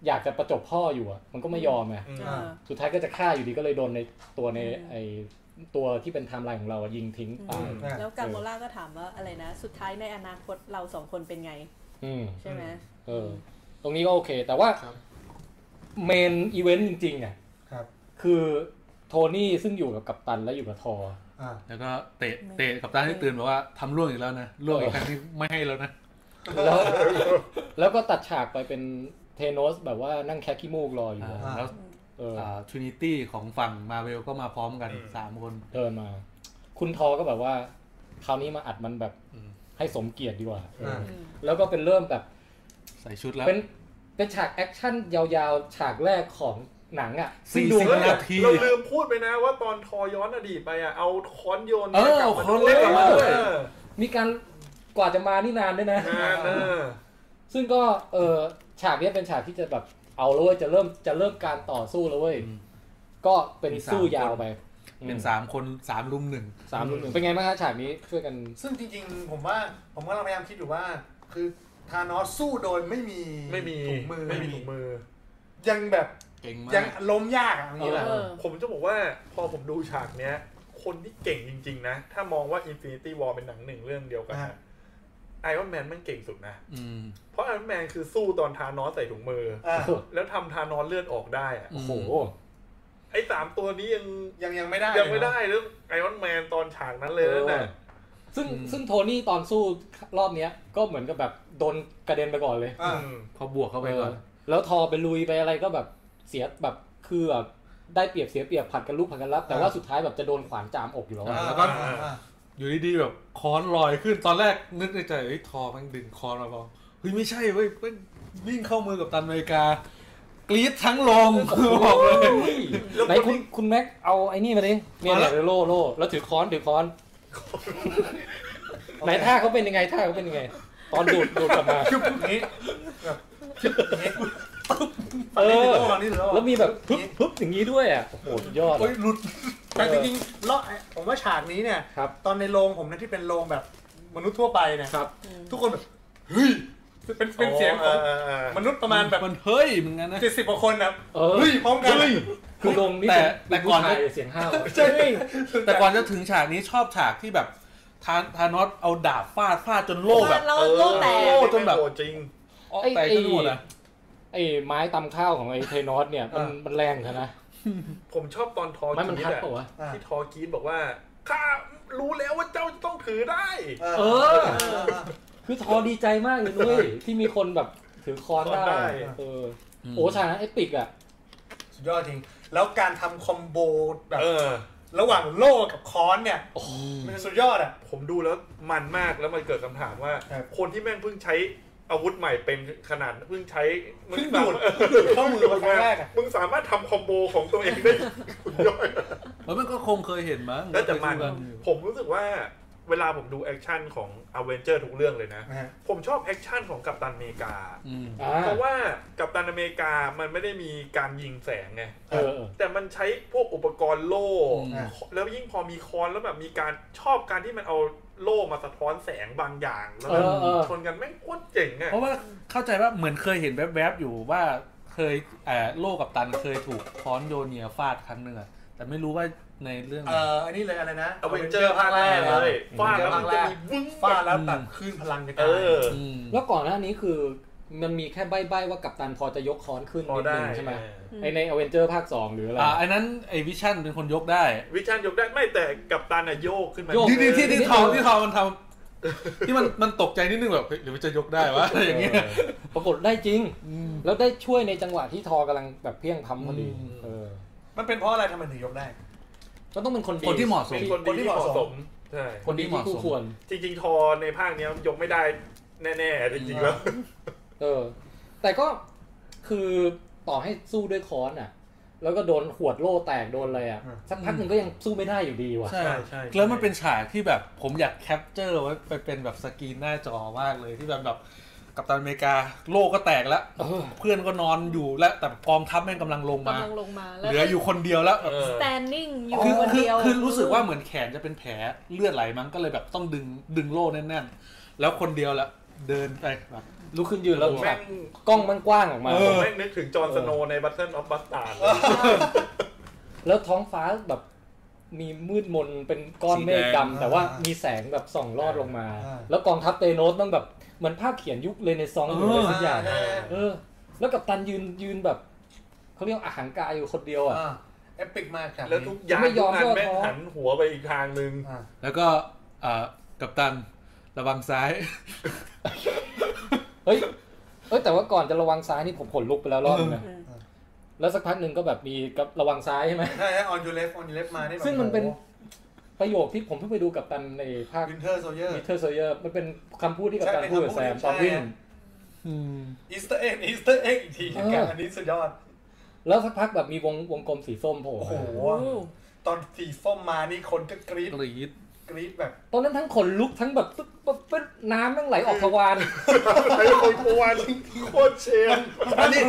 Speaker 1: อยากจะประจบพ่ออยู่อะมันก็ไม่ยอมไง
Speaker 11: อืม
Speaker 14: เออ
Speaker 1: สุดท้ายก็จะฆ่าอยู่ดีก็เลยโดนในตัวในไอตัวที่เป็นไทม์ไลน์ของเราอะยิงทิ้งตาย
Speaker 2: อ่ะ
Speaker 14: แล้วกาโมล่าก็ถามว่าอะไรนะ สุดท้ายในอนาคตเราสองคนเป็นไง
Speaker 1: อืม
Speaker 14: ใช่ไหม
Speaker 1: เออ ตรงนี้ก็โอเค แต่ว่า
Speaker 2: ครับ
Speaker 1: เมนอีเวนต์จริงๆอ่ะ
Speaker 2: ครับ
Speaker 1: คือโทนี่ซึ่งอยู่กับกัปตันและอยู่กับทอ
Speaker 2: อ่ะ
Speaker 3: แล้วก็เตะเตะกับตาที่ตื่นบอกว่าทำร่วงอีกแล้วนะร่วงอีกครั้งที่ไม่ให้แล้วนะ
Speaker 1: แล้ว แล้วก็ตัดฉากไปเป็นเทโนสแบบว่านั่งแคะขี้มูกรออยู่อะ
Speaker 3: อ่าแล้ว
Speaker 1: เออ
Speaker 3: ทรินิตี้ของฝั่งมาเวลก็มาพร้อมกันสามคน
Speaker 1: เดินมา คุณทอก็แบบว่า คราวนี้มาอัดมันแบบ
Speaker 3: อืม
Speaker 1: ให้สมเกียรติดีกว่าเออ
Speaker 2: อ่ะ
Speaker 1: แล้วก็เป็นเริ่มแบบ
Speaker 3: ใส่ชุดแล้ว
Speaker 1: เป็นเป็นฉากแอคชั่นยาวๆ ฉากแรกของหนังอ่ะซึ่ง
Speaker 3: สี่
Speaker 1: ดู
Speaker 3: สิบ
Speaker 11: เฮ้ย
Speaker 3: นาที
Speaker 11: เราลืมพูดไปนะว่าตอนทอย้อนอดีตไปอ่ะ เอาค้อนโยน
Speaker 3: เออเอาค้อนเล่นกลับมาด้วย
Speaker 11: เออ
Speaker 1: มีการกว่าจะมานี่นานด้วยนะ
Speaker 11: งานเออ
Speaker 1: ซึ่งก็เออฉากเนี้ยเป็นฉากที่จะแบบเอาแล้วเว้ยจะเริ่มจะเริ่มการต่อสู้แล้วเว้ย
Speaker 3: อืม
Speaker 1: ก็เป็น
Speaker 3: มีสาม
Speaker 1: สู้ยาวไป
Speaker 3: เป็น
Speaker 1: อืม
Speaker 3: สามคนสามลุมหนึ่ง
Speaker 1: สามรุ่นหนึ่งเป็นไงบ้างฮะฉากนี้ช่วยกัน
Speaker 2: ซึ่งจริงๆ ผมว่าผมกำลังพยายามคิดอยู่ว่า คือทานอสสู้โดยไม่มี
Speaker 11: ไม่มี
Speaker 2: ถุงมือ
Speaker 11: ไม่มีถุงมือ
Speaker 2: ยังแบบ
Speaker 3: เก่งมา
Speaker 2: ยัง
Speaker 3: ก
Speaker 2: ล้มยากอ่ะอย่างนี้แหละ
Speaker 1: เออ
Speaker 11: ผมจะบอกว่าพอผมดูฉากเนี้ย คนที่เก่งจริง ๆ นะ ถ้ามองว่า Infinity War เป็นหนังหนึ่งเรื่องเดียวกันไอรอนแมนมันเก่งสุดนะ
Speaker 3: อืม
Speaker 11: เพราะไอรอนแมนคือสู้ตอนทานอสใส่ถุงมือ
Speaker 2: อ่ะ
Speaker 11: แล้วทำทานอสเลือดออกได้อะ
Speaker 3: อืม
Speaker 1: โอ้โห
Speaker 11: ไอ้สามตัวนี้ยัง
Speaker 2: ยังยังไม่ได้
Speaker 11: ยังไม่ได้เรื่องไอรอนแมนตอนฉากนั้นเลยนั่นแหละ
Speaker 1: เออ ซึ่ง
Speaker 3: อืม
Speaker 1: ซึ่งโทนี่ตอนสู้รอบเนี้ย ก็เหมือนกับแบบโดนกระเด็นไปก่อนเลย
Speaker 2: อ่ะ
Speaker 11: ม
Speaker 3: เขาบวกเข้าไปก่อน
Speaker 1: เออแล้วทอไปลุยไปอะไรก็แบบเสียแบบคือแบบได้เปรียบเสียเปรียบผัดกันลุกผัดกันรับ แต่ว่าสุดท้ายแบบจะโดนขวานจามอกอยู่แล้วอะ
Speaker 3: อ่า
Speaker 2: แล้วก็อ่ะ
Speaker 3: อยู่ดีๆแบบค้อนลอยขึ้นตอนแรกนึกในใจเฮ้ยทอมันดึงค้อนมาบอกเฮ้ยไม่ใช่เว้ยมันวิ่งเข้ามือกับตันอเมริกากรี๊ดทั้งลงบอกเลย
Speaker 1: ไหนคุณคุณแม็กเอาไอ้นี่มาดิเนี่ยเนี่ยโล่โล่แล้วถือค้อนถือค้อน ไหนท่าเขาเป็นยังไงท่าเขาเป็นยังไง ตอนดูดดูดกลับมา
Speaker 2: คือนี้แบบนี้
Speaker 1: เออ
Speaker 2: ฝั่งนี้หรือเปล่า
Speaker 1: แล้วมีแบบปึ๊บปึ๊บอย่างนี้ด้วยอ่ะโอ้โหสุดยอด
Speaker 2: โอ้ยหลุดแต่จริงๆเลาะผมว่าฉากนี้เนี่ย
Speaker 1: ครับ
Speaker 2: ตอนในโรงผมนะที่เป็นโรงแบบมนุษย์ทั่วไปเนี่ย
Speaker 1: ครับ
Speaker 2: ทุกคนแบบเฮ้ยเป็นเป็นเสียงของมนุษย์ประมาณแบบ
Speaker 3: มันเฮ้ยเหมือนกันนะ
Speaker 2: เจ็ดสิบกว่าคนนะ
Speaker 1: เออ
Speaker 2: เฮ้ยพร้อมกัน
Speaker 1: คือลงนี่
Speaker 3: แต่
Speaker 1: เป็นเป็น
Speaker 3: แต่ก่
Speaker 1: ผู้
Speaker 3: อน
Speaker 1: ชายเสียงห้าว
Speaker 2: ใช่
Speaker 3: แต่ก่อนจะถึงฉากนี้ชอบฉากที่แบบทานทานอสเอาดาบฟาดฟาดจนโล่แบบ
Speaker 4: เราโลกแตก
Speaker 3: โอ้จนแบบ
Speaker 11: โอ้จริง
Speaker 3: ออกแตกจนหมดอ่ะ
Speaker 1: ไอ้ไม้ตำข้าวของไอ้เทนอสเนี่ยมัน
Speaker 2: อ่ามั
Speaker 1: มันแรงเหมือนกันนะ
Speaker 11: ผมชอบตอนทอ
Speaker 1: ไม้มัน
Speaker 11: กรี
Speaker 1: พั
Speaker 11: ด
Speaker 1: ด
Speaker 11: อะ
Speaker 1: ปะวะ
Speaker 2: อ่ะ
Speaker 11: ที่ทอกรีดบอกว่าข้ารู้แล้วว่าเจ้าจะต้องถือได้
Speaker 1: เออ
Speaker 2: เออเออ
Speaker 1: คือทอดีใจมากเลยนุ้ยที่มีคนแบบถือคอน
Speaker 11: คอนได้
Speaker 1: ได้เอออโอ้ฉากนั้นเอปิกอ่ะ
Speaker 2: สุดยอดจริง แล้วการทำคอมโบแบบ
Speaker 11: เออ
Speaker 2: ระหว่างโล่กับค้อนเนี่ย
Speaker 1: โอ้โห
Speaker 2: มันสุดยอดอ่ะ
Speaker 11: ผมดูแล้วมันมากแล้วมันเกิดคำถามว่า
Speaker 2: ครับ
Speaker 11: คนที่แม่งเพิ่งใช้อาวุธใหม่เป็นขนาดเพิ่งใช้มึ
Speaker 2: เพิ่งดูด
Speaker 11: สามารถ
Speaker 2: เพิ่งดูดเข้ามือมาครั้งแรกอ่ะ
Speaker 11: มึงสามารถทำคอมโบของตัวเองได้สุดยอด
Speaker 3: แล้วมันก็คงเคยเห็นมั้ง
Speaker 11: แล้วแต่มัน
Speaker 3: เคยดูกั
Speaker 11: ผมรู้สึกว่าเวลาผมดูแอคชั่นของอเวนเจอร์ทุกเรื่องเลยนะ
Speaker 2: นะฮะ
Speaker 11: ผมชอบแอคชั่นของกัปตันอเมริกา
Speaker 3: อืม
Speaker 1: อ่า
Speaker 11: เพราะว่ากัปตันอเมริกามันไม่ได้มีการยิงแสงไง
Speaker 1: เออเออ
Speaker 11: แต่มันใช้พวกอุปกรณ์โล่
Speaker 3: อืม
Speaker 11: แล้วยิ่งพอมีคอนแล้วแบบมีการชอบการที่มันเอาโล่มาสะท้อนแสงบางอย่าง แล้วมัน
Speaker 1: เออเออ
Speaker 11: ชนกันแม่งโคตรเจ๋งอะ
Speaker 3: เพราะว่าเข้าใจว่าเหมือนเคยเห็นแวบๆอยู่ว่าเคยเอ่อโลกับตันเคยถูกค้อนโยเนียฟาดครั้งหนึ่งอะแต่ไม่รู้ว่าในเรื่องไหน
Speaker 2: เอ่ออันนี้เลยอะไรนะ
Speaker 11: อเวนเจอร์ภาคแรกเลยฟาดแล้วมันจะมีวึ้ง
Speaker 2: ฟาดแล้วตัด
Speaker 3: อืม
Speaker 2: คลื่นพลังในกา
Speaker 11: เอ
Speaker 2: ร
Speaker 11: อ
Speaker 3: ม
Speaker 1: แล้วก่อนหน้านี้คือมันมีแค่ใบ้ๆว่ากัปตันพอจะยกคอนขึ้น
Speaker 11: พอ
Speaker 1: นิด
Speaker 11: ได้
Speaker 1: นึงใช่ไหม
Speaker 11: เออ
Speaker 1: ไอในอเวนเจอร์ภาค 2 หรืออะไร
Speaker 3: อ่าอันนั้นไอวิชั่นเป็นคนยกได้
Speaker 11: วิชันยกได้ไม่แต่กัปตันอะโยกขึ้นมา
Speaker 1: โยก
Speaker 3: ที่ที่ที่ที่ทอง
Speaker 1: เออ
Speaker 3: ที่ทองมันทำที่มันมันตกใจนิดนึงแบบเฮ้ยหรือมันจะยกได้วะอะไรอย่างเงี้ย
Speaker 1: ปรากฏได้จริง แล้วได้ช่วยในจังหวะที่ทอกำลังแบบเพี้ยงพัมพอดี
Speaker 3: อืม
Speaker 1: เออ
Speaker 2: มันเป็นเพราะอะไรทำไมถึงยกได้
Speaker 1: ก็ต้องเป็นคนดี
Speaker 3: คนที่เหมาะส
Speaker 11: เป็
Speaker 3: ม
Speaker 11: นคนดีที่เหมาะสมใช่
Speaker 1: คนดีที่คู่ควร
Speaker 11: จริง ๆ ทอในภาคเนี้ยยกไม่ได้แน่ๆจริงๆแล้ว
Speaker 1: เออ แต่ก็คือต่อให้สู้ด้วยค้อนอ่ะ แล้วก็โดนขวดโล่แตกโดนอะไรอ่ะ
Speaker 2: อืม
Speaker 1: สักพักหนึ่งก็ยังสู้ไม่ได้อยู่ดีว่ะ
Speaker 3: ใช่
Speaker 11: ใช่ใช่
Speaker 3: แล้วมันเป็นฉากที่แบบผมอยากแคปเจอร์ไว้ไปเป็นแบบสกรีนหน้าจอมากเลยที่แบบแบบกัปตันอเมริกาโลกก็แตกแล้ว
Speaker 1: เออ
Speaker 3: เพื่อนก็นอนอยู่แล้วแต่กองทัพแม่งกำลังลงมา
Speaker 14: กำลังลงมาแล้ว
Speaker 3: เหลืออยู่คนเดียวแล้ว
Speaker 11: เออ
Speaker 14: นิ่งอยู่
Speaker 3: คือ
Speaker 14: คน
Speaker 3: คือ
Speaker 14: เดียว
Speaker 3: คือรู้สึกว่าเหมือนแขนจะเป็นแผลเลือดไหลมั้งก็เลยแบบต้องดึงดึงโล่แน่นๆ แล้วคนเดียวละเดินไปแบบ
Speaker 1: ลุกขึ้นยืนแล้วแบ
Speaker 11: แม่
Speaker 1: บ
Speaker 11: ง
Speaker 1: กล้องมันกว้างออกมา
Speaker 3: เอ
Speaker 11: ผม
Speaker 3: อ
Speaker 11: แม่งนึกถึงจอห์นสโนว์ในบัตเทิลออฟบัสตาร์ด
Speaker 1: แล้วท้องฟ้าแบบมีมืดมนเป็นก้อนเมฆ
Speaker 3: สีแดง
Speaker 1: ดำแต่ว่ามีแสงแบบส่องลอดลงมา
Speaker 2: อ่า
Speaker 1: แล้วกองทัพเตโนสมันแบบเหมือนภาพเขียนยุคเรเนซองส์หรืออะไรสักอย่าง
Speaker 2: เ
Speaker 1: เออ แล้วกับตันยืนยืนแบบเขาเรียกอาหารกายอยู่คนเดียวอ่ะ
Speaker 2: อ่าเอปิกมากครับ
Speaker 11: แล้วทุกอย่าง
Speaker 1: ไม่ย
Speaker 11: ทุ
Speaker 1: อก ม
Speaker 11: อันแม่ง
Speaker 1: ย่อท้อ
Speaker 11: หันหัวไปอีกทางหนึ่ง
Speaker 2: อ่า
Speaker 3: แล้วก็เอ่อกัปตันระวังซ้าย
Speaker 1: เฮ้ย เอ้ยแต่ว่าก่อนจะระวังซ้ายนี่ผมขนลุกไปแล้วรอบนึงนะ
Speaker 14: อืม
Speaker 1: แล้วสักพักหนึ่งก็แบบมีกับระวังซ้ายใช่ไหม
Speaker 2: ใช่ฮะออนยูเลฟออนยูเลฟมาได้แบบ
Speaker 1: ซึ่งมันเป็น ประโยคที่ผมเพิ่งไปดูกับตันในภาค
Speaker 2: วินเทอร์โซเยอร์
Speaker 1: มิเตอร์โซเยอร์มันเป็นคำพูดที่กับตัน
Speaker 2: ใช่
Speaker 1: พูดกับแซมตอนวิ่ง
Speaker 2: ใช่
Speaker 3: อืม
Speaker 2: อีสเตอร์เอ็กอีสเตอร์เอ็กอีกที
Speaker 1: เออ
Speaker 2: กันอันนี้สุดยอด
Speaker 1: แล้วสักพักแบบมีวงวงกลมสีส้มโผล่
Speaker 2: โอ้โห
Speaker 1: มา
Speaker 2: ตอนสีส้มมานี่คนก็กรี๊ด
Speaker 3: กรีด
Speaker 2: กรี๊ดแบบ
Speaker 1: ตอนนั้นทั้งขนลุกทั้งแบบปึ๊บปึ๊บปึ๊บน้ำนั่งไหลออกทวาร
Speaker 11: ไอ้คนกวนโคตรเชน
Speaker 3: อันนี้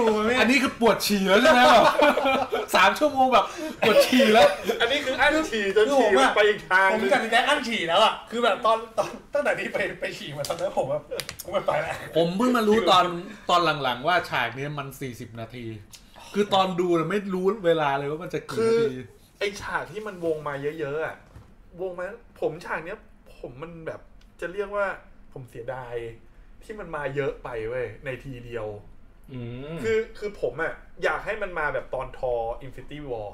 Speaker 3: อันนี้คือปวดฉี่แล้วใช่ไหมแบบ สามชั่วโมงแบบปวดฉี่แล้ว
Speaker 11: อันนี้คืออั้นฉี่จนฉี่มันไปอีกทาง
Speaker 2: ผม
Speaker 11: หนึง
Speaker 2: กับแจ๊คอั้นฉี่แล้วอ่ะคือแบบตอนตอนตั้งแต่นี้ไปไปฉี่มาตอนนั้นผมแบบกูไม่ไปแล้ว
Speaker 3: ผมเพิ่งมารู้ตอนตอนหลังๆ ว่าฉากเนี้ยมัน 40 นาที คือตอนดูน่ะไม่รู้เวลาเลยว่ามันจะกี่นาที
Speaker 11: ไอ้ฉากที่มันวงมาเยอะๆอะวงมาผมฉากเนี้ย ผมมันแบบจะเรียกว่าผมเสียดาย ที่มันมาเยอะไปเว้ยในทีเดียว
Speaker 1: อืม
Speaker 11: คือคือผมอะอยากให้มันมาแบบตอนทออินฟินิตี้วอล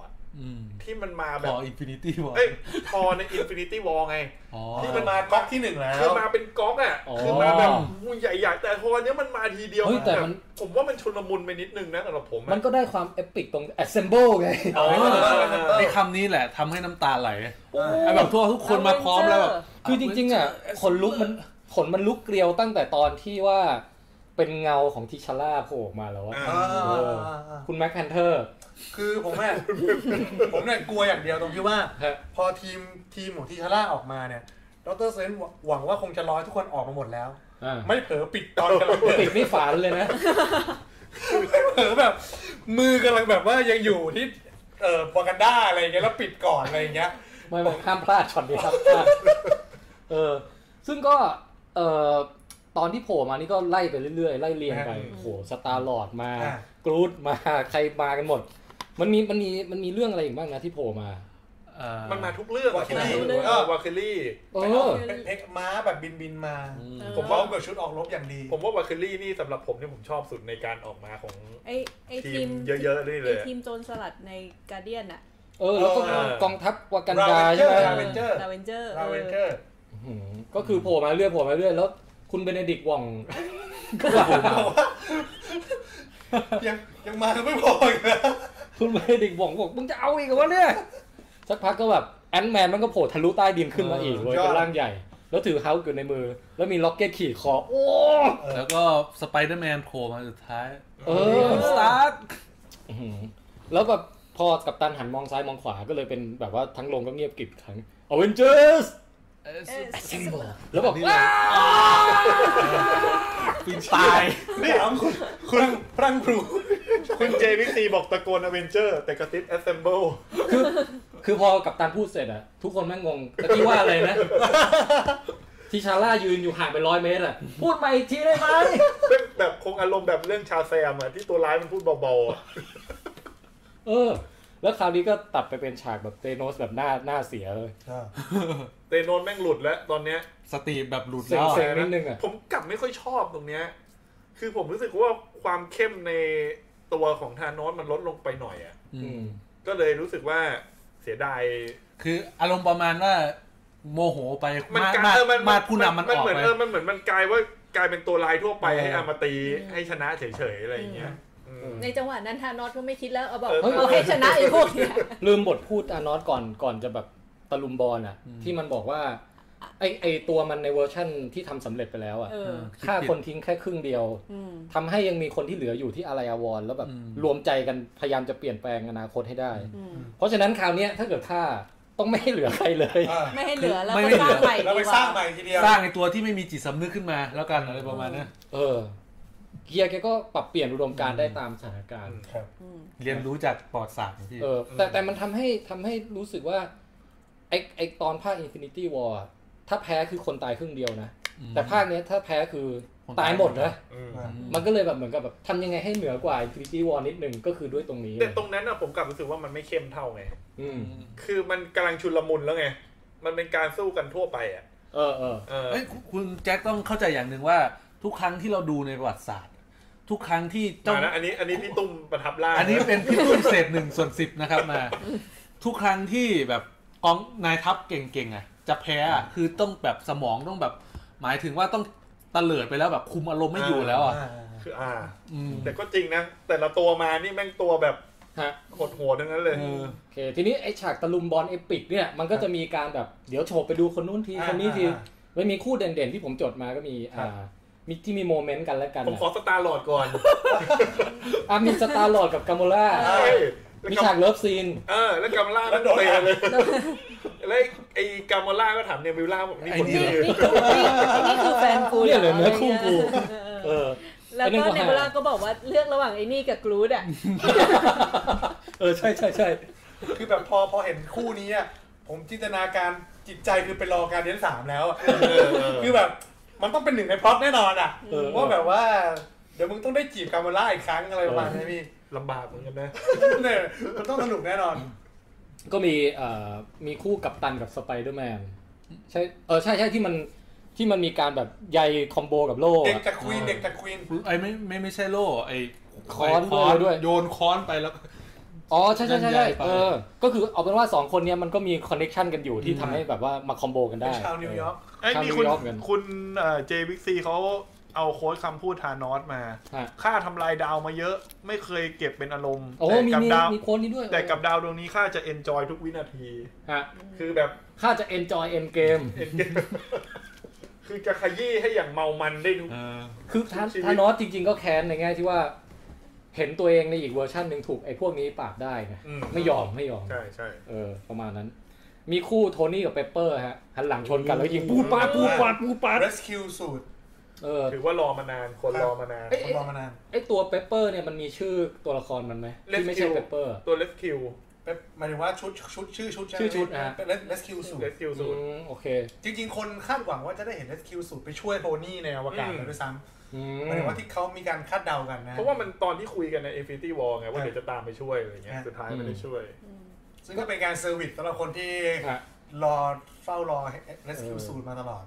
Speaker 3: ม
Speaker 11: ที่มันมาแบ
Speaker 3: พ
Speaker 11: บ
Speaker 3: ออินฟินิตี้วอ
Speaker 11: เอ้ยทอในอินฟินิตี้วอลไง
Speaker 3: อ๋อ
Speaker 2: ที่มันมาก๊อกที่หนึ่งแล้ว
Speaker 11: คือมาเป็นก๊อกอ่ะ
Speaker 1: อ๋อ
Speaker 11: คือมาแบบมูใหญ่ๆแต่โทอนเนี้ยมันมาทีเดียว
Speaker 1: เฮ้ยแต่มัน
Speaker 11: บบผมว่ามันชุนลมุนไปนิดนึงนะสำหรับผมอะ
Speaker 1: มันก็ได้ความเอปิกตรง assemble ไง
Speaker 11: อ๋อ
Speaker 3: เออ
Speaker 11: เอ
Speaker 3: ไอ้
Speaker 11: อ
Speaker 3: คำนี้แหละทำให้น้ำตาไหลไอ้แบบทั่วทุกคนมาพร้อมแล้วแบบ
Speaker 1: คือจริงๆอ่ะขนลุกมันขนมันลุกเกลียวตั้งแต่ตอนที่ว่าเป็นเงาของทิชาร่าโผล่ออกมาแล้วอะ
Speaker 2: อ่าๆ
Speaker 1: คุณแม็กแพนเทอร์
Speaker 2: ๆคือผมอะ ผมเนี่ยกลัวอย่างเดียวตรงที่ว่า
Speaker 1: ฮะ
Speaker 2: พอทีมทีมของทีชาร่าออกมาเนี่ยดรเซนหวังว่าคงจะร้อยทุกคนออกมาหมดแล้ว
Speaker 1: อ่า
Speaker 2: ไม่เผลอปิดตอนกำลังเปิด
Speaker 1: ปิดนี่ฝันเลยนะ
Speaker 2: เผลอแบบมือกำลังแบบว่ายังอยู่ที่เอ่อวากันด้าอะไรอย่างเงี้ยแล้วปิดก่อนอะไรอย่างเงี้ย
Speaker 1: ไม่ไม่ห้ามพลาดช็อตนี้ครับพลาดเออ ซึ่งก็ เอ่อ ตอนที่โผล่มานี่ก็ไล่ไปเรื่อยๆ ไล่เรียงไป
Speaker 2: อืม
Speaker 1: โอ้โหสตาร์ลอร์ดมา
Speaker 2: อ่ะ
Speaker 1: กรูดมา ใครมากันหมด มันมี มันมี มันมีเรื่องอะไรอีกบ้างนะที่โผล่มา
Speaker 11: มันมาทุกเรื่อง
Speaker 2: วาคิลี่
Speaker 11: เออวาคิลี่
Speaker 1: เออ
Speaker 2: เป็นเอกม้าแบบบินบินๆมา
Speaker 4: เออ
Speaker 2: ผมว่าแบบชุดออกรบอย่างดี
Speaker 11: ผมว่าวาคิลี่นี่สำหรับผมเนี่ยผมชอบสุดในการออกมาของ
Speaker 4: ไอไอ
Speaker 11: ที
Speaker 4: ที
Speaker 11: ม
Speaker 4: ม
Speaker 11: เยอะๆนี่เลย
Speaker 4: ไทีมโจรสลัดในกา a เดียนอะ
Speaker 1: เออ แล้วก็
Speaker 2: เออก
Speaker 1: องทัพวากันดาใช่ไหม
Speaker 2: รา Ravenger
Speaker 4: ลาเวนเจอร์
Speaker 2: ลาเวนเจอร์
Speaker 1: อืมก็คือโผล่มาเรื่อยโผล่มาเรื่อยแล้ว คุณเบเนดิกต์หว่อง
Speaker 2: ยังยังมาไม่พออีกนะ
Speaker 1: คุณเบเนดิกต์หว่องบอกมึงจะเอาอีกเหรอวะเนี่ยสักพักก็แบบแอนแมนมันก็โผล่ทะลุใต้ดินขึ้นมาอีกเลยเป็นร่างใหญ่ แล้วถือเฮาส์อยู่ในมือ แล้วมีล็อกเก็ตขี่คอโอ้
Speaker 3: แล้วก็สไปเดอร์แมนโผล่มาสุดท้าย
Speaker 1: เออ
Speaker 3: สตาร์ท
Speaker 1: อื้อหือแล้วแบบพอกับตันหันมองซ้ายมองขวาก็เลยเป็นแบบว่าทั้งลงก็เงียบกริบครั้งอเวนเจอร์สแล้วบอกว้าว
Speaker 3: ปีนตาย
Speaker 2: นี่ถามคุณคุณพรั่งพรู
Speaker 11: คุณเจวิซีบอกตะโกนอเวนเจอร์แต่กระติดแอสเซมเบิล
Speaker 1: คือคือพอกับตันพูดเสร็จอะทุกคนแม่งงงตะกี้ว่าอะไรนะ ที่ชาร่ายืนอยู่ห่างไปร้อยเมตรอะพูดใหม่อีกทีได้ไหม
Speaker 11: แบบคงอารมณ์แบบเรื่องชาแซมอะที่ตัวร้ายมันพูดเบาๆอะ
Speaker 1: เออ แล้วคราวนี้ก็ตัดไปเป็นฉากแบบเตโนสแบบหน้าหน้าเสียเลย
Speaker 11: เตโนนแม่งหลุดแล้วตอนเนี้ย
Speaker 3: สตีฟแบบหลุด
Speaker 1: เซ็
Speaker 3: แล้ว
Speaker 1: ง
Speaker 3: อะ
Speaker 1: เซ็งนิดนึงอ่ะ
Speaker 11: ผมกลับไม่ค่อยชอบตรงเนี้ย คือผมรู้สึกว่าความเข้มในตัวของทานอสมันลดลงไปหน่อยอะ
Speaker 3: อื
Speaker 1: อื
Speaker 3: ม
Speaker 1: ม
Speaker 11: ก็เลยรู้สึกว่าเสียดาย
Speaker 3: คืออารมณ์ประมาณว่าโมโหไป
Speaker 11: มัน
Speaker 3: มาก
Speaker 11: ลาย
Speaker 3: มาก
Speaker 11: เออมัน
Speaker 3: มาดผู้นำมันออก
Speaker 11: เหมือน
Speaker 3: ไป
Speaker 11: เออมันเหมือนมันกลายว่ากลายเป็นตัวลายทั่วไป
Speaker 1: เออ
Speaker 11: ให้อามาตีให้ชนะเฉยๆอะไรอย่างเงี้ยอืม
Speaker 4: ในจังหวะนั้นทานอสก็ไม่คิดแล้วเอาบอก
Speaker 11: เออ
Speaker 4: เอาให้ชนะไอ้พวกเนี่ย
Speaker 1: ลืมบทพูดอานอสก่อนก่อนจะแบบตะลุมบอลอ่ะ
Speaker 3: อืม
Speaker 1: ที่มันบอกว่า ไอไอตัวมันในเวอร์ชั่นที่ทำสำเร็จไปแล้วอ่ะ
Speaker 4: เออ
Speaker 1: ฆ่าคนทิ้งแค่ครึ่งเดียว
Speaker 4: อืม
Speaker 1: ทำให้ยังมีคนที่เหลืออยู่ที่อะไรอาวรณ์แล้วแบบ
Speaker 3: อืม
Speaker 1: รวมใจกันพยายามจะเปลี่ยนแปลงอนาคตให้ได้
Speaker 4: อืม
Speaker 1: เพราะฉะนั้นคราวเนี้ยถ้าเกิดฆ่าต้องไม่ให้เหลือใครเลย
Speaker 2: อ่า
Speaker 4: ไม่ให้เหลือแล้ว
Speaker 3: ไม่
Speaker 4: ก็
Speaker 3: ให้
Speaker 4: ส
Speaker 3: เหลื
Speaker 4: ร้า
Speaker 3: อ
Speaker 4: งใหม่
Speaker 2: แล้วไป
Speaker 4: ดีก
Speaker 2: สร้า
Speaker 4: ว่า
Speaker 2: งใหม่ทีเดียว
Speaker 3: สร้างในตัวที่ไม่มีจิตสำนึกขึ้นมาแล้วกันอะไรประมาณเนี้ย
Speaker 1: เออ เกียร์แกก็ปรับเปลี่ยนอุดมการณ์ได้ตามสถานการณ์
Speaker 3: เรียนรู้จากปอดสารพี่
Speaker 1: เออแต่แต่มันทำให้ทำให้รู้สึกว่า ไอไอตอนภาค Infinity War อะถ้าแพ้คือคนตายครึ่งเดียวนะ
Speaker 3: อืม
Speaker 1: แต่ภาคเนี้ยถ้าแพ้คือ
Speaker 3: คน
Speaker 1: ตา
Speaker 3: ตาย ย
Speaker 1: หมด
Speaker 3: หมด
Speaker 1: นะ
Speaker 3: นะ
Speaker 11: อืม
Speaker 3: อืม
Speaker 1: มันก็เลยแบบเหมือนกับแบบทำยังไงให้เหนือกว่า Infinity War นิดนึงก็คือด้วยตรงนี้
Speaker 11: แต่ตรงนั้นอะผมกลับรู้สึกว่ามันไม่เข้มเท่าไง
Speaker 1: อืม
Speaker 11: คือมันกำลังชุลมุนแล้วไง มันเป็นการสู้กันทั่วไปอะ
Speaker 1: เออเออ
Speaker 11: เออ
Speaker 3: เอ้ยคุณคุณแจ็คต้องเข้าใจอย่างหนึ่งว่า ทุกครั้งที่เราดูในประวัติศาสตร์ ทุกครั้งที่เจ้า
Speaker 11: มานะอันนี้อันนี้พี่ตุ้มประทับร่าง
Speaker 3: อันนี้เป็นพี่ตุ้มเศษหนึ่งส่วนสิบนะครับมา ทุกครั้งที่แบบกองนายทัพเก่งๆอ่ะ จะแพ้อะคือต้องแบบสมองต้องแบบ หมายถึงว่าต้องตะเลิดไปแล้วแบบคุมอารมณ์ไม่อยู่แล้วอ่ะ
Speaker 11: คืออ่า
Speaker 3: อืม
Speaker 11: แต่ก็จริงนะ แต่ละตัวมานี่แม่งตัวแบบ
Speaker 1: ฮะ
Speaker 11: โหดหัวทั้งนั้นเลย
Speaker 3: เออ
Speaker 1: โอเค ทีนี้ไอฉากตะลุมบอลเอปิกเนี่ย มันก็จะมีการแบบเดี๋ยวโฉบไปดูคนนู้นที
Speaker 2: อ่า
Speaker 1: คนนี้ที
Speaker 2: อ่า
Speaker 1: มันมีคู่เด่นๆที่ผมจดมาก็มีอ่ามีที่มีโมเมนต์กันและกัน
Speaker 11: ผม
Speaker 1: อะ
Speaker 11: ขอสตาร์ลอร์ดก่อน
Speaker 1: อ่ะมีสตาร์ลอร์ดกับกาโมล่า
Speaker 11: เฮ้ย
Speaker 1: มีฉากเลิฟซีน
Speaker 11: เออ แล้วกำล่าแล้วโดนเลยแล้วไอ้กามอล่าก็ถามเนี่ยมิวล่าบอกนี่
Speaker 3: ไอ้
Speaker 11: คน
Speaker 3: นี่
Speaker 11: นี้
Speaker 4: นี่คือนี่คือแฟนกู
Speaker 1: เนี่ยเหรอเนื้อคู่กู เออ
Speaker 4: แล้วก็
Speaker 1: ไอ้
Speaker 4: เน
Speaker 1: นั่นก็หา
Speaker 4: โบล่าก็บอกว่าเลือกระหว่างไอ้นี่กับกรูดอ่ะ
Speaker 1: เออ ใช่ใช่ใช่
Speaker 2: คือแบบพอพอเห็นคู่นี้อะผมจินตนาการจิตใจคือเป็นรอการเลี้ยนสามแล้วอะคือแบบมันต้องเป็นหนึ่งในพล็อตแน่นอนอ่ะ
Speaker 1: เออ
Speaker 2: ว่าแบบว่า เดี๋ยวมึงต้องได้จีบกามาล่าอีกครั้งอะไรประมาณนี้พี่
Speaker 11: ลำบากเหมือนกันนะ
Speaker 2: เนี่ยมันต้องสนุกแน่นอน
Speaker 1: ก็มีเอ่อมีคู่กับตันกับสไปเดอร์แมนใช่ เออใช่ใช่ที่มันที่มันมีการแบบใยคอมโบกับโล่
Speaker 2: เด็ก
Speaker 1: อะ
Speaker 2: จากควีนเด็กจากควีน
Speaker 3: ไอ้ไม่ไม่ไม่ใช่โล่ไอ้
Speaker 1: ค้อนด้วยด้วย
Speaker 3: โยนค้อนไปแล้วก็
Speaker 1: อ๋อ ใช่ใช่ใช่ใช่
Speaker 3: ใยไป
Speaker 1: เออ ก็คือเอาเป็นว่าสองคนเนี้ยมันก็มีคอนเน t ชันกันอยู่ที่ทำให้แบบว่ามาคอมโบกันได้
Speaker 2: เป็นชาวนิวยอร์ก
Speaker 11: ไอ้
Speaker 1: ข้าม
Speaker 11: นี่คุ
Speaker 1: นิ
Speaker 11: ณ
Speaker 1: วยอร์กกัน
Speaker 11: คุณเจวิกซีเขาเอาโค้ดคำพูดทานอสมา
Speaker 1: ฮะ
Speaker 11: ข้าทำลายดาวมาเยอะ ไม่เคยเก็บเป็นอารมณ์
Speaker 1: โอ้
Speaker 11: แต่
Speaker 1: มี
Speaker 11: กับ
Speaker 1: มี
Speaker 11: ดาว
Speaker 1: มีโค้ดนี้ด้วย
Speaker 11: แต่กับดาวดวงนี้ข้าจะเอนจอยทุกวินาที
Speaker 1: ฮะ
Speaker 11: คือแบบ
Speaker 1: ข้าจะ enjoy end game
Speaker 11: เอนคือจะขยี้ให้อย่างเมามันได้ทุก
Speaker 3: เออ
Speaker 1: คือทาน
Speaker 11: ชีวิต
Speaker 1: ทานอสจริง ๆ ก็แค้นในแง่ที่ว่า เห็นตัวเองในอีกเวอร์ชันหนึ่งถูกไอ้พวกนี้ปราบได้ไง
Speaker 11: ม
Speaker 1: ไม่ยอมไม่ยอม
Speaker 11: ใช่ใช่
Speaker 1: เออ ประมาณนั้น มีคู่โทนี่กับเปปเปอร์ฮะหันหลังชนกันแล้วยิงปูดปาดปูดปาดปูดปาด
Speaker 2: rescue suit
Speaker 1: เออ
Speaker 11: ถือว่ารอมานานคนรอมานาน
Speaker 1: ไอ้
Speaker 2: ผม
Speaker 1: ไอ้
Speaker 2: รอมานาน
Speaker 1: ไอ้ตัวเปปเปอร์เนี่ยมันมีชื่อตัวละครมันไหมที่ไม่ใช่
Speaker 11: Rescue
Speaker 1: เปปเปอร์
Speaker 11: ตัวเลสคิว
Speaker 2: เป๊ปหมายถึงว่าชุดชุดชื่อชุดใไหม
Speaker 1: ชื่อชุดอ่ะ
Speaker 2: เป็น Res- Rescue สูต
Speaker 11: เล
Speaker 2: ร
Speaker 11: สคิวสูตร
Speaker 1: โอเค
Speaker 2: จริงๆ คนคาดหวังว่าจะได้เห็น Rescue สูตรไปช่วยโพนี่ในอวกาศ
Speaker 11: อืม
Speaker 2: แล้วด้วยซ้
Speaker 1: อื
Speaker 2: ำห
Speaker 1: ม
Speaker 2: มายถึงว่าที่เขามีการคาดเดากันนะ
Speaker 11: เพราะว่ามันตอนที่คุยกันใน Infinity War ไงว่า
Speaker 2: อ่ะ
Speaker 11: เดี๋ยวจะตามไปช่วยอะไรเงี้ย
Speaker 2: อ่ะ
Speaker 11: สุดท้ายไม่ได้ช่วย
Speaker 2: ซึ่งก็เป็นการเซอร์วิสสำหรับคนที่
Speaker 1: ฮะ
Speaker 2: รอเฝ้ารอ Rescue สูตรมาตลอด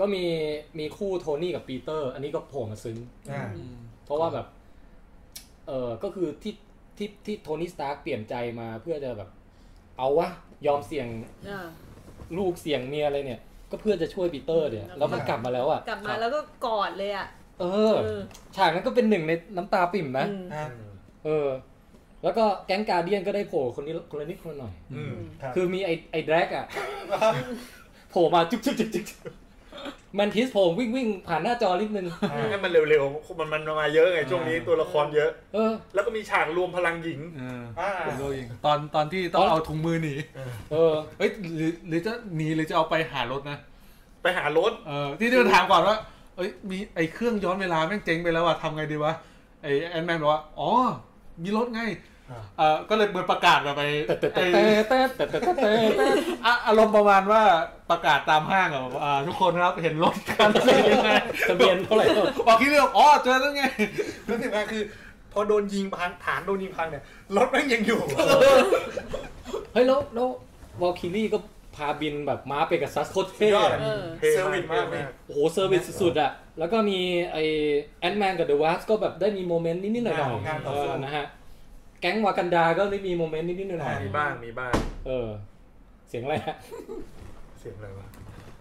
Speaker 1: ก็มีมีคู่โทนี่กับปีเตอร์ อันนี้ก็โผล่มาซึ้ง
Speaker 2: อ่า
Speaker 1: เพราะว่าแบบ เออก็คือที่ที่ที่โทนี่สตาร์คเปลี่ยนใจมาเพื่อจะแบบ เอาวะ ยอมเสี่ยง
Speaker 14: อ่า
Speaker 1: ลูกเสี่ยงเมียอะไรเนี่ย ก็เพื่อจะช่วยปีเตอร์เนี่ย แล้วมันกลับมาแล้วอ่ะ
Speaker 14: กลับมาแล้วก็กอดเลยอ่ะ
Speaker 1: เออ ฉากนั้นก็เป็นหนึ่งในน้ำตาปิ่มนะ
Speaker 14: อืม
Speaker 2: อ่า
Speaker 1: เออ แล้วก็แก๊งกาเดียนก็ได้โผล่คนนี้คนละนิดคนละหน่อย
Speaker 11: อืม
Speaker 2: รับ
Speaker 1: คือมีไอ้ไอ้แดรกอ่ะ โผล่มาจุ๊บจุ๊บจุ๊บจุ๊บแมันทิสโผล่วิ่งวิ่งผ่านหน้าจอนิดนึง
Speaker 11: ให้มันเร็วๆ มันมันมาเยอะไงช่วงนี้ตัวละครเยอะ
Speaker 1: เออ
Speaker 11: แล้วก็มีฉากรวมพลังหญิง
Speaker 3: เออ
Speaker 2: อ่า
Speaker 3: ตอนตอนที่ต้อ
Speaker 1: อ๋
Speaker 3: ง
Speaker 1: อ
Speaker 3: เอาถุงมือหนี
Speaker 1: เออ
Speaker 3: เอ้ยหรือหรือจะหนีหรือจะเอาไปหารถนะ
Speaker 11: ไปหารถ
Speaker 3: เออที่ที่มันถามก่อนว่าเอ้ยมีไอ้เครื่องย้อนเวลาแม่งเจ๊งไปแล้วว่ะทำไงดีวะไอ้แอนแมนบอกว่าอ๋อมีรถไงเออก็เลยเปิดประกาศแบบไป
Speaker 1: แต่แต่
Speaker 3: ไอ้
Speaker 1: แต่แต่แต่แต่แต่แต่
Speaker 3: อ่ะอารมณ์ประมาณว่าประกาศตามห้างอะแบบอ่าทุกคนครับเห็นรถกันเลยยังไง
Speaker 1: ทะเบียนเท่าไหร่ก็
Speaker 3: ออกคิดเรื่องอ๋อเจอแล้วไง
Speaker 2: รู้สึกว่าคือ พอโดนยิงพังฐานโดนยิงพังเนี่ยรถแม่งยังอยู่
Speaker 1: เฮ้ยแล้วแล้ววอลคิรี่ก็พาบินแบบม้าเปกัสซัสโคตรเท่
Speaker 2: ยอด
Speaker 1: อะ
Speaker 2: อะ
Speaker 14: เออ
Speaker 11: เท่
Speaker 2: เซอร์วิสมากเลย
Speaker 1: โอ้โหเซอร์วิสสุดๆอ่ะ แล้วก็มีไอแอนแมนกับเดอะวาสก็แบบได้มีโมเมนต์นิดๆหน่อย
Speaker 2: งาน
Speaker 1: ๆ
Speaker 2: ต่
Speaker 1: เอ
Speaker 2: อสู้
Speaker 1: อนะฮะ แก๊งวากันดาก็ได้มีโมเมนต์นิดๆหน่อย
Speaker 11: มีบ้าง มีบ้าง
Speaker 1: ๆเออ เสียงอะไรฮะ
Speaker 11: เสียงอะไรวะ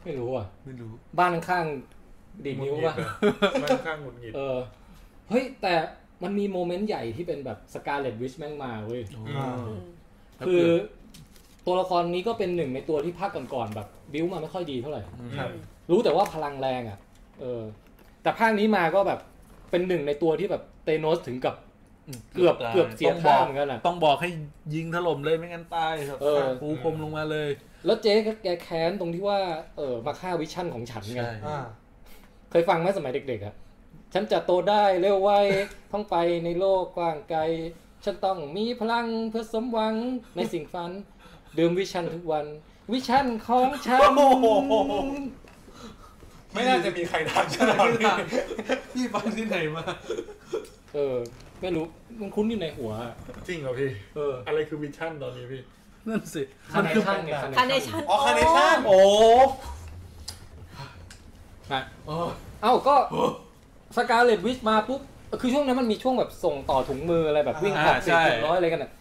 Speaker 1: ไม่รู้อ่ะ
Speaker 3: ไม่รู้
Speaker 1: บ้านข้างๆดีดนิ้วป่ะ
Speaker 11: มันค่อนข้างหงุดหงิด
Speaker 1: เออ เฮ้ย แต่มันมีโมเมนต์ใหญ่ที่เป็นแบบสกาเลตวิชแม่งมาเว้ย คือตัวละครนี้ก็เป็นหนึ่งในตัวที่ภาคก่อนๆแบบบิวมาไม่ค่อยดีเท่าไหร่
Speaker 2: ครับ
Speaker 1: รู้แต่ว่าพลังแรงอ่ะ เออ แต่ภาคนี้มาก็แบบเป็นหนึ่งในตัวที่แบบเตโนสถึงกับเกือบเกือบเสียท่าเหมือนกันอ่ะ
Speaker 3: ต้องบอกให้ยิงถล่มเลยไม่งั้นตายครับ
Speaker 1: เออ
Speaker 3: ปูพรมลงมาเลย
Speaker 1: แล้วเจ๊ก็แกแค้นตรงที่ว่าเออมาฆ่าวิชั่นของฉันไง
Speaker 2: อ่า
Speaker 1: เคยฟังไหมสมัยเด็กๆอะฉันจะโตได้เร็วไว ต้องไปในโลกกว้างไกล ฉันต้องมีพลังเพื่อสมหวังในสิ่งฝัน ดื่มวิชันทุกวัน วิชันของฉัน
Speaker 2: โอ้โหไม่น่าจะมีใครทำใช่ไหม
Speaker 3: พี่ฟังที่ไหนมา
Speaker 1: เออ ไม่รู้ มันคุ้นอยู่ในหัวอะ
Speaker 11: จริงเหรอพี่
Speaker 1: เออ
Speaker 11: อะไรคือวิชั่นตอนนี้พี่
Speaker 3: นั่นสิ
Speaker 1: คาเนชั่นไง
Speaker 14: คาร์เนชั่น
Speaker 2: อ๋อคาร์เนชั่น
Speaker 3: โอ้
Speaker 1: ฮะเอ้าก็สกาเลตวิชมาปุ๊บ คือช่วงนั้นมันมีช่วงแบบส่งต่อถุงมืออะไรแบบวิ่ง
Speaker 3: อ่า
Speaker 1: ขับสี่
Speaker 3: ใช่
Speaker 1: สิบร้อยอะไรกันอะ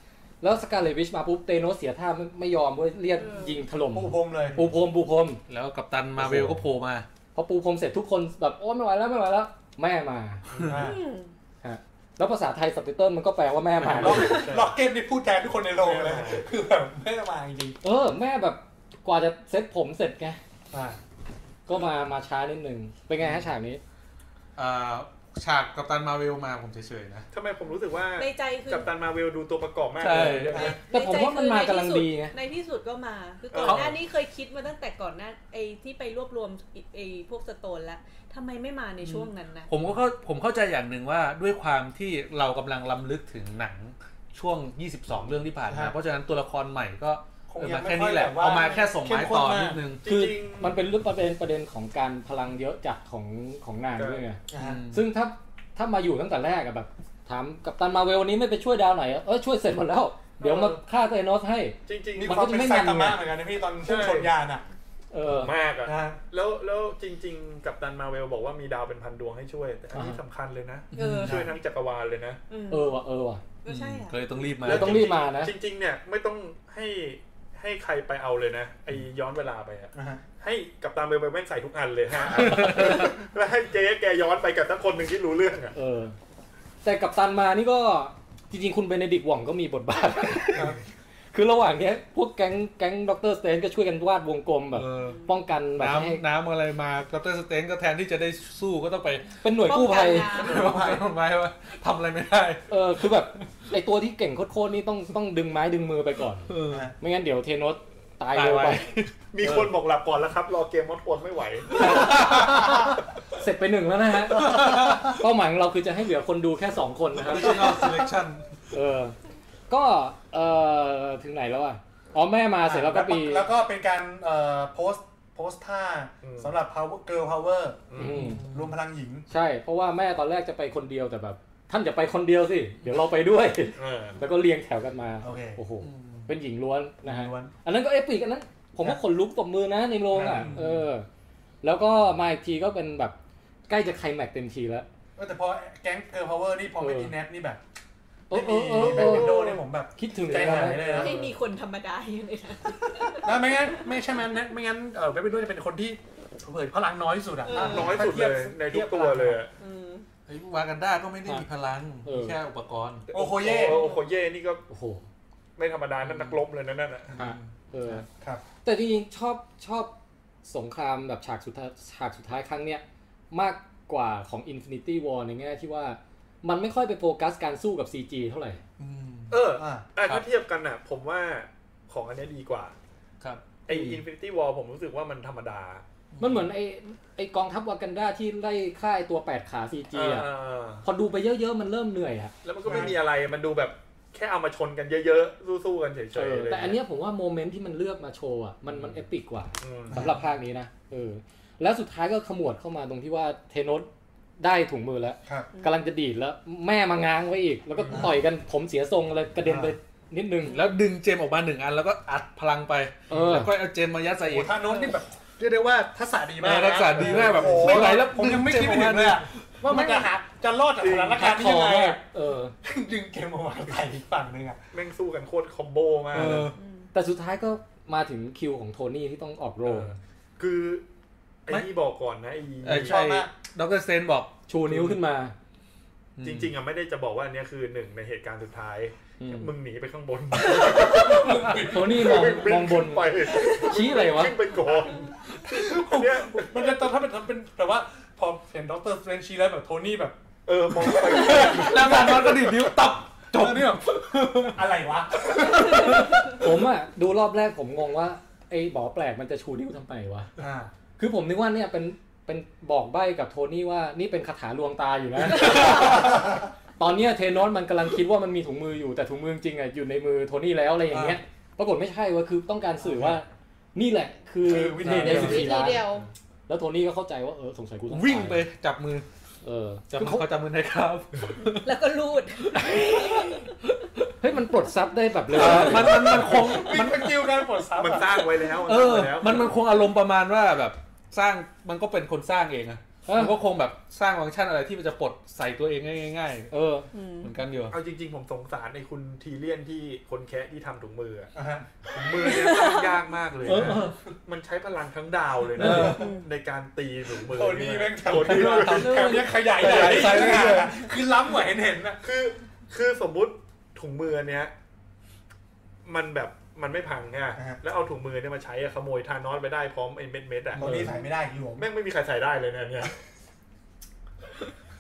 Speaker 1: แล้วสกาเลตวิชมาปุ๊บเตโนสเสียท่าไม่ไม่ยอมเว้ยเรียกยิงถล่ม
Speaker 2: ปูพรมเลย
Speaker 1: ปูพรมปูพรม
Speaker 3: แล้วกัปตันมาเวลก็โผล่มา
Speaker 1: พอปูพรมเสร็จทุกคนแบบโอ้ไม่ไหวแล้วไม่ไหวแล้ว แม่มา
Speaker 2: อ่า
Speaker 1: ฮะแล้วภาษาไทยสับไตเติลมันก็แปลว่าแม่มา
Speaker 2: ล็อก ล็อกเก็ตนี่พูดแทนทุกคนในโรงเลย คือแบบไม่ได้มาจริง
Speaker 1: เออ แม่แบบกว่าจะเซ็ตผมเสร็จไง
Speaker 2: ๆอ่า
Speaker 1: ก็มามาช้านิดนึงเป็นไงฮะฉากนี้
Speaker 3: อ่า ฉากกัปตันมาเวลมาผมเฉยๆนะ
Speaker 11: ทำไมผมรู้สึกว่า
Speaker 14: ในใจคือ
Speaker 11: กัปตันมาเวลดูตัวประกอบมาก
Speaker 3: ใช่
Speaker 11: เลยเรื่อง
Speaker 2: อ่า
Speaker 11: เนี้ย
Speaker 1: แต่ผมว่ามันมากำลังดีไง
Speaker 14: ในที่สุดก็มา คือก่อนหน้านี้เคยคิดมาตั้งแต่ก่อนหน้าไอ้ที่ไปรวบรวมไอ้พวกสโตนแล้วทำไมไม่มาในช่วงนั้นนะ
Speaker 3: ผมก็เข้าผมเข้าใจอย่างหนึ่งว่าด้วยความที่เรากำลังลํำลึกถึงหนังช่วง 22 เรื่องที่ผ่านมา เพราะฉะนั้นตัวละครใหม่ก็
Speaker 2: คง
Speaker 3: เออ
Speaker 2: ยั
Speaker 3: มาง
Speaker 2: ไม่
Speaker 3: แค่
Speaker 2: ค่อ
Speaker 3: นี้
Speaker 2: ย
Speaker 3: แห
Speaker 2: แบ
Speaker 3: ละ
Speaker 2: บว่า
Speaker 3: เอามาแค่ส่งไม้ต่อนิดนึง
Speaker 11: จ
Speaker 1: คือ
Speaker 11: ริงๆ
Speaker 1: มันเป็นเรื่องประเด็นประเด็นของการพลังเยอะจัดของของนางด้วยไง
Speaker 2: อ่า
Speaker 1: ซึ่งถ้าถ้ามาอยู่ตั้งแต่แรกอะแบบ ถามกับตันมาเวลวันนี้ไม่ไปช่วยดาวไหนอะเออช่วยเสร็จหมดแล้ว เดี๋ยวมาฆ่าเตโนสให้
Speaker 11: จริง
Speaker 2: มี
Speaker 11: ๆ
Speaker 1: มัน
Speaker 2: ค
Speaker 1: ก็
Speaker 2: วาม
Speaker 1: จะ
Speaker 2: เป็น
Speaker 1: ไม่
Speaker 2: ไซ
Speaker 1: มันไง
Speaker 2: ตามะเหมือนกันนะพี่ตอนพุ่งชนยานอ่ะ
Speaker 1: เออ
Speaker 11: มากอะ
Speaker 2: นะ
Speaker 11: แล้วแล้วจริง ๆ กัปตันมาเวลบอกว่ามีดาวเป็นพันดวงให้ช่วย แต่อันนี้
Speaker 1: อ่า
Speaker 11: สำคัญเลยนะ
Speaker 14: เออ
Speaker 11: ช่วยทั้งจักรวาลเลยนะ
Speaker 14: อืม
Speaker 1: เออว่ะเออว่ะ
Speaker 14: ก็ใช่อ่ะ
Speaker 3: ก็เลยต้องรีบมา
Speaker 1: แล้วต้องรีบมานะ
Speaker 11: จริงๆ เนี่ยไม่ต้องให้ให้ใครไปเอาเลยนะไอย้อนเวลาไปอะ
Speaker 2: อ่าฮะ
Speaker 11: ให้กับตามเบลเบลแม่งใส่ทุกอันเลยฮะ แล้วให้เจ๊แกย้อนไปกับทั้งคนหนึ่งที่รู้เรื่องอะ
Speaker 1: เออ แต่กับตันมานี่ก็จริงๆ คุณเบเนดิกต์หว่องก็มีบทบาท คือระหว่างเนี้ย พวกแก๊งแก๊งด็อกเตอร์สเตนก็ช่วยกันวาดวงกลมแบบ
Speaker 3: เออ
Speaker 1: ป้องกันแบบไม่ให้
Speaker 3: น้ำน้ำอะไรมากัปตันสเตนก็แทนที่จะได้สู้ก็ต้องไป
Speaker 1: เป็นหน่วยกู้ภัย
Speaker 14: ป้องกันน้
Speaker 3: ไม่ไม่ว่าทำอะไรไม่ได้
Speaker 1: เออ คือแบบไอตัวที่เก่งโคตรๆนี่ต้องต้องดึงไม้ดึงมือไปก่อน
Speaker 3: เออ
Speaker 1: ไม่งั้นเดี๋ยวเทโนสตายเร็วไป
Speaker 11: มีคนบอกหลับก่อนแล้วครับ รอเกมมอดคนไม่ไหว
Speaker 1: เสร็จไปหนึ่งแล้วนะฮะ เป้าหมายของเราคือจะให้เหลือคนดูแค่สองคนนะครับ
Speaker 3: original selection
Speaker 1: เออ ก็เออถึงไหนแล้วอ่ะ อ๋อแม่มาเสร็จแล้วก็ปี
Speaker 2: แล้วก็เป็นการเอ่อโพสโพสท่าสำหรับ power girl power
Speaker 1: อืม
Speaker 2: รวมพลังหญิง
Speaker 1: ใช่ เพราะว่าแม่ตอนแรกจะไปคนเดียวแต่แบบ ท่านอย่าไปคนเดียวสิ เดี๋ยวเราไปด้วย
Speaker 11: เออ
Speaker 1: แล้วก็เรียงแถวกันมา
Speaker 2: โอเค
Speaker 1: โอ้โห เป็นหญิงล้วนนะฮะ
Speaker 2: หญิงล้วน
Speaker 1: อันนั้นก็เอปิกอันนั้น ผมก็ขนลุกตบมือนะในโรงอ่ะ เออ แล้วก็มาอีกทีก็เป็นแบบใกล้จะไคลแม็กซ์เต็มทีแล้ว
Speaker 2: เออแต่พอแก๊ง girl power นี่พอไม่มีแนทนี่แบบ
Speaker 1: โอ้
Speaker 2: ไม่
Speaker 1: โห
Speaker 2: มีแบบวินโดเนี่ยผมแบบ
Speaker 1: คิดถึง
Speaker 2: ใจหาย
Speaker 1: นะ
Speaker 2: เลยนะ
Speaker 14: ไม่มีคนธรรมดาอยู่ในนั้น
Speaker 2: แล้วไม่งั้นไม่ใช่ไหมนะไม่งั้นเออเว็บวินโดจะเป็นคนที่เผยพลังน้อยที่สุดอะ
Speaker 14: เออ
Speaker 11: น้อยสุดเลยในทุกตัวเลยอะ
Speaker 14: อืม
Speaker 3: เฮ้ยวากันด้าก็ไม่ได้มีพลัง
Speaker 1: เออ
Speaker 3: มีแค่อุปกรณ์
Speaker 2: โอโคเย่
Speaker 11: โอโคเย่นี่ก็
Speaker 1: โอ้โห
Speaker 11: ไม่ธรรมดานั่นนักรบเลยนะนั่นน่ะ
Speaker 1: ฮะเออ
Speaker 2: ครับ
Speaker 1: แต่จริงๆชอบชอบสงครามแบบฉากสุดท้ายฉากสุดท้ายครั้งเนี้ยมากกว่าของ Infinity War ในแง่ที่ว่ามันไม่ค่อยไปโฟกัสการสู้กับ CG เท่าไหร่
Speaker 3: อืม
Speaker 11: เออ
Speaker 2: อ่า
Speaker 11: อ่ะ
Speaker 3: ครับ
Speaker 11: ถ้าเทียบกันอ่ะ ผมว่าของอันเนี้ยดีกว่า
Speaker 3: ครับ
Speaker 11: ไอ
Speaker 1: อืม
Speaker 11: อินฟินิตี้วอลผมรู้สึกว่ามันธรรมดา
Speaker 1: มันเหมือนไอไอกองทัพวากันดาที่ไล่ฆ่าไอ้ตัว 8 ขา CG อ่ะ
Speaker 11: เออ
Speaker 1: พอดูไปเยอะๆ มันเริ่มเหนื่อยอ่ะ
Speaker 11: แล้วมันก็ไม่มีอะไรมันดูแบบแค่เอามาชนกันเยอะๆ สู้ๆกันเฉยๆ
Speaker 1: เออ
Speaker 11: เลย
Speaker 1: แต่อันเนี้ยผมว่าโมเมนต์ที่มันเลือกมาโชว์อ่ะมันมันเอปิกกว่า
Speaker 11: อืม
Speaker 1: สำหรับภาคนี้นะเออแล้วสุดท้ายก็ขมวดเข้ามาตรงที่ว่าเทโนสได้ถุงมือแล้ว
Speaker 2: ครับ
Speaker 1: กำลังจะดีดแล้วแม่มาง้างไว้อีก แล้วก็ต่อยกันผมเสียทรงอะไรกระเด็นไปนิดนึง
Speaker 3: แล้วดึงเจมออกมาหนึ่งอันแล้วก็อัดพลังไป
Speaker 1: เออ
Speaker 3: แล้วก็เอาเจมมายัดใส่
Speaker 2: โอ้
Speaker 3: อีก
Speaker 2: ท่าโน้นนี่แบบเรียกได้ว่าทักษะดีมาก
Speaker 3: แม่รักษาดีมากแบบ
Speaker 2: โอ้โห
Speaker 3: ไม่ไหวแล้ว
Speaker 2: ผมยังไม่
Speaker 3: ดึ
Speaker 2: คิด
Speaker 3: จ
Speaker 2: ไม่ถึงเลยอะว่ามันจะหาจะรอดจากสถานการณ์นี้ยังไงอะ
Speaker 1: เออ
Speaker 2: ดึงเกมออกมาใส่อีกฝั่งหนึงอะ
Speaker 11: แม่งสู้กันโคตรคอมโบมาก
Speaker 3: เอ
Speaker 11: เลย
Speaker 3: อ
Speaker 1: แต่สุดท้ายก็มาถึงคิวของโทนี่ที่ต้องออกโรง
Speaker 11: เออ คือไอ้
Speaker 3: ไม่
Speaker 11: นี่บอกก่อนนะไอ้
Speaker 3: เออ
Speaker 2: ช
Speaker 3: ใช่
Speaker 2: อบมาก
Speaker 3: ดรสเตนบอก
Speaker 1: ชูนิ้วขึ้นมา
Speaker 11: จริง ๆอ่ะไม่ได้จะบอกว่าอันเนี้ยคือหนึ่งในเหตุการณ์สุดท้าย
Speaker 1: อืม
Speaker 11: มึงหนีไปข้างบน
Speaker 1: โทนี่มอง มองบน
Speaker 11: ไป
Speaker 1: ชี้อะไรวะ
Speaker 11: ขึ้นไปก่อนอันเนี้ย
Speaker 2: มันจะตอนถ้าเป็นถ้าเป็นแต่ว่าพอเห็นด็อกเตอร์สเตรนชีแล้วแบบโทนี่แบบ
Speaker 11: เออมองไป
Speaker 3: ๆแล้วการนอนก็ดีดนิ้วตับจบเนี่ย
Speaker 2: อะไรวะ
Speaker 1: ผมอ่ะดูรอบแรกผมงงว่า ไอ้บอแปลกมันจะชูนิ้วทำไมวะ
Speaker 2: อ่า
Speaker 1: คือผมนึกว่าเนี่ยเป็นเป็นบอกใบ้กับโทนี่ว่านี่เป็นคาถาลวงตาอยู่นะ ตอนเนี้ยเทโนสมันกำลังคิดว่ามันมีถุงมืออยู่แต่ถุงมือจริงๆอ่ะอยู่ในมือโทนี่แล้วอะไรอย่างเงี้ย ปรากฏไม่ใช่ว่าคือต้องการสื่อว่า นี่แหละ คือ
Speaker 2: คือวิธี
Speaker 1: ในสิบ
Speaker 4: วิ
Speaker 1: สี่
Speaker 4: ธี
Speaker 1: ล้าน
Speaker 4: เดียว
Speaker 1: แล้วโทนี่ก็เข้าใจว่าเออสงสัยกูต้อง
Speaker 3: วิ่ง
Speaker 1: ตาย
Speaker 3: ไปจับมือ
Speaker 1: เออ
Speaker 3: จับมือเขาจับมือนะครับ
Speaker 4: แล้วก็รูด
Speaker 1: เฮ้ยมันปลดซับได้แบบเร็ว
Speaker 3: เออมันมันมันคง
Speaker 2: มันเป็นกิวการปลดซับ
Speaker 11: มัน
Speaker 2: อะ
Speaker 11: สร้างไว้แล้ว
Speaker 3: เอ
Speaker 11: สร้าง
Speaker 3: อ
Speaker 11: ไว้แล้ว
Speaker 3: มันมันคงอารมณ์ประมาณว่าแบบสร้างมันก็เป็นคนสร้างเองอะ
Speaker 1: เออ
Speaker 3: มันก็คงแบบสร้างฟังก์ชันอะไรที่มันจะปลดใส่ตัวเองง่าย
Speaker 1: เออ
Speaker 4: อืม
Speaker 3: ๆเหมือนกันอยู่
Speaker 11: เอาจริง ๆ ผมสงสารในคุณทีเลียนที่คนแคะที่ทำถุงมืออะ
Speaker 2: อ่าฮะ
Speaker 11: ถุงมือเนี่ยสร้างยากมากเลยนะมันใช้พลังทั้งดาวเลยนะในการตีถุงมือ
Speaker 2: โทนี่แม่งทำ
Speaker 11: โทนี่แม่งท
Speaker 2: แถวเนี้ยขยายใหญ่คือล้ำกว่าเห็นเห็นๆอะ
Speaker 11: ำคือ คือสมมุติถุงมือเนี้ยมันแบบมันไม่พังไงแล้วเอาถุงมือเนี่ยมาใช้อะขโมยทานอสไปได้พร้อมไอ้เม็ดเม็ดๆอะ
Speaker 2: โทนี่ใส่ไม่ได้อีหลวม
Speaker 11: แม่งไม่มีใครใส่ได้เลยนะเนี่ย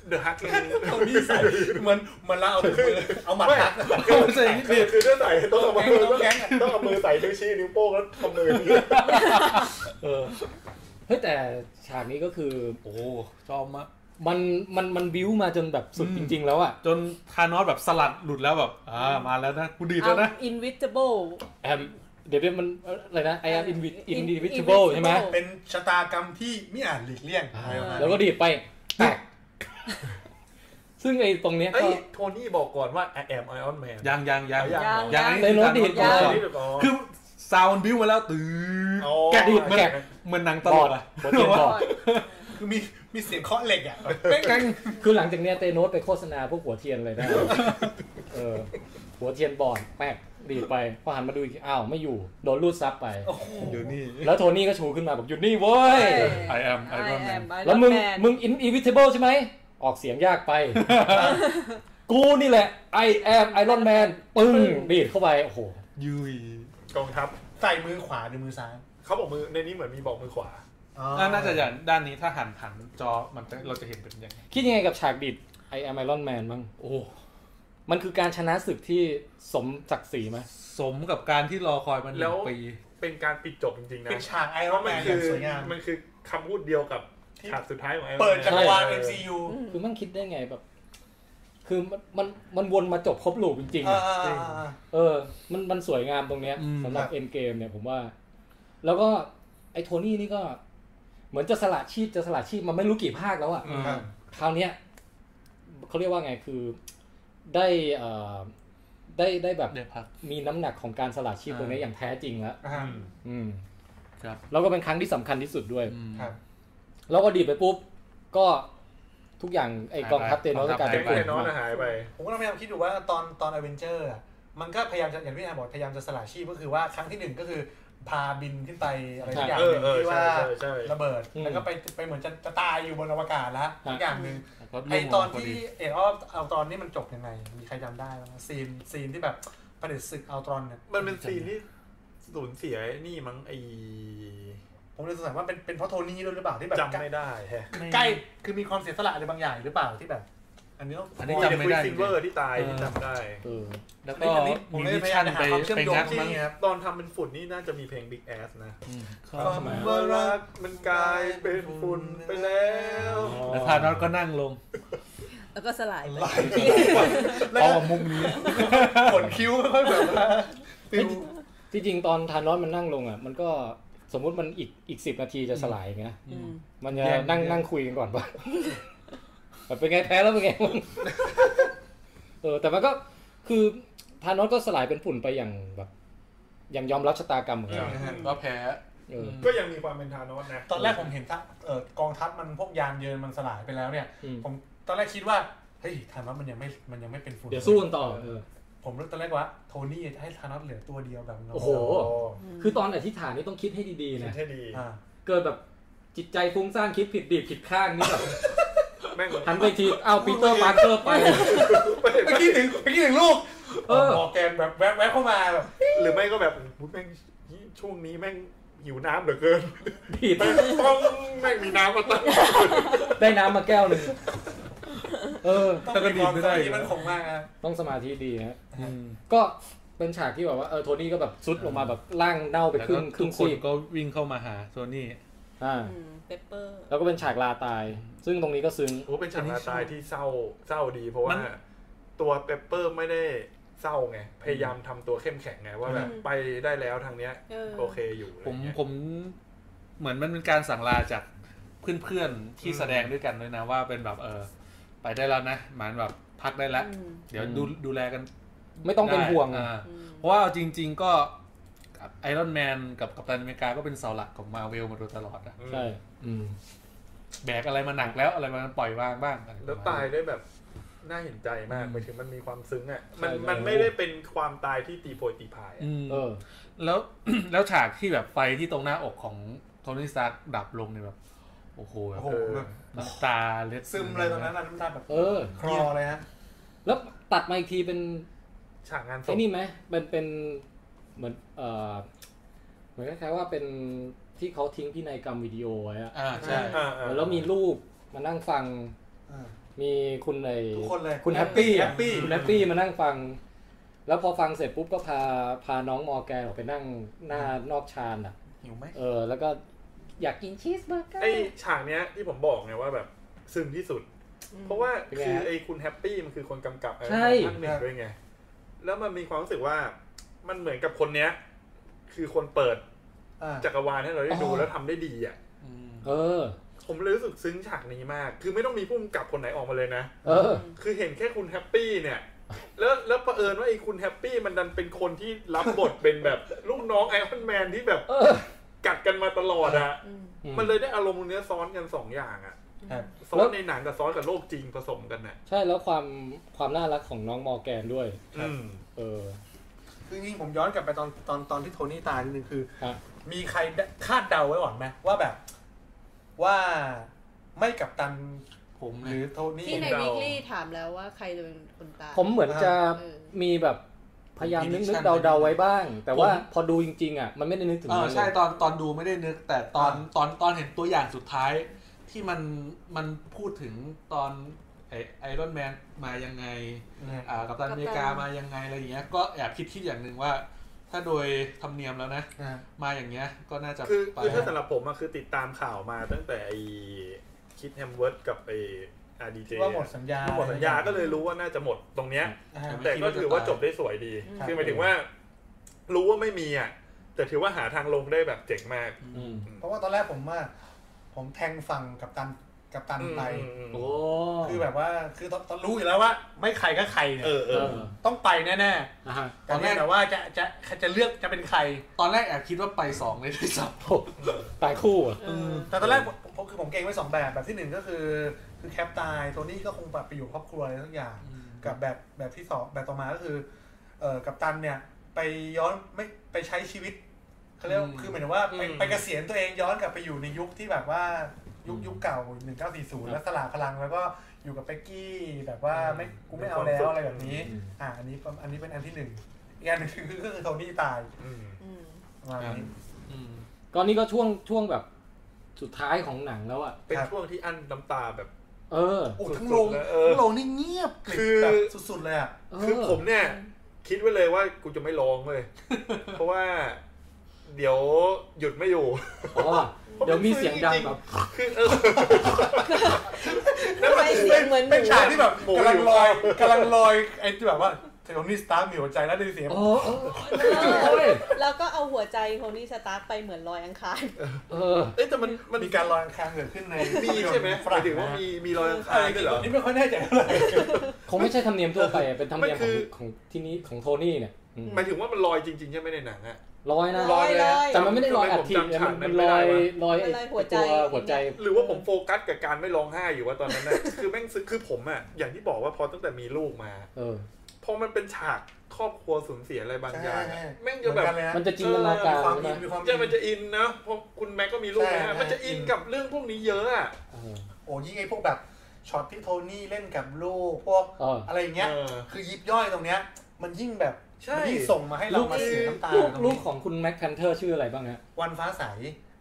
Speaker 11: เดอะฮักเอง
Speaker 2: เอานี่ใส่เหมือนเหมือนเราเอาถุงมือเอาหมัด
Speaker 11: ไม่
Speaker 2: ทัก
Speaker 11: คือ
Speaker 3: ใส่นิดเดียว
Speaker 11: คือถ้าใส่ต้องเอา
Speaker 2: แก๊
Speaker 11: มาง ต้อง
Speaker 2: ต้องแก๊ง
Speaker 11: เอามือใส่นิ้วชี้นิ้วโป้งแล้วทำมืออย่างนี้
Speaker 1: เออเฮ้ยแต่ฉากนี้ก็คือ
Speaker 3: โอ้ชอบมาก
Speaker 1: มันมันมันบิ้วมาจนแบบสุดจริง ๆ แล้วอ่ะ
Speaker 3: จนทานอสแบบสลัดหลุดแล้วแบบอ่ามาแล้วนะกูดีด
Speaker 4: เอา
Speaker 3: แล้วนะ
Speaker 4: invisible
Speaker 1: แอมเดี๋ยวเดี๋ยวมันอะไรนะ I am invi- individual ใช่ไหม
Speaker 2: เป็นชะตากรรมที่ไม่อาจหลีกเลี่ยงอะไรประมาณ
Speaker 1: แล้ว
Speaker 2: นี้
Speaker 1: ก็ดีดไปแตกซึ่งไอ้ตรงเนี้ย
Speaker 11: เอ้
Speaker 1: ก็
Speaker 11: ยโทนี่บอกก่อนว่าแอมไอออนแมน
Speaker 3: ยังยังยัง
Speaker 11: ยัง
Speaker 3: ยังอัน
Speaker 1: ใน
Speaker 3: นี้
Speaker 1: ร
Speaker 3: คือ
Speaker 1: ถ
Speaker 3: การ
Speaker 1: ดีด
Speaker 3: ลด
Speaker 1: ยัง
Speaker 3: ก่อนคือซาวน์บิ้วมาแล้วตื้อ
Speaker 1: แกะดีด
Speaker 11: มัน
Speaker 1: แกะ
Speaker 3: เหมือนหนังตลอดอะ
Speaker 1: บอดเจนบอด
Speaker 2: คือมีมีเสียงเคาะเหล็กอ่ะ
Speaker 3: เป๊ะกัง
Speaker 1: คือหลังจากเนี้ยเตโนสไปโฆษณาพวกหัวเทียนเลยนะเออ หัวเทียนบอดแปกดีดไป พอหันมาดูอีกทีอ้าว ไม่อยู่ โดนรูดซับไป
Speaker 3: อยู่นี่
Speaker 1: แล้วโทนี่ก็ชูขึ้นมาบอกหยุดนี่เว้ย
Speaker 3: I am
Speaker 4: I
Speaker 3: Iron Man
Speaker 4: am Iron
Speaker 1: แล้วมึง
Speaker 4: Man
Speaker 1: มึง inevitable ใช่ไหม ออกเสียงยาก ไป กูนี่แหละ I am Iron Man ปึ้งดีดเข้าไปโอ้โห
Speaker 3: ยุย
Speaker 11: กองทัพ
Speaker 2: ใส่มือขวาหรือมือซ้าย
Speaker 11: เขาบอกมือในนี้เหมือนมีบอกมือขวา
Speaker 2: อ๋อ
Speaker 3: อ่ะน่าจะอย่างด้านนี้ถ้าหันหันจอมันจะเราจะเห็นเป็นยังไง
Speaker 1: คิดยังไงกับฉากดิด I am Iron Man มั้ง
Speaker 3: โอ้
Speaker 1: มันคือการชนะศึกที่สมศักดิ์ศรีไหม
Speaker 3: สมกับการที่รอคอยมันห
Speaker 11: แล้
Speaker 3: นึ่
Speaker 11: ว
Speaker 3: งปี
Speaker 11: เป็นการปิดจบจริงๆนะ
Speaker 2: เป็นฉากไอรอน
Speaker 11: เพราะ
Speaker 2: แม
Speaker 11: มัน
Speaker 2: นอย่าง
Speaker 11: คือ
Speaker 2: สวยงาม
Speaker 11: มันคือคำพูดเดียวกับ ที่
Speaker 3: ฉากสุดท้ายของ Iron
Speaker 11: เปิดจักรวาล
Speaker 3: Man เออ
Speaker 11: MCU
Speaker 1: คือมันคิดได้ไงแบบ คือมันมันมันวนมาจบครบลูปจริงๆ
Speaker 11: อ่า
Speaker 1: อะ
Speaker 11: ๆ
Speaker 1: เออ มันมันสวยงามตรงเนี้ย
Speaker 3: อืม
Speaker 1: สำหรับเอ็นเกมเนี่ยผมว่า แล้วก็ไอ้โทนี่นี่ก็ เหมือนจะสละชีพจะสละชีพมันไม่รู้กี่ภาคแล้วอะ
Speaker 3: อืม
Speaker 2: ครับ
Speaker 1: คราวเนี้ยเขาเรียกว่าไงคือได้เอ่อได้ได้แบบ
Speaker 3: เดี๋ยวพัก
Speaker 1: มีน้ำหนักของการสละชีพ
Speaker 3: อ่า
Speaker 1: ตรงเนี้ยอย่างแท้จริงแล้ว
Speaker 11: ๆอืม
Speaker 1: อืม
Speaker 3: ครับ
Speaker 1: แล้วก็เป็นครั้งที่สำคัญที่สุดด้วย
Speaker 3: อืม
Speaker 2: ครับ
Speaker 1: แล้วก็ดีดไปปุ๊บ ก็ทุกอย่างไอ้
Speaker 3: หายไป
Speaker 1: กองทัพเตโนส
Speaker 3: กองทัพ
Speaker 1: กลาย
Speaker 11: แก๊
Speaker 1: เป็
Speaker 11: ง
Speaker 1: น
Speaker 11: เทน
Speaker 1: ก
Speaker 11: อส
Speaker 1: ลุ่ม
Speaker 11: อะหายไป
Speaker 2: ผมก็พยายามคิดอยู่ว่าตอนตอนอเวนเจอร์มันก็พยายามจะอย่างที่พี่อาบอกพยายามจะสละชีพก็คือว่าครั้งที่หนึ่งก็คือพาบินขึ้นไปอะไรสักอย่าง
Speaker 11: เอ
Speaker 2: ห
Speaker 11: อ
Speaker 2: นึ่ง
Speaker 11: เออ
Speaker 2: ที่
Speaker 11: ใช่
Speaker 2: ว่า
Speaker 11: ใช่ใช่
Speaker 2: ระเบิดแล้วก็ไปไปเหมือนจะจะตายอยู่บนอวกาศแล้วสักอย่างหนึ่ง
Speaker 3: รถ
Speaker 2: ไอ
Speaker 3: ล่วงลง
Speaker 2: ตอน
Speaker 3: พ
Speaker 2: ที่
Speaker 3: ดี
Speaker 2: เอ็ดออฟเอาตอนนี้มันจบยังไง มีใครจำได้บ้างซีนซีนที่แบบประเด็จศึกเอาตรอนเนี่ย
Speaker 11: มันเป็นซีนที่สูญเสียไอ้นี่มั้งไอ
Speaker 2: ผมเลยสงสัยว่าเป็นเป็นเพราะโทนี่ด้วยหรือเปล่าที่แบบ
Speaker 11: จำไม่ได้แฮะ
Speaker 2: ใกล้คือมีความเสียสละอะไรบางอย่างหรือเปล่าที่แบบ อันนี้ต้อง
Speaker 3: อันนี้
Speaker 11: มี
Speaker 3: จำ
Speaker 11: เด
Speaker 3: ไม่
Speaker 11: ควิ
Speaker 3: ได้
Speaker 11: สซิลเวอร์ที่ตาย
Speaker 3: เออ
Speaker 11: ที่จำได้
Speaker 1: เออ
Speaker 3: แล้ว
Speaker 2: อันนี้
Speaker 3: ก็
Speaker 2: อันนี้ผม
Speaker 3: มี
Speaker 2: เลย
Speaker 3: มิช
Speaker 2: พยายา
Speaker 3: ชั่
Speaker 2: ม
Speaker 3: น
Speaker 2: จะหา
Speaker 3: ไป
Speaker 2: ความเชื่อม
Speaker 3: ไป
Speaker 2: โยง
Speaker 3: งัด
Speaker 2: ที่
Speaker 3: มั้ง
Speaker 2: ครับ
Speaker 11: ตอนทำเป็นฝุ่นนี่น่าจะมีเพลง Big Ass นะ
Speaker 3: อืม
Speaker 1: ทำไม
Speaker 11: เมื่อรักมันกลายเป็นฝุ่นไปแล้ว
Speaker 3: แล้วทานอสก็นั่งลง
Speaker 14: แล้วก็สลายไป
Speaker 2: แล้ว
Speaker 3: เอา
Speaker 2: ก็
Speaker 3: กับมุมนี้
Speaker 2: ขนคิ้วไม่ค่อยแบบว่าติว
Speaker 1: ที่จริงตอนทานอสมันนั่งลงอ่ะ มันก็สมมุติมันอีกอีกสิบนาทีจะสลายไง มันจะ
Speaker 3: แยก
Speaker 1: นั่ง
Speaker 3: แยก
Speaker 1: นั่งคุยกันก่อนป่ะ แบบเป็นไงแพ้แล้วเป็นไง เออ แต่มันก็คือธานอสก็สลายเป็นฝุ่นไปอย่างแบบ อย่างยอมรับชะตากรรมเหมือนกัน
Speaker 3: ก็แพ้
Speaker 1: เออ
Speaker 11: ก็ยังมีความเป็นทานอสนะ
Speaker 2: ตอนแรกผมเห็นทัพเอ่อกองทัพมันพวกยานเยินมันสลายไปแล้วเนี่ย
Speaker 1: อืม
Speaker 2: ผมตอนแรกคิดว่าเฮ้ยทานว่ามันยังไม่มันยังไม่เป็นฝุ่น
Speaker 1: เดี๋ยวสู้กันต่อเออ
Speaker 2: ผมรู้ตอนแรกว่าโทนี่จะให้ธานอสเหลือตัวเดียวแบบ
Speaker 1: โอ้โห คือตอนอธิษฐานนี่ต้องคิดให้ดีๆ
Speaker 11: คิ
Speaker 1: นะ
Speaker 11: ดให้ดี
Speaker 2: อ่า
Speaker 1: เกิดแบบจิตใจฟุ้งซ่านคิดผิดดีดผิดข้างนี่แบบ
Speaker 11: แม่ง
Speaker 1: หันไปทีเอาปี เตอร์ปาร์เกอร์ไป
Speaker 2: เมื่อกี้ถึงเมื่อกี้ถึงลูก
Speaker 1: เออ
Speaker 2: บอกแกนแบบแวบแวบเข้ามาแบบ
Speaker 11: หรือไม่ก็แบบอุ๊ยแม่งช่วงนี้แม่งหิวน้ำเหลือเกิน
Speaker 1: ผิด
Speaker 11: แม่งต้องแม่งมีน้ำมาตั้ง
Speaker 1: ได้น้ำมาแก้วหนึ่งเออ
Speaker 2: ต้อง
Speaker 3: แต่ก็
Speaker 2: มีความ
Speaker 3: ดีดไม่ได้
Speaker 2: สาที่มันคงมากนะ
Speaker 1: ต้องสมาธิดีฮะ ก็เป็นฉากที่แบบว่าเออโทนี่ก็แบบซุดลงมาแบบร่างเน่าไป
Speaker 3: แล้ว
Speaker 1: ค
Speaker 3: ก็
Speaker 1: รึ่งค
Speaker 3: ทุ
Speaker 1: รึ่
Speaker 3: ก
Speaker 1: ง
Speaker 3: คน
Speaker 1: ซีก
Speaker 3: ก็วิ่งเข้ามาหาโซนี่
Speaker 1: อ่า
Speaker 14: เปเปอร์
Speaker 1: แล้วก็เป็นฉากลาตาย ซึ่งตรงนี้ก็ซึ้ง
Speaker 11: โอ้เป็นฉากลาตายที่เศร้าเศร้าดีเพราะ
Speaker 3: มั
Speaker 11: ว่าน ตัวเปปเปอร์ไม่ได้เศร้าไง พยายามทำตัวเข้มแข็งไงว่าแบบไปได้แล้วทางเนี้ย
Speaker 14: เออ
Speaker 11: โอเคอยู่อะไร
Speaker 3: ผม
Speaker 11: เงี้ย
Speaker 3: ผมเหมือนมันเป็นการสั่งลาจากเพื่อนๆที่แสดงด้วยกันด้วยนะว่าเป็นแบบเออ ไปได้แล้วนะหมานแบบพักได้แล้ว
Speaker 14: อืม
Speaker 3: เดี๋ยว
Speaker 1: อืม
Speaker 3: ดูดูแลกัน
Speaker 1: ไม่ต้องเป็น
Speaker 3: ได้
Speaker 1: ห่วง
Speaker 3: อ่า
Speaker 14: อืม
Speaker 3: เพราะว่าเอาจริง ๆก็ไอรอนแมนกับกัปตันอเมริกาก็เป็นเสาหลักของมาเวลมาโดยตลอดอะ
Speaker 11: อืม
Speaker 1: ใช่ อืม
Speaker 3: แบกอะไรมาหนักแล้วอะไรมาปล่อยวางบ้างอะไรประมณ
Speaker 11: แล้วตายได้แบบน่าเห็นใจมาก
Speaker 3: อืม
Speaker 11: ไปถึงมันมีความซึ้งอ่ะมัน
Speaker 1: ใช่
Speaker 11: มันไม่ได้เป็นความตายที่ตีโพยตีพายอะ
Speaker 3: อืม
Speaker 1: เออ
Speaker 3: แล้ว แล้วฉากที่แบบไฟที่ตรงหน้าอกของโทนี่สตาร์คดับลงเนี่ยแบบโอ้โหแบ
Speaker 2: โอ้โห
Speaker 3: บ
Speaker 2: แบบ
Speaker 3: น้ำตาเล็ด
Speaker 2: ซึมเลยตอนนั้นน่ะน้ำตาแบบ
Speaker 1: เออ
Speaker 2: คลอเลยฮะ
Speaker 1: แล้วตัดมาอีกทีเป็น
Speaker 11: ฉากงานศ
Speaker 1: ไอ้
Speaker 11: พ
Speaker 1: นี่ไหมเป็นเป็นเหมือนเออเหมือนคล้ายๆว่าเป็นที่เขาทิ้งพินัยกรรมวิดีโอไว้อะ
Speaker 3: อ่าใช่
Speaker 11: อ่าอ่า
Speaker 1: แล้วมีรูปมานั่งฟัง
Speaker 2: อ่า
Speaker 1: มีคุณใน
Speaker 2: ทุกคนเลย
Speaker 1: คุณแฮปปี้อะ
Speaker 2: Happy
Speaker 1: คุณแฮปปี้มานั่งฟัง แล้วพอฟังเสร็จปุ๊บก็พาพาน้องมอร์แกนออกไปนั่งหน้านอกชานอ่ะ
Speaker 3: หิวไหม
Speaker 1: เออ แล้วก็อยากกินชีสเบอร์เกอร์
Speaker 11: ไอฉากเนี้ยที่ผมบอกไงว่าแบบซึ้งที่สุด เพราะว่า
Speaker 1: เป็นไง
Speaker 11: คือ
Speaker 1: ฮะ
Speaker 11: ไอ้คุณแฮปปี้มันคือคนกำกับ
Speaker 1: ใช่
Speaker 11: ภาคหนึ่งด้วยไง แล้วมันมีความรู้สึกว่ามันเหมือนกับคนเนี้ย คือคนเปิด
Speaker 2: อ่า
Speaker 11: จักรวาลให้เราได้ดู
Speaker 3: อ๋อ
Speaker 11: แล้วทำได้ดีอ่ะ
Speaker 1: เออ
Speaker 11: ผมเลยรู้สึกซึ้งฉากนี้มาก คือไม่ต้องมีผู้กำกับคนไหนออกมาเลยนะ
Speaker 1: เออ
Speaker 11: คือเห็นแค่คุณแฮปปี้เนี่ย แล้วแล้วเผอิญว่าไอ้คุณแฮปปี้มันดันเป็นคนที่รับบท เป็นแบบลูกน้องไอออนแมนที่แบบ
Speaker 1: เออ
Speaker 11: กัดกันมาตลอดอ่ะ
Speaker 14: อืม
Speaker 11: มันเลยได้อารมณ์เนี้ยซ้อนกันสองอย่างอ่ะ
Speaker 2: ครับ
Speaker 11: ซ้อนในหนังกับซ้อนกับโลกจริงผสมกันน่ะ
Speaker 1: ใช่แล้วความความน่ารักของน้องมอร์แกนด้วย
Speaker 11: อืม
Speaker 1: เออ
Speaker 2: คือจริงๆผมย้อนกลับไปตอนตอนตอนที่โทนี่ตายนิดนึงคือ
Speaker 1: ครับ
Speaker 2: มีใครคาดเดาไว้ก่อนไหมว่าแบบว่าไม่กับตัน
Speaker 3: ผม
Speaker 2: ห
Speaker 3: เล
Speaker 2: รื
Speaker 3: ย
Speaker 2: อโทนี่
Speaker 14: ที่ใน
Speaker 11: เดา
Speaker 14: วิกลี่ถามแล้วว่าใครจะเป็นคนตาย
Speaker 1: ผมเหมือนจะ
Speaker 14: เออ
Speaker 1: มีแบบพยายามนึกนึก
Speaker 2: Prediction
Speaker 1: เดาเดาๆไว้บ้าง แต่ว่าพอดูจริง ๆ อ่ะ มันไม่ได้นึกถึง
Speaker 3: เออ
Speaker 1: มันเล
Speaker 3: ใช่
Speaker 1: ย
Speaker 3: ตอนตอนดูไม่ได้นึก แต่ตอนตอนตอนเห็นตัวอย่างสุดท้าย ที่มันมันพูดถึงตอนไอไอรอนแมนมายังไง
Speaker 2: นะ
Speaker 3: อ่ากับตันอเมริกามายังไงอะไรอย่างเงี้ยก็แอบคิดคิดอย่างหนึ่งว่า ถ้าโดยธรรมเนียมแล้วนะ
Speaker 2: อ่า
Speaker 3: มาอย่างเงี้ยก็น่าจะ
Speaker 11: คือ
Speaker 3: ไป
Speaker 11: คือถ้าสำหรับผมอะคือติดตามข่าวมาตั้งแต่ไอ คิดแฮมเวิร์ดกับไออาร์ดีเจ
Speaker 2: ว่าหมดสัญญา
Speaker 11: หมดสัญญาก็เลยรู้ว่าน่าจะหมดตรงเนี้ย
Speaker 2: อ่า
Speaker 11: แต่ก็ถือว่าจบได้สวยดี
Speaker 2: ครับ
Speaker 11: คือหมายถึงว่า รู้ว่าไม่มีอ่ะ แต่ถือว่าหาทางลงได้แบบเจ๋งมาก
Speaker 1: อืม
Speaker 2: เพราะว่าตอนแรกผมว่า ผมแทงฝั่งกับตันกับตันไป
Speaker 11: อืม
Speaker 1: โอ้
Speaker 2: คือแบบว่าคือตอนตอนรู้อยู่แล้วว่า ไม่ใครก็ใครเนี่ย
Speaker 11: เออเอ
Speaker 1: เอ
Speaker 11: อ
Speaker 1: อ
Speaker 2: ต้องไปแน่
Speaker 1: นะฮะ
Speaker 2: ๆตอนแรกแต่ว่าจะจะจะเลือกจะเป็นใคร
Speaker 3: ตอนแรกแอบคิดว่าไปสองเลยด้วยซ้ำ
Speaker 1: ตายคู่เหรอ
Speaker 2: แต่ตอนแรกผมผมคือผมเกรงไว้สองแบบแบบที่หนึ่งก็คือ คือแคปตายโทนี่ก็คงแบบไปอยู่ครอบครัวอะไรทั้งอย่าง กับแบบแบบที่สองแบบต่อมาก็คือเอ่อกับตันเนี่ย ไปย้อนไม่ไปใช้ชีวิตเขาเรียกว่า
Speaker 3: อืม
Speaker 2: คือหมายถึงว่าไป
Speaker 11: อืม
Speaker 2: ไปเกษียณตัวเองย้อนกลับไปอยู่ในยุคที่แบบว่ายุคยุคเก่า 1940 แล้วสละพลังแล้วก็อยู่กับเป๊กกี้แบบว่าไม่กูไม่เอาแล้วอะไรแบบนี้
Speaker 1: อืม
Speaker 2: อ่ะอันนี้อันนี้เป็นอันที่หนึ่งอีกอันหนึ่งคือคือโทนี่ตาย
Speaker 11: อืม
Speaker 4: อืม
Speaker 2: ประมาณนี้
Speaker 3: อืม
Speaker 1: ก็นี่ก็ช่วงช่วงแบบสุดท้ายของหนังแล้วอ่ะ
Speaker 11: เป็น
Speaker 2: ครับ
Speaker 11: ช่วงที่อั้นน้ำตาแบบ
Speaker 1: เออ
Speaker 2: โอ้ทั้งโรง
Speaker 11: สุดๆเลยเออ
Speaker 2: ทั้งโรงนี่เงียบกริบ
Speaker 11: คือ
Speaker 2: แบบสุดๆเลยอ่ะ
Speaker 1: เ
Speaker 11: คือผมเนี่ย คิดไว้เลยว่ากูจะไม่ร้องเลย เพราะว่า เดี๋ยวหยุดไม่อยู่
Speaker 1: อ๋อเดี๋ยวมีเสียงดังแบบ
Speaker 11: คือเออ
Speaker 4: ทำไมเสียงเหมือนหนู
Speaker 2: เป็นฉากที่แบบ
Speaker 11: หมูอยู่
Speaker 2: กำลังลอยกำลังลอยไอ้ที่แบบว่าเทโรนี่สตาร์มีหัวใจแล้วได้ยินเสียง
Speaker 1: โอ้เออโอ้ย
Speaker 4: แล้วก็เอาหัวใจโทนี่สตาร์คไปเหมือนลอยอังคาร
Speaker 1: เออ
Speaker 11: เอ้ยแต่มันมัน
Speaker 2: มีการลอยอังคารเกิดขึ้นใน
Speaker 11: มีใช่ไหม
Speaker 2: ฝ
Speaker 11: หมา
Speaker 2: รั่
Speaker 11: ย
Speaker 2: ง
Speaker 11: ถึงว่า
Speaker 2: นะ
Speaker 11: มีมีรอยอัง
Speaker 2: เอ
Speaker 11: คาร
Speaker 2: อ
Speaker 11: ด้วยเหรอ
Speaker 2: นี่ไม่ค่อยแน่ใจเท่าไหร่
Speaker 1: คงไม่ใช่ธรรมเนียมทั่วไปอะเป็นธรรมเนียม
Speaker 11: มันคือ
Speaker 1: ของของที่นี้ของโทนี่เนี่ยอืม
Speaker 11: หมายถึงว่ามันลอยจริงๆใช่ไหมในหนังอะ
Speaker 1: ร้อยนะ
Speaker 4: ร้อย
Speaker 11: นะ
Speaker 4: ร้อย
Speaker 1: แต่มันไม่ได้ลอยอัฐิ
Speaker 11: ผมจำฉาก
Speaker 1: มั
Speaker 11: นั้น นไม่
Speaker 1: ล
Speaker 11: ได้
Speaker 1: อย
Speaker 11: ว่ะ
Speaker 1: ลอย
Speaker 4: มันลอยหัวใจ
Speaker 1: ตัวหัวใจ
Speaker 11: หรือว่าผมโฟกัสกับการไม่ร้องไห้อยู่ว่าตอนนั้นน่ะ คือแม่งซึ้งคือผมอะอย่างที่บอกว่าพอตั้งแต่มีลูกมา
Speaker 1: เออ
Speaker 11: พอมันเป็นฉากครอบครัวสูญเสียอะไรบางอย่างอะ
Speaker 2: ใช่
Speaker 11: แม่งจะแบบ
Speaker 2: เหอกัเลยฮ
Speaker 1: มันจะจินตนาการ
Speaker 2: เออมีความ
Speaker 1: ใช่ไหม
Speaker 2: อินมีความ
Speaker 11: จะมั
Speaker 2: อิ
Speaker 11: น
Speaker 2: น
Speaker 11: จะอินนะเพราะคุณแม่ก็มีลูก
Speaker 2: ใช่
Speaker 11: นะฮะมันจะอิน
Speaker 2: อิน
Speaker 11: กับเรื่องพวกนี้เยอะอะ
Speaker 1: เออ
Speaker 2: โอ้ยิ่งไอ้พวกแบบช็อตที่โทนี่เล่นกับลูกพวก
Speaker 1: เอออ
Speaker 2: อะไรอย่างเงี้ย
Speaker 11: เออ
Speaker 2: คือยิบย่อยตรงเนี้ย มันยิ่งแบบ
Speaker 11: ใช่
Speaker 2: มันยิ่งส่งมาให้เรามาเสียน้ำตา
Speaker 1: ลูก
Speaker 2: ตรงนี้
Speaker 1: ลูกของคุณแม็กแพนเทอร์ชื่ออะไรบ้างฮะ
Speaker 2: วันฟ้าใส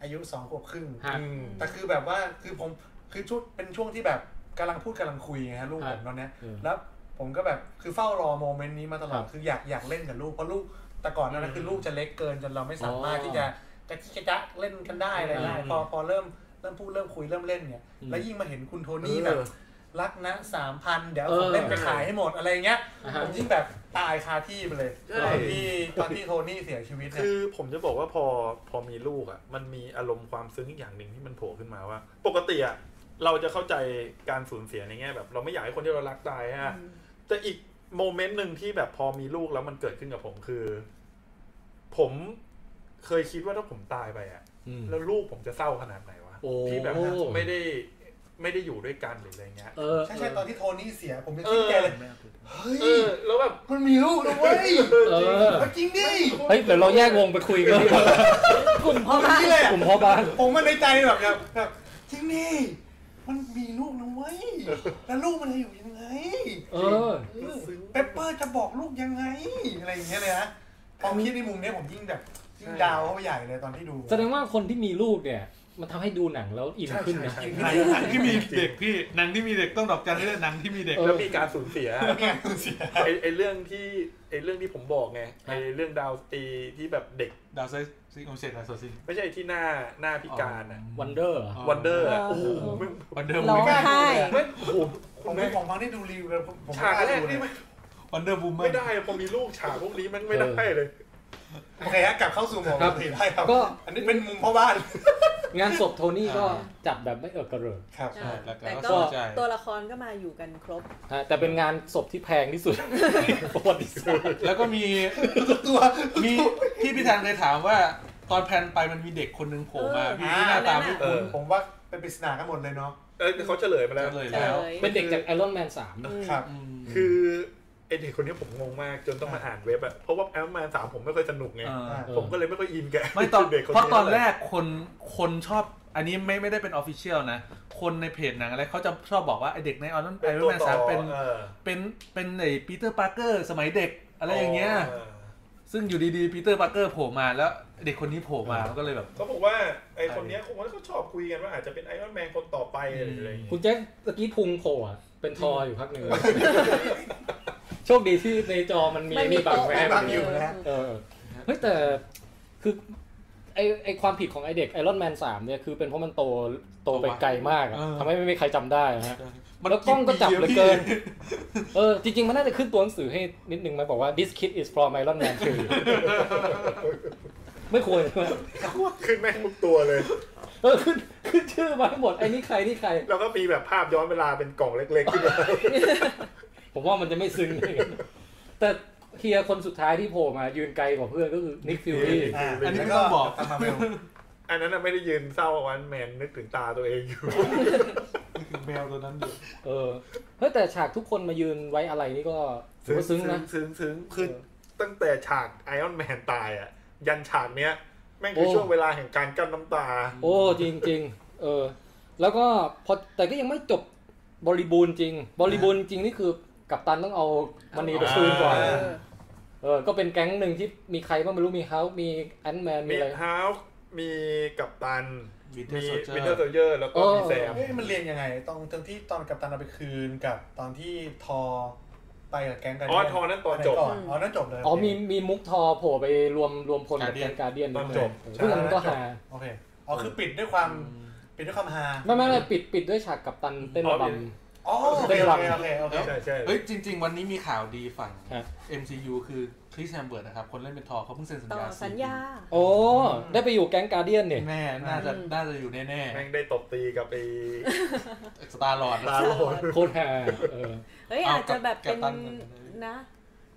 Speaker 2: อายุสองขวบครึ่ง
Speaker 1: ฮะ
Speaker 11: อืม
Speaker 2: แต่คือแบบว่าคือผมคือช่วงเป็นช่วงที่แบบกำลังพูดกำลังคุยไงฮะลูก
Speaker 1: ค
Speaker 2: ผ
Speaker 1: รับ
Speaker 2: มตอนเนี้ย
Speaker 1: อืม
Speaker 2: แล้วผมก็แบบคือเฝ้ารอโมเมนต์นี้มาตล
Speaker 1: ค
Speaker 2: อด
Speaker 1: รับ
Speaker 2: คืออยากอยากเล่นกับลูกเพราะลูกแต่ก่อนนั้นนะ
Speaker 11: อืม
Speaker 2: คือลูกจะเล็กเกินจนเราไม่สามารถ
Speaker 1: อ๋อ
Speaker 2: ที่จะกระจิกกระจะเล่นกันได้อะไรได้
Speaker 1: อืม
Speaker 2: พอพอเริ่มเริ่มพูดเริ่มคุยเริ่มเล่นเนี่ย
Speaker 1: อืม
Speaker 2: แล้วยิ่งมาเห็นคุณโทนี่แบบ รักนะสามพันเดี๋ยว
Speaker 1: เอ
Speaker 2: ผ
Speaker 1: อ
Speaker 2: มเล่นไปขายให้หมดอะไรเงี้ย
Speaker 1: อ่าฮะ
Speaker 2: ผมยิ่งแบบตายคาที่ไปเลย
Speaker 11: ใช่
Speaker 2: ตอนที่ตอนที่โทนี่เสียชีวิตเนี่ย
Speaker 11: คือผมจะบอกว่าพอพอมีลูกอ่ะ มันมีอารมณ์ความซึ้งอีกอย่างหนึ่งที่มันโผล่ขึ้นมาว่า ปกติอ่ะเราจะเข้าใจการสูญเสียในแง่แบบ เราไม่อยากให้คนที่เรารักตายฮะแต่อีกโมเมนต์หนึ่งที่แบบพอมีลูกแล้วมันเกิดขึ้นกับผมคือ ผมเคยคิดว่าถ้าผมตายไปอ่ะ
Speaker 1: อืม
Speaker 11: แล้วลูกผมจะเศร้าขนาดไหนวะ
Speaker 1: โอ้
Speaker 11: ที่แบบไม่ได้ไม่ได้อยู่ด้วยกันหรืออะไรเงี้ย
Speaker 1: เออ
Speaker 2: ใช่ใช่ตอนที่โทนี่เสียผมจะคิดแกเลยเฮ้
Speaker 11: เอย อ แล้วแบบ
Speaker 2: มันมีลูกนะเว้ย
Speaker 1: เออ
Speaker 2: จริงดิ
Speaker 1: เฮ้ยเดี๋ยวเราแยกวงไปคุยกันดีกว่ากลุ่มพ่อบ้าน
Speaker 2: นี่แหละ
Speaker 1: กลุ่มพ่อบ้าน
Speaker 2: ผมมันในใจแบบแบบจริงดิมันมีลูกนะเว้ย แล้วลูกมันจะอยู่ยังไง
Speaker 1: เออ
Speaker 2: เปปเปอร์จะบอกลูกยังไง อะไรอย่างเงี้ยเลยนะพอคิดในมุมเนี้ยผมยิ่งแบบยิ่งดาวเข้าไปใหญ่เลยตอนที่ดู
Speaker 1: แสดงว่าคนที่มีลูกเนี่ย มันทำให้ดูหนังแล้วอิน
Speaker 11: ใช่
Speaker 1: ขึ้น
Speaker 11: ใช่
Speaker 1: นะ
Speaker 11: ใช่
Speaker 2: ใช่
Speaker 3: หนังที่มีเด็กพี่หนังที่มีเด็กต้องดอกจันให้ด้วยหนังที่มีเด็ก
Speaker 11: แล้วมีการสูญเสีย
Speaker 2: เนี่ยดูสิ
Speaker 11: ไอไอเรื่องที่ไอเรื่องที่ผมบอกไงไอเรื่องดาวสตรีที่แบบเด็ก
Speaker 3: ดาวไซส์ซิงโอเชตดาวไซส์ซิง
Speaker 11: ไม่ใช่ที่หน้าหน้าพิการอ่ะ
Speaker 1: วันเดอร์
Speaker 11: วันเดอร์
Speaker 4: อ๋อ
Speaker 11: โอ้โหไม่
Speaker 3: วันเดอร์
Speaker 4: ร้
Speaker 3: บู
Speaker 4: อง
Speaker 3: ม
Speaker 4: ไห้
Speaker 11: ไม่โอ้โห
Speaker 2: ผ
Speaker 11: คุณ
Speaker 2: มไม่
Speaker 11: แม่
Speaker 2: ผมฟังได้ดูรีวิวแล้วผมผม
Speaker 11: ฉาก
Speaker 2: ไม่
Speaker 11: แร
Speaker 2: ล้
Speaker 11: ก
Speaker 2: ดู
Speaker 11: นี่
Speaker 2: เล
Speaker 11: ไม่
Speaker 2: ย
Speaker 3: วันเดอร์บูมเมอ
Speaker 11: ไม่
Speaker 3: ร์
Speaker 11: ได้อะพอมีลูกฉากพวกนี้มันไม่ได้เลย
Speaker 2: โอเคฮะกลับเข้าสู่โหมด
Speaker 1: ครับ
Speaker 2: ปกติได้ครับ
Speaker 1: ก็
Speaker 2: อันนี้เป็นมุมพ่อบ้าน
Speaker 1: งานศพโทนี่ก็จัดแบบไม่เอิกกระเริก
Speaker 2: ครับ
Speaker 4: ใช่
Speaker 3: แล้ว
Speaker 4: แต่
Speaker 3: ก็
Speaker 4: ก็
Speaker 3: ใจ
Speaker 4: ตัวละครก็มาอยู่กันครบ
Speaker 1: ฮะแต่เป็นงานศพที่แพงที่สุด ประวัติศาสตร์
Speaker 3: แล้วก็มี
Speaker 2: ตัว
Speaker 3: มีที่พี่ธันเคยถามว่าตอนแพนไปมันมีเด็กคนหนึงโผล่มา
Speaker 4: เออ
Speaker 3: พี่ที่หน้าตาไม่
Speaker 11: เอ
Speaker 3: คุ้น
Speaker 11: อ
Speaker 2: ผมว่าเป็นปริศนากันหมดเลยเนาะ
Speaker 11: เออเขาเฉลยมาแล้ว
Speaker 3: เลย
Speaker 4: เฉ
Speaker 3: แล้ว
Speaker 4: ย
Speaker 1: เป็นเด็กจากไอรอนแมนสาม
Speaker 4: อืม
Speaker 2: ครับ
Speaker 3: อืม
Speaker 11: คือไอเด็กคนนี้ผมงงมากจนต้องมาอ่านเว็บอะเพราะว่าแอมแมนสามผมไม่ค่อยสนุกไง
Speaker 3: เออ
Speaker 11: ผมก็เลยไม่ค่อยอินแก
Speaker 3: ไม่ตอน
Speaker 11: เด็กคน
Speaker 3: เพราะ
Speaker 11: นี้
Speaker 3: ตอนแรกคนคนชอบอันนี้ไม่ไม่ได้เป็นออฟฟิเชียลนะ คนในเพจหนังอะไรเขาจะชอบบอกว่าไอเด็กในออนไอ
Speaker 11: เป็น
Speaker 3: รอน
Speaker 11: ตัว
Speaker 3: แมน
Speaker 11: ต่อ
Speaker 3: สามเป็น
Speaker 11: เออ
Speaker 3: เป็นเป็นไอปีเตอร์ปาร์เกอร์สมัยเด็กอะไรอย่างเงี้ย ซึ่งอยู่ดีๆปีเตอร์ปาร์เกอร์โผล่มาแล้วเด็กคนนี้โผล่มามันก็เลยแบบ
Speaker 11: เขาบอกว่าไอคนเนี้ยคงว่าเขาชอบคุยกันว่าอาจจะเป็นไอรอนแมนคนต่อไปอะไรอย่างเงี้ย
Speaker 1: คุณแจ็คเมื่อกี้พุงโผล่อะเป็นทออยู่พักห นึ่งเลยโชคดีที่ในจอมันมี
Speaker 4: มันมี
Speaker 1: นี่บัง
Speaker 4: โต๊ะ
Speaker 1: แว
Speaker 4: แบ่
Speaker 1: บ
Speaker 4: ง
Speaker 2: บัง
Speaker 1: อ
Speaker 2: อยู่
Speaker 4: ยู่
Speaker 2: นะ
Speaker 1: เออเฮ้ยแต่คือไอ ไอไอความผิดของไอเด็กไอรอนแมนสามเนี่ยคือเป็นเพราะมันโตโตไป
Speaker 3: โตไป
Speaker 1: ไกลมากอะ
Speaker 3: เออ
Speaker 1: ทำให้ไม่มีใครจำได้นะฮะ
Speaker 3: มัน
Speaker 1: แล้วกล้องก็จับเหลือเกิน เออ จริง ๆ มันน่าจะขึ้นตัวหนังสือให้นิดนึงไหมบอกว่า this kid is from Iron Man 3ไม่ควรใช่ไหม
Speaker 11: ขึ้นแม่งทุกตัวเลย
Speaker 1: เออขึ้นขึ้นชื่อมาให้หมดไอ้นี่ใครนี่ใคร
Speaker 11: แล้วก็มีแบบภาพย้อนเวลาเป็นกล่องเล็กๆขึ้นมา
Speaker 1: ผมว่ามันจะไม่ซึ้ง อย่างนั้นแต่เฮียคนสุดท้ายที่โผล่มายืนไกลกว่าเพื่อนก็คือนิกฟิลลี่
Speaker 2: อ่า
Speaker 3: อันนี้ไม่ต้องบอก
Speaker 2: แล้วกัปตันมาร์เวล
Speaker 11: อันนั้นนะไม่ได้ยืนเศร้าวันแมนนึกถึงตาตัวเองอยู่
Speaker 3: แมวตัวนั้นอยู่
Speaker 1: เออ เฮ้ยแต่ฉากทุกคนมายืนไว้อะไรนี่ก็ถือว่าซึ้งนะ
Speaker 11: ซึ้งซึ้งคือ
Speaker 1: เออ
Speaker 11: ตั้งแต่ฉากไอออนแมนตายอ่ะ ยันฉากเนี้ย แม่งคือ
Speaker 1: โอ้
Speaker 11: ช่วงเวลาแห่งการกั้นน้ำตา
Speaker 1: โอ้จริงจริงๆเออ แล้วก็พอแต่ก็ยังไม่จบบริบูรณ์จริง บริบูรณ์จริงนี่คือกัปตันต้องเอามันนีไปคืนก่อน
Speaker 11: เอ
Speaker 1: เออ ก็เป็นแก๊งหนึ่งที่มีใครบ้างไม่รู้มีเฮาส์มีแอนด์แมน มี
Speaker 11: มี
Speaker 1: อะไร
Speaker 11: ฮาวส์มีกัปตัน
Speaker 3: วินเทอ
Speaker 11: มี
Speaker 3: ร์โซเจอ
Speaker 11: วินเทอร์
Speaker 3: ร์
Speaker 11: โซเยอร์ แล้วก็
Speaker 1: เออ
Speaker 11: มีแซม
Speaker 2: เฮ้ยมันเรียนยังไงตอนตอนที่ตอนกัปตันเอาไปคืนกับตอนที่ทอไปกับแก๊งกัน
Speaker 11: อ๋อทอนั้นตอนจบ
Speaker 2: ก่อ๋อนั่นจบเลย
Speaker 1: อ๋อมีมีมุกทอโผล่ไปรวมรวมพลกับแก๊งการเดียน
Speaker 11: ตอนจบ
Speaker 1: เพื่อนมันก็หา
Speaker 2: โอเคอ๋อคือปิดด้วยความปิดด้วยความฮา
Speaker 1: ไม่ไม่ไม่ปิดปิดด้วยฉากกัปตันเต้นระบำ
Speaker 2: อ๋อโอเคโอเคโอเคโอเค
Speaker 11: ใช่ใช่
Speaker 3: เฮ้ยจริง ๆ วันนี้มีข่าวดีฝั่ง
Speaker 1: ฮะ
Speaker 3: MCU คือคริสแฮมเบิร์ดนะครับ คนเล่นเป็นทอร์เขาเพิ่งเซ็นสัญ
Speaker 14: ต่อ
Speaker 3: ญา
Speaker 14: สัญญา
Speaker 1: โอ้ได้ไปอยู่แก๊งการเดียนเนี่ย
Speaker 3: แน่น่าจะน่าจะอยู่แน่
Speaker 11: แม่งได้ตบตีกับไอ้
Speaker 3: ๆสตาร์ลอร์ด
Speaker 11: ตาโลด
Speaker 1: โคตรฮาเออ
Speaker 14: เฮ้ย
Speaker 3: เอา
Speaker 14: อาจจะแบบ
Speaker 3: กั
Speaker 14: เป็
Speaker 3: ป
Speaker 14: น
Speaker 3: ตันก่อน
Speaker 14: นะ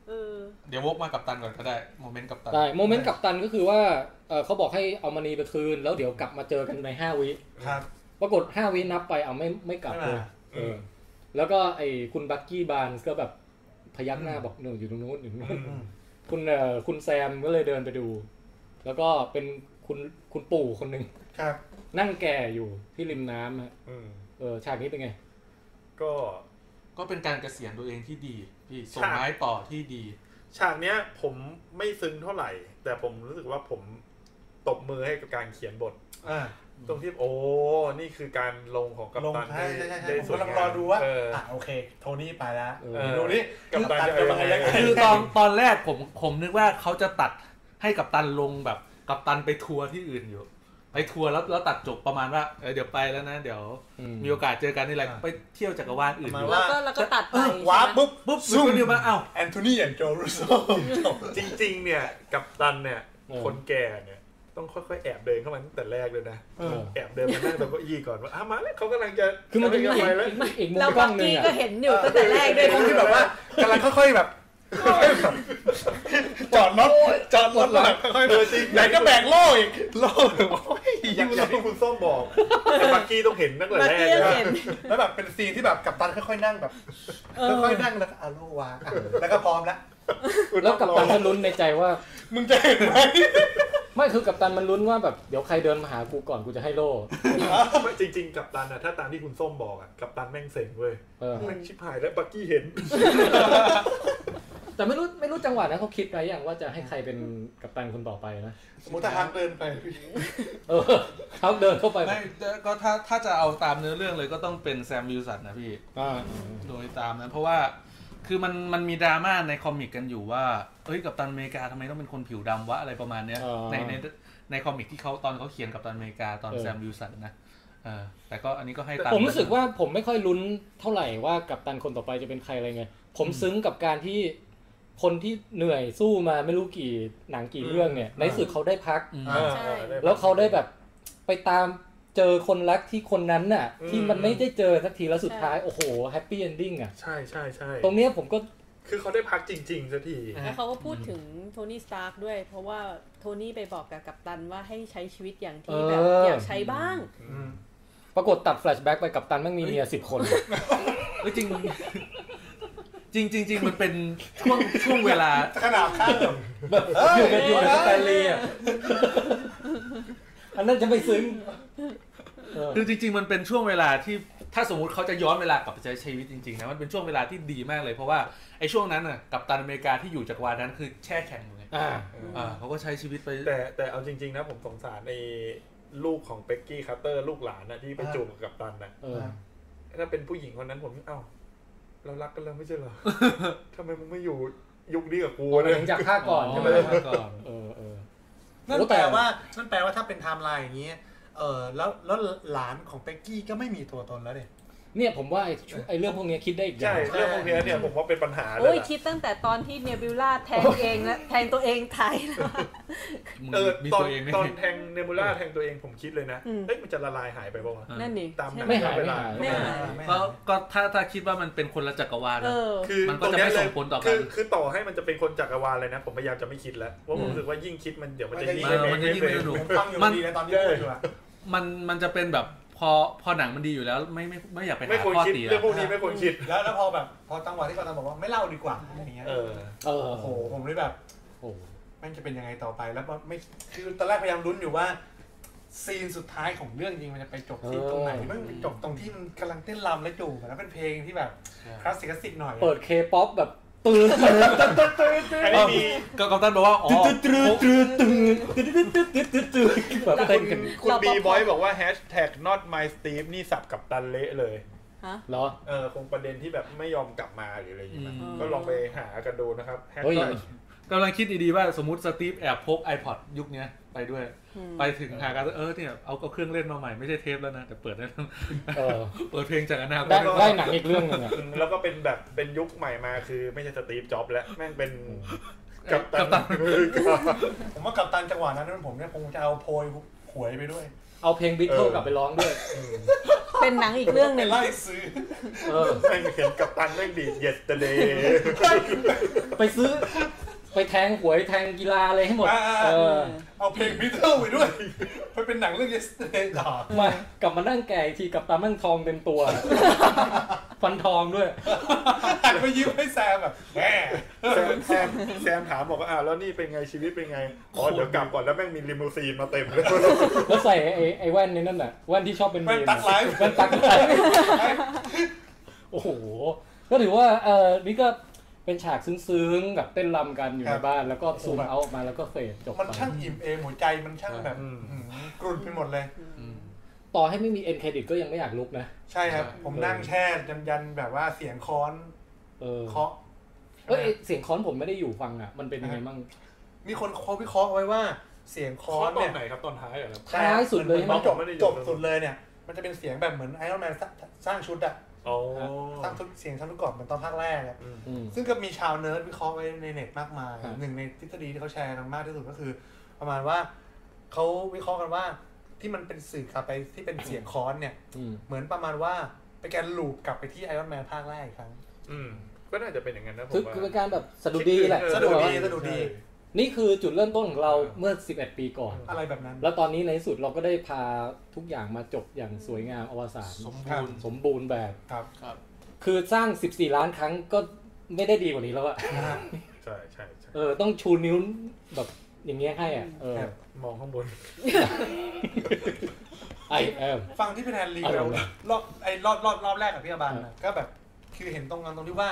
Speaker 14: เออ
Speaker 3: เดี๋ยววกมากับตันก่อนก็ได้โมเมนต์กับตัน
Speaker 1: ได้โมเมนต์กับตันก็คือว่าเอ่อเขาบอกให้เอามานีไปคืน แล้วเดี๋ยวกลับมาเจอกันในห้าวิ
Speaker 2: ครับ
Speaker 1: ปรากฏห้าวินับไปเอาไม่ไม่กลับ
Speaker 2: ไม่
Speaker 1: เล
Speaker 2: มาย
Speaker 1: เออแล้วก็ไอ้คุณบักกี้บานส์ก็แบบพยักหน้าบอกหนูอยู่ตรงนู้นอยู่ตรงนู้น
Speaker 2: อืม
Speaker 1: คุณเอ่อคุณแซมก็เลยเดินไปดู แล้วก็เป็นคุณคุณปู่คนหนึ่ง
Speaker 2: ครับ
Speaker 1: นั่งแก่อยู่ที่ริมน้ำฮะ
Speaker 11: อืม
Speaker 1: เออฉากนี้เป็นไง
Speaker 11: ก็
Speaker 3: ก็เป็นการเกษียณตัวเองที่ดีพี่ส่ง
Speaker 11: ใช่
Speaker 3: ไม้ต่อที่ดี
Speaker 11: ฉากเนี้ยผมไม่ซึ้งเท่าไหร่ แต่ผมรู้สึกว่าผมตบมือให้กับการเขียนบท
Speaker 2: อ่า
Speaker 11: ตรงที่โอ้ นี่คือการลงของกัป
Speaker 2: ลง
Speaker 11: ตัน
Speaker 2: ใช่ใช่ใช่ใช่ผม
Speaker 11: วย
Speaker 2: กำลัง
Speaker 11: งาม
Speaker 2: รอดูว่า
Speaker 11: เออ
Speaker 2: อ่ะโอเค โทนี่ไปแล้ว
Speaker 1: เออ
Speaker 2: ดูนี่
Speaker 11: กัปตัน
Speaker 2: คือ
Speaker 11: จะ
Speaker 2: ตัด
Speaker 11: ไป
Speaker 2: ไป
Speaker 11: ยั
Speaker 2: ยัง ง
Speaker 11: ไง
Speaker 2: ไง
Speaker 3: คือตอนตอนแรกผมผมนึกว่าเขาจะตัดให้กับตันลงแบบกับตันไปทัวร์ที่อื่นอยู่ ไปทัวร์แล้วแล้วตัดจบประมาณว่าเออเดี๋ยวไปแล้วนะ เดี๋ยว
Speaker 1: อืม
Speaker 3: มีโอกาสเจอกันนี่แหละไปเที่ยวจักรวาลอื่นอยู่
Speaker 14: แล้วก็แล้วก็ตัดไป
Speaker 2: ว้าบปุ๊บ
Speaker 3: ปุ๊บซูมเดียวมาเอ้า
Speaker 2: แอนโทนีแอนโจรูโซ
Speaker 11: จริง ๆ เนี่ย กับตันเนี่ย คนแก่เนี่ย ต้องค่อยๆ แอบเดินเข้ามาตั้งแต่แรกเลยนะ
Speaker 1: เออ
Speaker 11: แอบเดินมานั่งตรงเก้าอี้ก่อนว่าอ่ะมาแล้วเขากำลังจะ
Speaker 1: คือมันจะมี
Speaker 11: กำลังไปแล้ว
Speaker 1: อีกอีกมุม
Speaker 14: แล้ว
Speaker 1: กล้
Speaker 14: บั
Speaker 1: อกงหนึ่ง
Speaker 14: กี้
Speaker 1: อะ
Speaker 14: ก็เห็นอยู่ตั้งแต่แรกด้วยนะ
Speaker 2: ที่แบบว่ากำลังค่อยๆแบบ จอดรถจอดรถแล้วแบบค่อยๆเดินจริงไหนก็แบกโล่อีกโล่แบบโอ้ย
Speaker 11: อ
Speaker 2: ยั
Speaker 11: ย่าง งอ
Speaker 2: อา
Speaker 11: ย่ย่าง งที่คุณส้มบอกแต่บักกี้ต้องเห็นตั้งแต่
Speaker 14: บัก
Speaker 11: แรก
Speaker 14: กี้
Speaker 11: เล
Speaker 14: ก็
Speaker 11: ยนะ
Speaker 14: เห็น
Speaker 2: แล้วแบบเป็นซีนที่แบบกัปตันค่อยๆนั่งแบบค่อยๆนั่งแล้วก็อาโลวางอ่ะแล้วก็พร้อมแล้ว
Speaker 11: คุณ
Speaker 1: แล้
Speaker 11: ต้
Speaker 1: ว
Speaker 11: อง
Speaker 1: กับ
Speaker 11: รอ
Speaker 1: ตันก็ลุ้นในใจว่า
Speaker 2: มึงจะเห็นไหม
Speaker 1: ไม่คือกับตันมันลุ้นว่าแบบเดี๋ยวใครเดินมาหากูก่อนกูจะให้โล่
Speaker 11: ไม่จริง ๆ กับตันอ่ะถ้าตามที่คุณส้มบอกอ่ะกับตันแม่งเซ็งเว้ย
Speaker 1: เออ
Speaker 11: แม่งชิบหายแล้วบักกี้เห็น
Speaker 1: แต่ไม่รู้ไม่รู้จังหวะนั้นเขาคิดไปอย่างว่าจะให้ใครเป็นกัปตันคนต่อไปนะ
Speaker 2: สมมติถ้าฮักเดินไป
Speaker 1: เออเขาเดินเข้าไป
Speaker 3: ไม่ก็ถ้าถ้าจะเอาตามเนื้อเรื่องเลยก็ต้องเป็นแซมวิลสันนะพี่
Speaker 1: อ่า
Speaker 3: โดยตามนั้นเพราะว่าคือมันมันมีดราม่าในคอมิกกันอยู่ว่าเอ้ยกับตันอเมริกาทำไมต้องเป็นคนผิวดำวะอะไรประมาณเนี้ยในในในคอมิกที่เขาตอนเขาเขียนกับตันอเมริกาตอนแซมวิลสันนะเออแต่ก็อันนี้ก็ให้ตาม
Speaker 1: ผมรู้สึกว่าผมไม่ค่อยลุ้นเท่าไหร่ว่ากัปตันคนต่อไปจะเป็นใครอะไรไง ผมซึ้งกับการที่คนที่เหนื่อยสู้มาไม่รู้กี่หนังกี่เรื่องเนี่ย ในที่สุดเขาได้พัก
Speaker 3: อืม
Speaker 11: เออ
Speaker 14: ใช่
Speaker 1: แล้วเขาได้แบบไปตามเจอคนรักที่คนนั้นน่ะ ที่มันไม่ได้เจอสักทีแล้วสุดท้ายโอ้โหแฮปปี้เอนดิ้งอ่ะ
Speaker 11: ใช่ใช่ใช่
Speaker 1: ตรงเนี้ยผมก็
Speaker 11: คือเขาได้พักจริงๆสักที
Speaker 14: แล้วเขาก็พูดถึงโทนี่สตาร์กด้วย เพราะว่าโทนี่ไปบอกกับกัปตันว่าให้ใช้ชีวิตอย่างที่แบบ
Speaker 1: เอออ
Speaker 14: อยากใช้บ้าง
Speaker 1: ปรากฏตัดแฟลชแบ็กไปกับตันแม่งมีเมียสิบคน
Speaker 3: เอ้ยจริง จริงจริงจริงมันเป็นช่วงช่วงเวลา
Speaker 2: ขนาดข้าง
Speaker 1: อยู่กันอยู่กับสแตนลีย์อ่ะอันนั้นจะไม่ซึ้งเออ
Speaker 3: คือจริง ๆ มันเป็นช่วงเวลาที่ถ้าสมมุติเขาจะย้อนเวลากลับไปใช้ชีวิตจริงๆนะมันเป็นช่วงเวลาที่ดีมากเลย เพราะว่าไอ้ช่วงนั้นน่ะกับตันอเมริกาที่อยู่จักรวาลนั้นคือแช่แข็งอยู่ไง
Speaker 1: อ่า
Speaker 3: อ่าเขาก็ใช้ชีวิตไป
Speaker 11: แต่แต่เอาจริง ๆ นะผมสงสารไอ้ลูกของเป็กกี้คัตเตอร์ลูกหลานน่ะที่ไปจูบกับกัปตันน่ะ
Speaker 1: เออ
Speaker 11: ถ้าเป็นผู้หญิงคนนั้นผมเอ้าเรารักกันแล้วไม่ใช่เหรอ ทำไมมึงไม่อยู่ยุคนี้กับกู
Speaker 1: ห
Speaker 11: เลย
Speaker 1: ลังจากภาคก่อนใช่ไหม
Speaker 3: อ๋อภาคก่อน
Speaker 1: เออเออ
Speaker 2: นั่น
Speaker 1: โอ้แต่
Speaker 2: แปลว่านั่นแปลว่าถ้าเป็นไทม์ไลน์อย่างเงี้ยเออแล้วแล้วหลานของเป็กกี้ก็ไม่มีตัวตนแล้วเนี่ย
Speaker 1: เนี่ยผมว่าไอ้ชุไอ้เรื่องพวกเนี้ยคิดได้อีกอย่าง
Speaker 11: ใช่เรื่องพวกเนี้ยเนี่ยผมว่าเป็นปัญหาเล
Speaker 4: โอ้
Speaker 11: ย
Speaker 4: ย
Speaker 11: ล่ะ
Speaker 4: คิดตั้งแต่ตอนที่เนบิวล่าแทงเองนะแทงตัวเองไทยแล้วอะ
Speaker 3: มึง
Speaker 11: เออ
Speaker 3: มี
Speaker 11: ตอ
Speaker 3: ตั
Speaker 11: น
Speaker 3: วเองไหม
Speaker 11: ตอนแทงเนมูล่าแทงตัวเองผมคิดเลยนะ
Speaker 4: อืม
Speaker 11: เอ้ยมันจะละลายหายไปป่าวะ
Speaker 4: นั่นดิ
Speaker 11: ตามหนัง
Speaker 4: ใช่ไหม
Speaker 1: ไม่หายไม่หาย
Speaker 4: ไม่หาย
Speaker 2: ไม่หาย
Speaker 3: ก็ก็ถ้าถ้าคิดว่ามันเป็นคนละจักรวาล
Speaker 4: เอ
Speaker 3: นะ
Speaker 4: อ
Speaker 11: คือ
Speaker 3: มันก็
Speaker 11: ตรง
Speaker 3: จะ
Speaker 11: เนี้
Speaker 3: ไม่
Speaker 11: ยเลย
Speaker 3: ส่งผลต่อกัน
Speaker 11: คือคือต่อให้มันจะเป็นคนจักรวาลเลยนะ ผมพยายามจะไม่คิดแล้วว่าผมรู้สึกว่ายิ่งคิดมันเดี๋ยวมันจะยิ่ง
Speaker 3: เออมันจะยิ่งไม่สนุก
Speaker 2: ผมฟังอยู่ดีนะตอนที่พูดอยู่อะ
Speaker 3: มันมันจะเป็นแบบพอพอหนังมันดีอยู่แล้ว ไม่ไม่ไม่อยากไป
Speaker 11: ไม่
Speaker 3: หา
Speaker 11: ควร
Speaker 3: ข้อ
Speaker 11: คิด
Speaker 3: ตี
Speaker 11: เรื่อง
Speaker 3: อะ
Speaker 11: พวกนี้ไม่ควรคิด
Speaker 2: แล้วแล้วพอแบบพอจังหวะที่กอตันบอกว่าไม่เล่าดีกว่าอะไรอย่างเงี้ย
Speaker 11: เออ
Speaker 1: เออ
Speaker 2: โอ้โหผมเลยแบบ
Speaker 1: โอ้โห
Speaker 2: แมันจะเป็นยังไงต่อไปแล้วก็ไม่คือตอนแรกพยายามลุ้นอยู่ว่า ซีนสุดท้ายของเรื่องจริงมันจะไปจบที่ตรงไหนมันไปจบตรงที่มันกำลังเต้นรำและจูบอะแล้วเป็นเพลงที่แบบคลาสสิกคลาสสิกหน่อยอะ
Speaker 1: เปิดเคป๊อปแบบตื่นตื่นตื่นตื่นตื่น
Speaker 11: อันนี้มี
Speaker 3: ก็กัปตันบอกว่าอ๋อ
Speaker 1: ตื่นตื่นตื่นตื่นตื่นตื่นตื่นตื่นตื่นแบบเต้นกัน
Speaker 11: คุณ
Speaker 4: เรา
Speaker 11: บี
Speaker 4: ปภ
Speaker 11: บอยบอกว่า hashtag not my Steve นี่สับกับตันเละเลย
Speaker 1: เหรอ
Speaker 11: เออคงประเด็นที่แบบไม่ยอมกลับมาหรืออะไรอย่างเงี้ย
Speaker 4: อืม
Speaker 11: ก็ลองไปหากันดูนะครับ
Speaker 1: เฮ้ย
Speaker 11: hashtag
Speaker 3: กำลังคิดดีๆว่าสมมติสตีฟแอบพก iPod ยุคเนี้ยไปด้วย ไปถึงหากันเออเนี่ยเอาเอาเครื่องเล่นมาใหม่ไม่ใช่เทปแล้วนะแต่เปิดได้แล้ว
Speaker 1: เออ
Speaker 3: เปิดเพลงจากอนาค
Speaker 1: ได้
Speaker 3: ต
Speaker 1: ได้หนังอีกเรื่องหนึงอ่ะ
Speaker 11: แล้วก็เป็นแบบเป็นยุคใหม่มาคือไม่ใช่สตีฟจ็อบส์แล้วแม่งเป็นกัป
Speaker 3: กัป
Speaker 11: ตั
Speaker 3: ตั
Speaker 11: น
Speaker 3: น
Speaker 2: ผมว่ากับตันจังหวะนั้นผมเนี่ยคงจะเอาโพยหวยไปด้วย
Speaker 1: เอาเพลงบิทเทิลกลับไปร้องด้วย
Speaker 4: เป็นหนังอีกเรื่องหนึ่ง
Speaker 2: ไล่ซื้อ
Speaker 1: เออ
Speaker 11: แม่งเห็นกัปตันแม่งดีด yesterday
Speaker 1: ไปซื้อ ไปแทงหวยแทงกีฬาอะไรให้หมด
Speaker 2: อ่าๆ
Speaker 1: เออ
Speaker 2: เอาเพลงบิทเทิลไปด้วยไปเป็นหนังเรื่อง yesterday ต่อ
Speaker 1: มากลับมานั่งแก่อีกทีกับตามั่งทองเต็มตัว ฟันทองด้วย
Speaker 2: หันไปยิ้มให้แซมแบบแหม
Speaker 11: แซมแซมแซมถามบอกว่าอ้าวแล้วนี่เป็นไงชีวิตเป็นไงอ๋อเดี๋ยวกลับก่อนแล้วแม่งมีลิมูซีนมาเต็มเลย
Speaker 1: แล้วใส่ไอ้ไอ้แว่นในนั่นน่ะแว่นที่ชอบเป็น
Speaker 2: แว่นตั๊กไลฟ์
Speaker 1: แว่นตักไลฟ์โอ้โห ก็ถือว่าเออนี่ก็เป็นฉากซึ้งๆกับเต้นรำกันอยู่ในบ้าน แล้วก็ซูมเอาออกมาแล้วก็เฟดจบ
Speaker 2: มัน
Speaker 1: ไป
Speaker 2: ช่างอิ่มเอมหัวใจมันช่างแบบหืมกรุ่นไปหมดเลย
Speaker 1: ต่อให้ไม่มีเอ็นเครดิตก็ยังไม่อยากลุกนะ
Speaker 2: ใช่ครับ
Speaker 3: ใช่
Speaker 2: ผมนั่งแช่ยันยันแบบว่าเสียงค้อน
Speaker 1: เออ
Speaker 2: เคาะ
Speaker 1: เอ้ยไอ้เสียงค้อนผมไม่ได้อยู่ฟังอ่ะ มันเป็นยังไงมั่ง
Speaker 2: มีคนเขาวิเคราะห์ไว้ว่าเสียงค้อน
Speaker 11: ตอ
Speaker 2: เนี่
Speaker 11: น
Speaker 2: ย
Speaker 11: ไหนครับตอนท้ายเหรอครับ
Speaker 1: ท้ายสุดเลยใช่ไหม
Speaker 2: มันจบ
Speaker 11: ไม่ได้อยู่
Speaker 2: จบสุดเลยเนี่ย มันจะเป็นเสียงแบบเหมือนไอรอนแมนสร้างชุดอะ
Speaker 11: อ๋อ
Speaker 2: สร้างชุดเสียงทั้งทุกกรอบเหมือนตอนภาคแรกอะ
Speaker 1: อืม
Speaker 2: ซึ่งก็มีชาวเนิร์ดวิเคราะห์ไว้ในเน็ตมากมาย
Speaker 1: ครับ
Speaker 2: หนึ่งในทฤษฎีที่เขาแชร์กันมากที่สุดก็คือ ประมาณว่าเขาวิเคราะห์กันว่าที่มันเป็นสื่อกลับไปที่เป็นเสียงค้อนเนี่ย
Speaker 1: อืม
Speaker 2: เหมือนประมาณว่าเป็นการลูปกลับไปที่ไอรอนแมนภาคแรกอีกครั้ง
Speaker 11: อืมก็น่าจะเป็นอย่างนั้นนะผม
Speaker 1: คือ
Speaker 11: ว่า
Speaker 1: คือเป็นการแบบสะดุดีแหละ
Speaker 11: เออ
Speaker 2: สะดุดี
Speaker 1: ว่า
Speaker 2: สะดุดี
Speaker 1: นี่คือจุดเริ่มต้นของเราเมื่อ 11 ปีก่อน
Speaker 2: อะไรแบบนั้น
Speaker 1: แล้วตอนนี้ในที่สุดเราก็ได้พาทุกอย่างมาจบอย่างสวยงามอวสาน
Speaker 3: สมบูรณ์
Speaker 1: สมบูรณ์แบบ
Speaker 2: ครับ
Speaker 1: คือสร้าง 14 ล้านครั้งก็ไม่ได้ดีกว่านี้แล้วอะ
Speaker 11: ใช่ใช่ใช่
Speaker 1: เออต้องชูนิ้วแบบอย่างเงี้ยให้อะเออ
Speaker 2: ครับ
Speaker 11: มองข้างบน
Speaker 1: ไอเอม
Speaker 2: ฟังที่เป็นแทนลี
Speaker 1: อะไร
Speaker 2: เรา
Speaker 1: วะ
Speaker 2: รอบไอ้รอบรอบรอบแรกกับพี่อาบาน
Speaker 1: ครั
Speaker 2: นะ
Speaker 1: บ
Speaker 2: ก็แบบคือเห็นตรงกันตรงที่ว่า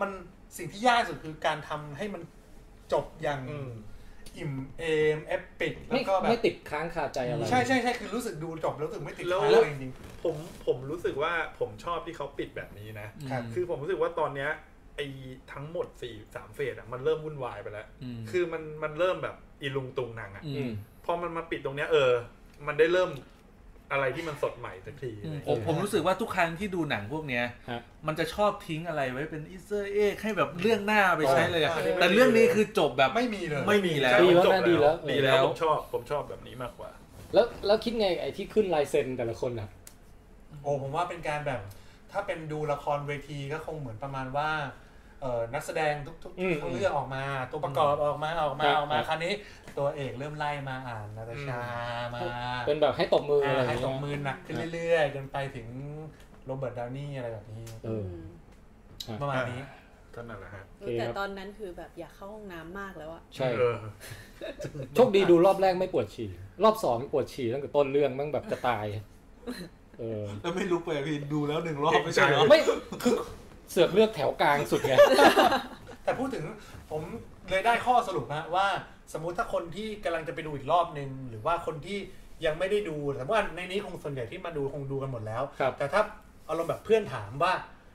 Speaker 2: มันสิ่งที่ยากที่สุดคือการทำให้มันจบอย่าง
Speaker 11: อืม
Speaker 2: อิ่มเอมเอปิกแล้
Speaker 1: ไม่
Speaker 2: วก็แบ
Speaker 1: ไม่
Speaker 2: บ
Speaker 1: ติดค้างคาใจอะไร
Speaker 2: ใช่ใช่ใช่คือรู้สึกดูจบแล้วรู้สึกไม่ติด
Speaker 11: แล้ว
Speaker 2: ค้างเลยจริง
Speaker 11: ผมผมรู้สึกว่าผมชอบที่เขาปิดแบบนี้นะ
Speaker 2: ครับ
Speaker 11: คือผมรู้สึกว่าตอนเนี้ยไอ้ทั้งหมดสี่สามเฟสอะมันเริ่มวุ่นวายไปแล้ว
Speaker 3: อืม
Speaker 11: คือมันมันเริ่มแบบอีลุงตุงนางอะ
Speaker 1: อืม
Speaker 11: พอมันมาปิดตรงเนี้ยเออ มันได้เริ่มอะไรที่มันสดใหม่สักทีอะไรอย่าง
Speaker 3: ผ
Speaker 11: เงี้ย
Speaker 3: มผมรู้สึกว่าทุกครั้งที่ดูหนังพวกเนี้ย
Speaker 1: ฮะ
Speaker 3: มันจะชอบทิ้งอะไรไว้เป็นอีสเตอร์เอ็กให้แบบเรื่องหน้าไปใช้เลยอะ
Speaker 2: ใช่
Speaker 3: แต่เรื่องนี้คือจบแบบ
Speaker 2: ๆไม่มีเลย
Speaker 3: ไม่มีแล้ว
Speaker 11: ใช่ผมจบ
Speaker 1: ดีแล้วดี
Speaker 11: ดี
Speaker 1: แล้ว
Speaker 11: แล้ว
Speaker 3: เออ
Speaker 11: ผมชอบผมชอบแบบนี้มากกว่า
Speaker 1: แล้วแล้วคิดไงไอ้ที่ขึ้นลายเซ็นแต่ละคนอะ
Speaker 2: โอ้ผมว่าเป็นการแบบ ถ้าเป็นดูละครเวทีก็คงเหมือนประมาณว่าเอ่อนักแสดงทุกๆทุกเรื่องออกมา ตัวประกอบออกมาออกมาออกมาคราวนี้ ตัวเอกเริ่มไล่มาอ่านนาตาชามา
Speaker 1: เป็นแบบให้ตบมืออะไรอ
Speaker 2: อ่า
Speaker 1: ย่าง
Speaker 2: ให้ส
Speaker 1: เงี้
Speaker 2: อง
Speaker 1: ย
Speaker 2: มือหนักขึ้นเรื่อยๆจนไปถึงโรเบิร์ตดาวนี่อะไรแบบนี้
Speaker 1: เออ
Speaker 2: ประมาณนี้
Speaker 11: เท่านั้นแหละฮะ
Speaker 1: โอเค
Speaker 14: แต่
Speaker 1: ครับ
Speaker 14: ตอนนั้นคือแบบอยากเข้าห้องน้ำมากแล้วอะ
Speaker 1: ใช่
Speaker 11: เออ
Speaker 1: โชคดีดูรอบแรกไม่ปวดฉี่ รอบสองปวดฉี่ตั้งแต่ต้นเรื่องแมั่งแบบจะ ตาย เออ
Speaker 3: แล้วไม่รู้ไปพี่ดูแล้วหนึ่งรอบไม่ใช่เหรอ
Speaker 1: ไม่คือเสือกเลือกแถวกลางสุ ดไง
Speaker 2: แต่พูดถึงผมเลยได้ข้อสรุปนะว่า สมมุติถ้าคนที่กำลังจะไปดูอีกรอบนึง หรือว่าคนที่ยังไม่ได้ดูแต่ว่าในนี้คงส่วนใหญ่ที่มาดูคงดูกันหมดแล้ว
Speaker 1: ครับ
Speaker 2: แต่ถ้าอารมณ์แบบเพื่อนถามว่า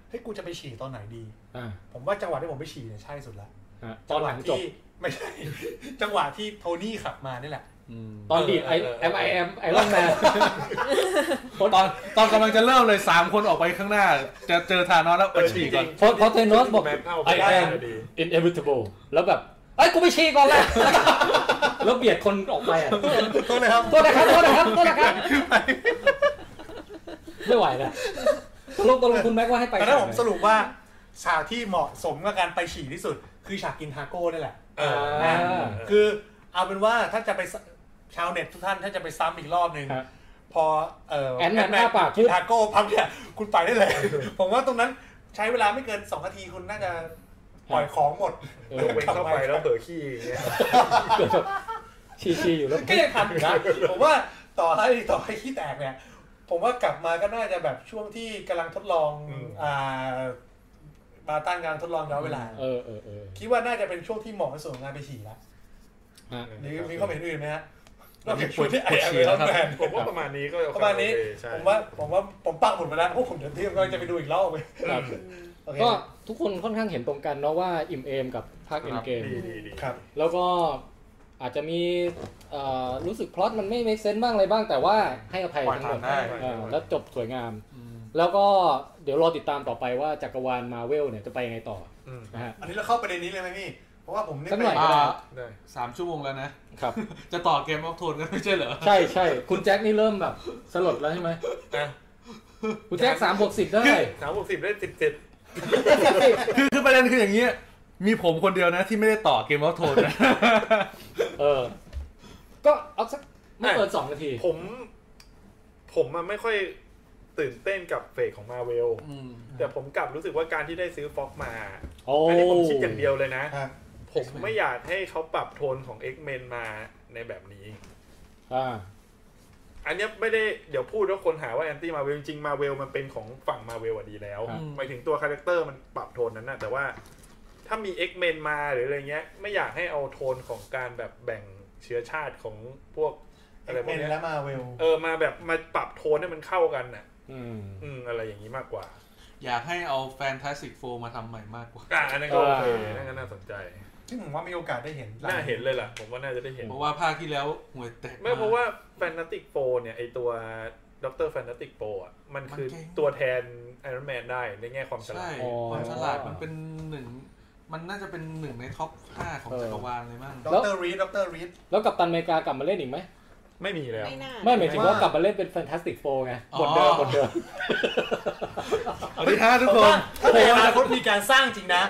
Speaker 2: เฮ้ยกูจะไปฉี่ตอนไหนดี
Speaker 1: อ่า
Speaker 2: ผมว่าจังหวะที่ผมไปฉี่เนี่ยใช่สุดละ
Speaker 1: ฮะตอนหลังจบ
Speaker 2: ที่ ไม่ใช่ จังหวะที่โทนี่ขับมานี่แหละ
Speaker 1: ตอนดีดไอ
Speaker 2: เออ
Speaker 1: แอม
Speaker 2: เออ
Speaker 1: ไอแอมไอรอน แมน
Speaker 3: ตอนตอนกำลังจะเริ่มเลยสามคนออกไปข้างหน้า จะเจอทานอสแล้วไปฉี่ก่อน
Speaker 1: พอพอเทนอสบอก
Speaker 11: แมนเอา
Speaker 1: ไอ
Speaker 11: ไปได้
Speaker 1: แอม
Speaker 11: ดี
Speaker 1: inevitable แล้วแบบไอ้ยกู ไปฉี่ก่อนแหละแล้วเบียดคนออกไปอ่ะ
Speaker 2: โทษนะครับ
Speaker 1: โทษนะครับโทษนะครับโทษนะครับไม่ไหวนะตกลงตกลงคุณแม็กว่าให้ไป
Speaker 2: แต่ถ้าผมสรุปว่าฉากที่เหมาะสมกับการไปฉี่ที่สุด คือฉากกินทาโก้นี่แหละ
Speaker 11: เออ
Speaker 1: อ่า
Speaker 2: คือเอาเป็นว่าถ้าจะไปซชาวเน็ตทุกท่านถ้าจะไปซ้ำอีกรอบหนึ่ง
Speaker 1: ครับ
Speaker 2: พอเอ่อ
Speaker 1: แอนแมนอ้าปากปุ๊บ
Speaker 2: ทาโก้พับเนี่ยคุณไปได้เลย ผมว่าตรงนั้นใช้เวลาไม่เกินสองนาทีคุณน่าจะปล่อยของหมด
Speaker 1: เอ
Speaker 11: ล
Speaker 1: อง
Speaker 11: ไปเข้าไปแล้วเผลอขี้อย่างเงี้ย
Speaker 1: เกิดแบบฉี่ฉี่อยู่แล้ว
Speaker 2: ก็ยังทำอยู่นะ ผมว่าต่อให้ต่อให้ขี้แตกเนี่ย ผมว่ากลับมาก็น่าจะแบบช่วงที่กำลังทดลอง
Speaker 11: อืม
Speaker 2: อ่าบาร์ตันกำลังทดลองย้อนเวลา
Speaker 1: เออเออเออ
Speaker 2: คิดว่าน่าจะเป็นช่วงที่เหมาะสมกับการไปฉี่ละ
Speaker 1: ฮะ
Speaker 2: หรือมีข้อเห็นอื่นไหมฮะน
Speaker 3: เรา
Speaker 2: อก
Speaker 3: ไม่
Speaker 2: จาก
Speaker 3: ป
Speaker 2: ช่
Speaker 3: ว
Speaker 2: ว
Speaker 3: ด
Speaker 2: งที่ไอ้
Speaker 3: ปวด
Speaker 2: ไอ้
Speaker 3: ฉี่
Speaker 2: ไอ้
Speaker 3: แล้
Speaker 2: ร้อ
Speaker 3: ว
Speaker 2: น
Speaker 3: ครับ
Speaker 2: แมน
Speaker 11: ผมว่าประมาณนี้ก็โอเค
Speaker 2: ประมาณนี้
Speaker 11: โอเคใช่
Speaker 2: ผมว่าผมว่าผมปักหมุดไปแล้วเพราะผมเดี๋ยวเที่ยงก็จะไปดูอีกรอบไป
Speaker 1: ครับ
Speaker 2: โอเค
Speaker 1: ก็ทุกคนค่อนข้างเห็นตรงกันเนาะว่าอิมเอมกับภาค
Speaker 3: ครับ
Speaker 1: เอ็นเกม
Speaker 11: ดีดีดี
Speaker 2: ครับ
Speaker 1: แล้วก็อาจจะมีเอ่อรู้สึกพล็อตมันไม่ make sense บ้างอะไรบ้าง แต่ว่าให้อภัย
Speaker 3: ปล่อย
Speaker 1: ทั้งหมด
Speaker 3: ผ่านได้
Speaker 1: เออแล้วจบสวยงาม แล้วก็เดี๋ยวรอติดตามต่อไปว่าจักรวาลมาเวลเนี่ยจะไปยังไงต่อ
Speaker 11: อืม
Speaker 1: นะฮะ
Speaker 2: อันนี้เราเข้าประเด็นนี้เลยไหมพี่ เพราะว่าผมนี่
Speaker 1: สักหน่อย
Speaker 3: อ่า
Speaker 11: ได้
Speaker 3: สามชั่วโมงแล้วนะ
Speaker 1: ครับ
Speaker 3: จะต่อเกมออฟโทนกันไม่ใช่เหรอ
Speaker 1: ใช่ใช่คุณแจ็คนี่เริ่มแบบสลดแล้วใช่ไหม
Speaker 11: นะ
Speaker 1: คุณแจ็คสามบวกสิบได้
Speaker 11: สามหกสิบได้สิบเจ็ด
Speaker 3: คือคือประเด็นคืออย่างนี้ มีผมคนเดียวนะที่ไม่ได้ต่อเกมออฟโทนนะ
Speaker 1: เออ ก็เอาสักไม่เกินสองนาที
Speaker 11: ผม ผมอะไม่ค่อยตื่นเต้นกับเฟกของมาเวล แต่ผมกลับรู้สึกว่าการที่ได้ซื้อฟ็อกมา
Speaker 1: โอ้
Speaker 11: อันนี้ผมคิดอย่างเดียวเลยนะ
Speaker 2: ครับ
Speaker 11: ผมไม่อยากให้เขาปรับโทนของ X-Men มาในแบบนี้
Speaker 1: อ่า
Speaker 11: อันเนี้ยไม่ได้เดี๋ยวพูดแล้วคนหาว่าแอนตี้มาเวลจริงมาเวลมันเป็นของฝั่งมาเวลอะดีแล้ว
Speaker 1: ครับ
Speaker 11: หมายถึงตัวคาแรคเตอร์มันปรับโทนนั้นนะแต่ว่าถ้ามี X-Men มาหรืออะไรเงี้ย ไม่อยากให้เอาโทนของการแบบแบ่งเชื้อชาติของพวกอะไรพวก
Speaker 2: เป็น
Speaker 11: เนี้ย
Speaker 2: แล้วมาเวล
Speaker 11: เออมาแบบมาปรับโทนให้มันเข้ากันน่ะ
Speaker 1: อืม
Speaker 11: อืมอะไรอย่างนี้มากกว่า
Speaker 3: อยากให้เอาแฟนตาสติกโฟมาทำใหม่มากกว่า
Speaker 11: อ่ะอันนั้นก็โอเค
Speaker 1: เออ
Speaker 11: นั่นก็น่าสนใจ
Speaker 2: ซึ่งผมว่ามีโอกาสได้เห็น
Speaker 11: น่าเห็นเลยล่ะ ผมว่าน่าจะได้เห็น
Speaker 3: เพราะว่าภาคที่แล้วห่วยแตก
Speaker 11: ไม่เพราะว่าแฟนติกโปเนี่ยไอตัวด็อกเตอร์แฟนติกโปอ่ะมันคือ
Speaker 3: มันเก่ง
Speaker 11: ตัวแทนไอรอนแมนได้ในแง่ความฉลา
Speaker 3: ใช่
Speaker 11: ด
Speaker 3: ความฉลาดมันเป็นหนึ่ง มันน่าจะเป็นหนึ่งในท็อปห้าของจักรวาลเลยมั้ง
Speaker 2: ด็อกเตอร์รีดด็อกเตอร์รีด
Speaker 1: แล้วกับตันอเมริกากลับมาเล่นอีกไหม
Speaker 11: ไม่มีแล้ว
Speaker 14: ไม่น่า
Speaker 1: ไม่หมายถึงว่า
Speaker 2: ว่า
Speaker 1: กลับมาเล่นเป็นแฟนตาสติกโฟไงบทเดิมบทเดิม
Speaker 3: เอาดิฮะทุก
Speaker 2: ผม
Speaker 3: คน
Speaker 2: ว่าถ้าในอนาคตมีการสร้างจริงนะ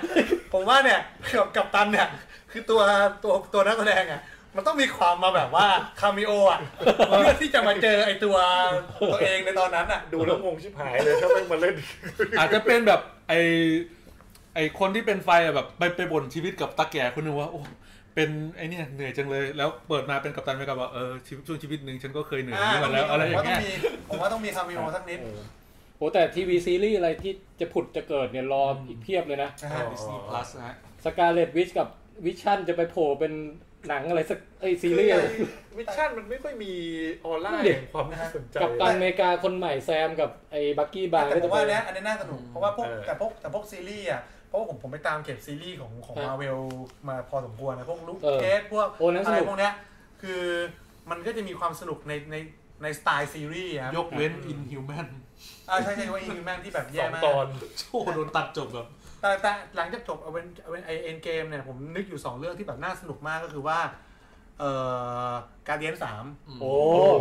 Speaker 2: ผมว่าเนี่ย กับกับตันเนี่ย คือตัวตัวตัวนักแสดงอ่ะ มันต้องมีความมาแบบว่าคาเมโออ่ะ เพื่อที่จะมาเจอไอตัวตัวเองในตอนนั้นอ่ะ
Speaker 11: ดูแล้วงงชิบหายเลย ถ้าไม่มาเล่น
Speaker 3: อาจจะเป็นแบบไอไอคนที่เป็นไฟอะแบบไปไปบ่นชีวิตกับตาแก่คนหนึงว่าโอ้เป็นไอเนี่ยเหนื่อยจังเลยแล้วเปิดมาเป็นกัปตันไปกับว่าเออชีวิตช่วงชีวิตหนึ่งฉันก็เคยเหนื่อย
Speaker 2: อ่า
Speaker 3: นี่มาแล้วอะไรอย่างเงี้ย
Speaker 2: ผมว่าต้องมีผมว่าต้องมีคาเมโอสักนิด
Speaker 1: เออโอ้แต่ทีวีซีรีส์อะไรที่จะผุดจะเกิดเนี่ยรออีกเพียบเลยนะ
Speaker 2: นะฮะ
Speaker 11: อ๋อ
Speaker 2: Disney
Speaker 3: พลัสนะฮะ
Speaker 1: สกาเลตวิชกับวิชั่นจะไปโผล่เป็นหนังอะไรสักไอยซีรีส์อะไร
Speaker 11: วิชั่นมันไม่ค่อยมีออร่าแห่งความน่าสนใจ
Speaker 1: กับตันอเมริกาคนใหม่แซมกับไอ้บักกี้บาร์
Speaker 2: แต่
Speaker 1: ก็
Speaker 2: ผ
Speaker 1: จะ
Speaker 2: ม
Speaker 1: ไป
Speaker 2: ว่าเนี้ยอันนี้น่าสนุก เพราะว่าพวก
Speaker 11: เออ
Speaker 2: แต่พวกแต่พวกซีรีส์อ่ะ เพราะว่าผมผมไปตามเก็บซีรีส์ของของ
Speaker 1: ฮะ
Speaker 2: มาเวลมาพอสมควรนะพวกลูก
Speaker 1: เออ
Speaker 2: เคสพวก
Speaker 1: โอ้นั่นส
Speaker 2: อะไร
Speaker 1: นุก
Speaker 2: พวกเนี้ย คือมันก็จะมีความสนุกในในในสไตล์ซีรีส์อะครับ
Speaker 3: ยกเว้นอินฮิวแมน
Speaker 2: อ่าใช่ใช่ว่าอินฮิวแมนที่แบบ
Speaker 11: ส
Speaker 2: แย่
Speaker 11: อง
Speaker 2: มาก
Speaker 11: ตอน
Speaker 3: โชว์โดนตัดจบแบบ
Speaker 2: แต่แต่หลังจากจบเอาเป็นเอาเป็นไอเอ็นเกมเนี่ย ผมนึกอยู่ 2 เรื่องที่แบบน่าสนุกมากก็คือว่า เอ่อการเดียนสาม
Speaker 1: โอ้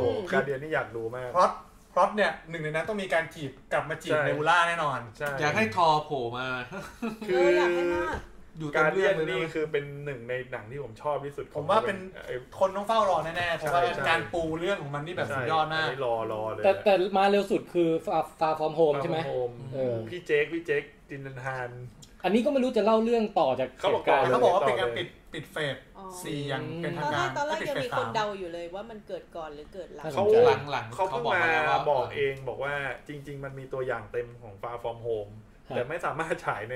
Speaker 11: โอ้การเดียนนี่อยากดูมาก
Speaker 2: พล็อตพล็อตเนี่ยหนึ่งในนั้นต้องมีการจีบกลับมาจีบ
Speaker 11: ใช่
Speaker 2: เนบูล่าแน่นอน
Speaker 11: ใช่
Speaker 3: อยากให้ทอโผล่มา
Speaker 11: คื
Speaker 14: เอ
Speaker 11: อ
Speaker 14: อ
Speaker 11: อ
Speaker 14: อยากให้มาก
Speaker 3: อยู่
Speaker 11: กา
Speaker 3: เต็ม
Speaker 11: รเดี
Speaker 3: เรื่อย ง
Speaker 11: น
Speaker 3: เลย
Speaker 11: นี่
Speaker 3: นะ
Speaker 11: คือเป็นหนึ่งในหนังที่ผมชอบที่สุดของ
Speaker 2: ผมว่าเป็น
Speaker 11: ไอ้
Speaker 2: คนต้องเฝ้ารอแน่ๆเพราะว่า
Speaker 11: ใช่ใช่
Speaker 2: การปูเรื่องของมันนี่แบบสุดยอดมาก
Speaker 11: ใช่นนี้รอรอเลย
Speaker 1: แต่แต่มาเร็วสุดคือฟาฟอร์มโฮมใช่ไหม
Speaker 11: โฮม
Speaker 1: เออ
Speaker 11: พี่เจคพี่เจคจินดันฮาน
Speaker 1: อันนี้ก็ไม่รู้จะเล่าเรื่องต่อจาก
Speaker 11: เขาบอก
Speaker 1: หตุรณ์
Speaker 11: ต่
Speaker 2: เขาบอกว่าเป็น
Speaker 11: ต่อเลย
Speaker 2: การปิดปิดเฟส
Speaker 14: อ๋อ
Speaker 2: สี่อย่างเป็น
Speaker 14: ต
Speaker 2: ทา
Speaker 14: องนแร
Speaker 2: กาก ร
Speaker 14: ตอนแรก
Speaker 2: ปิด
Speaker 14: ยัง
Speaker 2: เฟส
Speaker 14: มีคน
Speaker 2: สาม
Speaker 14: เดาอยู่เลยว่ามันเกิดก่อนหรือเกิดหลัง
Speaker 1: เขา
Speaker 3: หลังๆ
Speaker 11: เขาเพิ่งมา
Speaker 3: แล้วว่
Speaker 11: บอกเองบอกว่าจริง ๆ มันมีตัวอย่างเต็มของฟาฟอร์มโฮม
Speaker 1: ครับ
Speaker 11: แต่ไม่สามารถฉายใน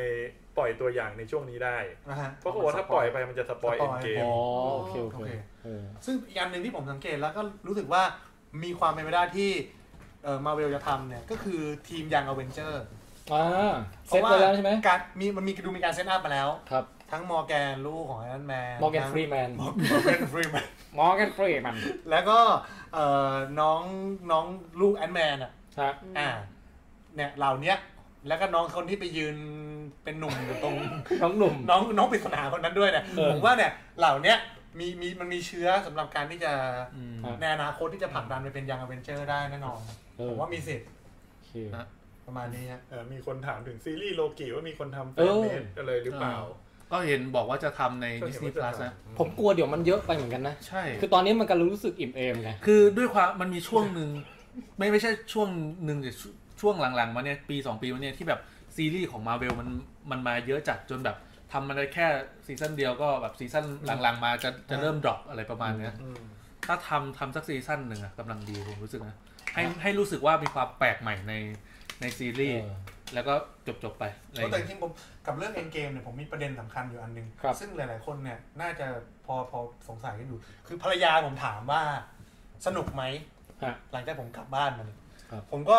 Speaker 11: ปล่อยตัวอย่างในช่วงนี้ได้
Speaker 2: นะฮะ
Speaker 11: เพราะเขาบอกว่าถ้าปล่อยไปมันจะสปอย
Speaker 2: ส
Speaker 11: เอ็
Speaker 2: ป
Speaker 11: น
Speaker 2: อย
Speaker 11: เกม
Speaker 1: อ๋อโอเคโอ
Speaker 2: โอ
Speaker 1: เค
Speaker 2: เค
Speaker 1: เออ
Speaker 2: ซึ่งอีกอันหนึ่งที่ผมสังเกตแล้วก็รู้สึกว่ามีความเป็นไปได้ที่เออมาเวลจะทำเนี่ย ก็คือทีมยังอเวนเจอร์
Speaker 1: อ่า
Speaker 2: เพ
Speaker 1: เซต
Speaker 2: ราะา
Speaker 1: ไว้แล้วใช่ไหม
Speaker 2: การมีมันมีดูมีการเซตอัพมาแล้ว
Speaker 1: ครับ
Speaker 2: ทั้งมอร์แกนลูกของไอรอนแมน
Speaker 1: มอร์แกนฟรีแมน
Speaker 2: มอร์แกนฟรีแมน
Speaker 1: มอร์แกนฟรีแมน
Speaker 2: แล้วก็เอ่อน้องน้องลูกแอนแมนอ่ะ
Speaker 1: ฮะ
Speaker 2: อ่า เนี่ยเหล่าเนี้ย แล้วก็น้องคนที่ไปยืนเป็นหนุ่มอยู่ ตรง
Speaker 1: น้องหนุ่ม
Speaker 2: น้องน้องปริศนาคนนั้นด้วยเนี่ย
Speaker 1: เออ
Speaker 2: ผมว่าเนี่ยเหล่าเนี้ยมีมีมันมีเชื้อสำหรับการที่จะ
Speaker 3: อืม
Speaker 2: ในอนาคตที่จะผลักดันไปเป็นยังอเวนเจอร์ได้แน่นอน
Speaker 1: เอ
Speaker 2: ผ
Speaker 1: อ
Speaker 2: มว่ามีสิทธิ์
Speaker 1: โอเค
Speaker 3: นะ
Speaker 2: ประมาณนี้ฮะ
Speaker 11: เออมีคนถามถึงซีรีส์โลกิว่ามีคนทำแฟ
Speaker 1: เอนอ
Speaker 11: เมดอะไรหรือเปล่า
Speaker 3: ก็เห็นบอกว่าจะทำใน
Speaker 11: ก็
Speaker 3: d ิ
Speaker 11: เห็
Speaker 3: ส
Speaker 11: น
Speaker 3: นี
Speaker 11: ว่า
Speaker 3: ย์
Speaker 11: จะ
Speaker 3: Plus นะ
Speaker 1: ผมกลัวเดี๋ยวมันเยอะไปเหมือนกันนะ
Speaker 3: ใช่
Speaker 1: คือตอนนี้มันกำลังรู้สึกอิ่มเอมไง
Speaker 3: คือด้วยความมันมีช่วงหนึ่งไม่ไม่ใช่ช่วงหนึ่งแต่ช่วงหลังๆ มาเนี่ยปี 2 ปีมาเนี่ยที่แบบซีรีส์ของมาเวลมันมันมาเยอะจัดจนแบบทำมาได้แค่ซีซั่นเดียวก็แบบซีซั่นหลังๆ มาจะจะเริ่มดรอปอะไรประมาณเนี้ยถ้าทำทำสักซีซั่นหนึ่งอะกำลังดีผมรู้สึกนะให้ให้รู้สึกว่ามีความแปลกใหม่ในในซีรีส์
Speaker 1: เออ
Speaker 3: แล้วก็จบจบๆไปอะไรอ
Speaker 2: เพราะ
Speaker 3: ย่าง
Speaker 2: แต่จ
Speaker 3: เงี้ย
Speaker 2: ริงๆผมกับเรื่องเอ็นเกมเนี่ยผมมีประเด็นสำคัญอยู่อันหนึง
Speaker 1: ครับ
Speaker 2: ซึ่งหลายๆคนเนี่ยน่าจะพอพอสงสัยกันอยู่ คือภรรยาผมถามว่าสนุกไหม
Speaker 1: ฮะ
Speaker 2: หลังจากผมกลับบ้านมาเนี่ย
Speaker 1: ครับ
Speaker 2: ผมก็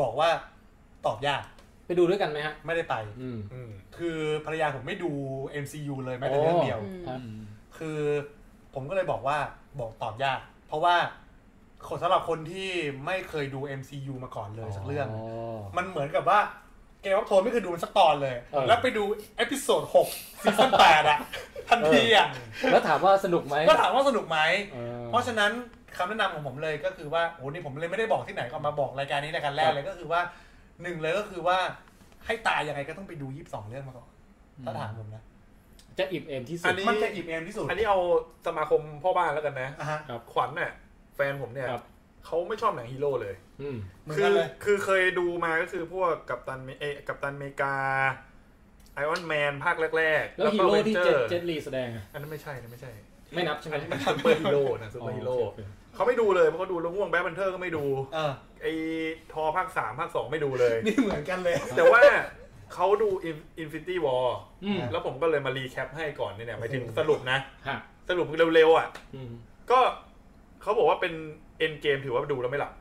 Speaker 2: บอกว่าตอบยาก
Speaker 1: ไปดูด้วยกันไหมฮะ
Speaker 2: ไม่ได้ไป
Speaker 1: อืม
Speaker 11: อืม
Speaker 2: คือภรรยาผมไม่ดู MCU เลยแม้แต่เรื่องเดียว
Speaker 14: ม
Speaker 1: โครับ
Speaker 3: อืม
Speaker 2: คือผมก็เลยบอกว่าบอกตอบยาก เพราะว่าคนสำหรับคนที่ไม่เคยดู MCU มาก่อนเลยสักเรื่อง มันเหมือนกับว่าเกมวัฟโทนไม่เคยดูมันสักตอนเลย
Speaker 1: เออ
Speaker 2: แล้วไปดูเอพิโซด6ซีซั่น8อะทันทีอะ
Speaker 1: แล้วถามว่าสนุกไหม
Speaker 2: ก็ถามว่าสนุกไหม
Speaker 1: เออ
Speaker 2: เพราะฉะนั้นคำแนะนำของผมเลยก็คือว่าโอ้นี่ผมเลยไม่ได้บอกที่ไหนก็มาบอกรายการนี้รายการแรกเลยก็คือว่าหนึ่งเลยก็คือว่าให้ตายยังไงก็ต้องไปดูยี่สิบสองเรื่องมาก่อน
Speaker 3: อืม
Speaker 2: ถ้าถามผมนะ
Speaker 1: จะอิ่มเอมที่สุ
Speaker 11: อั
Speaker 1: ด
Speaker 11: นนี้
Speaker 2: มันจะอิ่มเอมที่สุด
Speaker 11: อันนี้เอาสมาคมพ่อบ้านแล้วกันนะ
Speaker 2: อ่ะฮะ
Speaker 1: ครับ
Speaker 11: ขวัญเนี่ยแฟนผมเนี่ย
Speaker 1: ครับ
Speaker 11: เขาไม่ชอบหนังฮีโร่เลย
Speaker 1: อืม
Speaker 2: เหมือน
Speaker 11: คื
Speaker 2: กัน
Speaker 11: อ
Speaker 2: เลย
Speaker 11: คือเคยดูมาก็คือพวกกัปตันเมเอกัปตันเมกาไอออนแมนภาคแรกๆ
Speaker 1: แล้วฮี
Speaker 11: ก็
Speaker 1: โร่ที่เจ
Speaker 11: Avenger
Speaker 1: เจตลีแสดงอะ
Speaker 11: อันนั้นไม่ใช่นะไม่ใช่
Speaker 1: ไม่นับใช่ไหม
Speaker 11: อันนี้มันซูเปอร์ฮีโร่นะซูเปอร์ฮีโร่
Speaker 1: อ๋อโอเค
Speaker 11: เขาไม่ดูเลยเพราะเขาดูแล้วง่วงแบทแพนเทอร์ก็ไม่ดู
Speaker 2: เออ
Speaker 11: ไอทอภาคสามภาคสองไม่ดูเลย
Speaker 2: นี่เหมือนกันเลย
Speaker 11: แต่ว่าเขาดูอินฟินิตี้วอล
Speaker 1: อืม
Speaker 11: แล้วผมก็เลยมารีแคปให้ก่อนเนี่ยเนี่ยหมายถึงสรุปนะ
Speaker 1: ฮะ
Speaker 11: สรุปเร็วๆอ่ะ
Speaker 1: อืม
Speaker 11: ก็เขาบอกว่าเป็นเอ็นเกมถือว่าดูแล้วไม่หลับ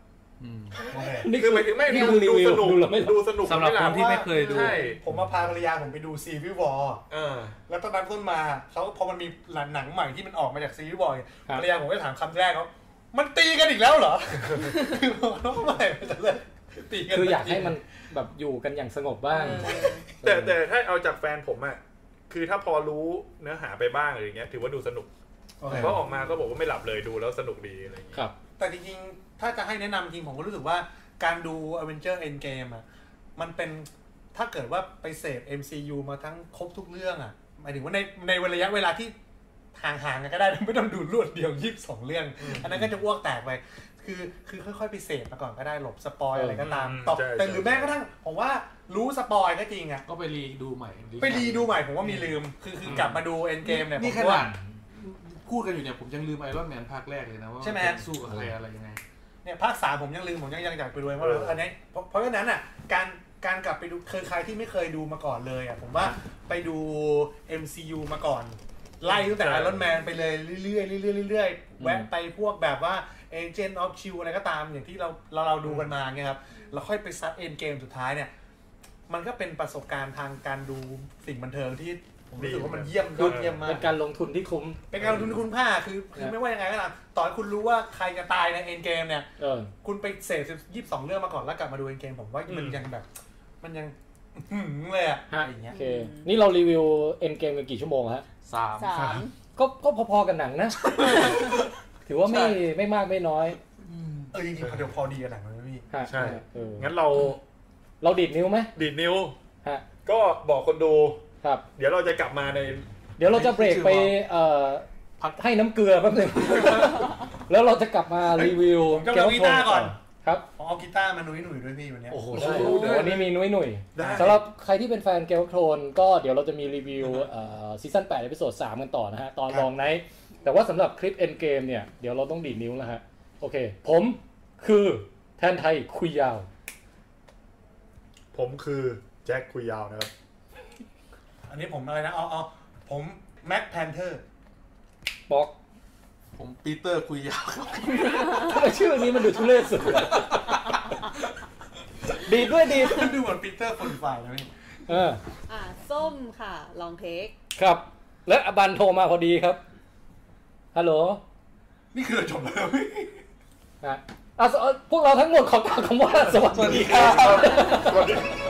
Speaker 3: อืม
Speaker 2: โอเค
Speaker 11: คือหมายถึงไม่
Speaker 1: นี่
Speaker 11: ดู
Speaker 1: คือรี
Speaker 11: ดู
Speaker 1: วิว
Speaker 11: สนุก
Speaker 1: ดูแล้วไม่
Speaker 11: ดู
Speaker 1: รู้
Speaker 11: สนุก
Speaker 3: สำหรับ
Speaker 11: ไม่
Speaker 3: ค
Speaker 11: หลั
Speaker 3: น
Speaker 11: บ
Speaker 3: ที่ไม่เคยดู
Speaker 11: ใช่
Speaker 2: ผมมาพาภรรยาผมไปดูซีวิวอร์
Speaker 11: เออ
Speaker 2: แล้วตอนนั้นต้นมาเขาพอมันมีหนังใหม่ที่มันออกมาจากซีวิวอร์เนี่ย
Speaker 1: ครับ
Speaker 2: ภรรยาผมก็ถามคำแรกเขามันตีกันอีกแล้วเหร อ คือผมว่าทำไมมันจะเลิกตีกัน
Speaker 1: คืออยากให้มันแบบอยู่กันอย่างสงบบ้าง
Speaker 11: แต่แต่ถ้าเอาจากแฟนผมอ่ะ คือถ้าพอรู้เนื้อหาไปบ้างอะไรอย่างเงี้ยถือว่าดูสนุก
Speaker 2: โอเค
Speaker 11: เพราะออกมาก็บอกว่าไม่หลับเลยดูแล้วสนุกดีอะไรอย่างเงี้ย
Speaker 1: ครับ
Speaker 2: แต่จริงๆ ถ้าจะให้แนะนำจริงผมก็รู้สึกว่าการดู Avenger Endgame อ่ะ มันเป็นถ้าเกิดว่าไปเสพ MCU มาทั้งครบทุกเรื่องอ่ะ หมายถึงว่าในในระยะเวลาที่ห่างๆกันก็ได้ ไม่ต้องดูรวดเดียวยี่สิบสองเรื่อง อันนั้นก็จะอ้วกแตกไป คือคือค่อยๆ ไปเสพมาก่อนก็ได้หลบสปอยอะไรก็ตาม
Speaker 11: อืม
Speaker 2: ตอบ
Speaker 11: ใช่
Speaker 2: แต่
Speaker 11: ใช่
Speaker 2: หรือแม้กระทั่งผมว่ารู้สปอยก็จริงอ่ะ
Speaker 3: ก็ไปรีดูใหม่
Speaker 2: ไปรีดูใหม่ผมว่ามีลืม คือคือกลับมาดู Endgame เนี่ย
Speaker 3: นี่
Speaker 2: ผม
Speaker 3: ข
Speaker 2: ว่า
Speaker 3: นาดพูดกันอยู่เนี่ยผมยังลืมไอรอนแมนภาคแรกเลยนะว่า
Speaker 2: ใช่ไหม
Speaker 3: สู้กับใครอะไรยังไง
Speaker 2: เนี่ยภาคสามผมยังลืม ผมยังยังอยากไปดูเลยเพราะว่าอันนี้เพราะเพราะฉะนั้นอ่ะการการกลับไปดูเคยใครที่ไม่เคยดูมาก่อนเลยอ่ะผมว่าไปดู MCU มาก่อน ไล่ตั้งแต่
Speaker 11: ใช่
Speaker 2: Iron Man ไปเลยเรื่อยๆเรื่อยๆเรื่อย
Speaker 1: อืม
Speaker 2: ๆแวะไปพวกแบบว่า Agent of Shield อะไรก็ตามอย่างที่เราเราเราดูกันมาเนี่ยครับแล้วค่อยไปซัดเอ็นเกมสุดท้ายเนี่ย มันก็เป็นประสบการณ์ทางการดูสิ่งบันเทิงที่ผมรู้สึกว่ามันเยี่ยมยอดเยี่ยมมาก
Speaker 1: เป็นการลงทุนที่คุ้ม
Speaker 2: เป็นการลงทุนคุณค่าคือคือไม่ว่ายังไงก็ตามต่อให้คุณรู้ว่าใครจะตายในเอ็นเกมเนี่ย
Speaker 1: เออ
Speaker 2: คุณไปเสพยี่สิบสองเรื่องมาก่อนแล้วกลับมาดูเกมผมว่ามันยังแบบ มันยังอื้อหือเลยอะ
Speaker 1: ฮะ
Speaker 2: อะไรอย่างเงี้
Speaker 1: โอย เค นี่เรารีวิวเอ็นเกมกันกี่ชั่วโมงฮะ
Speaker 3: สาม
Speaker 14: สาม
Speaker 1: ก็ก็พอๆกับหนังนะ ถือว่าไม่ไม่มากไม่น้อย
Speaker 2: เออจริงๆพอเดี๋ยวพอดีกันหนังมันไม่มี
Speaker 1: ฮะ
Speaker 11: ใช่
Speaker 1: เออ
Speaker 11: งั้นเรา
Speaker 1: เราดีดนิ้วไหม
Speaker 11: ดีดนิ้ว
Speaker 1: ฮะ
Speaker 11: ก็บอกคนดู
Speaker 1: ครับ
Speaker 11: เดี๋ยวเราจะกลับมาใน
Speaker 1: เดี๋ยวเราจะเบรกไปเอ่อให้น้ำเกลือแป๊บนึง แล้วเราจะกลับมารีวิว
Speaker 2: ผมจะเอากีตาร์ก่อน
Speaker 1: ครับ
Speaker 2: ผมเอากีตาร์มาหนุ่ยหนุ่ยด้วยพี่วันเนี้ย
Speaker 3: โอ้โห
Speaker 1: ได้วันนี้มีนุ้ยหนุ่ย
Speaker 11: ได้
Speaker 1: สำหรับใครที่เป็นแฟนเกลโครนก็เดี๋ยวเราจะมีรีวิวเอ่อซีซั่น8เอพิโซด3กันต่อนะฮะ ตอน
Speaker 2: ครับ
Speaker 1: ลองไนท์แต่ว่าสำหรับคลิปเอ็นเกมเนี่ย เดี๋ยวเราต้องดีดนิ้วแล้วฮะ โอเค ผมคือแทนไทยคุยยาว
Speaker 11: ผมคือแจ็คคุยยาวนะครับ
Speaker 2: อันนี้ผมอะไรนะเอาเอาผมแม็กแพนเทอร์
Speaker 1: บอก
Speaker 3: ผมปีเตอร์คุยยาวครับ
Speaker 1: ทำไมชื่อนี้มันดูทุเรศสุด ดีดด้วยดีด
Speaker 2: ดูเหมือนปีเตอร์คนฝ่ายแล้วนี่
Speaker 1: เออ
Speaker 14: อ่าส้มค่ะ ลองเทค
Speaker 1: ครับ และอบันโทรมาพอดีครับ ฮัลโหล
Speaker 2: นี่คือเราจบแล้วเว้ย
Speaker 1: นะอ่ะสเอ่อพวกเราทั้งหมดขอกล่าวคำว่าสวัสดีครับ
Speaker 11: สวัสดี